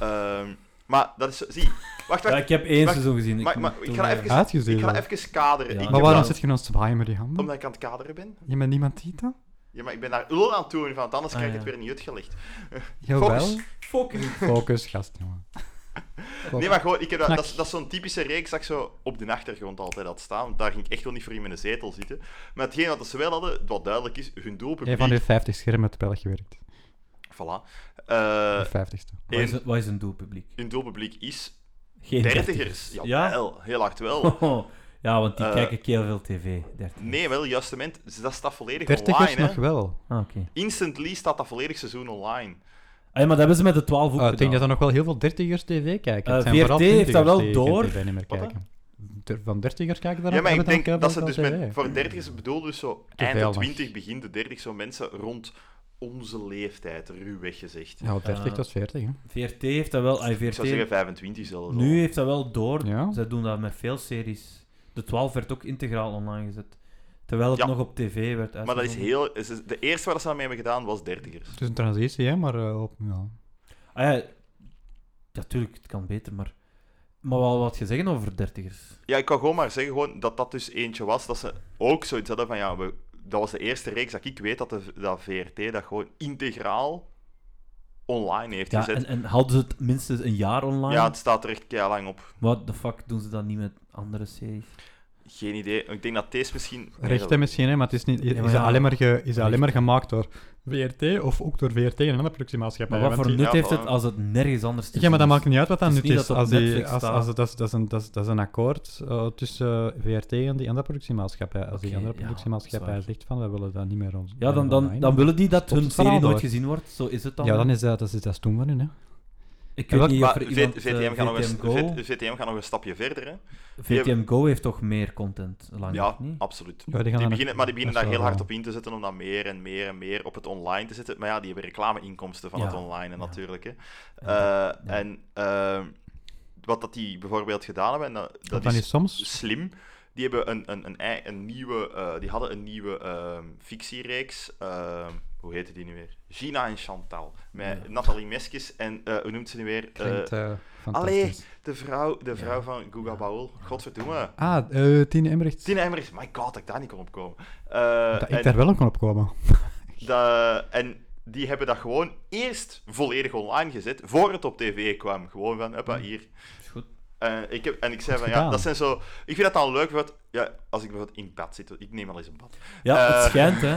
Speaker 3: Ehm, maar dat is... zo- Zie, wacht,
Speaker 2: Ja,
Speaker 3: wacht.
Speaker 2: ik heb één
Speaker 3: wacht,
Speaker 2: seizoen gezien.
Speaker 3: maar- maar
Speaker 2: moet
Speaker 3: ik
Speaker 2: toen,
Speaker 3: ga
Speaker 2: eh,
Speaker 3: even-
Speaker 5: Uitgezien.
Speaker 3: Ik ga
Speaker 5: al.
Speaker 3: even kaderen.
Speaker 2: Ja.
Speaker 3: Ik heb
Speaker 5: Maar
Speaker 3: wel-
Speaker 5: waarom zit je ons te waaien met die handen?
Speaker 3: Omdat ik aan het kaderen ben.
Speaker 5: Je bent niemand die dan?
Speaker 3: Ja, maar ik ben daar lul aan toe, want anders
Speaker 4: Ah,
Speaker 3: krijg ik
Speaker 4: ja.
Speaker 3: het weer niet uitgelegd.
Speaker 5: Jawel.
Speaker 3: Focus. <laughs>
Speaker 5: Focus, gast, jongen.
Speaker 3: Nee, maar gewoon, ik heb dat,
Speaker 5: Knak.
Speaker 3: dat, is- dat is zo'n typische reeks dat ik zo op de achtergrond altijd had staan. Want daar ging ik echt wel niet voor in mijn zetel zitten. Maar hetgeen wat ze wel hadden, wat duidelijk is, hun
Speaker 5: Een
Speaker 3: doelpubliek...
Speaker 5: van de 50 schermen hebt wel gewerkt.
Speaker 3: Voilà. Eh,
Speaker 5: De 50ste.
Speaker 4: Wat is,
Speaker 3: één-
Speaker 4: wat is een doelpubliek?
Speaker 3: hun doelpubliek is
Speaker 4: Geen
Speaker 3: dertigers. Ja,
Speaker 4: Ja?
Speaker 3: Wel, heel hard wel.
Speaker 4: Oh, <laughs> ja, want die
Speaker 3: Eh,
Speaker 4: kijken heel veel tv. dertigers.
Speaker 3: Nee, wel, justement, ze- dat staat volledig
Speaker 5: 30 is
Speaker 3: online.
Speaker 5: nog
Speaker 3: Hè.
Speaker 5: wel.
Speaker 4: Ah, oké.
Speaker 3: Instantly staat dat volledig seizoen online.
Speaker 4: Ah, ja, maar dat hebben ze met de 12 ook
Speaker 5: Eh, ik
Speaker 4: gedaan.
Speaker 5: denk dat er nog wel heel veel dertigers tv kijken.
Speaker 4: Eh,
Speaker 5: Het zijn
Speaker 4: VRT
Speaker 5: vooral
Speaker 4: heeft dat wel
Speaker 5: 20ers die geen
Speaker 4: door.
Speaker 5: TV niet meer
Speaker 3: Wat
Speaker 5: kijken. De- Van dertigers kijken daar
Speaker 3: Ja,
Speaker 5: nog-
Speaker 3: maar ik
Speaker 5: hebben
Speaker 3: denk
Speaker 5: daar
Speaker 3: dat ze
Speaker 5: kabel
Speaker 3: dus
Speaker 5: dan
Speaker 3: met,
Speaker 5: tv.
Speaker 3: voor dertigers bedoel dus zo
Speaker 5: Te
Speaker 3: eind
Speaker 5: veel
Speaker 3: de
Speaker 5: nog.
Speaker 3: twintig, begin de dertig, zo mensen rond onze leeftijd, ruwweg gezegd.
Speaker 5: Ja, 30
Speaker 4: Ah.
Speaker 5: tot 40, hè.
Speaker 4: VRT heeft dat wel... ah,
Speaker 3: Ik zou zeggen
Speaker 4: VRT
Speaker 3: 25 zelfs. al.
Speaker 4: nu heeft dat wel door.
Speaker 5: Ja.
Speaker 4: Zij doen dat met veel series. De 12 werd ook integraal online gezet. Terwijl het
Speaker 3: Ja.
Speaker 4: nog op tv werd
Speaker 3: Maar dat is
Speaker 4: uitgezonden.
Speaker 3: heel... is- is- De eerste waar ze aan mee hebben gedaan was dertigers.
Speaker 5: Het is een transitie, hè, maar eh, op, ja.
Speaker 4: Ah, ja, natuurlijk, het kan beter, maar... Maar wel wat je zeggen over dertigers.
Speaker 3: Ja, ik kan gewoon maar zeggen gewoon dat dat dus eentje was. Dat ze ook zoiets hadden van, ja, we, dat was de eerste reeks dat ik weet dat, de, dat VRT dat gewoon integraal online heeft
Speaker 4: Ja,
Speaker 3: gezet.
Speaker 4: en, en houden ze het minstens een jaar online?
Speaker 3: Ja, het staat er echt lang op.
Speaker 4: What the fuck doen ze dat niet met andere series?
Speaker 3: Geen idee. Ik denk dat deze misschien... nee, dat-
Speaker 5: Rechten misschien, hè, maar het is, niet, is,
Speaker 4: maar
Speaker 5: het
Speaker 4: ja.
Speaker 5: alleen, maar ge- is het alleen maar
Speaker 4: Rechten.
Speaker 5: gemaakt door VRT of ook door VRT en een andere productiemaatschappij.
Speaker 4: Maar wat
Speaker 5: want
Speaker 4: voor
Speaker 5: die-
Speaker 3: die-
Speaker 4: nut
Speaker 3: ja,
Speaker 4: heeft
Speaker 3: voilà.
Speaker 4: het als het nergens anders te
Speaker 5: Ja, maar dat
Speaker 4: zien is?
Speaker 5: maakt niet uit wat dat
Speaker 4: Het
Speaker 5: nu
Speaker 4: is
Speaker 5: is.
Speaker 4: niet
Speaker 5: Als,
Speaker 4: dat op
Speaker 5: die,
Speaker 4: Netflix
Speaker 5: als,
Speaker 4: staat.
Speaker 5: als, dat, is, dat, is een, dat, is, dat is een akkoord eh, tussen eh, VRT en die andere productiemaatschappij. Als die
Speaker 4: Oké,
Speaker 5: andere
Speaker 4: ja,
Speaker 5: productiemaatschappij
Speaker 4: dat is
Speaker 5: zegt van, we willen dat niet meer ons
Speaker 4: Ja, dan, dan,
Speaker 5: online
Speaker 4: dan willen die dat
Speaker 5: Stopt
Speaker 4: hun
Speaker 5: het verhaal
Speaker 4: serie nooit
Speaker 5: nooit.
Speaker 4: gezien wordt. Zo is het dan.
Speaker 5: Ja, dan is dat, dat, is, dat is toen van hun, hè.
Speaker 4: Ik weet niet of
Speaker 3: Maar
Speaker 4: er
Speaker 3: V-
Speaker 4: iemand... eh,
Speaker 3: VTM, gaat nog
Speaker 4: VTM
Speaker 3: een,
Speaker 4: Go...
Speaker 3: V- VTM gaat nog een stapje verder, hè.
Speaker 4: VTM Go heeft toch meer content? Lang
Speaker 3: Ja,
Speaker 4: niet?
Speaker 3: absoluut.
Speaker 5: Ah, Ja, die gaan
Speaker 3: die
Speaker 5: dan-
Speaker 3: beginnen, maar die beginnen
Speaker 5: dat
Speaker 3: daar
Speaker 5: is
Speaker 3: heel
Speaker 5: wel eh,
Speaker 3: hard
Speaker 5: waar.
Speaker 3: op in te zetten om dat meer en meer en meer op het online te zetten. Maar ja, die hebben reclameinkomsten van
Speaker 4: Ja,
Speaker 3: het online
Speaker 4: ja.
Speaker 3: natuurlijk. Hè.
Speaker 4: Ja,
Speaker 3: Eh,
Speaker 4: ja.
Speaker 3: En ehm, wat dat die bijvoorbeeld gedaan hebben, en dat, dat
Speaker 5: dan
Speaker 3: is
Speaker 5: is soms...
Speaker 3: slim. Die hebben een, een, een, ei- een nieuwe, eh, die hadden een nieuwe ehm, fictiereeks. ehm, hoe heette die nu weer? Gina en Chantal. Met
Speaker 4: Ja.
Speaker 3: Nathalie Meskes en eh, hoe noemt ze nu weer? Eh,
Speaker 5: Klinkt, eh,
Speaker 3: allee.
Speaker 5: fantastisch.
Speaker 3: de vrouw, de vrouw van Guga Baul. Godverdomme.
Speaker 5: Ah, eh, Tine Emmerich.
Speaker 3: Tine Emmerich, my god, dat ik daar niet kon opkomen. Eh,
Speaker 5: dat
Speaker 3: en-
Speaker 5: ik daar wel op kon opkomen.
Speaker 3: Da- en die hebben dat gewoon eerst volledig online gezet, voor het op tv kwam. Gewoon van, hoppa, hier.
Speaker 4: Is goed.
Speaker 3: Eh, ik heb, en ik zei van, ja,
Speaker 5: gedaan.
Speaker 3: dat zijn zo... Ik vind dat dan leuk, want ja, als ik bijvoorbeeld in bad zit, ik neem al eens een bad.
Speaker 4: Ja, het
Speaker 3: Eh,
Speaker 4: schijnt,
Speaker 3: <laughs>
Speaker 4: hè.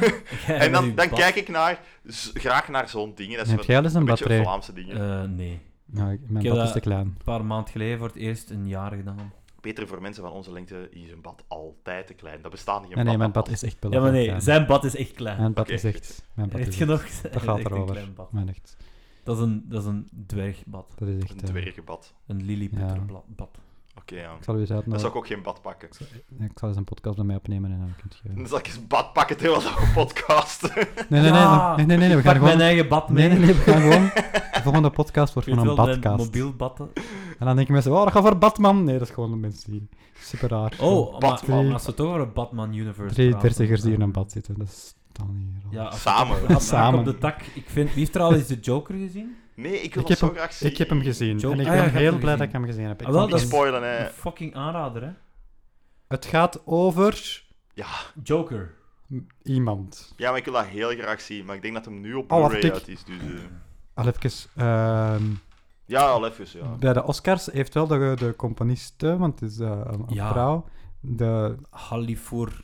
Speaker 4: Jij
Speaker 3: en dan,
Speaker 4: met
Speaker 3: dan
Speaker 4: uw
Speaker 3: kijk ik naar, z- graag naar zo'n dingen. Dat is
Speaker 5: Heb
Speaker 3: wat-
Speaker 5: jij al eens een
Speaker 3: beetje
Speaker 5: batterij?
Speaker 3: Vlaamse dingen.
Speaker 4: bad- Eh, nee.
Speaker 5: Nou, ik- mijn
Speaker 4: Ik heb
Speaker 5: bad is
Speaker 4: dat-
Speaker 5: te klein.
Speaker 4: Een paar maanden geleden voor het eerst een jaar gedaan.
Speaker 3: Beter voor mensen van onze lengte is een bad altijd te klein. Dat bestaat niet. een
Speaker 5: Nee, nee, mijn
Speaker 3: dat
Speaker 5: bad is echt
Speaker 4: Ja, maar
Speaker 5: belachelijk
Speaker 4: nee,
Speaker 5: klein.
Speaker 4: zijn bad is echt klein.
Speaker 5: Mijn bad
Speaker 3: Oké.
Speaker 5: is echt... Mijn bad
Speaker 4: Weet
Speaker 5: is
Speaker 4: je
Speaker 5: echt...
Speaker 4: nog? <laughs>
Speaker 5: Dat
Speaker 4: Echt
Speaker 5: gaat
Speaker 4: een
Speaker 5: erover.
Speaker 4: klein bad.
Speaker 5: Mijn echt.
Speaker 4: Dat is een, dat is een dwergbad.
Speaker 5: Dat is
Speaker 3: Een
Speaker 5: echt... eh,
Speaker 3: dwergenbad.
Speaker 4: Een liliputterbad.
Speaker 3: Oké, ja.
Speaker 5: ik zal u eens
Speaker 3: Dan zou
Speaker 5: uitnodigen.
Speaker 3: ik ook geen bad pakken.
Speaker 5: Ik zal eens een podcast bij mij opnemen en dan kunt
Speaker 3: <laughs>
Speaker 5: je...
Speaker 3: Dan zal ik eens een bad pakken terwijl we een podcast.
Speaker 5: Nee, nee, nee,
Speaker 4: Ja.
Speaker 5: nee, nee, nee, we
Speaker 4: Ik
Speaker 5: gaan
Speaker 4: pak mijn
Speaker 5: gewoon...
Speaker 4: eigen bad mee.
Speaker 5: Nee, nee, nee, we gaan gewoon... <laughs> De volgende podcast wordt
Speaker 4: Ik
Speaker 5: van
Speaker 4: weet
Speaker 5: een
Speaker 4: wel, mijn
Speaker 5: badcast.
Speaker 4: mobiel badden.
Speaker 5: En dan denken mensen, oh, dat gaat voor Batman. Nee, dat is gewoon de mensen die... Super raar.
Speaker 4: Oh,
Speaker 3: Batman.
Speaker 4: maar als we toch over een Batman Universe
Speaker 5: Drie
Speaker 4: praten,
Speaker 5: dertigers die in
Speaker 4: dan-
Speaker 5: een bad zitten. Dat is dan niet raar.
Speaker 4: Ja, als we
Speaker 3: Samen.
Speaker 4: toch over-
Speaker 5: Samen.
Speaker 4: Haak op de tak. Ik vind... Wie heeft er al eens de Joker gezien?
Speaker 3: Nee, ik wil dat
Speaker 5: Ik heb,
Speaker 3: zo
Speaker 5: hem,
Speaker 3: graag zien.
Speaker 5: ik heb hem gezien.
Speaker 4: Joker.
Speaker 5: En
Speaker 4: Ah,
Speaker 5: ik
Speaker 4: ja,
Speaker 5: ben
Speaker 4: je hebt
Speaker 5: heel
Speaker 4: hem
Speaker 5: blij dat
Speaker 4: gezien.
Speaker 5: ik hem gezien heb. Ik
Speaker 4: Ah, wel,
Speaker 5: vond
Speaker 4: dat
Speaker 3: Niet
Speaker 4: is-
Speaker 5: hem-
Speaker 3: spoilen, hè.
Speaker 4: Een fucking aanrader, hè?
Speaker 5: Het gaat over
Speaker 4: Joker.
Speaker 5: iemand.
Speaker 3: Ja, maar ik wil dat heel graag zien. Maar ik denk dat hem nu op
Speaker 5: Oh, wacht,
Speaker 3: Blu-ray
Speaker 5: ik-
Speaker 3: uit is. Dus, eh,
Speaker 5: Al even, ehm,
Speaker 3: Ja, al even, ja.
Speaker 5: bij de Oscars heeft wel de, de componiste, want het is eh, een, een
Speaker 4: Ja.
Speaker 5: vrouw, de
Speaker 4: Halifour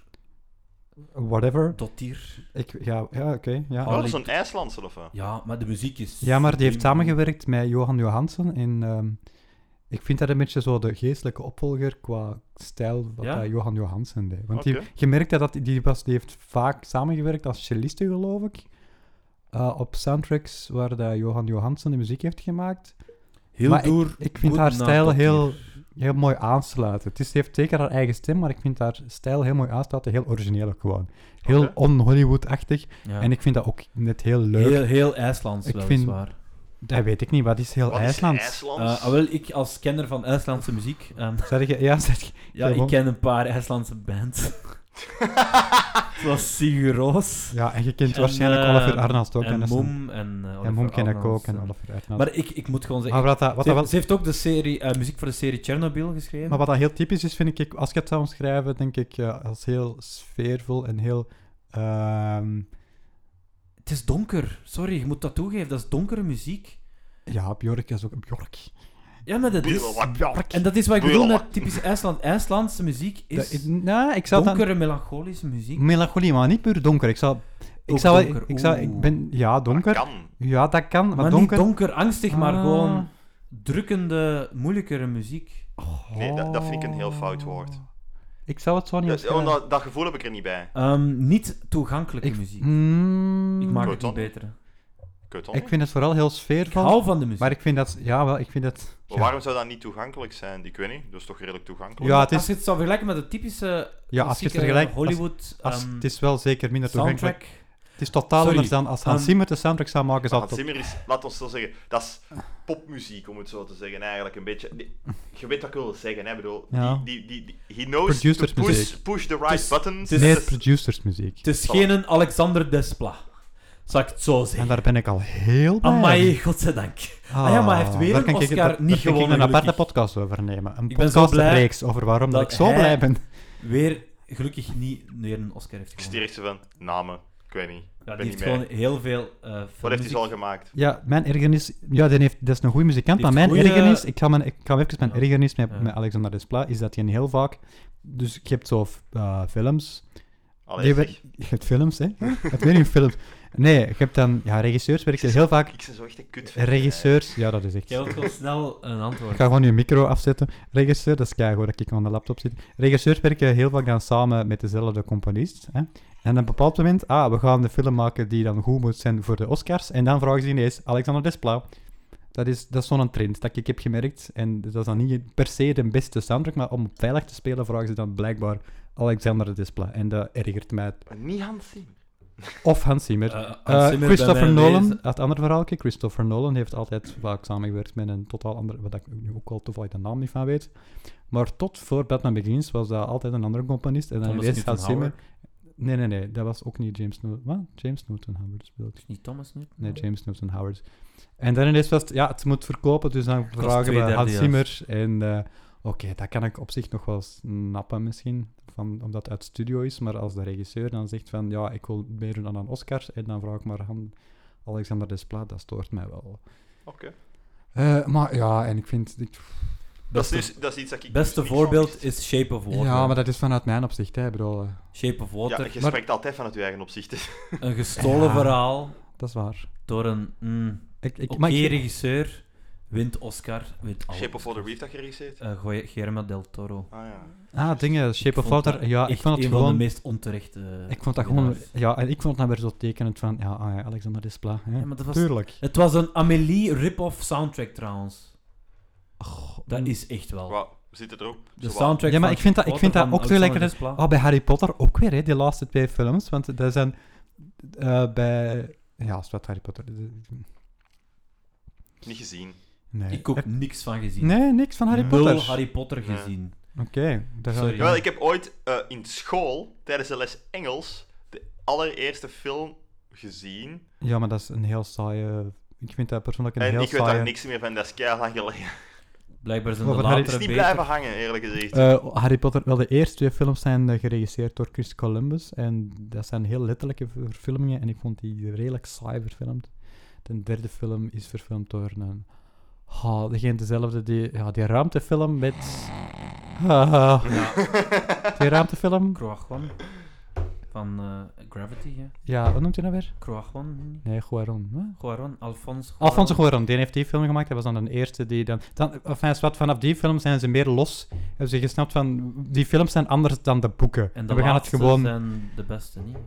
Speaker 5: whatever.
Speaker 4: Dottir.
Speaker 5: Ik, ja, ja oké. ja.
Speaker 3: Oh,
Speaker 4: Al-
Speaker 3: dat is een IJslandse of wat?
Speaker 4: Ja, maar de muziek is...
Speaker 5: ja, maar die heeft
Speaker 4: subliem.
Speaker 5: samengewerkt met Johan Johansson en ehm, ik vind dat een beetje zo de geestelijke opvolger qua stijl wat
Speaker 4: Ja?
Speaker 5: dat Johan Johansson deed. Want
Speaker 3: Oké.
Speaker 5: die, je merkte dat die- die, was, die heeft vaak samengewerkt als celliste, geloof ik, eh, op soundtracks waar dat Johan Johansson de muziek heeft gemaakt.
Speaker 4: Heel
Speaker 5: Maar ik-
Speaker 4: door.
Speaker 5: ik vind
Speaker 4: goed
Speaker 5: haar
Speaker 4: naar
Speaker 5: stijl
Speaker 4: Dottir.
Speaker 5: heel- heel mooi aansluiten. Het is, ze heeft zeker haar eigen stem, maar ik vind haar stijl heel mooi aansluiten. Heel origineel ook gewoon. Heel
Speaker 3: Oké.
Speaker 5: on-Hollywood-achtig.
Speaker 4: Ja.
Speaker 5: En ik vind dat ook net heel leuk.
Speaker 4: Heel, heel IJslands,
Speaker 5: Ik
Speaker 4: weliswaar.
Speaker 5: Dat weet ik niet. Wat is heel
Speaker 3: Wat is
Speaker 5: IJslands?
Speaker 3: IJslands?
Speaker 4: Eh, ah, wel, ik als kenner van IJslandse muziek... ehm,
Speaker 5: Zeg je, ja, <laughs> zeg je.
Speaker 4: ja,
Speaker 5: Gewoon. <laughs>
Speaker 4: ik ken een paar IJslandse bands. Het was Sigur Roos.
Speaker 5: Ja, en je kent
Speaker 4: En,
Speaker 5: waarschijnlijk
Speaker 4: eh,
Speaker 5: Oliver Arnold ook.
Speaker 4: En
Speaker 5: dat is een-
Speaker 4: Mom en eh,
Speaker 5: en
Speaker 4: Oliver
Speaker 5: Mom ken ik
Speaker 4: Arnold,
Speaker 5: ook. En
Speaker 4: eh.
Speaker 5: Oliver Arnold.
Speaker 4: Maar ik, ik moet gewoon zeggen...
Speaker 5: Maar wat, dat, wat,
Speaker 4: ze, heeft,
Speaker 5: dat wel-
Speaker 4: ze heeft ook de serie, eh, muziek voor de serie Chernobyl geschreven.
Speaker 5: maar wat dat heel typisch is, vind ik, als ik het zou omschrijven, denk ik eh, als heel sfeervol en heel... ehm,
Speaker 4: Het is donker. Sorry, je moet dat toegeven. Dat is donkere muziek.
Speaker 5: ja, Bjork is ook een Bjork.
Speaker 4: Ja, maar dat is...
Speaker 3: Björk.
Speaker 5: Bjork.
Speaker 4: En dat is wat ik bedoel
Speaker 3: Björk.
Speaker 4: met typisch IJsland. IJslandse muziek
Speaker 5: Dat is-
Speaker 4: is
Speaker 5: nou, ik zou dan...
Speaker 4: donkere, melancholische muziek.
Speaker 5: Melancholie, maar niet puur donker. Ik zou... Ik
Speaker 4: Ook
Speaker 5: zou...
Speaker 4: donker,
Speaker 5: Ik, zou
Speaker 4: oeh.
Speaker 5: ik ben... Ja, donker.
Speaker 3: Kan.
Speaker 5: Ja, dat kan. Maar,
Speaker 4: Maar
Speaker 5: donker...
Speaker 4: niet donker, angstig, maar
Speaker 5: Ah.
Speaker 4: gewoon drukkende, moeilijkere muziek.
Speaker 3: Nee, dat, dat vind ik een heel
Speaker 5: Oh.
Speaker 3: fout woord.
Speaker 5: Ik zou het zo niet
Speaker 3: Dat,
Speaker 5: omschrijven.
Speaker 3: dat, dat gevoel heb ik er niet bij.
Speaker 4: Ehm, niet toegankelijke
Speaker 5: Ik-
Speaker 4: muziek.
Speaker 5: Mm,
Speaker 4: Ik maak
Speaker 3: Goed
Speaker 4: het
Speaker 3: dan.
Speaker 4: niet beter. hè.
Speaker 3: Kut, hoor.
Speaker 5: ik vind het vooral heel
Speaker 4: Ik
Speaker 5: sfeervol.
Speaker 4: hou van de muziek.
Speaker 5: Maar ik vind dat... Ja, wel, ik vind dat...
Speaker 3: Maar waarom zou dat niet toegankelijk zijn? Ik weet niet. Dat is toch redelijk toegankelijk?
Speaker 5: Ja, het
Speaker 4: Als
Speaker 5: is,
Speaker 4: je het zou vergelijken met de typische
Speaker 5: ja, als je het
Speaker 4: klassieke
Speaker 5: vergelijkt... als-
Speaker 4: Hollywood
Speaker 5: als-
Speaker 4: ehm,
Speaker 5: het is wel zeker minder toegankelijk.
Speaker 4: soundtrack.
Speaker 5: Het is totaal
Speaker 4: Sorry,
Speaker 5: anders dan... Als Hans
Speaker 4: ehm,
Speaker 5: Zimmer de soundtrack zou maken,
Speaker 3: Maar
Speaker 5: zou
Speaker 3: Hans
Speaker 5: het... op-
Speaker 3: Zimmer is, laat ons zo zeggen, dat is popmuziek, om het zo te zeggen, eigenlijk een beetje. Die- Je weet wat ik wil zeggen, hè? Ik bedoel,
Speaker 5: Ja.
Speaker 3: die, die, die, die, he knows to
Speaker 5: Producersmuziek.
Speaker 3: push, push the right
Speaker 4: Het is-
Speaker 3: buttons.
Speaker 4: het is-
Speaker 5: Meer
Speaker 3: Dat is-
Speaker 5: producersmuziek.
Speaker 4: Het is geen een Alexander Desplat. Zal ik het zo
Speaker 5: En
Speaker 4: zeggen.
Speaker 5: daar ben ik al heel blij om.
Speaker 4: Amai, godzijdank. Ah ja, maar hij heeft weer
Speaker 5: daar
Speaker 4: een
Speaker 5: kan ik-
Speaker 4: Oscar
Speaker 5: daar- daar
Speaker 4: niet
Speaker 5: kan ik
Speaker 4: gewonnen,
Speaker 5: een aparte
Speaker 4: gelukkig.
Speaker 5: podcast over nemen. Een
Speaker 4: Ik ben zo blij
Speaker 5: podcastreeks over waarom dat
Speaker 4: dat
Speaker 5: ik zo
Speaker 4: hij-
Speaker 5: blij ben.
Speaker 4: Weer, gelukkig niet weer een Oscar heeft
Speaker 3: Ik
Speaker 4: gewonnen.
Speaker 3: stierf ze van namen, ik weet niet.
Speaker 4: Ja,
Speaker 3: ben
Speaker 4: die
Speaker 3: niet
Speaker 4: heeft
Speaker 3: mee.
Speaker 4: gewoon heel veel eh
Speaker 3: Wat heeft
Speaker 4: filmmuziek.
Speaker 3: hij zo al gemaakt?
Speaker 5: Ja, mijn ergernis... Ja, die heeft, dat is een goede muzikant,
Speaker 4: Die
Speaker 5: maar mijn
Speaker 4: heeft goeie-
Speaker 5: ergernis... Ik ga, mijn, ik ga even mijn
Speaker 4: Ja.
Speaker 5: ergernis met,
Speaker 4: Ja.
Speaker 5: met Alexander Desplat, is dat hij heel vaak... Dus je hebt zo eh, films...
Speaker 3: Allee,
Speaker 5: die
Speaker 3: zeg,
Speaker 5: we- je hebt films, hè? Het weer in films. Nee, je hebt dan... Ja, regisseurs werken heel vaak...
Speaker 3: ik ben zo echt een kut
Speaker 5: Regisseurs... Ja, dat is echt...
Speaker 4: Jij wilt gewoon snel een antwoord.
Speaker 5: Ik ga gewoon je micro afzetten. Regisseur, dat is keigoed dat ik aan de laptop zit. Regisseurs werken heel vaak dan samen met dezelfde componist. Hè? En op een bepaald moment, ah, we gaan de film maken die dan goed moet zijn voor de Oscars. En dan vragen ze ineens Alexander Desplat. Dat is, dat is zo'n trend dat ik heb gemerkt. En dat is dan niet per se de beste soundtrack, maar om veilig te spelen vragen ze dan blijkbaar Alexander Desplat. En dat ergert mij.
Speaker 3: Niet Hans Zimmer.
Speaker 5: Of Hans Zimmer.
Speaker 4: Eh, Hans
Speaker 5: Eh,
Speaker 4: Zimmer
Speaker 5: Christopher
Speaker 4: bij mij
Speaker 5: Nolan,
Speaker 4: wezen.
Speaker 5: het andere verhaaltje, Christopher Nolan heeft altijd vaak samengewerkt met een totaal andere, wat ik nu ook al toevallig de naam niet van weet. Maar tot voor Batman Begins was dat altijd een andere componist. En dan
Speaker 4: Thomas
Speaker 5: ineens
Speaker 4: Newton
Speaker 5: Hans Zimmer.
Speaker 4: Howard.
Speaker 5: Nee, nee, nee, dat was ook niet James Newton. Wat? James Newton Howard speelt.
Speaker 4: Niet Thomas Newton.
Speaker 5: Nee, James Newton Howard. En dan ineens was het, ja, het moet verkopen, dus dan vragen
Speaker 4: twee
Speaker 5: we
Speaker 4: derde
Speaker 5: Hans
Speaker 4: jaar.
Speaker 5: Zimmer. En eh, oké, dat kan ik op zich nog wel snappen misschien, van, omdat het uit studio is. Maar als de regisseur dan zegt van, ja, ik wil meedoen aan een Oscar, en dan vraag ik maar Han Alexander Desplat, dat stoort mij wel.
Speaker 3: Oké.
Speaker 5: Eh, maar ja, en ik vind... ik-
Speaker 3: Dat, is
Speaker 4: Beste,
Speaker 3: dus- dat is iets dat ik. dus
Speaker 4: beste
Speaker 3: niet van
Speaker 4: voorbeeld
Speaker 3: wist.
Speaker 4: is Shape of Water.
Speaker 5: ja, maar dat is vanuit mijn opzicht, hè, ik bedoel, eh,
Speaker 4: Shape of
Speaker 3: Ja,
Speaker 4: Water,
Speaker 3: je
Speaker 5: maar-
Speaker 3: spreekt altijd vanuit je eigen opzichten.
Speaker 4: een gestolen
Speaker 5: Ja.
Speaker 4: verhaal
Speaker 5: dat is waar.
Speaker 4: door een mm,
Speaker 5: Ik, ik,
Speaker 4: oké
Speaker 5: maar ik-
Speaker 4: regisseur, wint Oscar, wint alles.
Speaker 3: Shape of Water, wie heeft dat geregisseerd?
Speaker 4: Eh, Goy- Guillermo del Toro.
Speaker 3: Ah ja.
Speaker 5: ah, dingen, Shape of
Speaker 4: vond dat
Speaker 5: Water, ja, ik
Speaker 4: echt
Speaker 5: vond het
Speaker 4: een
Speaker 5: gewoon...
Speaker 4: van de meest onterechte...
Speaker 5: Ik vond dat gewoon...
Speaker 4: winnaars.
Speaker 5: Ja, en ik vond dat weer zo tekenend van... Ja, ah ja, Alexander Desplat. Hè.
Speaker 4: Ja, maar dat was-
Speaker 5: Tuurlijk.
Speaker 4: Het was een Amélie rip-off soundtrack trouwens. Dat is echt wel.
Speaker 3: Wauw, we zitten erop.
Speaker 4: De
Speaker 3: Zowat.
Speaker 4: soundtrack
Speaker 5: mm. Ja, maar
Speaker 4: van
Speaker 5: ik vind dat- ik
Speaker 4: Water
Speaker 5: vind dat
Speaker 4: van
Speaker 5: ook
Speaker 4: Alexander
Speaker 5: tegelijkertijd-
Speaker 4: Desplat.
Speaker 5: Oh, bij Harry Potter ook weer, hè, die laatste twee films. Want daar zijn... eh, bij... Ja, is wat Harry Potter... de-
Speaker 3: Niet gezien.
Speaker 5: Nee.
Speaker 4: Ik ook
Speaker 5: Heb-
Speaker 4: niks van gezien.
Speaker 5: Oh. Nee, niks van Harry
Speaker 3: Nee.
Speaker 5: Potter.
Speaker 4: Nul Harry Potter
Speaker 3: Nee.
Speaker 4: gezien.
Speaker 5: Oké. daar ga
Speaker 4: Sorry.
Speaker 5: ik-
Speaker 4: Ja.
Speaker 3: Jawel, ik heb ooit eh, in school, tijdens de les Engels, de allereerste film gezien.
Speaker 5: Ja, maar dat is een heel saaie... Ik vind dat persoonlijk een
Speaker 3: en
Speaker 5: heel
Speaker 3: ik weet
Speaker 5: saaie...
Speaker 3: daar niks meer van, dat is keihard geleden.
Speaker 4: Blijkbaar zijn de
Speaker 5: Over Harry-
Speaker 4: latere
Speaker 3: Het is niet
Speaker 4: beter.
Speaker 3: blijven hangen, eerlijk gezegd.
Speaker 5: Eh, Harry Potter, wel de eerste twee films zijn eh, geregisseerd door Chris Columbus. En dat zijn heel letterlijke verfilmingen. En ik vond die redelijk saai verfilmd. De derde film is verfilmd door een. Ah, degene dezelfde die. Ja, die ruimtefilm met. Ah, <laughs> die ruimtefilm.
Speaker 4: Croagwan. Van eh, Gravity, hè?
Speaker 5: Ja, hoe noemt hij dat weer?
Speaker 4: Croagwan?
Speaker 5: Nee, Guaron. hè?
Speaker 4: Guaron? Alphonse Cuarón.
Speaker 5: Alfonso Cuarón, die heeft die film gemaakt. Dat was dan de eerste die dan... dan enfin, is wat, vanaf die film zijn ze meer los. Hebben ze gesnapt van... Die films zijn anders dan de boeken.
Speaker 4: En de
Speaker 5: we gaan het
Speaker 4: laatste
Speaker 5: gewoon...
Speaker 4: zijn de beste, niet?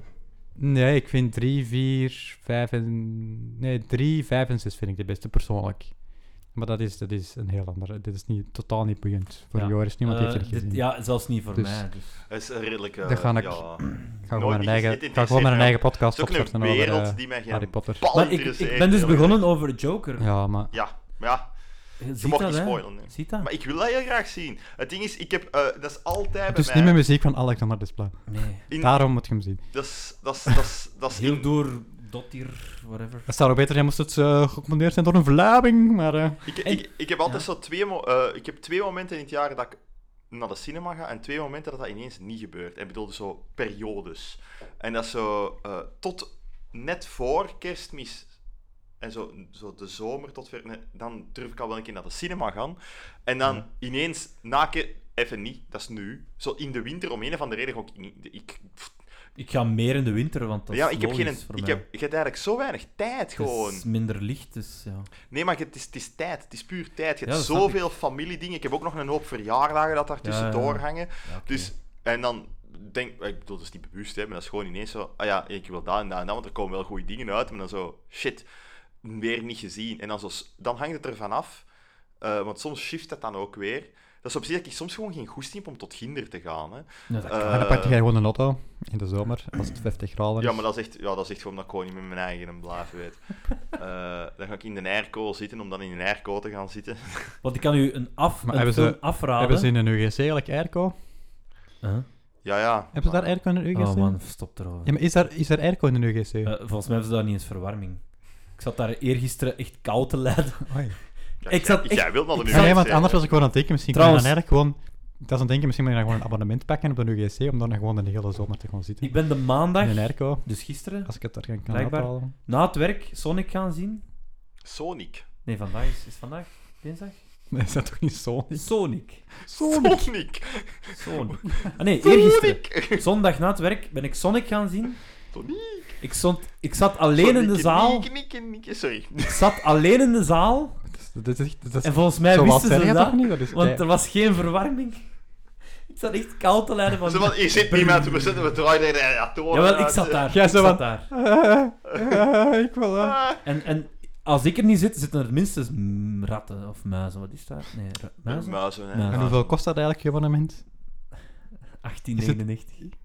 Speaker 5: Nee, ik vind 3, 4, 5 en. Nee, 3, 5 en 6 vind ik de beste persoonlijk. Maar dat is, dat is een heel ander. Dit is niet, totaal niet boeiend voor
Speaker 4: Ja.
Speaker 5: Joris. Niemand heeft
Speaker 4: Eh,
Speaker 5: het
Speaker 4: dit-
Speaker 5: gezien.
Speaker 4: Ja, zelfs niet voor
Speaker 5: Dus-
Speaker 4: mij. Dus.
Speaker 3: Dat is een redelijk... eh,
Speaker 5: Daar ga ik-
Speaker 3: Ja.
Speaker 5: ik ga
Speaker 3: nooit
Speaker 5: gewoon mijn
Speaker 3: niet
Speaker 5: eigen,
Speaker 3: gezien.
Speaker 5: ik
Speaker 3: Dit
Speaker 5: ga gewoon mijn
Speaker 3: interesseert
Speaker 5: eigen
Speaker 3: Het
Speaker 5: podcast
Speaker 3: is ook
Speaker 5: opstarten
Speaker 3: een
Speaker 5: over
Speaker 3: wereld
Speaker 5: eh,
Speaker 3: die mij geen
Speaker 5: Harry Potter.
Speaker 3: bal
Speaker 4: Maar ik,
Speaker 3: interesseert,
Speaker 4: ik ben dus
Speaker 3: eerlijk
Speaker 4: begonnen over Joker.
Speaker 5: Ja, maar
Speaker 3: gezegd. Ja, maar ja.
Speaker 4: Je
Speaker 3: Je
Speaker 4: ziet
Speaker 3: mocht
Speaker 4: dat,
Speaker 3: niet
Speaker 4: hè?
Speaker 3: spoilen. hè.
Speaker 4: Ziet dat?
Speaker 3: Maar ik wil dat heel graag zien. Het ding is, ik heb, eh, dat is altijd
Speaker 5: Het is
Speaker 3: bij
Speaker 5: niet
Speaker 3: mij.
Speaker 5: met muziek van Alexander Desplat.
Speaker 4: Nee.
Speaker 3: In-
Speaker 5: Daarom moet je hem zien.
Speaker 3: Dat is, dat is, dat is, dat is
Speaker 4: Heel
Speaker 3: in-
Speaker 4: door Dottir, whatever.
Speaker 5: Het zou ook beter zijn moest het eh, gecomponeerd zijn door een Vlaming, maar... eh,
Speaker 3: Ik,
Speaker 4: En-
Speaker 3: ik, ik heb altijd zo twee, mo- eh, ik heb twee momenten in het jaar dat ik naar de cinema ga en twee momenten dat dat ineens niet gebeurt. Ik bedoel, dus zo periodes. En dat is zo eh, tot net voor kerstmis en zo, zo de zomer tot ver, nee, dan durf ik al wel een keer naar de cinema gaan. En
Speaker 4: Mhm.
Speaker 3: dan ineens na ke- even niet, dat is nu. Zo in de winter, om een of andere reden, ga ik, niet- ik,
Speaker 4: Ik ga meer in de winter, want dat
Speaker 3: ja,
Speaker 4: is
Speaker 3: ik heb geen,
Speaker 4: logisch
Speaker 3: ik
Speaker 4: voor
Speaker 3: heb,
Speaker 4: mij.
Speaker 3: je hebt eigenlijk zo weinig tijd gewoon.
Speaker 4: Het is minder licht, dus ja.
Speaker 3: Nee, maar het is, het is tijd. Het is puur tijd. Je
Speaker 4: Ja,
Speaker 3: hebt
Speaker 4: dat snap
Speaker 3: zoveel familiedingen. Ik heb ook nog een hoop verjaardagen dat daar
Speaker 4: Ja,
Speaker 3: tussendoor
Speaker 4: ja.
Speaker 3: hangen.
Speaker 4: Ja, oké.
Speaker 3: Dus, en dan denk ik, bedoel, dat is niet bewust, hè, maar dat is gewoon ineens zo. Ah ja, ik wil dat en dat en dat, want er komen wel goede dingen uit. Maar dan zo, shit, weer niet gezien. En dan, zo, dan hangt het ervan af, eh, want soms shift dat dan ook weer. Dat is op zich dat ik soms gewoon geen goesting heb om tot kinder te gaan. Hè.
Speaker 4: Ja, dat
Speaker 3: Eh,
Speaker 5: maar dan pak je gewoon een auto in de zomer, als het 50 graden is.
Speaker 3: Ja, maar dat is echt, ja, dat is echt gewoon dat ik gewoon niet met mijn eigen blaaf
Speaker 4: <laughs>
Speaker 3: weet. Eh, dan ga ik in de airco zitten, om dan in een airco te gaan zitten.
Speaker 4: Want ik kan u een, af,
Speaker 5: Maar
Speaker 4: een
Speaker 5: hebben ze-
Speaker 4: film afraden.
Speaker 5: Hebben ze in een UGC eigenlijk airco?
Speaker 4: Huh?
Speaker 3: Ja, ja.
Speaker 5: Hebben ze daar airco in een UGC?
Speaker 4: Oh man, stop erover.
Speaker 5: Ja, maar is daar, is daar airco in een UGC?
Speaker 4: Eh, volgens mij hebben ze daar niet eens verwarming. Ik zat daar eergisteren echt koud te lijden.
Speaker 5: Oei.
Speaker 3: Ja,
Speaker 4: Ik
Speaker 3: jij-
Speaker 4: zat
Speaker 3: jij wil naar de
Speaker 4: ik
Speaker 5: Ja,
Speaker 4: zat-
Speaker 5: nee,
Speaker 3: UGC,
Speaker 5: want
Speaker 3: hè.
Speaker 5: anders was ik gewoon aan het denken, misschien
Speaker 4: Trouwens-
Speaker 5: kan je dan eigenlijk gewoon... Dat is aan het denken, misschien moet je dan gewoon een abonnement pakken op de UGC, om dan gewoon de hele zomer te gaan zitten.
Speaker 4: Ik ben de maandag,
Speaker 5: In een airco,
Speaker 4: dus gisteren,
Speaker 5: als ik het daar kan kan
Speaker 4: Blijkbaar.
Speaker 5: uithalen.
Speaker 4: na het werk Sonic gaan zien.
Speaker 3: Sonic.
Speaker 4: Nee, vandaag is, is vandaag dinsdag.
Speaker 5: <laughs> Nee, is dat toch niet zo? <laughs>
Speaker 4: Sonic.
Speaker 3: Sonic.
Speaker 4: Sonic. Ah nee, eergisteren. Zondag na het werk ben ik Sonic gaan zien.
Speaker 3: Sonic.
Speaker 4: Ik, stond, ik zat alleen in de
Speaker 3: Sonic,
Speaker 4: zaal.
Speaker 3: Nick, Nick, Nick, sorry.
Speaker 4: Ik zat alleen in de zaal.
Speaker 5: Dat is- Dat is echt... Dat is,
Speaker 4: En volgens mij
Speaker 5: zo wat
Speaker 4: wisten
Speaker 5: zeg
Speaker 4: ze
Speaker 5: je
Speaker 4: dat.
Speaker 5: toch niet? Dat is, Eh,
Speaker 4: Want
Speaker 5: Nee.
Speaker 4: er was geen verwarming. Ik zat echt koud te lijden van...
Speaker 3: Zo van, hier zit niemand, we zitten, we draaien eh, de radiatoren
Speaker 4: Jawel, ik
Speaker 3: uit.
Speaker 4: zat daar.
Speaker 5: Jij
Speaker 4: ik
Speaker 5: zo
Speaker 4: zat
Speaker 5: van-
Speaker 4: daar.
Speaker 5: Eh, eh, ik wil... eh.
Speaker 3: Ah,
Speaker 4: En, en als ik er niet zit, zitten er minstens mm, ratten of muizen. Wat is dat? Nee, ra- muizen?
Speaker 3: Muizen, hè.
Speaker 4: Muizen.
Speaker 5: En hoeveel kost dat eigenlijk, je abonnement?
Speaker 4: 18,99.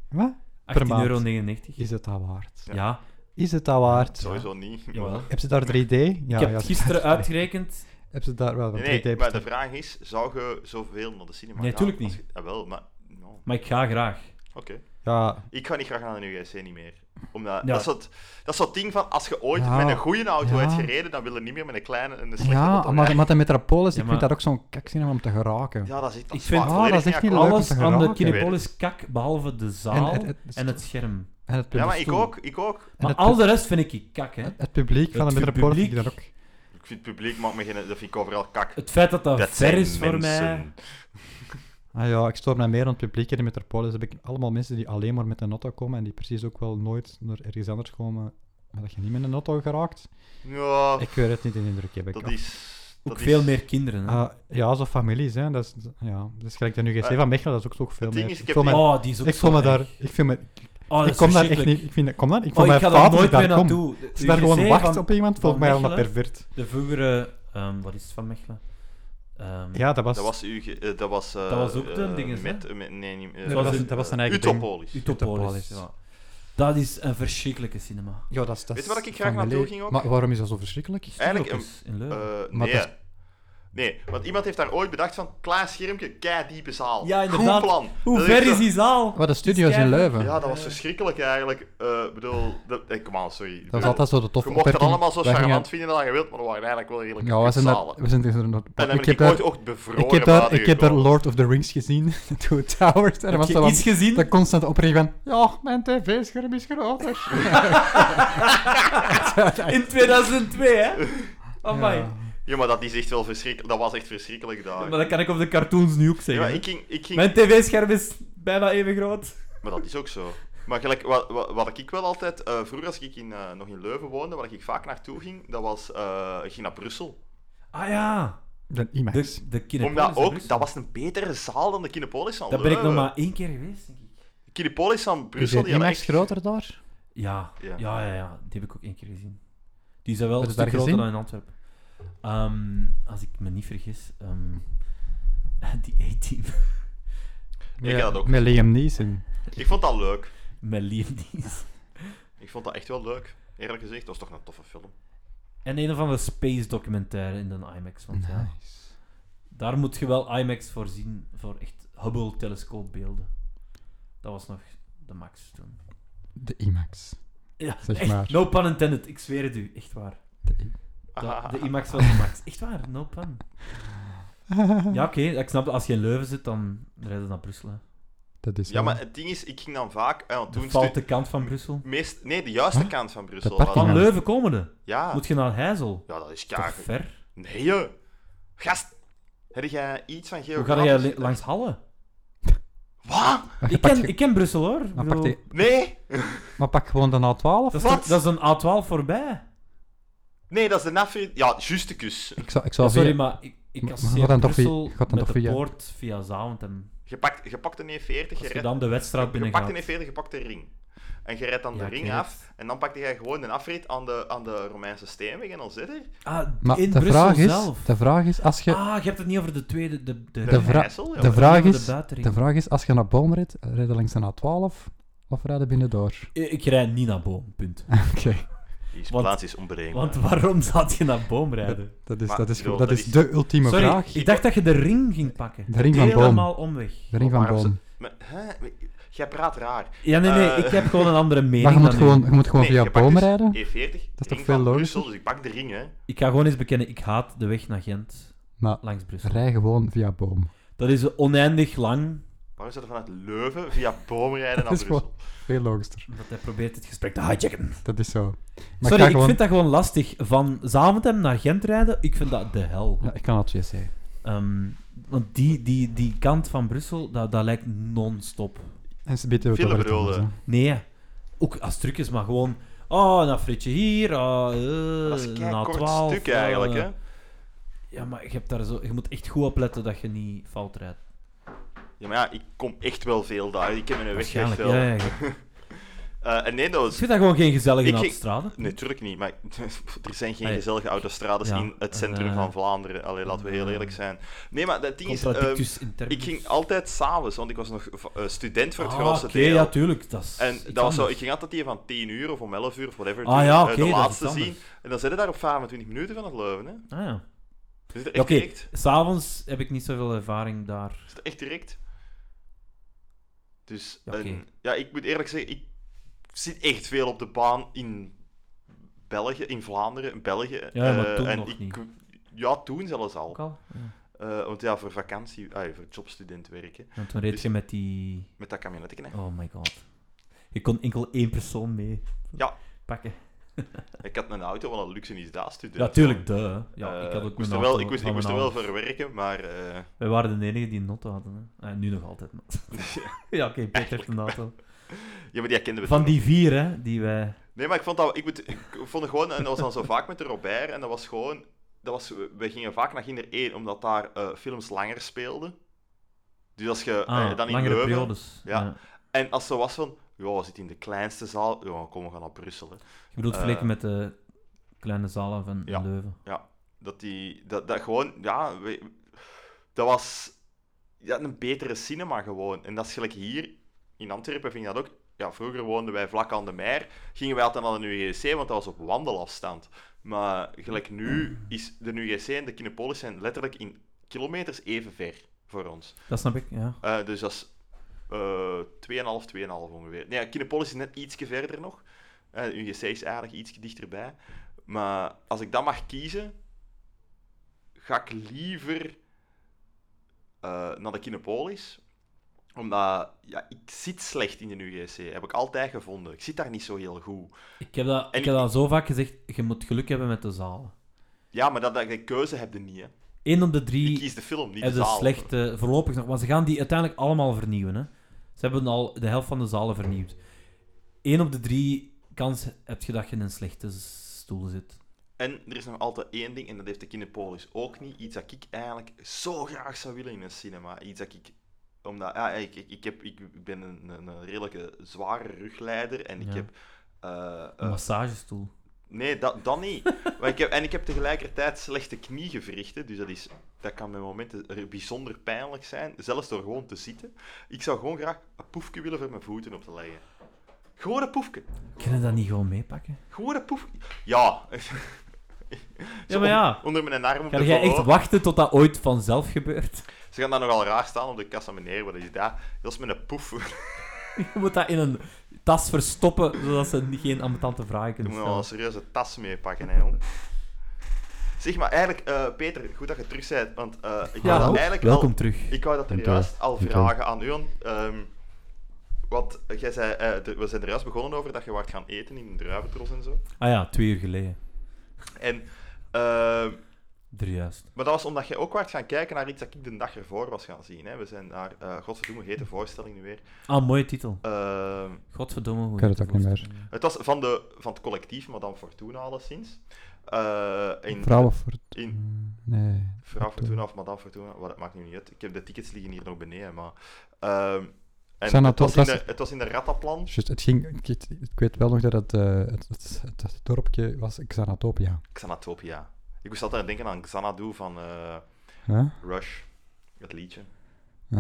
Speaker 5: Wat? per maand?
Speaker 4: 18,99 euro.
Speaker 5: Is het dat waard?
Speaker 4: Ja.
Speaker 5: Is het dat waard?
Speaker 3: Sowieso niet. maar-
Speaker 4: jawel.
Speaker 5: Heb ze daar 3D? Ja,
Speaker 4: ik
Speaker 5: ja,
Speaker 4: heb
Speaker 5: <laughs>
Speaker 4: gisteren uitgerekend...
Speaker 5: Heb ze daar wel van 3D?
Speaker 3: Nee, nee, maar de
Speaker 5: besteld?
Speaker 3: vraag is, zou je zoveel naar de cinema
Speaker 4: Nee,
Speaker 3: gaan?
Speaker 4: tuurlijk
Speaker 3: Als
Speaker 4: niet.
Speaker 3: je- Jawel, maar... no.
Speaker 4: Maar ik ga graag.
Speaker 3: Oké.
Speaker 5: Ja,
Speaker 3: Ik ga niet graag naar de UGC, niet meer. Omdat,
Speaker 4: Ja.
Speaker 3: dat, is dat, dat is dat ding van, als je ooit
Speaker 5: Ja.
Speaker 3: met een goede auto
Speaker 5: Ja.
Speaker 3: hebt gereden, dan wil je niet meer met een kleine en een slechte
Speaker 5: ja
Speaker 3: auto
Speaker 5: maar,
Speaker 3: rijden.
Speaker 5: maar de Metropolis,
Speaker 4: Ja,
Speaker 5: ik
Speaker 4: maar-
Speaker 5: vind dat ook zo'n kakzin om te geraken.
Speaker 3: Ja, dat is echt... Dat
Speaker 4: Ik vind- Ah,
Speaker 3: slaat
Speaker 5: Ja,
Speaker 3: volledig
Speaker 5: dat is echt
Speaker 3: niet
Speaker 5: niet
Speaker 3: akkoord.
Speaker 5: leuk. om
Speaker 4: Alles
Speaker 5: te
Speaker 4: aan de
Speaker 5: geraken.
Speaker 4: Kinepolis kak, behalve de zaal en
Speaker 5: het-
Speaker 4: het,
Speaker 5: het-
Speaker 4: scherm.
Speaker 5: En het,
Speaker 3: Ja, maar ik
Speaker 5: publiek-
Speaker 3: ook, ik ook.
Speaker 5: en
Speaker 4: Maar
Speaker 5: het,
Speaker 4: al de rest vind ik ik kak, hè.
Speaker 5: het, publiek van
Speaker 4: het
Speaker 5: de Metropolis
Speaker 4: publiek-
Speaker 5: vind ik dat ook.
Speaker 3: Ik vind het publiek maakt me geen... Dat vind ik overal kak.
Speaker 4: Het feit dat dat,
Speaker 3: Dat
Speaker 4: ver
Speaker 3: zijn
Speaker 4: is voor mij...
Speaker 3: mensen.
Speaker 5: Ah ja, ik stoor mij meer aan het publiek in de Metropolis. Heb ik allemaal mensen die alleen maar met een auto komen en die precies ook wel nooit naar ergens anders komen, maar dat je niet met een auto geraakt.
Speaker 3: Ja,
Speaker 5: Ik weet het niet, in indruk heb ik.
Speaker 3: dat
Speaker 5: Ah,
Speaker 3: is... Dat
Speaker 4: Ook
Speaker 3: is-
Speaker 4: veel meer kinderen, hè.
Speaker 5: ah, ja, zo families, hè. Dat is, ja, dus gelijk de UGC
Speaker 3: Eh,
Speaker 5: van Mechelen, dat is ook toch veel
Speaker 3: het ding
Speaker 5: meer.
Speaker 3: is, ik heb
Speaker 5: ik voel me,
Speaker 4: oh, die is ook
Speaker 5: ik voel
Speaker 4: zo
Speaker 5: me daar...
Speaker 4: erg.
Speaker 5: Ik, vind me,
Speaker 4: Oh, dat
Speaker 5: ik
Speaker 4: is
Speaker 5: kom daar echt
Speaker 4: verschrikkelijk.
Speaker 5: niet... Ik vind, kom daar, ik voel
Speaker 4: Oh,
Speaker 5: mij
Speaker 4: ik ga daar
Speaker 5: fout als
Speaker 4: nooit
Speaker 5: ik
Speaker 4: meer
Speaker 5: daar kom.
Speaker 4: naartoe. De
Speaker 5: Als je daar gewoon
Speaker 4: UGC
Speaker 5: wacht
Speaker 4: van-
Speaker 5: op iemand, volgens mij al een
Speaker 4: Mechelen?
Speaker 5: pervert.
Speaker 4: De vroegere... ehm, wat is het van Mechelen? Ehm,
Speaker 5: Ja, dat was...
Speaker 3: Dat was, uw, ge- eh, dat was, eh,
Speaker 4: Dat was ook de
Speaker 3: eh,
Speaker 4: dinges, hè?
Speaker 3: met, met- Nee, niet... eh,
Speaker 4: dat was-
Speaker 3: eh,
Speaker 5: dat was zijn eigen ding.
Speaker 3: Utopolis.
Speaker 4: Utopolis.
Speaker 5: Utopolis.
Speaker 4: ja. Dat is een verschrikkelijke cinema.
Speaker 5: Ja, dat is... dat
Speaker 3: Weet je
Speaker 5: is
Speaker 3: waar ik graag
Speaker 5: familie.
Speaker 3: naartoe ging ook?
Speaker 5: Maar waarom is dat zo verschrikkelijk?
Speaker 3: Eigenlijk een-
Speaker 4: Studios in Leuven.
Speaker 3: Eh,
Speaker 5: Maar
Speaker 3: nee.
Speaker 5: dat-
Speaker 3: Nee, want iemand heeft daar ooit bedacht van, klein schermpje, kei diepe zaal.
Speaker 4: Ja,
Speaker 3: Goed
Speaker 4: inderdaad.
Speaker 3: plan.
Speaker 4: Hoe
Speaker 3: Dat
Speaker 4: ver
Speaker 3: ik zo-
Speaker 4: is die zaal?
Speaker 5: Wat de studio's in Leuven.
Speaker 3: Ja, dat was verschrikkelijk eigenlijk. Eh bedoel, dat, eh, come on, sorry. Ik
Speaker 5: Dat
Speaker 3: bedoel,
Speaker 5: was altijd zo de toffe
Speaker 3: je mocht dat
Speaker 5: opmerking.
Speaker 3: allemaal zo
Speaker 5: Wij gingen-
Speaker 3: charmant vinden dan je wilt, maar dat waren eigenlijk wel redelijk
Speaker 5: Ja, we zijn daar...
Speaker 3: zalen.
Speaker 5: We zijn er nog...
Speaker 3: En dan
Speaker 5: Ik
Speaker 3: ben
Speaker 5: heb
Speaker 3: ik
Speaker 5: daar...
Speaker 3: ooit ook bevroren
Speaker 5: Ik heb, daar,
Speaker 3: buiten
Speaker 5: ik heb daar
Speaker 3: gekomen.
Speaker 5: Lord of the Rings gezien, <laughs> de Two Towers. En er was
Speaker 4: Heb
Speaker 5: zo
Speaker 4: je iets
Speaker 5: van-
Speaker 4: gezien?
Speaker 5: dat constant oprecht van... Ja, mijn tv-scherm is groter.
Speaker 4: In 2002,
Speaker 5: <laughs>
Speaker 4: hè? <laughs> Amai.
Speaker 5: Ja.
Speaker 3: Ja, maar dat is echt wel verschrikkelijk. Dat was echt verschrikkelijk daar.
Speaker 4: Maar dat kan ik over de cartoons nu ook
Speaker 3: Ja,
Speaker 4: zeggen.
Speaker 3: maar
Speaker 4: hè.
Speaker 3: ik ging... Ik ging...
Speaker 4: Mijn tv-scherm is bijna even groot.
Speaker 3: Maar dat is ook zo. Maar gelijk, wat, wat, wat ik wel altijd... eh, vroeger, als ik in, eh, nog in Leuven woonde, waar ik vaak naartoe ging, dat was... eh, ik ging naar Brussel.
Speaker 4: Ah ja,
Speaker 5: De IMAX.
Speaker 4: de, Dus de Kinepolis.
Speaker 3: Omdat
Speaker 4: in
Speaker 3: ook...
Speaker 4: Brussel.
Speaker 3: Dat was eh, een betere zaal dan de Kinepolis van
Speaker 4: Daar ben
Speaker 3: Leuven.
Speaker 4: ik nog maar één keer geweest, denk ik.
Speaker 3: Kinepolis van
Speaker 5: is
Speaker 3: Brussel,
Speaker 5: de
Speaker 3: die hadden
Speaker 5: IMAX
Speaker 3: echt...
Speaker 5: groter daar?
Speaker 4: Ja,
Speaker 3: Ja.
Speaker 4: ja, ja, ja, die heb ik ook één keer gezien. Die zijn wel
Speaker 5: Wat
Speaker 4: een
Speaker 5: is daar
Speaker 4: stuk groter
Speaker 5: gezien?
Speaker 4: dan in Antwerpen. Ehm, als ik me niet vergis, ehm, <laughs> die A-team
Speaker 3: Ik had dat ook.
Speaker 5: Met Liam Neeson.
Speaker 3: Ik vond dat leuk.
Speaker 4: met Liam Neeson.
Speaker 3: Ik vond dat echt wel leuk. Eerlijk gezegd, dat was toch een toffe film.
Speaker 4: En een of andere space documentaire in de IMAX. Want ja,
Speaker 5: Nice.
Speaker 4: daar moet je wel IMAX voor zien, voor echt Hubble-telescoopbeelden. Dat was nog de max toen.
Speaker 5: De IMAX.
Speaker 4: Ja,
Speaker 5: Zeg
Speaker 4: echt,
Speaker 5: maar.
Speaker 4: no pun intended, ik zweer het u, echt waar.
Speaker 5: De I-
Speaker 3: <laughs>
Speaker 4: Da- de IMAX was de max. Echt waar, no pun. Ja, oké, ik snap dat als je in Leuven zit, dan rijden je naar Brussel. hè.
Speaker 5: Dat is
Speaker 3: Ja,
Speaker 5: wel-
Speaker 3: maar het ding is, ik ging dan vaak... eh, want
Speaker 4: De
Speaker 3: toen
Speaker 4: foute
Speaker 3: stu-
Speaker 4: kant van Brussel.
Speaker 3: meest, nee, de juiste
Speaker 5: Huh?
Speaker 3: kant van Brussel.
Speaker 5: parking-
Speaker 3: Voilà.
Speaker 4: Van
Speaker 5: Ja.
Speaker 4: Leuven komende.
Speaker 3: Ja.
Speaker 4: Moet je naar Heizel.
Speaker 3: ja, dat is
Speaker 4: Toch
Speaker 3: kaar.
Speaker 4: ver.
Speaker 3: Nee, joh. Gast, heb jij iets van
Speaker 4: Hoe
Speaker 3: geografie?
Speaker 4: ga jij li- langs Halle?
Speaker 3: Wat?
Speaker 5: Maar je
Speaker 4: Ik
Speaker 5: pakt
Speaker 4: ken,
Speaker 5: ge-
Speaker 4: ik ken Brussel hoor. Ik
Speaker 5: maar,
Speaker 4: bedoel,
Speaker 5: pak die-
Speaker 3: Nee?
Speaker 5: maar pak gewoon de A12.
Speaker 4: dat, is
Speaker 3: Wat?
Speaker 4: toch- dat is een A12 voorbij.
Speaker 3: Nee, dat is de Nafri... Ja, justicus.
Speaker 5: Ik zou, ik
Speaker 4: Ja,
Speaker 5: zou
Speaker 4: sorry,
Speaker 5: via-
Speaker 4: maar ik, ik
Speaker 5: Maar- maar
Speaker 4: associeer
Speaker 5: gaat dan toch via-
Speaker 4: Brussel
Speaker 5: gaat dan
Speaker 4: met
Speaker 5: toch
Speaker 4: de
Speaker 5: via-
Speaker 4: poort via Zaventem.
Speaker 3: Je pakt, je pakt een E40, je
Speaker 4: Als je
Speaker 3: redt-
Speaker 4: dan de wedstrijd
Speaker 3: je
Speaker 4: binnen
Speaker 3: pakt
Speaker 4: gaat.
Speaker 3: een E40, je pakt een ring. En je redt dan
Speaker 4: Ja,
Speaker 3: de
Speaker 4: ik
Speaker 3: ring
Speaker 4: weet
Speaker 3: af, en dan pakte jij gewoon een afrit aan de, aan de Romeinse steenweg en dan zit er.
Speaker 4: Ah,
Speaker 5: maar
Speaker 4: in
Speaker 5: de,
Speaker 4: Brussel
Speaker 5: vraag is,
Speaker 4: zelf.
Speaker 5: de vraag is, als je...
Speaker 4: Ah, je hebt het niet over de tweede... De, de,
Speaker 5: De vraag-
Speaker 3: IJssel, ja,
Speaker 5: de
Speaker 3: maar-
Speaker 5: vraag
Speaker 4: de
Speaker 5: is,
Speaker 4: buitenring.
Speaker 5: de vraag is, als je naar Boom rijdt, rijd je langs de A12 of rijd je binnendoor?
Speaker 4: Ik Eh, ik rijd niet naar Boom, punt.
Speaker 5: <laughs> Oké.
Speaker 3: Die
Speaker 4: want-
Speaker 3: plaats is onbereikbaar.
Speaker 4: Want <laughs> waarom zou je naar Boom rijden?
Speaker 5: Dat is,
Speaker 3: Maar,
Speaker 5: dat is,
Speaker 3: bedoel,
Speaker 5: dat
Speaker 3: dat
Speaker 5: is
Speaker 3: is-
Speaker 5: de ultieme
Speaker 4: Sorry,
Speaker 5: vraag.
Speaker 4: ik dacht dat je de ring ging pakken.
Speaker 5: De ring van Boom.
Speaker 4: Helemaal omweg.
Speaker 5: De ring van
Speaker 3: Waarom ze-
Speaker 5: Boom.
Speaker 3: Maar, hè? Jij praat raar.
Speaker 4: Ja, nee, nee,
Speaker 3: Eh,
Speaker 4: ik heb gewoon een andere mening
Speaker 5: Maar je
Speaker 4: dan
Speaker 5: moet
Speaker 4: u.
Speaker 5: gewoon, je moet gewoon via
Speaker 3: je pakt
Speaker 5: Boom
Speaker 3: dus
Speaker 5: rijden.
Speaker 3: E40, dat
Speaker 5: toch
Speaker 3: ring
Speaker 5: veel
Speaker 3: van
Speaker 5: logischer?
Speaker 3: Brussel, dus ik pak de ring, hè.
Speaker 4: Ik ga gewoon eens bekennen, ik haat de weg naar Gent.
Speaker 5: Maar-
Speaker 4: Langs Brussel.
Speaker 5: Rij gewoon via Boom.
Speaker 4: Dat is oneindig lang.
Speaker 3: Waarom zou je vanuit Leuven via Boom rijden
Speaker 5: <laughs> Dat
Speaker 3: naar
Speaker 5: is
Speaker 3: Brussel?
Speaker 5: gewoon veel logischer.
Speaker 4: Omdat hij probeert het gesprek te hijacken.
Speaker 5: Dat is zo. Maar ik,
Speaker 4: Sorry,
Speaker 5: ga
Speaker 4: ik
Speaker 5: gewoon...
Speaker 4: vind dat gewoon lastig. Van Zaventem naar Gent rijden, ik vind dat de hel.
Speaker 5: Ja, ik kan het JC.
Speaker 4: Ehm, want die, die, die kant van Brussel, dat, dat lijkt non-stop.
Speaker 5: En ze bieden
Speaker 3: File
Speaker 5: het over
Speaker 3: bedoelde.
Speaker 5: het
Speaker 4: Nee, ook als trucjes, maar gewoon... Oh, een frietje hier, oh, eh,
Speaker 3: Dat is
Speaker 4: een
Speaker 3: een kei kort
Speaker 4: A12,
Speaker 3: stuk
Speaker 4: eh.
Speaker 3: eigenlijk, hè.
Speaker 4: Ja, maar je, hebt daar zo, je moet echt goed opletten dat je niet fout rijdt.
Speaker 3: Ja, maar ja, ik kom echt wel veel daar. Ik heb mijn weg echt
Speaker 4: Waarschijnlijk,
Speaker 3: wel.
Speaker 4: ja, ja, ja.
Speaker 3: Eh, en nee, dat
Speaker 4: Ik
Speaker 3: was...
Speaker 4: vind dat gewoon geen gezellige
Speaker 3: Ik ging-
Speaker 4: autostrade.
Speaker 3: Natuurlijk niet, maar <laughs> er zijn geen
Speaker 4: Ah, ja.
Speaker 3: gezellige autostrades
Speaker 4: Ja,
Speaker 3: in het centrum
Speaker 4: eh,
Speaker 3: van Vlaanderen. Allee, laten we heel
Speaker 4: eh,
Speaker 3: eerlijk zijn. Nee, maar dat ding is... ehm,
Speaker 4: Contradictus in terminus.
Speaker 3: ik ging altijd s'avonds, want ik was nog v- eh, student voor het
Speaker 4: Ah,
Speaker 3: grootste
Speaker 4: oké,
Speaker 3: deel.
Speaker 4: ja, tuurlijk. Dat is
Speaker 3: en
Speaker 4: iets
Speaker 3: dat was zo,
Speaker 4: anders.
Speaker 3: ik ging altijd die van 10 uur of om 11 uur of whatever,
Speaker 4: Ah, ja,
Speaker 3: eh,
Speaker 4: oké,
Speaker 3: de
Speaker 4: dat is
Speaker 3: laatste
Speaker 4: iets
Speaker 3: zien.
Speaker 4: anders.
Speaker 3: En dan zit je daar op 25 minuten van het leuven. Hè.
Speaker 4: Ah, ja.
Speaker 3: Je zit er
Speaker 4: Ja,
Speaker 3: echt
Speaker 4: Oké,
Speaker 3: direct.
Speaker 4: s'avonds heb ik niet zoveel ervaring daar.
Speaker 3: Je zit er echt direct. Dus,
Speaker 4: Ja, oké.
Speaker 3: en- ja, ik moet eerlijk zeggen, ik zit echt veel op de baan in België, in Vlaanderen, in België.
Speaker 4: Ja, maar
Speaker 3: eh,
Speaker 4: toen
Speaker 3: en
Speaker 4: nog
Speaker 3: ik,
Speaker 4: niet.
Speaker 3: Ja, toen zelfs al.
Speaker 4: Ook al. Ja.
Speaker 3: Eh, want ja, voor vakantie, ah, voor jobstudent werken,
Speaker 4: Want toen reed
Speaker 3: Dus-
Speaker 4: je met die...
Speaker 3: met dat kamionetje. hè.
Speaker 4: Oh my god. Je kon enkel één persoon mee
Speaker 3: Ja.
Speaker 4: pakken.
Speaker 3: Ik had een auto, want een luxe is dat, student.
Speaker 4: Ja, tuurlijk, duh. hè. Ja,
Speaker 3: Eh,
Speaker 4: ik had ook
Speaker 3: moest
Speaker 4: mijn
Speaker 3: er wel,
Speaker 4: auto
Speaker 3: ik moest,
Speaker 4: van
Speaker 3: ik moest er
Speaker 4: mijn
Speaker 3: wel
Speaker 4: ouders.
Speaker 3: voor werken, maar eh,
Speaker 4: Wij waren de enigen die een auto hadden. Hè. Ah, nu nog altijd, maar... <laughs>
Speaker 3: <laughs>
Speaker 4: ja, oké, Peter heeft een auto.
Speaker 3: ja, maar die kenden <laughs> we
Speaker 4: Van
Speaker 3: toen
Speaker 4: die vier, hè, die wij...
Speaker 3: nog. Nee, maar ik vond dat, ik, moet, ik vond het gewoon, en dat was dan zo vaak met de Robert, en dat was gewoon, dat was, we gingen vaak naar Ginder 1, omdat daar eh, films langer speelden. Dus als je
Speaker 4: Ah,
Speaker 3: eh, dan in
Speaker 4: langere
Speaker 3: Leuven,
Speaker 4: periodes.
Speaker 3: Ja. en als ze was van, ja, we zitten in de kleinste zaal, ja, kom, we gaan naar Brussel. Hè.
Speaker 4: Je bedoelt
Speaker 3: Eh,
Speaker 4: vergeleken met de kleine zalen van
Speaker 3: ja.
Speaker 4: Leuven.
Speaker 3: Dat die, dat, dat gewoon, ja, we- dat was ja, een betere cinema gewoon. En dat is gelijk hier in Antwerpen, vind ik dat ook. Ja, vroeger woonden wij vlak aan de Meer, gingen wij altijd naar de UGC, want dat was op wandelafstand. Maar gelijk nu is de UGC en de Kinepolis zijn letterlijk in kilometers even ver voor ons.
Speaker 4: Dat snap ik, ja.
Speaker 3: Eh, dus dat is eh 2,5, 2,5 ongeveer. Nee, ja, Kinepolis is net ietsje verder nog. Eh, de UGC is eigenlijk ietsje dichterbij. Maar als ik dat mag kiezen, ga ik liever eh, naar de Kinepolis. Omdat ja, ik zit slecht in de UGC. Heb ik altijd gevonden. Ik zit daar niet zo heel goed.
Speaker 4: Ik heb, dat,
Speaker 3: En
Speaker 4: ik heb
Speaker 3: ik-
Speaker 4: dat zo vaak gezegd, je moet geluk hebben met de zalen.
Speaker 3: Ja, maar dat, dat, die keuze heb je niet. Hè.
Speaker 4: Eén op de
Speaker 3: Je
Speaker 4: drie
Speaker 3: kiest de film, niet de
Speaker 4: hebben
Speaker 3: zaal.
Speaker 4: slechte voorlopig nog, want ze gaan die uiteindelijk allemaal vernieuwen. Hè. Ze hebben al de helft van de zalen vernieuwd. Eén op de drie kans heb je dat je in een slechte s- stoel zit.
Speaker 3: En er is nog altijd één ding, en dat heeft de Kinepolis ook niet. Iets dat ik eigenlijk zo graag zou willen in een cinema. Iets dat ik... Omdat, ja, ik, ik, ik, heb, ik ben een, een, een redelijke zware rugleider en ik
Speaker 4: Ja.
Speaker 3: heb... eh,
Speaker 4: Een
Speaker 3: eh,
Speaker 4: massagestoel.
Speaker 3: nee, dat, dat niet. <laughs> maar ik heb, en ik heb tegelijkertijd slechte kniegewrichten, dus dat, is, dat kan met momenten er- bijzonder pijnlijk zijn. Zelfs door gewoon te zitten. Ik zou gewoon graag een poefje willen voor mijn voeten op te leggen. Gewoon een poefje.
Speaker 4: Kunnen dat niet gewoon meepakken?
Speaker 3: <laughs> Gewoon een poef... Ja. Zo
Speaker 4: maar ja.
Speaker 3: on- onder mijn arm op
Speaker 4: Ga
Speaker 3: de
Speaker 4: jij
Speaker 3: vloer.
Speaker 4: echt wachten tot dat ooit vanzelf gebeurt? <laughs>
Speaker 3: Ze gaan daar nogal raar staan op de kassa. Meneer, wat is dat? Dat is met een poef. <laughs>
Speaker 4: Je moet dat in een tas verstoppen, zodat ze geen ambetante vragen
Speaker 3: Je
Speaker 4: kunnen
Speaker 3: moet al een
Speaker 4: stellen.
Speaker 3: serieuze tas meepakken, hè, jong. Zeg maar, eigenlijk, eh, Peter, goed dat je terug bent, want eh, ik
Speaker 4: Ja,
Speaker 3: wou dat
Speaker 4: ho-
Speaker 3: eigenlijk
Speaker 4: welkom
Speaker 3: al,
Speaker 4: terug.
Speaker 3: Ik wou dat er
Speaker 6: Dank u wel.
Speaker 3: juist al
Speaker 6: Dank u wel.
Speaker 3: vragen aan u, want, ehm, want jij zei, eh, er- we zijn er juist begonnen over dat je waart gaan eten in de druiventros en zo.
Speaker 4: Ah ja, twee uur geleden.
Speaker 3: En, ehm,
Speaker 4: Drie juist.
Speaker 3: maar dat was omdat jij ook waart gaan kijken naar iets dat ik de dag ervoor was gaan zien. Hè. We zijn naar, eh godverdomme, hoe heet de voorstelling nu weer?
Speaker 4: Ah, mooie titel.
Speaker 3: Ehm,
Speaker 4: Godverdomme. hoe
Speaker 5: Ik had
Speaker 4: heet
Speaker 5: het
Speaker 4: die
Speaker 5: ook niet meer.
Speaker 4: voorstelling?
Speaker 3: het was van, de, van het collectief, maar dan Fortuna alleszins. Eh, in,
Speaker 5: Vrouwen voor... Eh,
Speaker 3: in,
Speaker 5: Nee.
Speaker 3: Vrouw
Speaker 5: Fortuna.
Speaker 3: Fortuna of Madame Fortuna, wat, het maakt nu niet uit. Ik heb de tickets liggen hier nog beneden, maar... ehm, en
Speaker 5: Zijn
Speaker 3: het,
Speaker 5: dat
Speaker 3: was
Speaker 5: toch-
Speaker 3: in
Speaker 5: dat
Speaker 3: de,
Speaker 5: is-
Speaker 3: het was in de Rattaplan.
Speaker 5: Just, het ging, ik, weet- ik weet wel nog dat het, eh, het, het, het, het dorpje was Xanatopia.
Speaker 3: Xanatopia. Ik moest altijd denken aan Xanadu van eh,
Speaker 5: Huh?
Speaker 3: Rush. Het liedje.
Speaker 5: Ah.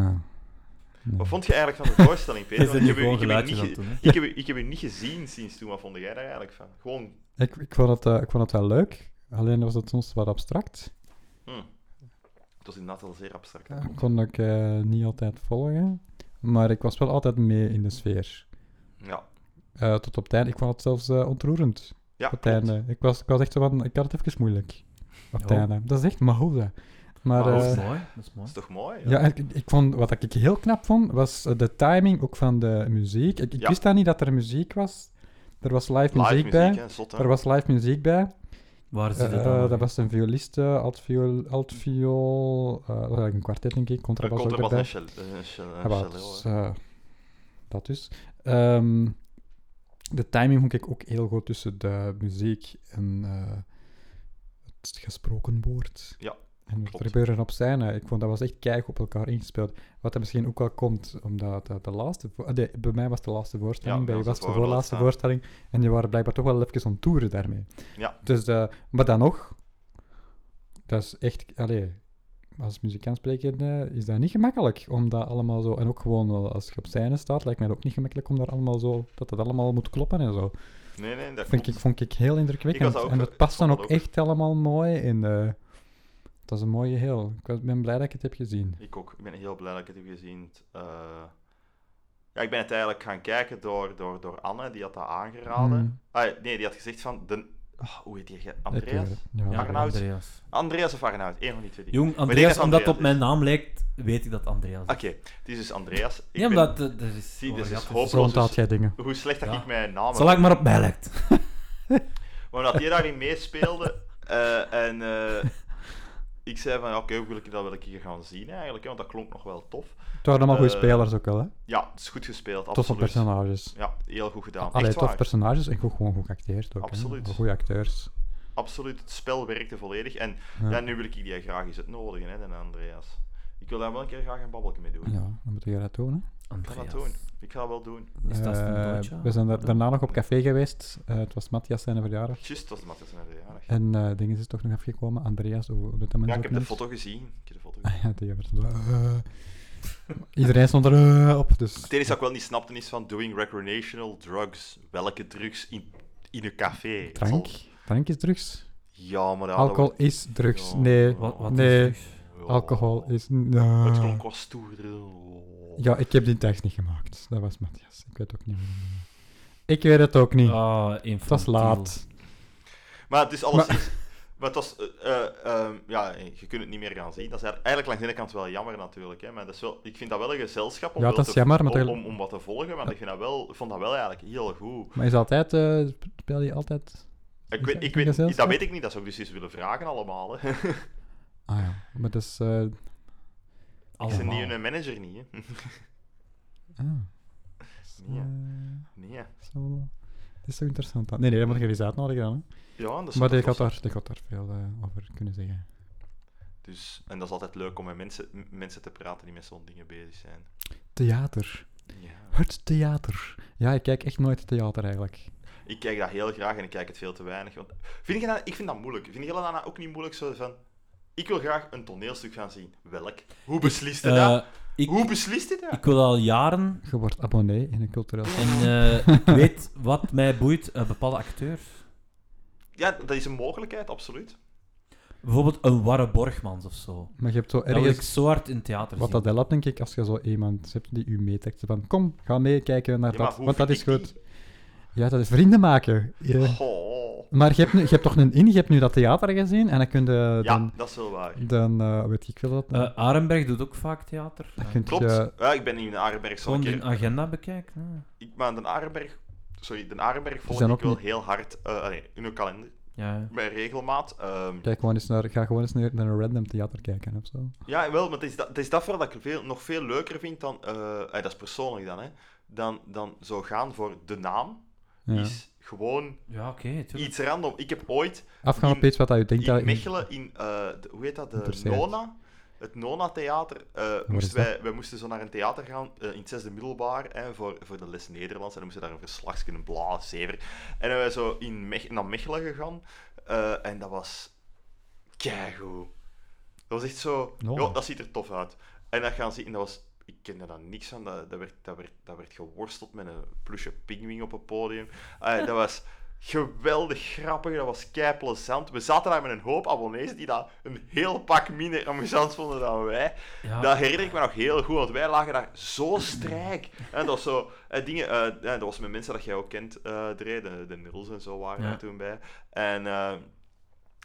Speaker 5: Nee.
Speaker 3: Wat vond je eigenlijk van de voorstelling,
Speaker 4: <laughs>
Speaker 3: Peter?
Speaker 4: Jij
Speaker 3: Want
Speaker 4: bent
Speaker 3: Ik
Speaker 4: nu
Speaker 3: heb, u-
Speaker 4: gewoon
Speaker 3: ik, heb u
Speaker 4: geluidjes
Speaker 3: niet
Speaker 4: aan
Speaker 3: ge-
Speaker 4: het doen, hè?
Speaker 3: ik, heb, u- ik heb u niet gezien sinds toen. Wat vond jij daar eigenlijk van? Gewoon...
Speaker 5: Ik, ik, vond het, eh, ik vond het wel leuk, alleen was het soms wat abstract.
Speaker 3: hm. Het was inderdaad wel zeer abstract. hè.
Speaker 5: Dat kon ik eh, niet altijd volgen, maar ik was wel altijd mee in de sfeer.
Speaker 3: Ja.
Speaker 5: Eh, tot op het einde, ik vond het zelfs eh, ontroerend.
Speaker 3: Ja,
Speaker 5: op het
Speaker 3: klopt.
Speaker 5: einde. Ik was, ik was echt zo van, ik had het even moeilijk. Op het
Speaker 4: Oh.
Speaker 5: einde. Dat is echt mahoza. Maar,
Speaker 3: Maar
Speaker 5: eh,
Speaker 4: Ah, Dat is mooi. Dat is mooi.
Speaker 3: Dat is toch mooi?
Speaker 5: ja, en ik, ik vond, wat ik heel knap vond, was eh, de timing ook van de muziek. Ik, ik
Speaker 3: Ja.
Speaker 5: wist dan niet dat er muziek was. Er was live,
Speaker 3: Live muziek,
Speaker 5: bij.
Speaker 3: hè? Zot, hè?
Speaker 5: Er was live muziek bij.
Speaker 4: Waar zit
Speaker 5: Eh,
Speaker 4: het
Speaker 5: eh,
Speaker 4: dan?
Speaker 5: dat was een violiste, altviool, altviool, eh, dat was eigenlijk een kwartet denk ik,
Speaker 3: Er
Speaker 5: contrabas
Speaker 3: komt er
Speaker 5: ook
Speaker 3: wat
Speaker 5: erbij.
Speaker 3: een chel- een chel-
Speaker 5: Ah,
Speaker 3: een
Speaker 5: wel,
Speaker 3: cello,
Speaker 5: dus,
Speaker 3: hè.
Speaker 5: eh, dat dus. Ehm, de timing vond ik ook heel goed tussen de muziek en eh, het gesproken woord.
Speaker 3: Ja,
Speaker 5: En wat
Speaker 3: klopt.
Speaker 5: er gebeuren op scène. Ik vond dat was echt keihard op elkaar ingespeeld. Wat er misschien ook wel komt, omdat eh, de laatste... vo- ah, nee, bij mij was de laatste voorstelling,
Speaker 3: Ja,
Speaker 5: bij je
Speaker 3: bij ons
Speaker 5: was
Speaker 3: de
Speaker 5: de voorlaatste
Speaker 3: voorlaatste.
Speaker 5: voorstelling. En die waren blijkbaar toch wel even aan toeren daarmee.
Speaker 3: Ja.
Speaker 5: Dus, eh, maar dan nog, dat is echt... Allee, als muzikant sprekende is dat niet gemakkelijk om dat allemaal zo. En ook gewoon wel als je op scène staat, lijkt mij dat ook niet gemakkelijk om daar allemaal zo. dat dat allemaal moet kloppen en zo.
Speaker 3: Nee, nee, dat
Speaker 5: Vond ik,
Speaker 3: klopt.
Speaker 5: vond ik heel
Speaker 3: Ik
Speaker 5: indrukwekkend.
Speaker 3: was dat ook-
Speaker 5: en
Speaker 3: ik
Speaker 5: dat past dan
Speaker 3: vond
Speaker 5: ook,
Speaker 3: dat ook.
Speaker 5: echt allemaal mooi in. eh dat is een mooie heel. Ik was- ben blij dat ik het heb gezien.
Speaker 3: Ik ook. Ik ben heel blij dat ik het heb gezien. Het, eh, Ja, ik ben het eigenlijk gaan kijken door, door, door Anne, die had dat aangeraden.
Speaker 5: Mm.
Speaker 3: Ah, nee, die had gezegd van... De... ah, hoe heet die? ge-
Speaker 5: Ik weet
Speaker 3: Andreas?
Speaker 5: het. Ja.
Speaker 4: eh, Ja,
Speaker 3: Arnoud.
Speaker 4: Andreas.
Speaker 3: Andreas of Arnoud? Eén van die twee. dingen.
Speaker 4: Jong,
Speaker 3: Maar ik
Speaker 4: Andreas,
Speaker 3: heb
Speaker 4: omdat het
Speaker 3: Andreas,
Speaker 4: op mijn naam lijkt, weet ik dat Andreas
Speaker 3: Oké,
Speaker 4: is.
Speaker 3: het is dus Andreas. Ik
Speaker 4: Ja,
Speaker 3: ben-
Speaker 4: omdat eh, er is...
Speaker 3: Zie, dit is
Speaker 4: ja, het
Speaker 3: hoop.
Speaker 5: Zo onthoud jij dingen.
Speaker 3: Hoe slecht dat
Speaker 4: Ja.
Speaker 3: ik mijn naam
Speaker 4: Zolang het maar op mij lijkt.
Speaker 3: Maar omdat hij daarin meespeelde. <laughs> eh, en eh, ik zei van, ja, oké, hoe wil ik dat wel een keer gaan zien eigenlijk? hè, Want dat klonk nog wel tof.
Speaker 5: Het waren allemaal goede
Speaker 3: Eh,
Speaker 5: spelers ook wel, hè?
Speaker 3: Ja, het is goed gespeeld,
Speaker 5: Toffe
Speaker 3: absoluut.
Speaker 5: personages.
Speaker 3: Ja, heel goed gedaan.
Speaker 5: Allee,
Speaker 3: Echt
Speaker 5: tof
Speaker 3: waar.
Speaker 5: personages en goed- gewoon goed geacteerd ook. hè.
Speaker 3: Absoluut.
Speaker 5: Goede acteurs.
Speaker 3: Absoluut, het spel werkte volledig. En
Speaker 5: Ja.
Speaker 3: ja, nu wil ik die graag eens uitnodigen, hè, de Andreas. Ik wil daar wel een keer graag een babbelje mee doen.
Speaker 5: Ja, dan moet je dat tonen.
Speaker 3: Ik ga dat doen. Ik ga dat wel doen.
Speaker 4: Is dat een
Speaker 5: Eh,
Speaker 4: doodje?
Speaker 5: We zijn daar, daarna nog op café geweest. Eh, het was Matthias zijn verjaardag.
Speaker 3: Just, dat was de Matthias en de jarig.
Speaker 5: En eh dingen is toch nog afgekomen. Andreas, hoe hoe dat mensen
Speaker 3: Ja, ik
Speaker 5: ook
Speaker 3: heb de
Speaker 5: noemt.
Speaker 3: foto gezien. Ik heb de foto gezien.
Speaker 5: Ah, ja, die werd zo, eh. Iedereen stond er eh, op, dus...
Speaker 3: Het enige dat ik wel niet snapte is van doing recreational drugs. Welke drugs in, in een café? Het zal-
Speaker 5: Drank? Drank is drugs?
Speaker 3: Ja, maar dat
Speaker 5: Alcohol is drugs.
Speaker 3: Ja.
Speaker 5: Nee,
Speaker 4: Wat, wat
Speaker 5: nee.
Speaker 4: is het?
Speaker 3: dat- ja.
Speaker 5: alcohol is...
Speaker 3: Oh.
Speaker 5: eh,
Speaker 3: Het
Speaker 5: Nee.
Speaker 3: klonk wel stoer. Oh.
Speaker 5: Ja, ik heb die tekst niet gemaakt. Dat was Matthias. Ik weet ook niet hoe die noemt. Ik weet het ook niet.
Speaker 4: Ah,
Speaker 5: het was
Speaker 4: infantiel.
Speaker 5: laat.
Speaker 3: Maar het is alles... is- <laughs> Maar het was... eh, eh, ehm, ja, je kunt het niet meer gaan zien. Dat is eigenlijk langs de ene kant wel jammer natuurlijk. Hè, maar dat is wel, ik vind dat wel een gezelschap om,
Speaker 5: Ja,
Speaker 3: wel
Speaker 5: dat is
Speaker 3: te-
Speaker 5: jammer, maar
Speaker 3: om,
Speaker 5: tegelijk-
Speaker 3: om, om wat te volgen. Want ik, vind dat wel, ik vond dat wel eigenlijk heel goed.
Speaker 5: Maar is altijd... eh, speel je altijd...
Speaker 3: Ik
Speaker 5: Is
Speaker 3: weet,
Speaker 5: dat
Speaker 3: ik
Speaker 5: een
Speaker 3: weet,
Speaker 5: gezelschap?
Speaker 3: dat weet ik niet. Dat zou ik dus eens willen vragen allemaal. Hè. <laughs>
Speaker 5: Ah ja, maar dat is... eh,
Speaker 3: Ik ben
Speaker 4: Allemaal.
Speaker 3: niet een manager niet. Hè. <laughs>
Speaker 5: ah.
Speaker 3: Nee, hè.
Speaker 5: Eh,
Speaker 3: Nee. hè.
Speaker 5: Zo. Dat is zo interessant. dan. Nee, nee, dat moet je er eens uitnodigen dan. hè.
Speaker 3: Ja, dat is
Speaker 5: Maar
Speaker 3: wel
Speaker 5: ik had,
Speaker 3: tof.
Speaker 5: daar, ik had daar veel eh, over kunnen zeggen.
Speaker 3: Dus, en dat is altijd leuk om met mensen, m- mensen te praten die met zo'n dingen bezig zijn.
Speaker 5: Theater.
Speaker 3: Ja.
Speaker 5: Het theater. Ja, ik kijk echt nooit theater eigenlijk.
Speaker 3: Ik kijk dat heel graag en ik kijk het veel te weinig. Want vind je dat, ik vind dat moeilijk. Vind je dat ook niet moeilijk? Zo van, ik wil graag een toneelstuk gaan zien. Welk? Hoe beslist je dat?
Speaker 4: Eh, ik,
Speaker 3: Hoe beslist je dat?
Speaker 4: ik wil al jaren,
Speaker 5: Je wordt abonnee in een cultureel... <laughs>
Speaker 4: en eh, ik weet wat mij boeit, een eh, bepaalde acteur.
Speaker 3: Ja, dat is een mogelijkheid, absoluut.
Speaker 4: Bijvoorbeeld een Warre Borgmans of zo.
Speaker 5: Maar je hebt zo
Speaker 4: Dat wil ik
Speaker 5: ergens...
Speaker 4: zo hard in theater
Speaker 5: Wat
Speaker 4: zien.
Speaker 5: dat helpt, denk ik, als je zo iemand hebt die u meetrekt. zo Van, kom, ga mee kijken naar
Speaker 3: Ja, maar
Speaker 5: dat,
Speaker 3: hoe
Speaker 5: want dat
Speaker 3: vind
Speaker 5: is
Speaker 3: ik
Speaker 5: goed.
Speaker 3: die? Oh.
Speaker 5: Ja, dat is vrienden maken. Ja.
Speaker 3: Goh.
Speaker 5: Maar je hebt, nu, je hebt toch een in, je hebt nu dat theater gezien en dan kun je...
Speaker 3: Ja,
Speaker 5: Dan,
Speaker 3: dat is wel waar.
Speaker 5: dan eh, weet ik veel dat...
Speaker 4: Eh, Arenberg doet ook vaak theater.
Speaker 5: dan
Speaker 4: Ja.
Speaker 5: kun
Speaker 3: Eh, Klopt.
Speaker 5: je...
Speaker 3: Ja, ik ben in Arenberg zo'n
Speaker 4: Gewoon
Speaker 3: keer.
Speaker 4: een agenda bekijken. ja.
Speaker 3: Ik, maar den Arenberg, sorry, den Arenberg volg
Speaker 5: zijn
Speaker 3: ik
Speaker 5: ook
Speaker 3: wel
Speaker 5: niet-
Speaker 3: heel hard eh, allee, in hun kalender.
Speaker 4: Ja. ja.
Speaker 3: Bij regelmaat. ehm,
Speaker 5: Kijk gewoon eens naar, ga gewoon eens naar, naar een random theater kijken of zo.
Speaker 3: Ja, wel, maar het is dat, het is dat vooral dat ik veel, nog veel leuker vind dan... eh, eh, dat is persoonlijk dan, hè. Dan, dan zo gaan voor de naam.
Speaker 5: Ja.
Speaker 3: Is gewoon
Speaker 4: Ja, oké. tuurlijk.
Speaker 3: iets random. Ik heb ooit
Speaker 5: Afgaan op
Speaker 3: in-
Speaker 5: iets wat dat je denkt dat...
Speaker 3: in Mechelen, in, eh, de- hoe heet dat, de
Speaker 5: Interesseert.
Speaker 3: Nona, het Nona-theater, eh,
Speaker 5: is
Speaker 3: moesten
Speaker 5: dat?
Speaker 3: wij, wij moesten zo naar een theater gaan eh, in het zesde middelbaar hè, voor, voor de les Nederlands. En dan moesten we daar een verslagje, een bla, zever. En dan wij zo in Mech- naar Mechelen gegaan eh, en dat was keigoed. Dat was echt zo,
Speaker 5: Nona.
Speaker 3: "Jo, dat ziet er tof uit. En dat gaan zien, en dat was... Ik kende daar niks van, dat, dat, werd, dat, werd, dat werd geworsteld met een plusje pingwing op het podium. Eh, dat was geweldig grappig, dat was kei plezant. We zaten daar met een hoop abonnees die dat een heel pak minder amusant vonden dan wij.
Speaker 4: Ja.
Speaker 3: Dat herinner ik me nog heel goed, want wij lagen daar zo
Speaker 4: <laughs>
Speaker 3: strijk. En dat was zo, eh, dingen, eh, ja, dat was met mensen dat jij ook kent, eh Dre, de, de Nils en zo waren
Speaker 4: Ja.
Speaker 3: daar toen bij. En eh,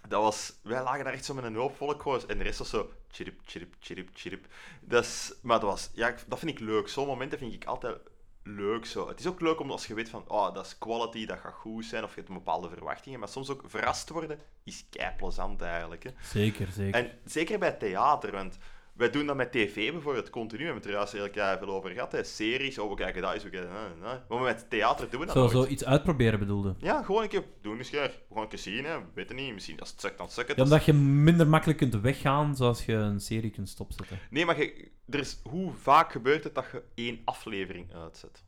Speaker 3: dat was, wij lagen daar echt zo met een hoop volk gewoon, en de rest was zo chirp, chirp, chirp, chirp. Dat is, maar dat was, ja, ik- dat vind ik leuk. Zo'n momenten vind ik altijd leuk zo. Het is ook leuk om als je weet van, oh, dat is quality, dat gaat goed zijn, of je hebt een bepaalde verwachtingen, maar soms ook verrast worden is kei plezant eigenlijk. Hè.
Speaker 4: Zeker, zeker.
Speaker 3: En zeker bij theater, want wij doen dat met tv bijvoorbeeld continu. We hebben het er juist heel keihard veel over gehad. Hè. Series, oh, we kijken dat eens, we kijken dat. dat. Maar met theater doen we dat
Speaker 4: Zo,
Speaker 3: nooit.
Speaker 4: zo iets uitproberen bedoelde.
Speaker 3: Ja, gewoon een keer doen eens, ja. Gewoon een keer zien, hè. We weten niet, misschien als het zegt, dan zegt het.
Speaker 4: Ja, omdat je minder makkelijk kunt weggaan zoals je een serie kunt stopzetten.
Speaker 3: Nee, maar je, er is, hoe vaak gebeurt het dat je één aflevering uitzet?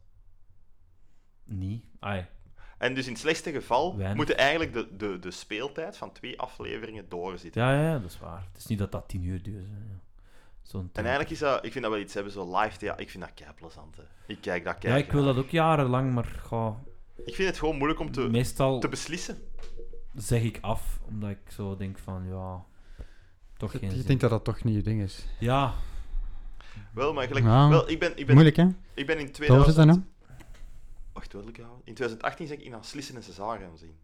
Speaker 4: Niet. Ai.
Speaker 3: En dus in het slechtste geval
Speaker 4: Weinig.
Speaker 3: moeten eigenlijk de, de, de speeltijd van twee afleveringen doorzitten.
Speaker 4: Ja, ja, ja, dat is waar. Het is niet dat dat tien uur duurt. hè. Ja. Zo'n
Speaker 3: En eigenlijk is dat, ik vind dat wel iets hebben, zo live theater. Ik vind dat kei plezant, hè. Ik kijk dat
Speaker 4: Ja,
Speaker 3: kei
Speaker 4: ik wil dat ook jarenlang, maar ga,
Speaker 3: Ik vind het gewoon moeilijk om te,
Speaker 4: meestal
Speaker 3: te beslissen.
Speaker 4: zeg ik af, omdat ik zo denk van, ja, toch geen
Speaker 5: Je
Speaker 4: zin.
Speaker 5: denkt dat dat toch niet je ding is.
Speaker 4: Ja,
Speaker 3: Wel, maar gelijk...
Speaker 5: Ja.
Speaker 3: Wel, ik ben, ik ben,
Speaker 5: Moeilijk, hè?
Speaker 3: Ik ben in
Speaker 5: Dat is
Speaker 3: 2000...
Speaker 5: dan, hè?
Speaker 3: Wacht, welke jaar? In 2018 zag ik in Slissen en Cesare gaan zien.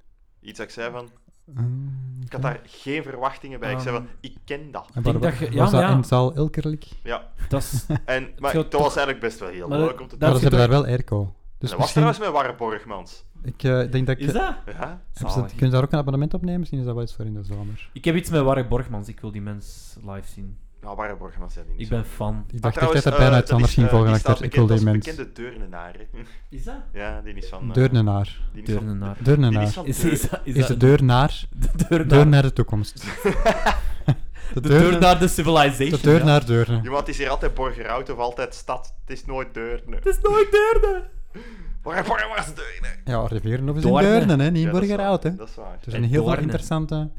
Speaker 3: Iets dat ik zei van...
Speaker 5: Mm,
Speaker 3: Ik had daar geen verwachtingen bij. Ik zei van,
Speaker 4: Ehm.
Speaker 3: ik ken dat.
Speaker 5: En
Speaker 4: denk
Speaker 5: waar-
Speaker 4: dat je- ja,
Speaker 5: was dat
Speaker 4: maar ja.
Speaker 5: in zaal Ilkerlijk?
Speaker 3: Ja.
Speaker 4: dat is...
Speaker 3: En, maar
Speaker 4: zou
Speaker 3: dat
Speaker 4: toch-
Speaker 3: was eigenlijk best wel heel
Speaker 4: Maar
Speaker 3: leuk
Speaker 4: dat-
Speaker 3: om te
Speaker 4: dat-
Speaker 5: Maar
Speaker 3: doen.
Speaker 5: ze hebben daar wel airco. Dus
Speaker 3: Dat was
Speaker 5: misschien...
Speaker 3: trouwens met Warren Borgmans.
Speaker 5: Ik eh, denk dat... <laughs> ik-
Speaker 4: Is dat?
Speaker 3: Ja?
Speaker 5: hebben ze-
Speaker 4: Zalig.
Speaker 5: Kunnen ze daar ook een abonnement op nemen? Misschien is dat wel iets voor in de zomer.
Speaker 4: Ik heb iets met Warwick Borgmans, ik wil die mens live zien.
Speaker 3: Nou, Warren Borgmans zei die niet
Speaker 4: Ik
Speaker 3: zo.
Speaker 4: ben fan.
Speaker 5: Ik
Speaker 3: Maar
Speaker 5: dacht echt dat er
Speaker 3: eh,
Speaker 5: bijna iets
Speaker 3: dat
Speaker 5: anders
Speaker 3: is,
Speaker 5: ging
Speaker 3: eh,
Speaker 5: volgen
Speaker 3: die staat
Speaker 5: achter. Ik wil die
Speaker 3: bekend als
Speaker 5: mens.
Speaker 3: bekende Deurnenaar. hè. <laughs>
Speaker 4: Is dat?
Speaker 3: Ja, die is van... eh,
Speaker 5: Deurnenaar.
Speaker 3: Die is van...
Speaker 4: Deurnenaar.
Speaker 3: Die is
Speaker 5: Deurnenaar.
Speaker 3: van
Speaker 4: Is,
Speaker 3: Deur-
Speaker 4: is, dat- is,
Speaker 5: Is de
Speaker 4: dat-
Speaker 3: <laughs>
Speaker 5: deur
Speaker 4: <laughs>
Speaker 5: naar...
Speaker 4: de deur
Speaker 5: Deur
Speaker 4: naar,
Speaker 5: naar de
Speaker 4: <laughs>
Speaker 5: toekomst.
Speaker 4: de deur naar de civilization?
Speaker 5: De deur
Speaker 4: ja.
Speaker 5: naar Deurne.
Speaker 3: Ja, maar het is hier altijd Borgerhout of altijd Stad. Het is nooit Deurne.
Speaker 4: Het is nooit deurde!
Speaker 3: Warren Borgmans Deurne.
Speaker 5: Ja, Rivierenhof is in
Speaker 4: Doorne.
Speaker 5: Deurne, hè? niet in
Speaker 3: Ja, dat is
Speaker 5: Borgerhout.
Speaker 3: waar,
Speaker 5: Hè? Dus
Speaker 3: Dat is waar.
Speaker 5: Er zijn heel veel
Speaker 4: Doorne.
Speaker 5: interessante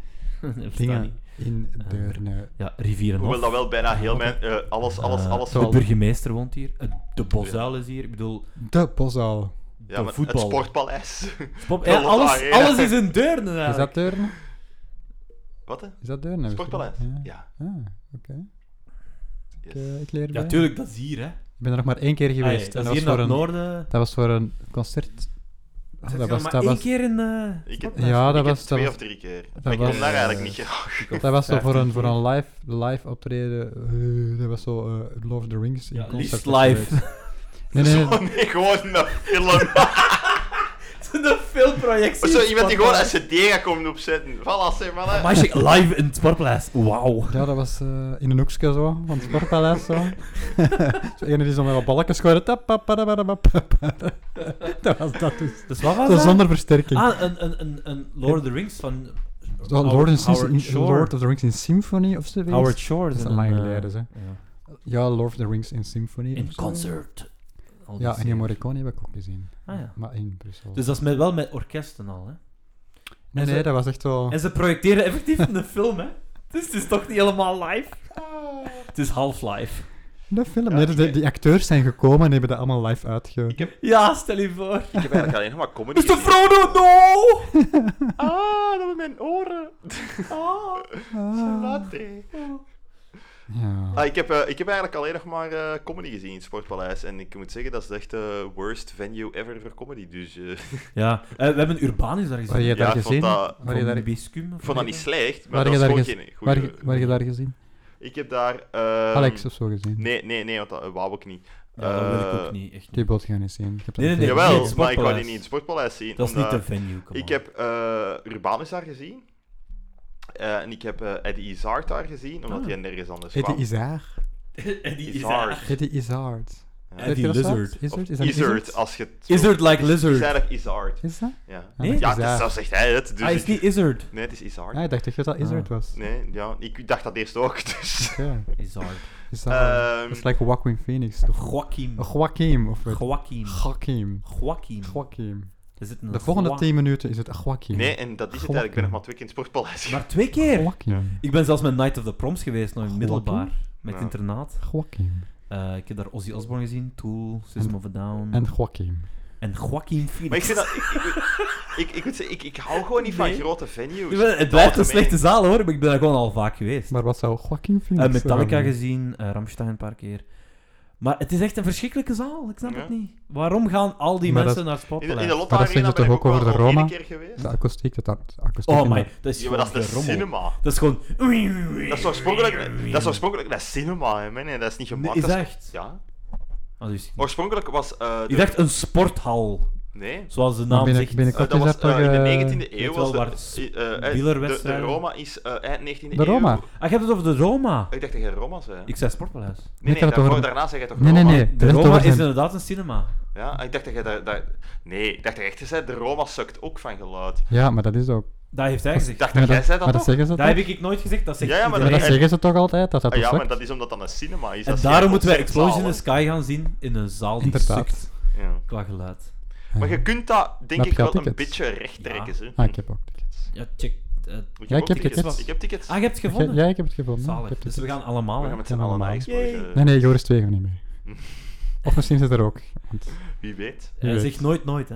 Speaker 4: Dat bestaat niet. Eh.
Speaker 5: dingen in Deurne.
Speaker 4: Ja, rivieren.
Speaker 3: Hoewel dat wel bijna heel mijn... eh, alles, alles, alles...
Speaker 4: de burgemeester woont hier, eh, de bosuil is hier, ik bedoel,
Speaker 5: De Bosuil.
Speaker 3: Ja,
Speaker 4: de
Speaker 3: maar het
Speaker 4: voetbal.
Speaker 3: sportpaleis. <laughs>
Speaker 4: Spop-
Speaker 3: de ah,
Speaker 4: eh, alles,
Speaker 3: Arena.
Speaker 4: alles is een deur.
Speaker 5: Is dat Deurne?
Speaker 3: Wat hè?
Speaker 5: Is dat Deurne?
Speaker 3: Sportpaleis?
Speaker 5: Ja.
Speaker 3: Ja.
Speaker 5: Ah, oké.
Speaker 3: yes.
Speaker 5: Ik, eh, ik leer
Speaker 4: Ja,
Speaker 5: bij.
Speaker 4: tuurlijk, dat is hier, hè.
Speaker 5: Ik ben er nog maar één keer
Speaker 4: Ah,
Speaker 5: geweest.
Speaker 4: ja,
Speaker 5: en
Speaker 4: dat is
Speaker 5: dat,
Speaker 4: hier naar
Speaker 5: was voor
Speaker 4: het
Speaker 5: een,
Speaker 4: noorden.
Speaker 5: dat was voor een concert. Ah,
Speaker 4: Zit je
Speaker 5: dat was,
Speaker 4: maar
Speaker 5: dat
Speaker 4: één
Speaker 5: was,
Speaker 4: keer in... eh,
Speaker 3: Ik heb,
Speaker 4: Spotlight?
Speaker 5: Ja,
Speaker 3: ik
Speaker 5: dat
Speaker 3: heb
Speaker 5: was- dat
Speaker 3: twee
Speaker 5: was-
Speaker 3: of drie keer.
Speaker 5: dat
Speaker 3: Maar ik
Speaker 5: was,
Speaker 3: kom daar eigenlijk
Speaker 5: eh,
Speaker 3: niet graag.
Speaker 5: dat was zo voor een,
Speaker 4: 15
Speaker 5: voor
Speaker 4: keer.
Speaker 5: een live, live optreden. eh, dat was zo eh, Lord of the Rings. in
Speaker 4: Ja,
Speaker 5: concert
Speaker 4: liefst
Speaker 5: was
Speaker 4: live.
Speaker 5: geweest. Nee, nee, nee.
Speaker 3: <laughs> Zo, nee, gewoon een film.
Speaker 4: <laughs>
Speaker 5: <laughs>
Speaker 4: de filmprojectie.
Speaker 3: Zo, iemand die gewoon een cd gaat komen opzetten. Voilà, zeg
Speaker 4: <laughs>
Speaker 3: maar. hè.
Speaker 4: Meisje, live in het sportpaleis. Wauw.
Speaker 5: Ja, dat was eh, in een hoekje zo, van het
Speaker 4: <laughs>
Speaker 5: sportpaleis zo. zo ene die zo met wat balken schoorde. Tap, pap, padabadabap. <laughs> Dat was dat dus.
Speaker 4: Dus wat was
Speaker 5: Zo
Speaker 4: dat?
Speaker 5: zonder versterking.
Speaker 4: Ah, een, een, een, een Lord of the Rings van...
Speaker 5: Zo, Lord, in Sym- in-
Speaker 4: Howard Shore.
Speaker 5: Lord of the Rings in Symphony of zoiets.
Speaker 4: Howard Shore.
Speaker 5: Dat is
Speaker 4: en
Speaker 5: al lang
Speaker 4: een,
Speaker 5: geleden,
Speaker 4: eh,
Speaker 5: zeg.
Speaker 4: ja.
Speaker 5: Ja, Lord of the Rings in Symphony.
Speaker 4: In
Speaker 5: of zo.
Speaker 4: concert. Al die
Speaker 5: Ja, en
Speaker 4: serie.
Speaker 5: in Morricone heb ik ook gezien.
Speaker 4: Ah, ja.
Speaker 5: Maar in Brussel.
Speaker 4: Dus dat is met, wel met orkesten al, hè.
Speaker 5: nee,
Speaker 4: en ze-
Speaker 5: nee, dat was echt zo...
Speaker 4: En ze projecteren <laughs> effectief in de film, hè. Dus het is toch niet helemaal live. Het is half live.
Speaker 5: De film.
Speaker 3: Ja,
Speaker 5: nee, de- de-
Speaker 3: ik-
Speaker 5: die acteurs zijn gekomen en hebben dat allemaal live uitge...
Speaker 3: Ik heb,
Speaker 4: Ja, stel je voor.
Speaker 3: ik heb eigenlijk alleen nog maar comedy.
Speaker 4: Dus de
Speaker 3: gezien.
Speaker 4: Frodo, no!
Speaker 3: Ah, dat met mijn oren.
Speaker 4: Ah,
Speaker 3: Salate.
Speaker 5: <laughs> Ja.
Speaker 3: Ah, ik, heb, eh, ik heb eigenlijk alleen nog maar eh, comedy gezien in het Sportpaleis. En ik moet zeggen, dat is echt de worst venue ever voor comedy. Dus eh,
Speaker 4: Ja, eh, we hebben Urbanus daar gezien.
Speaker 5: Waar je
Speaker 3: ja,
Speaker 5: Oh, daar
Speaker 3: ik vond
Speaker 5: gezien?
Speaker 3: dat,
Speaker 5: Waar je
Speaker 4: Van
Speaker 5: daar-
Speaker 4: Biscum of
Speaker 3: ik vond dat
Speaker 4: zo.
Speaker 3: niet slecht, maar
Speaker 5: Waar
Speaker 3: dat is
Speaker 5: je daar
Speaker 3: gewoon
Speaker 5: gezien?
Speaker 3: geen
Speaker 5: Waar,
Speaker 3: goede...
Speaker 5: je- waar je daar gezien?
Speaker 3: Ik heb daar... ehm,
Speaker 5: Alex of zo gezien.
Speaker 3: Nee, nee, nee, want dat eh, wou ik niet.
Speaker 4: Ja, dat wil ik
Speaker 3: Eh,
Speaker 4: ook niet, echt
Speaker 5: Die
Speaker 4: niet.
Speaker 5: wilt je niet zien. Ik heb dat
Speaker 4: Nee, nee,
Speaker 5: niet
Speaker 4: nee.
Speaker 5: gezien.
Speaker 3: Jawel,
Speaker 4: het
Speaker 3: maar ik wou
Speaker 4: Sportpaleis.
Speaker 3: die niet in het Sportpaleis zien.
Speaker 4: Dat is niet
Speaker 3: omdat-
Speaker 4: de venue, come
Speaker 3: Eh, Ik
Speaker 4: on.
Speaker 3: heb eh Urbanus daar gezien. Eh, en ik heb eh, Eddie Izzard daar gezien, omdat
Speaker 4: Ah.
Speaker 3: hij nergens anders kwam.
Speaker 5: Eddie Izaar.
Speaker 4: <laughs> En die
Speaker 3: Izzard.
Speaker 5: Eddie Izaard.
Speaker 3: Ja.
Speaker 5: Weet je
Speaker 4: die
Speaker 5: dat zo?
Speaker 4: lizard.
Speaker 5: Izzard? Is
Speaker 3: Of
Speaker 5: dat een
Speaker 3: Izzard, als je het zo-
Speaker 4: Izzard like
Speaker 3: Het is
Speaker 4: lizard.
Speaker 3: eigenlijk Izzard.
Speaker 5: Is dat?
Speaker 3: Ja,
Speaker 4: Nee?
Speaker 3: ja het is,
Speaker 5: Izzard.
Speaker 3: zo zegt hij het. Dus
Speaker 4: Hij Ah, is
Speaker 3: ik-
Speaker 4: niet Izzard.
Speaker 3: Nee, het is Izzard.
Speaker 5: Ah, ik dacht echt dat dat Izzard
Speaker 4: Ah.
Speaker 5: was.
Speaker 3: Nee, ja, ik dacht dat eerst ook. <laughs> Dus.
Speaker 5: Oké.
Speaker 4: Izzard.
Speaker 5: Izzard.
Speaker 3: Ehm,
Speaker 5: Ah, Dat is like Joaquin Phoenix.
Speaker 4: Hm.
Speaker 5: toch?
Speaker 4: Joaquim.
Speaker 5: Joaquim of wat?
Speaker 4: Joaquim.
Speaker 5: Joaquim.
Speaker 4: Joaquim.
Speaker 5: Joaquim.
Speaker 4: Er zit een
Speaker 5: De volgende
Speaker 4: Joa-
Speaker 5: 10 minuten is het Joaquim.
Speaker 3: nee, en dat is het eigenlijk. Ik ben nog maar twee keer in het Sportpaleis. geweest.
Speaker 4: Maar twee keer.
Speaker 5: Joaquim.
Speaker 4: Ik ben zelfs met Night of the Proms geweest, nog in middelbaar. Met
Speaker 3: Ja.
Speaker 4: internaat.
Speaker 5: Joaquim.
Speaker 4: Eh, ik heb daar Ozzy Osbourne gezien, Tool, System of a Down.
Speaker 5: En
Speaker 4: En,
Speaker 5: Joaquim.
Speaker 4: Joaquim Phoenix.
Speaker 3: Maar ik vind dat... Ik, ik, ik, ik, moet zeggen, ik, ik hou gewoon niet
Speaker 4: Nee.
Speaker 3: van grote venues.
Speaker 4: Ik ben- het blijft een
Speaker 3: Algemeen.
Speaker 4: slechte zaal hoor, maar ik ben daar gewoon al vaak geweest.
Speaker 5: Maar wat zou Joaquin
Speaker 4: Eh,
Speaker 5: Phoenix
Speaker 4: Metallica
Speaker 5: ervan doen?
Speaker 4: gezien, eh, Ramstein een paar keer. Maar het is echt een verschrikkelijke zaal, ik snap
Speaker 3: Ja.
Speaker 4: het niet. Waarom gaan al die
Speaker 5: Maar
Speaker 4: mensen naar
Speaker 3: In de, in
Speaker 4: Spotlight?
Speaker 3: de Lotte
Speaker 5: Maar dat
Speaker 3: Arena
Speaker 5: vind je
Speaker 3: ben ik
Speaker 5: toch ook over
Speaker 3: wel
Speaker 5: de
Speaker 3: al
Speaker 5: Roma?
Speaker 3: één keer geweest.
Speaker 5: De akoestiek, dat daar... de akoestiek
Speaker 4: Oh
Speaker 5: in
Speaker 4: my,
Speaker 5: dat-
Speaker 4: dat is
Speaker 3: Ja, maar
Speaker 4: gewoon
Speaker 3: dat is
Speaker 4: de
Speaker 3: de
Speaker 4: rommel.
Speaker 3: cinema.
Speaker 4: Dat is gewoon...
Speaker 3: Dat is oorspronkelijk, dat is oorspronkelijk naar cinema, hè, man. Nee, dat is niet gemaakt.
Speaker 4: Is
Speaker 3: dat
Speaker 4: echt?
Speaker 3: Ja.
Speaker 4: Ah, dus-
Speaker 3: Oorspronkelijk was... eh, de-
Speaker 4: Ik dacht een sporthal,
Speaker 3: Nee.
Speaker 4: zoals de
Speaker 5: Maar
Speaker 4: naam
Speaker 5: binnen,
Speaker 4: zegt.
Speaker 3: Eh,
Speaker 5: binnenkort
Speaker 3: dat
Speaker 5: is
Speaker 3: was
Speaker 5: dat toch...
Speaker 3: eh, in
Speaker 5: eh,
Speaker 3: de 19e
Speaker 4: weet
Speaker 3: eeuw.
Speaker 4: wel
Speaker 3: Was
Speaker 4: waar
Speaker 3: de, eh, eh, de, de
Speaker 4: wielerwedstrijden-
Speaker 3: Roma is eh, eind 19e eeuw.
Speaker 5: De Roma.
Speaker 4: Ah, je hebt het over de Roma.
Speaker 3: Ik dacht dat je Roma zei.
Speaker 4: Ik zei Sportpaleis.
Speaker 3: Nee,
Speaker 5: ik
Speaker 3: nee,
Speaker 5: had het
Speaker 3: daarvoor,
Speaker 5: over-
Speaker 3: daarna zeg je toch
Speaker 5: Nee, nee,
Speaker 3: Roma?
Speaker 5: nee.
Speaker 4: De
Speaker 5: dat is
Speaker 4: Roma
Speaker 5: over
Speaker 4: is
Speaker 5: zijn-
Speaker 4: inderdaad een cinema.
Speaker 3: Ja, ik dacht dat je daar... daar... Nee, ik dacht dat je echt zei, de Roma sukt ook van geluid.
Speaker 5: Ja, maar dat is ook...
Speaker 4: Dat heeft hij
Speaker 3: Ik
Speaker 4: gezegd.
Speaker 3: dacht
Speaker 5: Maar
Speaker 3: dat jij
Speaker 5: dat,
Speaker 3: zei dat
Speaker 5: maar dat
Speaker 3: toch?
Speaker 5: zeggen ze
Speaker 4: Dat
Speaker 5: toch?
Speaker 4: heb ik nooit gezegd, dat zegt
Speaker 3: Ja, ja, maar
Speaker 5: Maar
Speaker 4: iedereen.
Speaker 5: dat
Speaker 3: Nee,
Speaker 5: zeggen ze toch altijd? Dat dat
Speaker 3: Ah, ja,
Speaker 5: toch sukt?
Speaker 3: maar dat is omdat dat een cinema is.
Speaker 4: En
Speaker 3: dat is
Speaker 4: daarom
Speaker 3: geen
Speaker 4: moeten wij Explosion in
Speaker 3: concertzaal,
Speaker 4: the Sky gaan zien in een zaal die
Speaker 5: Inderdaad.
Speaker 4: sukt
Speaker 3: hè. Ja.
Speaker 4: qua geluid.
Speaker 3: Maar je kunt dat, denk
Speaker 5: Heb
Speaker 3: ik,
Speaker 5: je al
Speaker 3: wel een
Speaker 5: tickets?
Speaker 3: beetje recht trekken.
Speaker 4: Ja.
Speaker 3: hè.
Speaker 5: Ah, ik heb ook tickets.
Speaker 4: Ja, check. eh,
Speaker 3: Ik
Speaker 5: Ja,
Speaker 3: heb
Speaker 5: ik
Speaker 3: ook
Speaker 5: heb
Speaker 3: tickets.
Speaker 5: tickets.
Speaker 3: Ik heb tickets.
Speaker 4: ah, je hebt het
Speaker 5: Jij-
Speaker 4: gevonden?
Speaker 5: Ja, ik heb het gevonden. Ik
Speaker 4: Zalig.
Speaker 5: heb
Speaker 4: Dus
Speaker 5: het.
Speaker 4: we gaan allemaal.
Speaker 3: We
Speaker 4: hè.
Speaker 3: gaan met z'n
Speaker 5: Ja,
Speaker 3: allen naar
Speaker 5: allemaal.
Speaker 3: Expo.
Speaker 4: Yay.
Speaker 3: eh,
Speaker 5: Nee, nee, Joris twee gaat niet mee. Of misschien zit er ook. Want,
Speaker 3: <laughs> Wie weet.
Speaker 5: Wie
Speaker 4: Hij
Speaker 5: weet.
Speaker 4: zegt nooit nooit, hè.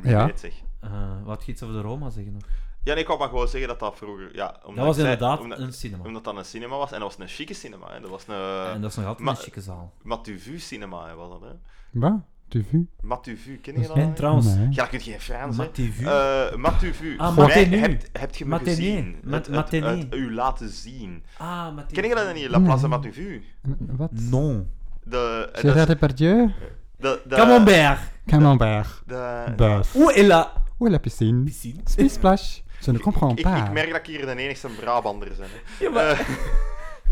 Speaker 3: Wie
Speaker 5: Ja.
Speaker 3: weet, zeg.
Speaker 4: Eh, wat je iets over de Roma zeggen nog?
Speaker 3: Ja, nee, ik wou maar gewoon zeggen dat dat vroeger... Ja, omdat
Speaker 4: Dat was
Speaker 3: ik zei-
Speaker 4: inderdaad
Speaker 3: omdat,
Speaker 4: een cinema.
Speaker 3: omdat dat een cinema was. En dat was een chique cinema. Hè. Dat was
Speaker 4: en
Speaker 3: een
Speaker 4: dat is nog altijd
Speaker 3: Eh, maar-
Speaker 4: een chique zaal.
Speaker 3: Matuvu cinema. Hè, was dat, hè.
Speaker 5: wat? De vu?
Speaker 3: Matuvu, ken je dat?
Speaker 5: En
Speaker 3: niet?
Speaker 4: Trouwens,
Speaker 5: Nee.
Speaker 3: Ja, dat kun je geen Frans, hè.
Speaker 4: Mativu.
Speaker 3: Eh Matuvu.
Speaker 4: Ah,
Speaker 5: Goh.
Speaker 3: Mij
Speaker 4: Matenu.
Speaker 3: hebt, hebt je me
Speaker 4: Matenu.
Speaker 3: gezien.
Speaker 4: Ma-
Speaker 3: Het, het,
Speaker 4: Matenu.
Speaker 3: het u laten zien.
Speaker 4: ah, Mativu.
Speaker 3: Ken je dat niet? La Plaza
Speaker 5: Nee.
Speaker 3: Matuvu.
Speaker 5: En- Wat?
Speaker 4: Non.
Speaker 3: De... eh,
Speaker 5: Gérard
Speaker 3: dat is-
Speaker 5: Depardieu?
Speaker 3: de- de-
Speaker 4: Camembert.
Speaker 5: Camembert.
Speaker 3: de-
Speaker 5: Buis.
Speaker 4: Où est la
Speaker 5: Où est la piscine?
Speaker 4: piscine?
Speaker 5: Spisplash. Je ne comprends
Speaker 3: Ik, ik
Speaker 5: pas.
Speaker 3: merk dat ik hier de enigste Brabander ben. Hè.
Speaker 4: Ja, maar...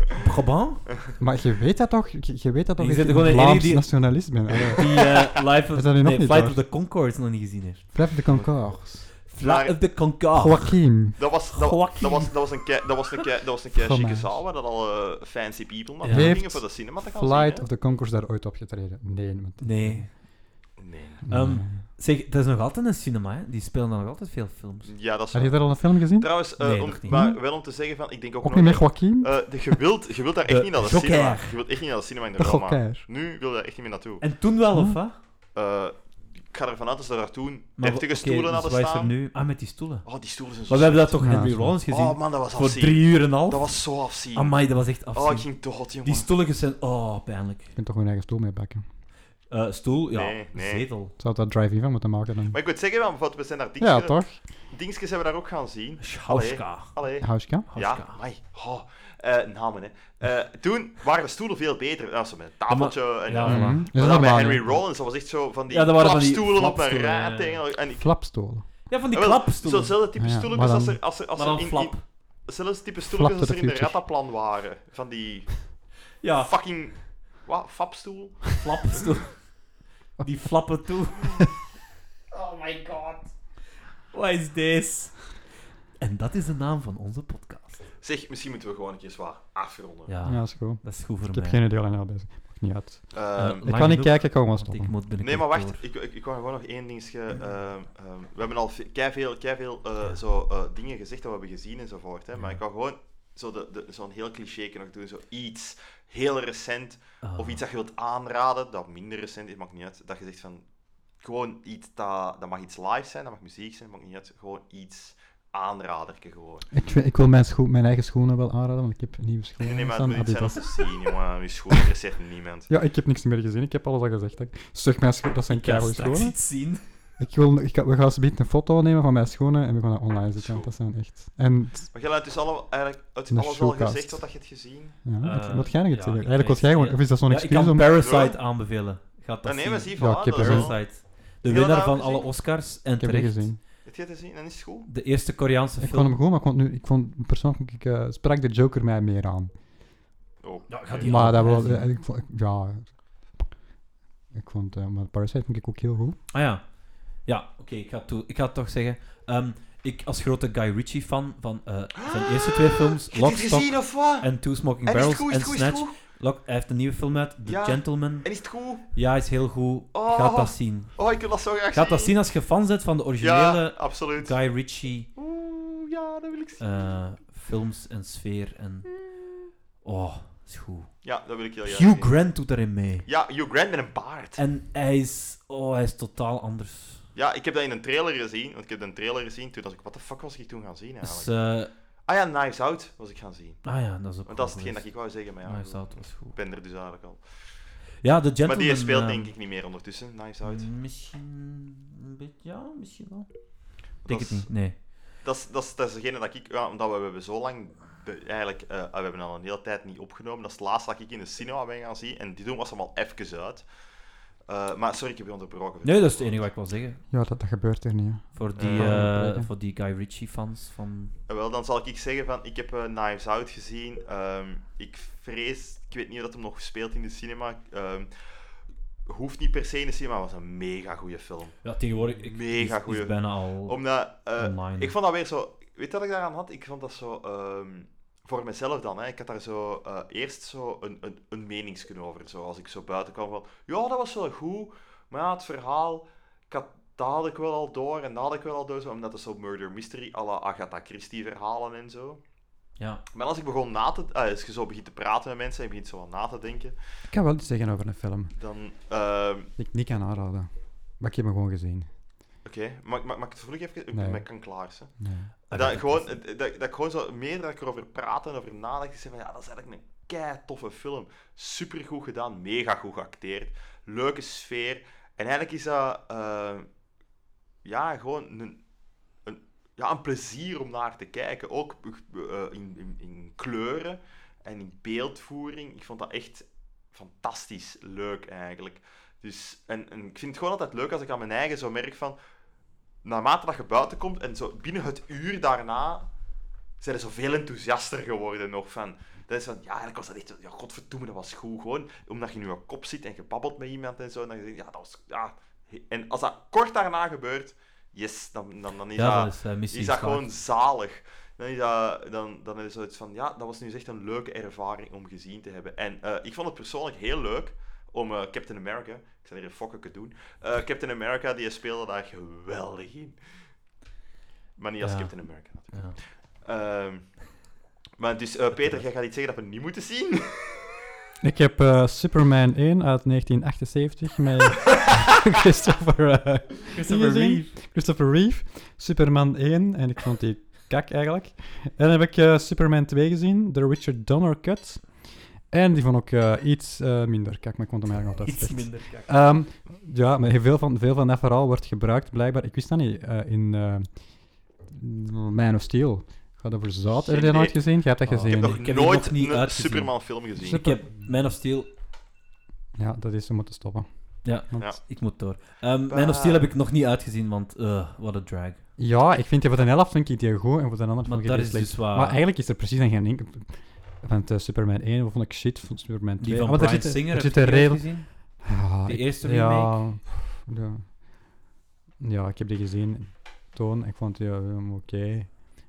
Speaker 3: Eh.
Speaker 4: Brabant?
Speaker 5: Maar je weet dat toch? Je, je weet dat toch?
Speaker 4: Je
Speaker 5: dat
Speaker 4: bent
Speaker 5: ik
Speaker 4: gewoon
Speaker 5: een
Speaker 4: de
Speaker 5: Vlaams
Speaker 4: enige die-
Speaker 5: nationalist ben. Allee.
Speaker 4: Die eh Life
Speaker 5: Is
Speaker 4: of,
Speaker 5: dat nu nog
Speaker 4: nee,
Speaker 5: niet
Speaker 4: Flight
Speaker 5: door?
Speaker 4: of the Concorde nog niet gezien heeft.
Speaker 5: Blijf de Concours.
Speaker 4: Flight
Speaker 3: Maar-
Speaker 4: of the
Speaker 5: Oh,
Speaker 4: Concorde.
Speaker 5: Joachim.
Speaker 3: Dat was, dat,
Speaker 4: Joaquin.
Speaker 3: dat was, dat was een kei, dat was een kei, dat was een kei
Speaker 5: Van
Speaker 3: chique
Speaker 5: mij.
Speaker 3: zaal waar dat alle fancy people
Speaker 4: Ja.
Speaker 3: naartoe gingen
Speaker 5: Heeft
Speaker 3: voor de cinema te gaan
Speaker 5: Flight
Speaker 3: zien.
Speaker 5: of the Concours daar ooit opgetreden? Nee. Want...
Speaker 4: Nee.
Speaker 3: hè. Nee.
Speaker 4: Ehm, zeg, dat is nog altijd een cinema, hè? Die spelen dan nog altijd veel films.
Speaker 3: Ja, dat is
Speaker 5: Had je
Speaker 3: waar.
Speaker 5: daar al een film gezien?
Speaker 3: Trouwens, eh,
Speaker 4: Nee,
Speaker 3: om-
Speaker 4: nog niet.
Speaker 3: maar wel om te zeggen van, ik denk ook,
Speaker 5: Ook
Speaker 3: nog-
Speaker 5: niet met Joachim?
Speaker 3: Eh, de- je, wilt, je wilt daar echt
Speaker 4: De
Speaker 3: niet naar de
Speaker 4: Joker.
Speaker 3: cinema. Je wilt echt niet naar de cinema in de,
Speaker 5: De
Speaker 3: Roma.
Speaker 5: Joker.
Speaker 3: Nu wil je daar echt niet meer naartoe.
Speaker 4: En toen wel, of
Speaker 5: Hm.
Speaker 4: wat?
Speaker 3: Eh, ik ga ervan uit dat ze daar toen
Speaker 4: Maar
Speaker 3: deftige
Speaker 4: oké,
Speaker 3: stoelen
Speaker 4: dus
Speaker 3: hadden
Speaker 4: wat is er
Speaker 3: staan.
Speaker 4: nu? Ah, met die stoelen.
Speaker 3: Oh, die stoelen zijn zo
Speaker 4: Maar we hebben dat
Speaker 3: slecht.
Speaker 4: toch
Speaker 5: Ja,
Speaker 4: in New
Speaker 5: dat is
Speaker 4: Orleans gezien?
Speaker 3: Oh man, dat was
Speaker 4: voor
Speaker 3: afzien.
Speaker 4: drie uur en een half?
Speaker 3: Dat was zo afzien.
Speaker 4: Amai, dat was echt afzien.
Speaker 3: Oh, ik ging dood, jongen.
Speaker 4: die stoelen zijn... Oh, pijnlijk.
Speaker 5: Je kunt toch gewoon eigen stoel mee bakken?
Speaker 4: Eh, stoel? Ja.
Speaker 3: Nee, nee.
Speaker 4: Zetel.
Speaker 5: Zou dat drive-in van moeten maken dan?
Speaker 3: Maar ik moet zeggen, want bijvoorbeeld, we zijn daar
Speaker 5: Ja,
Speaker 3: dingetjes...
Speaker 5: toch?
Speaker 3: dingetjes hebben we daar ook gaan zien. Allee.
Speaker 4: Schauska.
Speaker 3: Allee.
Speaker 5: Hauska?
Speaker 3: Ja, amai. Oh, eh, namen, hè. Eh, toen waren de stoelen veel beter. Dat was met een tafeltje. en,
Speaker 4: ja,
Speaker 3: eh,
Speaker 4: voilà.
Speaker 5: Mhm.
Speaker 3: maar dan
Speaker 5: Is dat
Speaker 3: bij
Speaker 5: normaal,
Speaker 3: Henry
Speaker 5: hè?
Speaker 3: Rollins, dat was echt zo van die
Speaker 4: Ja, dat waren van die
Speaker 3: klapstoelen op een
Speaker 4: klapstoelen,
Speaker 3: raad.
Speaker 4: ja, ja.
Speaker 3: tegen- En ik,
Speaker 5: Flapstolen.
Speaker 4: Ja, van die
Speaker 3: Ah, wel,
Speaker 4: klapstoelen.
Speaker 3: Zo'nzelfde type
Speaker 5: Ja, ja,
Speaker 3: stoelen dus
Speaker 5: maar
Speaker 3: als
Speaker 5: dan-
Speaker 3: er, als er, als
Speaker 4: Maar
Speaker 3: er
Speaker 4: dan
Speaker 3: in,
Speaker 4: flap.
Speaker 3: in- zelfs type
Speaker 5: Flap
Speaker 3: stoelen
Speaker 5: to
Speaker 3: als
Speaker 5: the
Speaker 3: er in de
Speaker 5: future.
Speaker 3: rattenplan waren. Van die
Speaker 4: Ja,
Speaker 3: fucking... Wat? Fapstoel?
Speaker 4: flapstoel. die flappen toe.
Speaker 6: Oh my god.
Speaker 4: Wat is deze? En dat is de naam van onze podcast.
Speaker 3: Zeg, misschien moeten we gewoon een keer zwaar afronden.
Speaker 4: Ja,
Speaker 5: Ja, is goed.
Speaker 4: dat is goed voor
Speaker 5: Ik
Speaker 4: mij.
Speaker 5: heb geen idee aan bezig. Maakt niet uit.
Speaker 3: Ehm,
Speaker 4: Eh,
Speaker 5: Ik
Speaker 4: Lang
Speaker 5: kan niet
Speaker 4: genoeg,
Speaker 5: kijken, ik kan gewoon
Speaker 4: want ik
Speaker 5: stoppen.
Speaker 4: moet binnenkort
Speaker 3: nee, maar
Speaker 4: door.
Speaker 3: wacht. Ik, ik, ik wou gewoon nog één ding zeggen. Ehm, ehm, we hebben al veel, keiveel, keiveel eh, zo, eh, dingen gezegd dat we hebben gezien enzovoort. Hè, Maar ik wou gewoon zo de, de, zo'n heel cliché nog doen. Zo iets heel recent.
Speaker 4: Ah.
Speaker 3: Of iets dat je wilt aanraden, dat minder recent is, maakt niet uit. Dat je zegt van, gewoon iets, dat, dat mag iets live zijn, dat mag muziek zijn, maakt niet uit. Gewoon iets aanraderke gewoon.
Speaker 5: Ik, vind- ik wil mijn, schoen, mijn eigen schoenen wel aanraden, want ik heb nieuwe
Speaker 3: <laughs>
Speaker 5: schoenen.
Speaker 3: Nee, maar het
Speaker 5: staan,
Speaker 3: moet iets zijn om
Speaker 5: Adidas.
Speaker 3: te zien, jongen. Je schoenen interesseert
Speaker 5: <laughs>
Speaker 3: niemand.
Speaker 5: Ja, ik heb niks meer gezien. Ik heb alles al gezegd. Hè. Zeg, mijn schoenen, dat zijn
Speaker 4: ga
Speaker 5: keiharde
Speaker 4: straks
Speaker 5: schoenen.
Speaker 4: iets zien.
Speaker 5: Ik wil, ik ga, we gaan zometeen een foto nemen van mijn schoenen en we gaan dat online zetten. want Dat zijn echt... En
Speaker 3: Maar jij hebt dus alle, eigenlijk uit
Speaker 5: Een
Speaker 3: alles al
Speaker 5: showcast.
Speaker 3: gezegd wat dat je hebt gezien.
Speaker 5: ja,
Speaker 4: Eh,
Speaker 5: wat jij nog
Speaker 4: ja,
Speaker 5: hebt gezegd.
Speaker 4: ik
Speaker 5: Eigenlijk was
Speaker 4: weet-
Speaker 5: jij gewoon...
Speaker 4: ja.
Speaker 5: Of is dat zo'n
Speaker 4: Ja, ik
Speaker 5: excuus
Speaker 4: kan
Speaker 5: om...
Speaker 4: Parasite aanbevelen. Gaat dat
Speaker 3: Ah, nee, maar
Speaker 4: zien.
Speaker 3: zie, voilà,
Speaker 5: Ja, ik heb
Speaker 3: dat is
Speaker 5: er-
Speaker 3: al.
Speaker 4: Parasite. De
Speaker 3: Heb je dat
Speaker 4: winnaar
Speaker 3: nou
Speaker 4: van
Speaker 3: gezien?
Speaker 4: alle Oscars en
Speaker 5: Ik heb die
Speaker 4: terecht.
Speaker 5: gezien.
Speaker 3: Heb jij het gezien? En is het goed?
Speaker 4: De eerste Koreaanse
Speaker 5: Ik
Speaker 4: film.
Speaker 5: vond hem goed, maar ik vond nu... Ik vond, persoonlijk ik, eh, sprak de Joker mij meer aan.
Speaker 3: Oh.
Speaker 4: Ja, ik
Speaker 3: oké.
Speaker 4: ga die
Speaker 5: maar dat
Speaker 4: allebei
Speaker 5: was...
Speaker 4: zien.
Speaker 5: eh, ik vond, ik- ja... Ik vond... eh, maar Parasite vond ik ook heel goed.
Speaker 4: Ah ja. Ja, oké, ik, ga het toe- ik ga het toch zeggen. Ehm, ik als grote Guy Ritchie fan van eh, zijn eerste twee films,
Speaker 3: Ah, Heb je het
Speaker 4: Lockstock
Speaker 3: gezien of wat? En
Speaker 4: en Two Smoking
Speaker 3: is het
Speaker 4: Barrels
Speaker 3: goed? Is
Speaker 4: en
Speaker 3: het goed? Is het
Speaker 4: Snatch.
Speaker 3: goed?
Speaker 4: Lock, hij heeft een nieuwe film uit, The
Speaker 3: Ja.
Speaker 4: Gentleman.
Speaker 3: En is het goed?
Speaker 4: Ja, is heel goed.
Speaker 3: Oh.
Speaker 4: Gaat dat zien.
Speaker 3: Oh, ik wil dat zo graag zien.
Speaker 4: Gaat dat zien als je fan bent van de
Speaker 3: Ja,
Speaker 4: originele
Speaker 3: absoluut.
Speaker 4: Guy Ritchie
Speaker 3: Oeh, ja, dat wil ik zien.
Speaker 4: eh, films en sfeer. En... Oh, is goed.
Speaker 3: Ja, dat wil ik heel graag zien.
Speaker 4: Hugh Grant doet daarin mee.
Speaker 3: Ja, Hugh Grant met een baard.
Speaker 4: En hij is... Oh, hij is totaal anders.
Speaker 3: Ja, ik heb dat in een trailer gezien. Want ik heb een trailer gezien toen dacht ik, wat de fuck was ik toen gaan zien
Speaker 4: Dus,
Speaker 3: eigenlijk?
Speaker 4: eh,
Speaker 3: Ah ja, Knives Out was ik gaan zien.
Speaker 4: ah ja, dat is ook
Speaker 3: Want
Speaker 4: wel Ah,
Speaker 3: dat is hetgeen dat
Speaker 4: geweest.
Speaker 3: ik wou zeggen, maar ja,
Speaker 4: Knives
Speaker 3: goed.
Speaker 4: Out was goed.
Speaker 3: ik ben er dus eigenlijk al.
Speaker 4: Ja, de Gentleman...
Speaker 3: Maar die speelt
Speaker 4: eh,
Speaker 3: denk ik niet meer ondertussen, Knives Out.
Speaker 4: Misschien een beetje... Ja, misschien wel. Ik
Speaker 3: Dat
Speaker 4: denk
Speaker 3: is-
Speaker 4: het niet, nee.
Speaker 3: Dat is, dat is, dat is degene dat ik, ja, omdat we, we hebben zo lang, be- eigenlijk, eh, we hebben al een hele tijd niet opgenomen. Dat is het laatste dat ik in de cinema ben gaan zien. En die toen was hem al even uit. Eh, maar sorry, ik heb je onderbroken.
Speaker 4: Nee, dat is het enige wat ik wil zeggen.
Speaker 5: Ja, dat, dat gebeurt er niet, hè.
Speaker 4: Voor die,
Speaker 3: Eh,
Speaker 4: eh,
Speaker 5: oké.
Speaker 4: voor die Guy Ritchie-fans van...
Speaker 3: Eh, Wel, dan zal ik zeggen van, ik heb eh, Knives Out gezien. Ehm, ik vrees, ik weet niet of dat hem nog speelt in de cinema. Ehm, hoeft niet per se in de cinema, maar was een mega goede film.
Speaker 4: Ja, tegenwoordig... Ik,
Speaker 3: Mega
Speaker 4: is,
Speaker 3: goeie.
Speaker 4: is bijna al...
Speaker 3: Omdat, eh,
Speaker 4: Online.
Speaker 3: ik vond dat weer zo, weet je wat ik daaraan had? Ik vond dat zo, ehm, voor mezelf dan, hè, ik had daar zo eh, eerst zo een, een, een meningsken over. Zo, als ik zo buiten kwam van, ja, dat was wel goed, maar ja, het verhaal, ik had, dat had ik wel al door en dat had ik wel al door. Zo, omdat het zo murder mystery à la Agatha Christie verhalen en zo.
Speaker 4: Ja.
Speaker 3: Maar als ik begon na te... ah, als je zo begint te praten met mensen en je begint zo wat na te denken,
Speaker 5: Ik kan wel iets zeggen over een film
Speaker 3: dan... ehm,
Speaker 5: die ik niet kan aanraden. Maar ik heb hem gewoon gezien.
Speaker 3: Oké, mag, mag, mag ik het vlug even... Ik
Speaker 5: Nee.
Speaker 3: ben- ik kan klaar, hè.
Speaker 5: Nee.
Speaker 3: Dat, ik gewoon, dat, dat ik gewoon zo... Meer dat ik erover praat en over nadenk, ik zeg van... Ja, dat is eigenlijk een kei toffe film. Supergoed gedaan, mega goed geacteerd. Leuke sfeer. En eigenlijk is dat... eh, ja, gewoon een... een- Ja, een plezier om naar te kijken. Ook eh, in, in, in kleuren en in beeldvoering. Ik vond dat echt fantastisch leuk eigenlijk. Dus, en, en ik vind het gewoon altijd leuk als ik aan mijn eigen zo merk van... Naarmate dat je buiten komt en zo binnen het uur daarna... Zijn er zo veel enthousiaster geworden nog van... Dat is van, ja, eigenlijk was dat echt... Ja, godverdomme, dat was goed gewoon. Omdat je nu op kop zit en je babbelt met iemand en zo. En dan je denkt, ja, dat was... Ja. En als dat kort daarna gebeurt... Yes, dan, dan, dan is
Speaker 4: Ja,
Speaker 3: dat...
Speaker 4: dat is eh, missie
Speaker 3: Is dat
Speaker 4: geslaagd.
Speaker 3: gewoon zalig? Dan is, dat, dan, dan is het zoiets van, ja, dat was nu eens echt een leuke ervaring om gezien te hebben. En eh, ik vond het persoonlijk heel leuk om eh, Captain America, ik zal hier een fokkeke doen, eh, Captain America, die speelde daar geweldig in. Maar niet als
Speaker 4: Ja.
Speaker 3: Captain America natuurlijk.
Speaker 4: Ja.
Speaker 3: Ehm, maar dus, eh, Peter, jij gaat iets zeggen dat we niet moeten <laughs> zien?
Speaker 5: Ik heb eh, Superman 1 uit 1978 <laughs> met Christopher, eh,
Speaker 4: Christopher
Speaker 5: gezien?
Speaker 4: Reeve.
Speaker 5: Christopher Reeve. Superman 1, en ik vond die kak eigenlijk. En dan heb ik eh, Superman 2 gezien, de Richard Donner cut. En die vond ik eh, iets eh, minder kak, maar ik vond hem eigenlijk altijd
Speaker 4: Iets
Speaker 5: slecht.
Speaker 4: minder kak.
Speaker 5: Ehm, ja, maar heel veel van, veel van dat verhaal wordt gebruikt, blijkbaar. Ik wist dat niet. eh, in eh Man of Steel. Gaat over zout. Heb je dat
Speaker 3: Geen
Speaker 5: nooit gezien? Je hebt dat
Speaker 4: Oh.
Speaker 5: gezien.
Speaker 4: Ik
Speaker 3: Nog
Speaker 4: heb die
Speaker 3: nooit
Speaker 4: nog niet
Speaker 3: een
Speaker 4: uitgezien.
Speaker 3: Superman-film gezien.
Speaker 4: Dus Ik heb Man of Steel...
Speaker 5: Ja, dat is, we moeten stoppen.
Speaker 4: Ja.
Speaker 5: Want-
Speaker 3: Ja.
Speaker 4: Ik moet door. Ehm
Speaker 3: Ah.
Speaker 4: Man of Steel heb ik nog niet uitgezien, want eh, wat een drag.
Speaker 5: Ja, ik vind die voor de helft vind ik die goed en voor de andere
Speaker 4: Maar
Speaker 5: vond ik
Speaker 4: dat
Speaker 5: die
Speaker 4: is
Speaker 5: slecht.
Speaker 4: dus waar...
Speaker 5: Maar eigenlijk is er precies aan geen enkel... Want eh, Superman 1 vond ik shit, vond Superman 2...
Speaker 4: die van
Speaker 5: Ah, maar daar
Speaker 4: Bryan
Speaker 5: zit-
Speaker 4: Singer,
Speaker 5: daar
Speaker 4: heb
Speaker 5: zit
Speaker 4: je
Speaker 5: een
Speaker 4: die
Speaker 5: reden...
Speaker 4: gezien?
Speaker 5: Ja,
Speaker 4: Die
Speaker 5: ik-
Speaker 4: eerste
Speaker 5: Ja, pff, ja. Ja, ik heb die gezien. Toon, ik vond die ja, oké.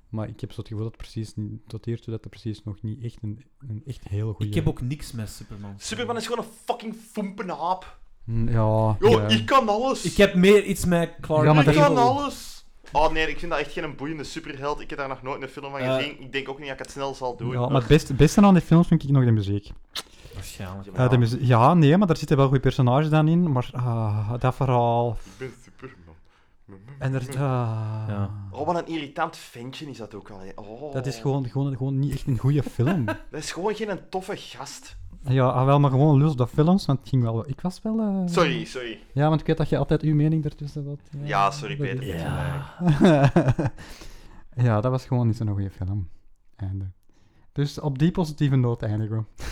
Speaker 5: Maar ik heb zo het gevoel dat precies, niet- tot hiertoe dat er precies nog niet echt een, een echt heel goede...
Speaker 4: Ik heb ook niks met Superman.
Speaker 3: Superman is gewoon een fucking foempenhaap.
Speaker 5: Mm, Ja,
Speaker 3: Yo,
Speaker 5: ja.
Speaker 3: ik kan alles.
Speaker 4: Ik heb meer iets met Clark
Speaker 5: Ja,
Speaker 3: ik
Speaker 5: maar dat is
Speaker 3: kan
Speaker 4: Gable.
Speaker 5: wel-
Speaker 3: alles. Oh nee, ik vind dat echt geen boeiende superheld. Ik heb daar nog nooit een film van
Speaker 4: Eh.
Speaker 3: gezien. ik denk ook niet dat ik het snel zal doen.
Speaker 5: Ja, maar het beste, het beste aan die films vind ik nog de muziek.
Speaker 4: Waarschijnlijk.
Speaker 3: Ja,
Speaker 5: Ja, de muziek, ja nee, maar daar zitten wel goede personages dan in, maar ah, dat verhaal.
Speaker 3: Ik ben Superman.
Speaker 5: En er, ah,
Speaker 4: Ja.
Speaker 3: Oh, wat een irritant ventje is dat ook al. hè. Oh.
Speaker 5: Dat is gewoon, gewoon, gewoon niet echt een goede film.
Speaker 3: Dat is gewoon geen een toffe gast.
Speaker 5: ja, ah, wel, maar gewoon lust op films, want het ging wel... Ik was wel... eh,
Speaker 3: Sorry, sorry.
Speaker 5: Ja, want ik weet dat je altijd uw mening ertussen wat.
Speaker 3: Ja, sorry Peter.
Speaker 5: Ja. <laughs>
Speaker 3: Ja.
Speaker 5: ja, dat was gewoon niet zo'n goede film. Einde. Dus op die positieve noot eindigen we.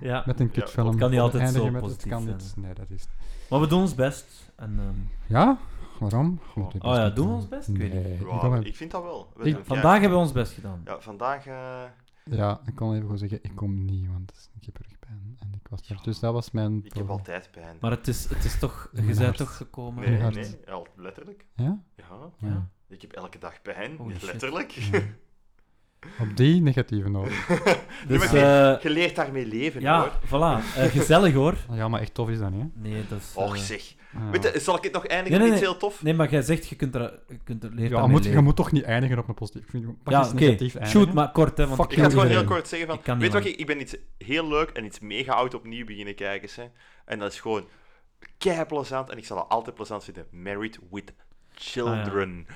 Speaker 4: Ja.
Speaker 5: Met een
Speaker 3: Ja,
Speaker 5: kutfilm.
Speaker 4: het kan niet
Speaker 5: Of
Speaker 4: altijd
Speaker 5: eindigen
Speaker 4: zo
Speaker 5: met het
Speaker 4: positief
Speaker 5: kan
Speaker 4: zijn.
Speaker 5: niet. Nee, dat is...
Speaker 4: Maar we doen ons best. En, ehm,
Speaker 5: Ja? Waarom? Moet je
Speaker 4: Oh ja,
Speaker 5: niet
Speaker 4: doen we ons best? Ik weet
Speaker 5: Nee, ik kon het-
Speaker 3: ik vind dat wel. We
Speaker 5: Ik-
Speaker 3: doen- ja.
Speaker 4: vandaag hebben we ons best gedaan.
Speaker 3: Ja, vandaag... eh,
Speaker 5: Ja, ik kon even gewoon zeggen, ik kom niet, want ik heb rugpijn. En ik was er.
Speaker 3: Ja.
Speaker 5: Dus dat was mijn...
Speaker 3: ik heb altijd pijn.
Speaker 4: Oh. Maar het is, het is toch,
Speaker 5: Mijn
Speaker 4: je bent
Speaker 5: hart.
Speaker 4: toch gekomen.
Speaker 3: nee,
Speaker 5: hard.
Speaker 3: nee. Ja, letterlijk.
Speaker 5: Ja?
Speaker 3: Ja.
Speaker 5: Ja.
Speaker 4: Ja.
Speaker 3: Ik heb elke dag pijn.
Speaker 4: Holy shit.
Speaker 3: letterlijk.
Speaker 5: Ja. Op die negatieve noot.
Speaker 4: Dus,
Speaker 3: maar je-
Speaker 4: eh,
Speaker 3: Je leert daarmee leven, hoor.
Speaker 4: ja, voilà. Eh, gezellig hoor.
Speaker 5: Ja, maar echt tof is dat niet, hè?
Speaker 4: Nee, dat is...
Speaker 3: Och
Speaker 4: eh,
Speaker 3: zeg.
Speaker 5: Ja.
Speaker 3: Weet je, zal ik het nog eindigen
Speaker 4: Nee, nee,
Speaker 3: met iets
Speaker 4: nee.
Speaker 3: heel tof?
Speaker 4: Nee, maar jij zegt, je kunt er, je kunt er leren
Speaker 5: ja,
Speaker 4: aan
Speaker 5: moet, je
Speaker 4: leven.
Speaker 5: moet toch niet eindigen op een positief. Ik vind, pak
Speaker 4: Ah, Ja,
Speaker 5: eens
Speaker 4: oké.
Speaker 5: negatief eindigen.
Speaker 4: Shoot, maar kort, hè. Want
Speaker 5: Fuck
Speaker 3: Ik ga het gewoon heel
Speaker 5: Iedereen.
Speaker 3: kort zeggen.
Speaker 4: Ik
Speaker 3: Van,
Speaker 4: kan
Speaker 3: weet
Speaker 4: niet
Speaker 3: wat
Speaker 4: lang.
Speaker 3: ik, ik ben iets heel leuk en iets mega oud opnieuw beginnen kijken. Hè. En dat is gewoon kei plezant. En ik zal dat altijd plezant vinden. Married with Children.
Speaker 4: Ah,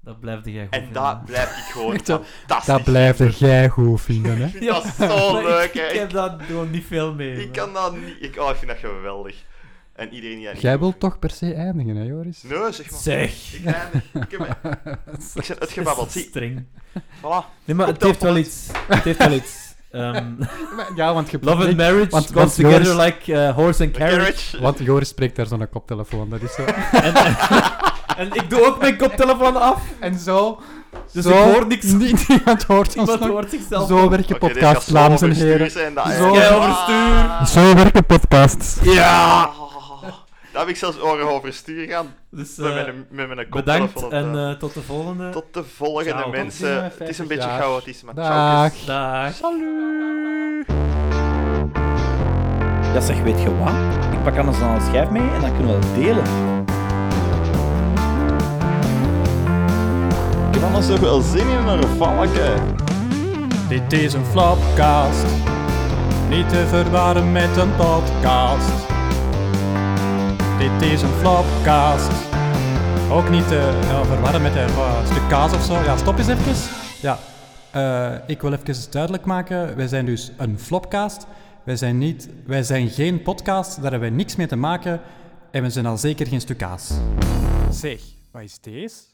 Speaker 4: Dat blijfde jij goed
Speaker 3: En dat blijf ik
Speaker 4: <laughs>
Speaker 3: gewoon
Speaker 5: Echt, dat-
Speaker 3: fantastisch.
Speaker 5: Dat blijft jij goed vinden, hè?
Speaker 3: Ik vind <laughs> dat
Speaker 4: <laughs>
Speaker 3: zo leuk,
Speaker 4: ik,
Speaker 3: hè.
Speaker 4: ik heb
Speaker 3: Ik,
Speaker 4: daar gewoon niet veel mee.
Speaker 3: ik kan dat niet... Ik, oh, ik vind dat geweldig. En iedereen die dat niet
Speaker 5: Jij
Speaker 3: goed
Speaker 5: wilt toch per se eindigen, hè, Joris?
Speaker 3: vindt- Nee, zeg maar.
Speaker 4: Zeg.
Speaker 3: Ik eindig. Ik, heb me-
Speaker 5: <laughs>
Speaker 3: ik ben uitgebabbeld. Zie,
Speaker 4: Streng.
Speaker 3: voilà.
Speaker 4: Nee, maar het
Speaker 3: dat
Speaker 4: heeft wel iets. Het heeft wel iets.
Speaker 3: <laughs>
Speaker 4: Ehm,
Speaker 5: Ja, want je
Speaker 4: love and
Speaker 5: spreekt-
Speaker 4: marriage comes
Speaker 5: want- want
Speaker 4: together
Speaker 5: Joris-
Speaker 4: like eh, horse and carriage.
Speaker 3: Carriage.
Speaker 5: Want Joris spreekt daar zo'n koptelefoon, dat is zo.
Speaker 4: en, en, en ik doe ook mijn koptelefoon
Speaker 3: <laughs>
Speaker 4: af.
Speaker 5: En zo...
Speaker 4: Dus
Speaker 5: zo,
Speaker 4: ik hoor niks.
Speaker 5: Niet, <laughs> niemand hoort ons
Speaker 4: Iemand
Speaker 5: nog.
Speaker 4: hoort zichzelf.
Speaker 5: Zo werken
Speaker 3: Oké, dit gaat
Speaker 5: podcasts,
Speaker 3: zo
Speaker 5: dames en
Speaker 3: overstuur
Speaker 5: heren.
Speaker 3: zijn, dat, hè.
Speaker 5: Zo
Speaker 3: Ja. Ah.
Speaker 4: overstuur.
Speaker 5: Zo werken podcasts.
Speaker 3: Ja! Daar heb ik zelfs oren over stuur gaan.
Speaker 4: Dus eh,
Speaker 3: Met mijn, met mijn kop
Speaker 4: bedankt
Speaker 3: telefoon op
Speaker 4: en
Speaker 3: de-
Speaker 4: eh, tot de volgende.
Speaker 3: Tot de volgende
Speaker 4: Ciao.
Speaker 5: Tot
Speaker 3: mensen.
Speaker 5: binnen
Speaker 3: Het is een
Speaker 5: 50
Speaker 3: beetje
Speaker 5: jaar.
Speaker 3: chaotisch, maar ciao.
Speaker 5: Dag.
Speaker 3: kus.
Speaker 4: Dag.
Speaker 2: Ja, zeg, weet je wat? Ik pak anders dan een schijf mee en dan kunnen we dat delen.
Speaker 3: Ik heb anders wel zin in een valken.
Speaker 1: Dit is een flopcast. Niet te verwarren met een podcast. Dit is een flopcast. Ook niet te ja, verwarren met een eh, stuk kaas of zo. Ja, stop eens even. Ja, eh, ik wil even duidelijk maken. Wij zijn dus een flopcast. Wij zijn, niet, wij zijn geen podcast. Daar hebben wij niks mee te maken. En we zijn al zeker geen stuk kaas. Zeg, wat is deze?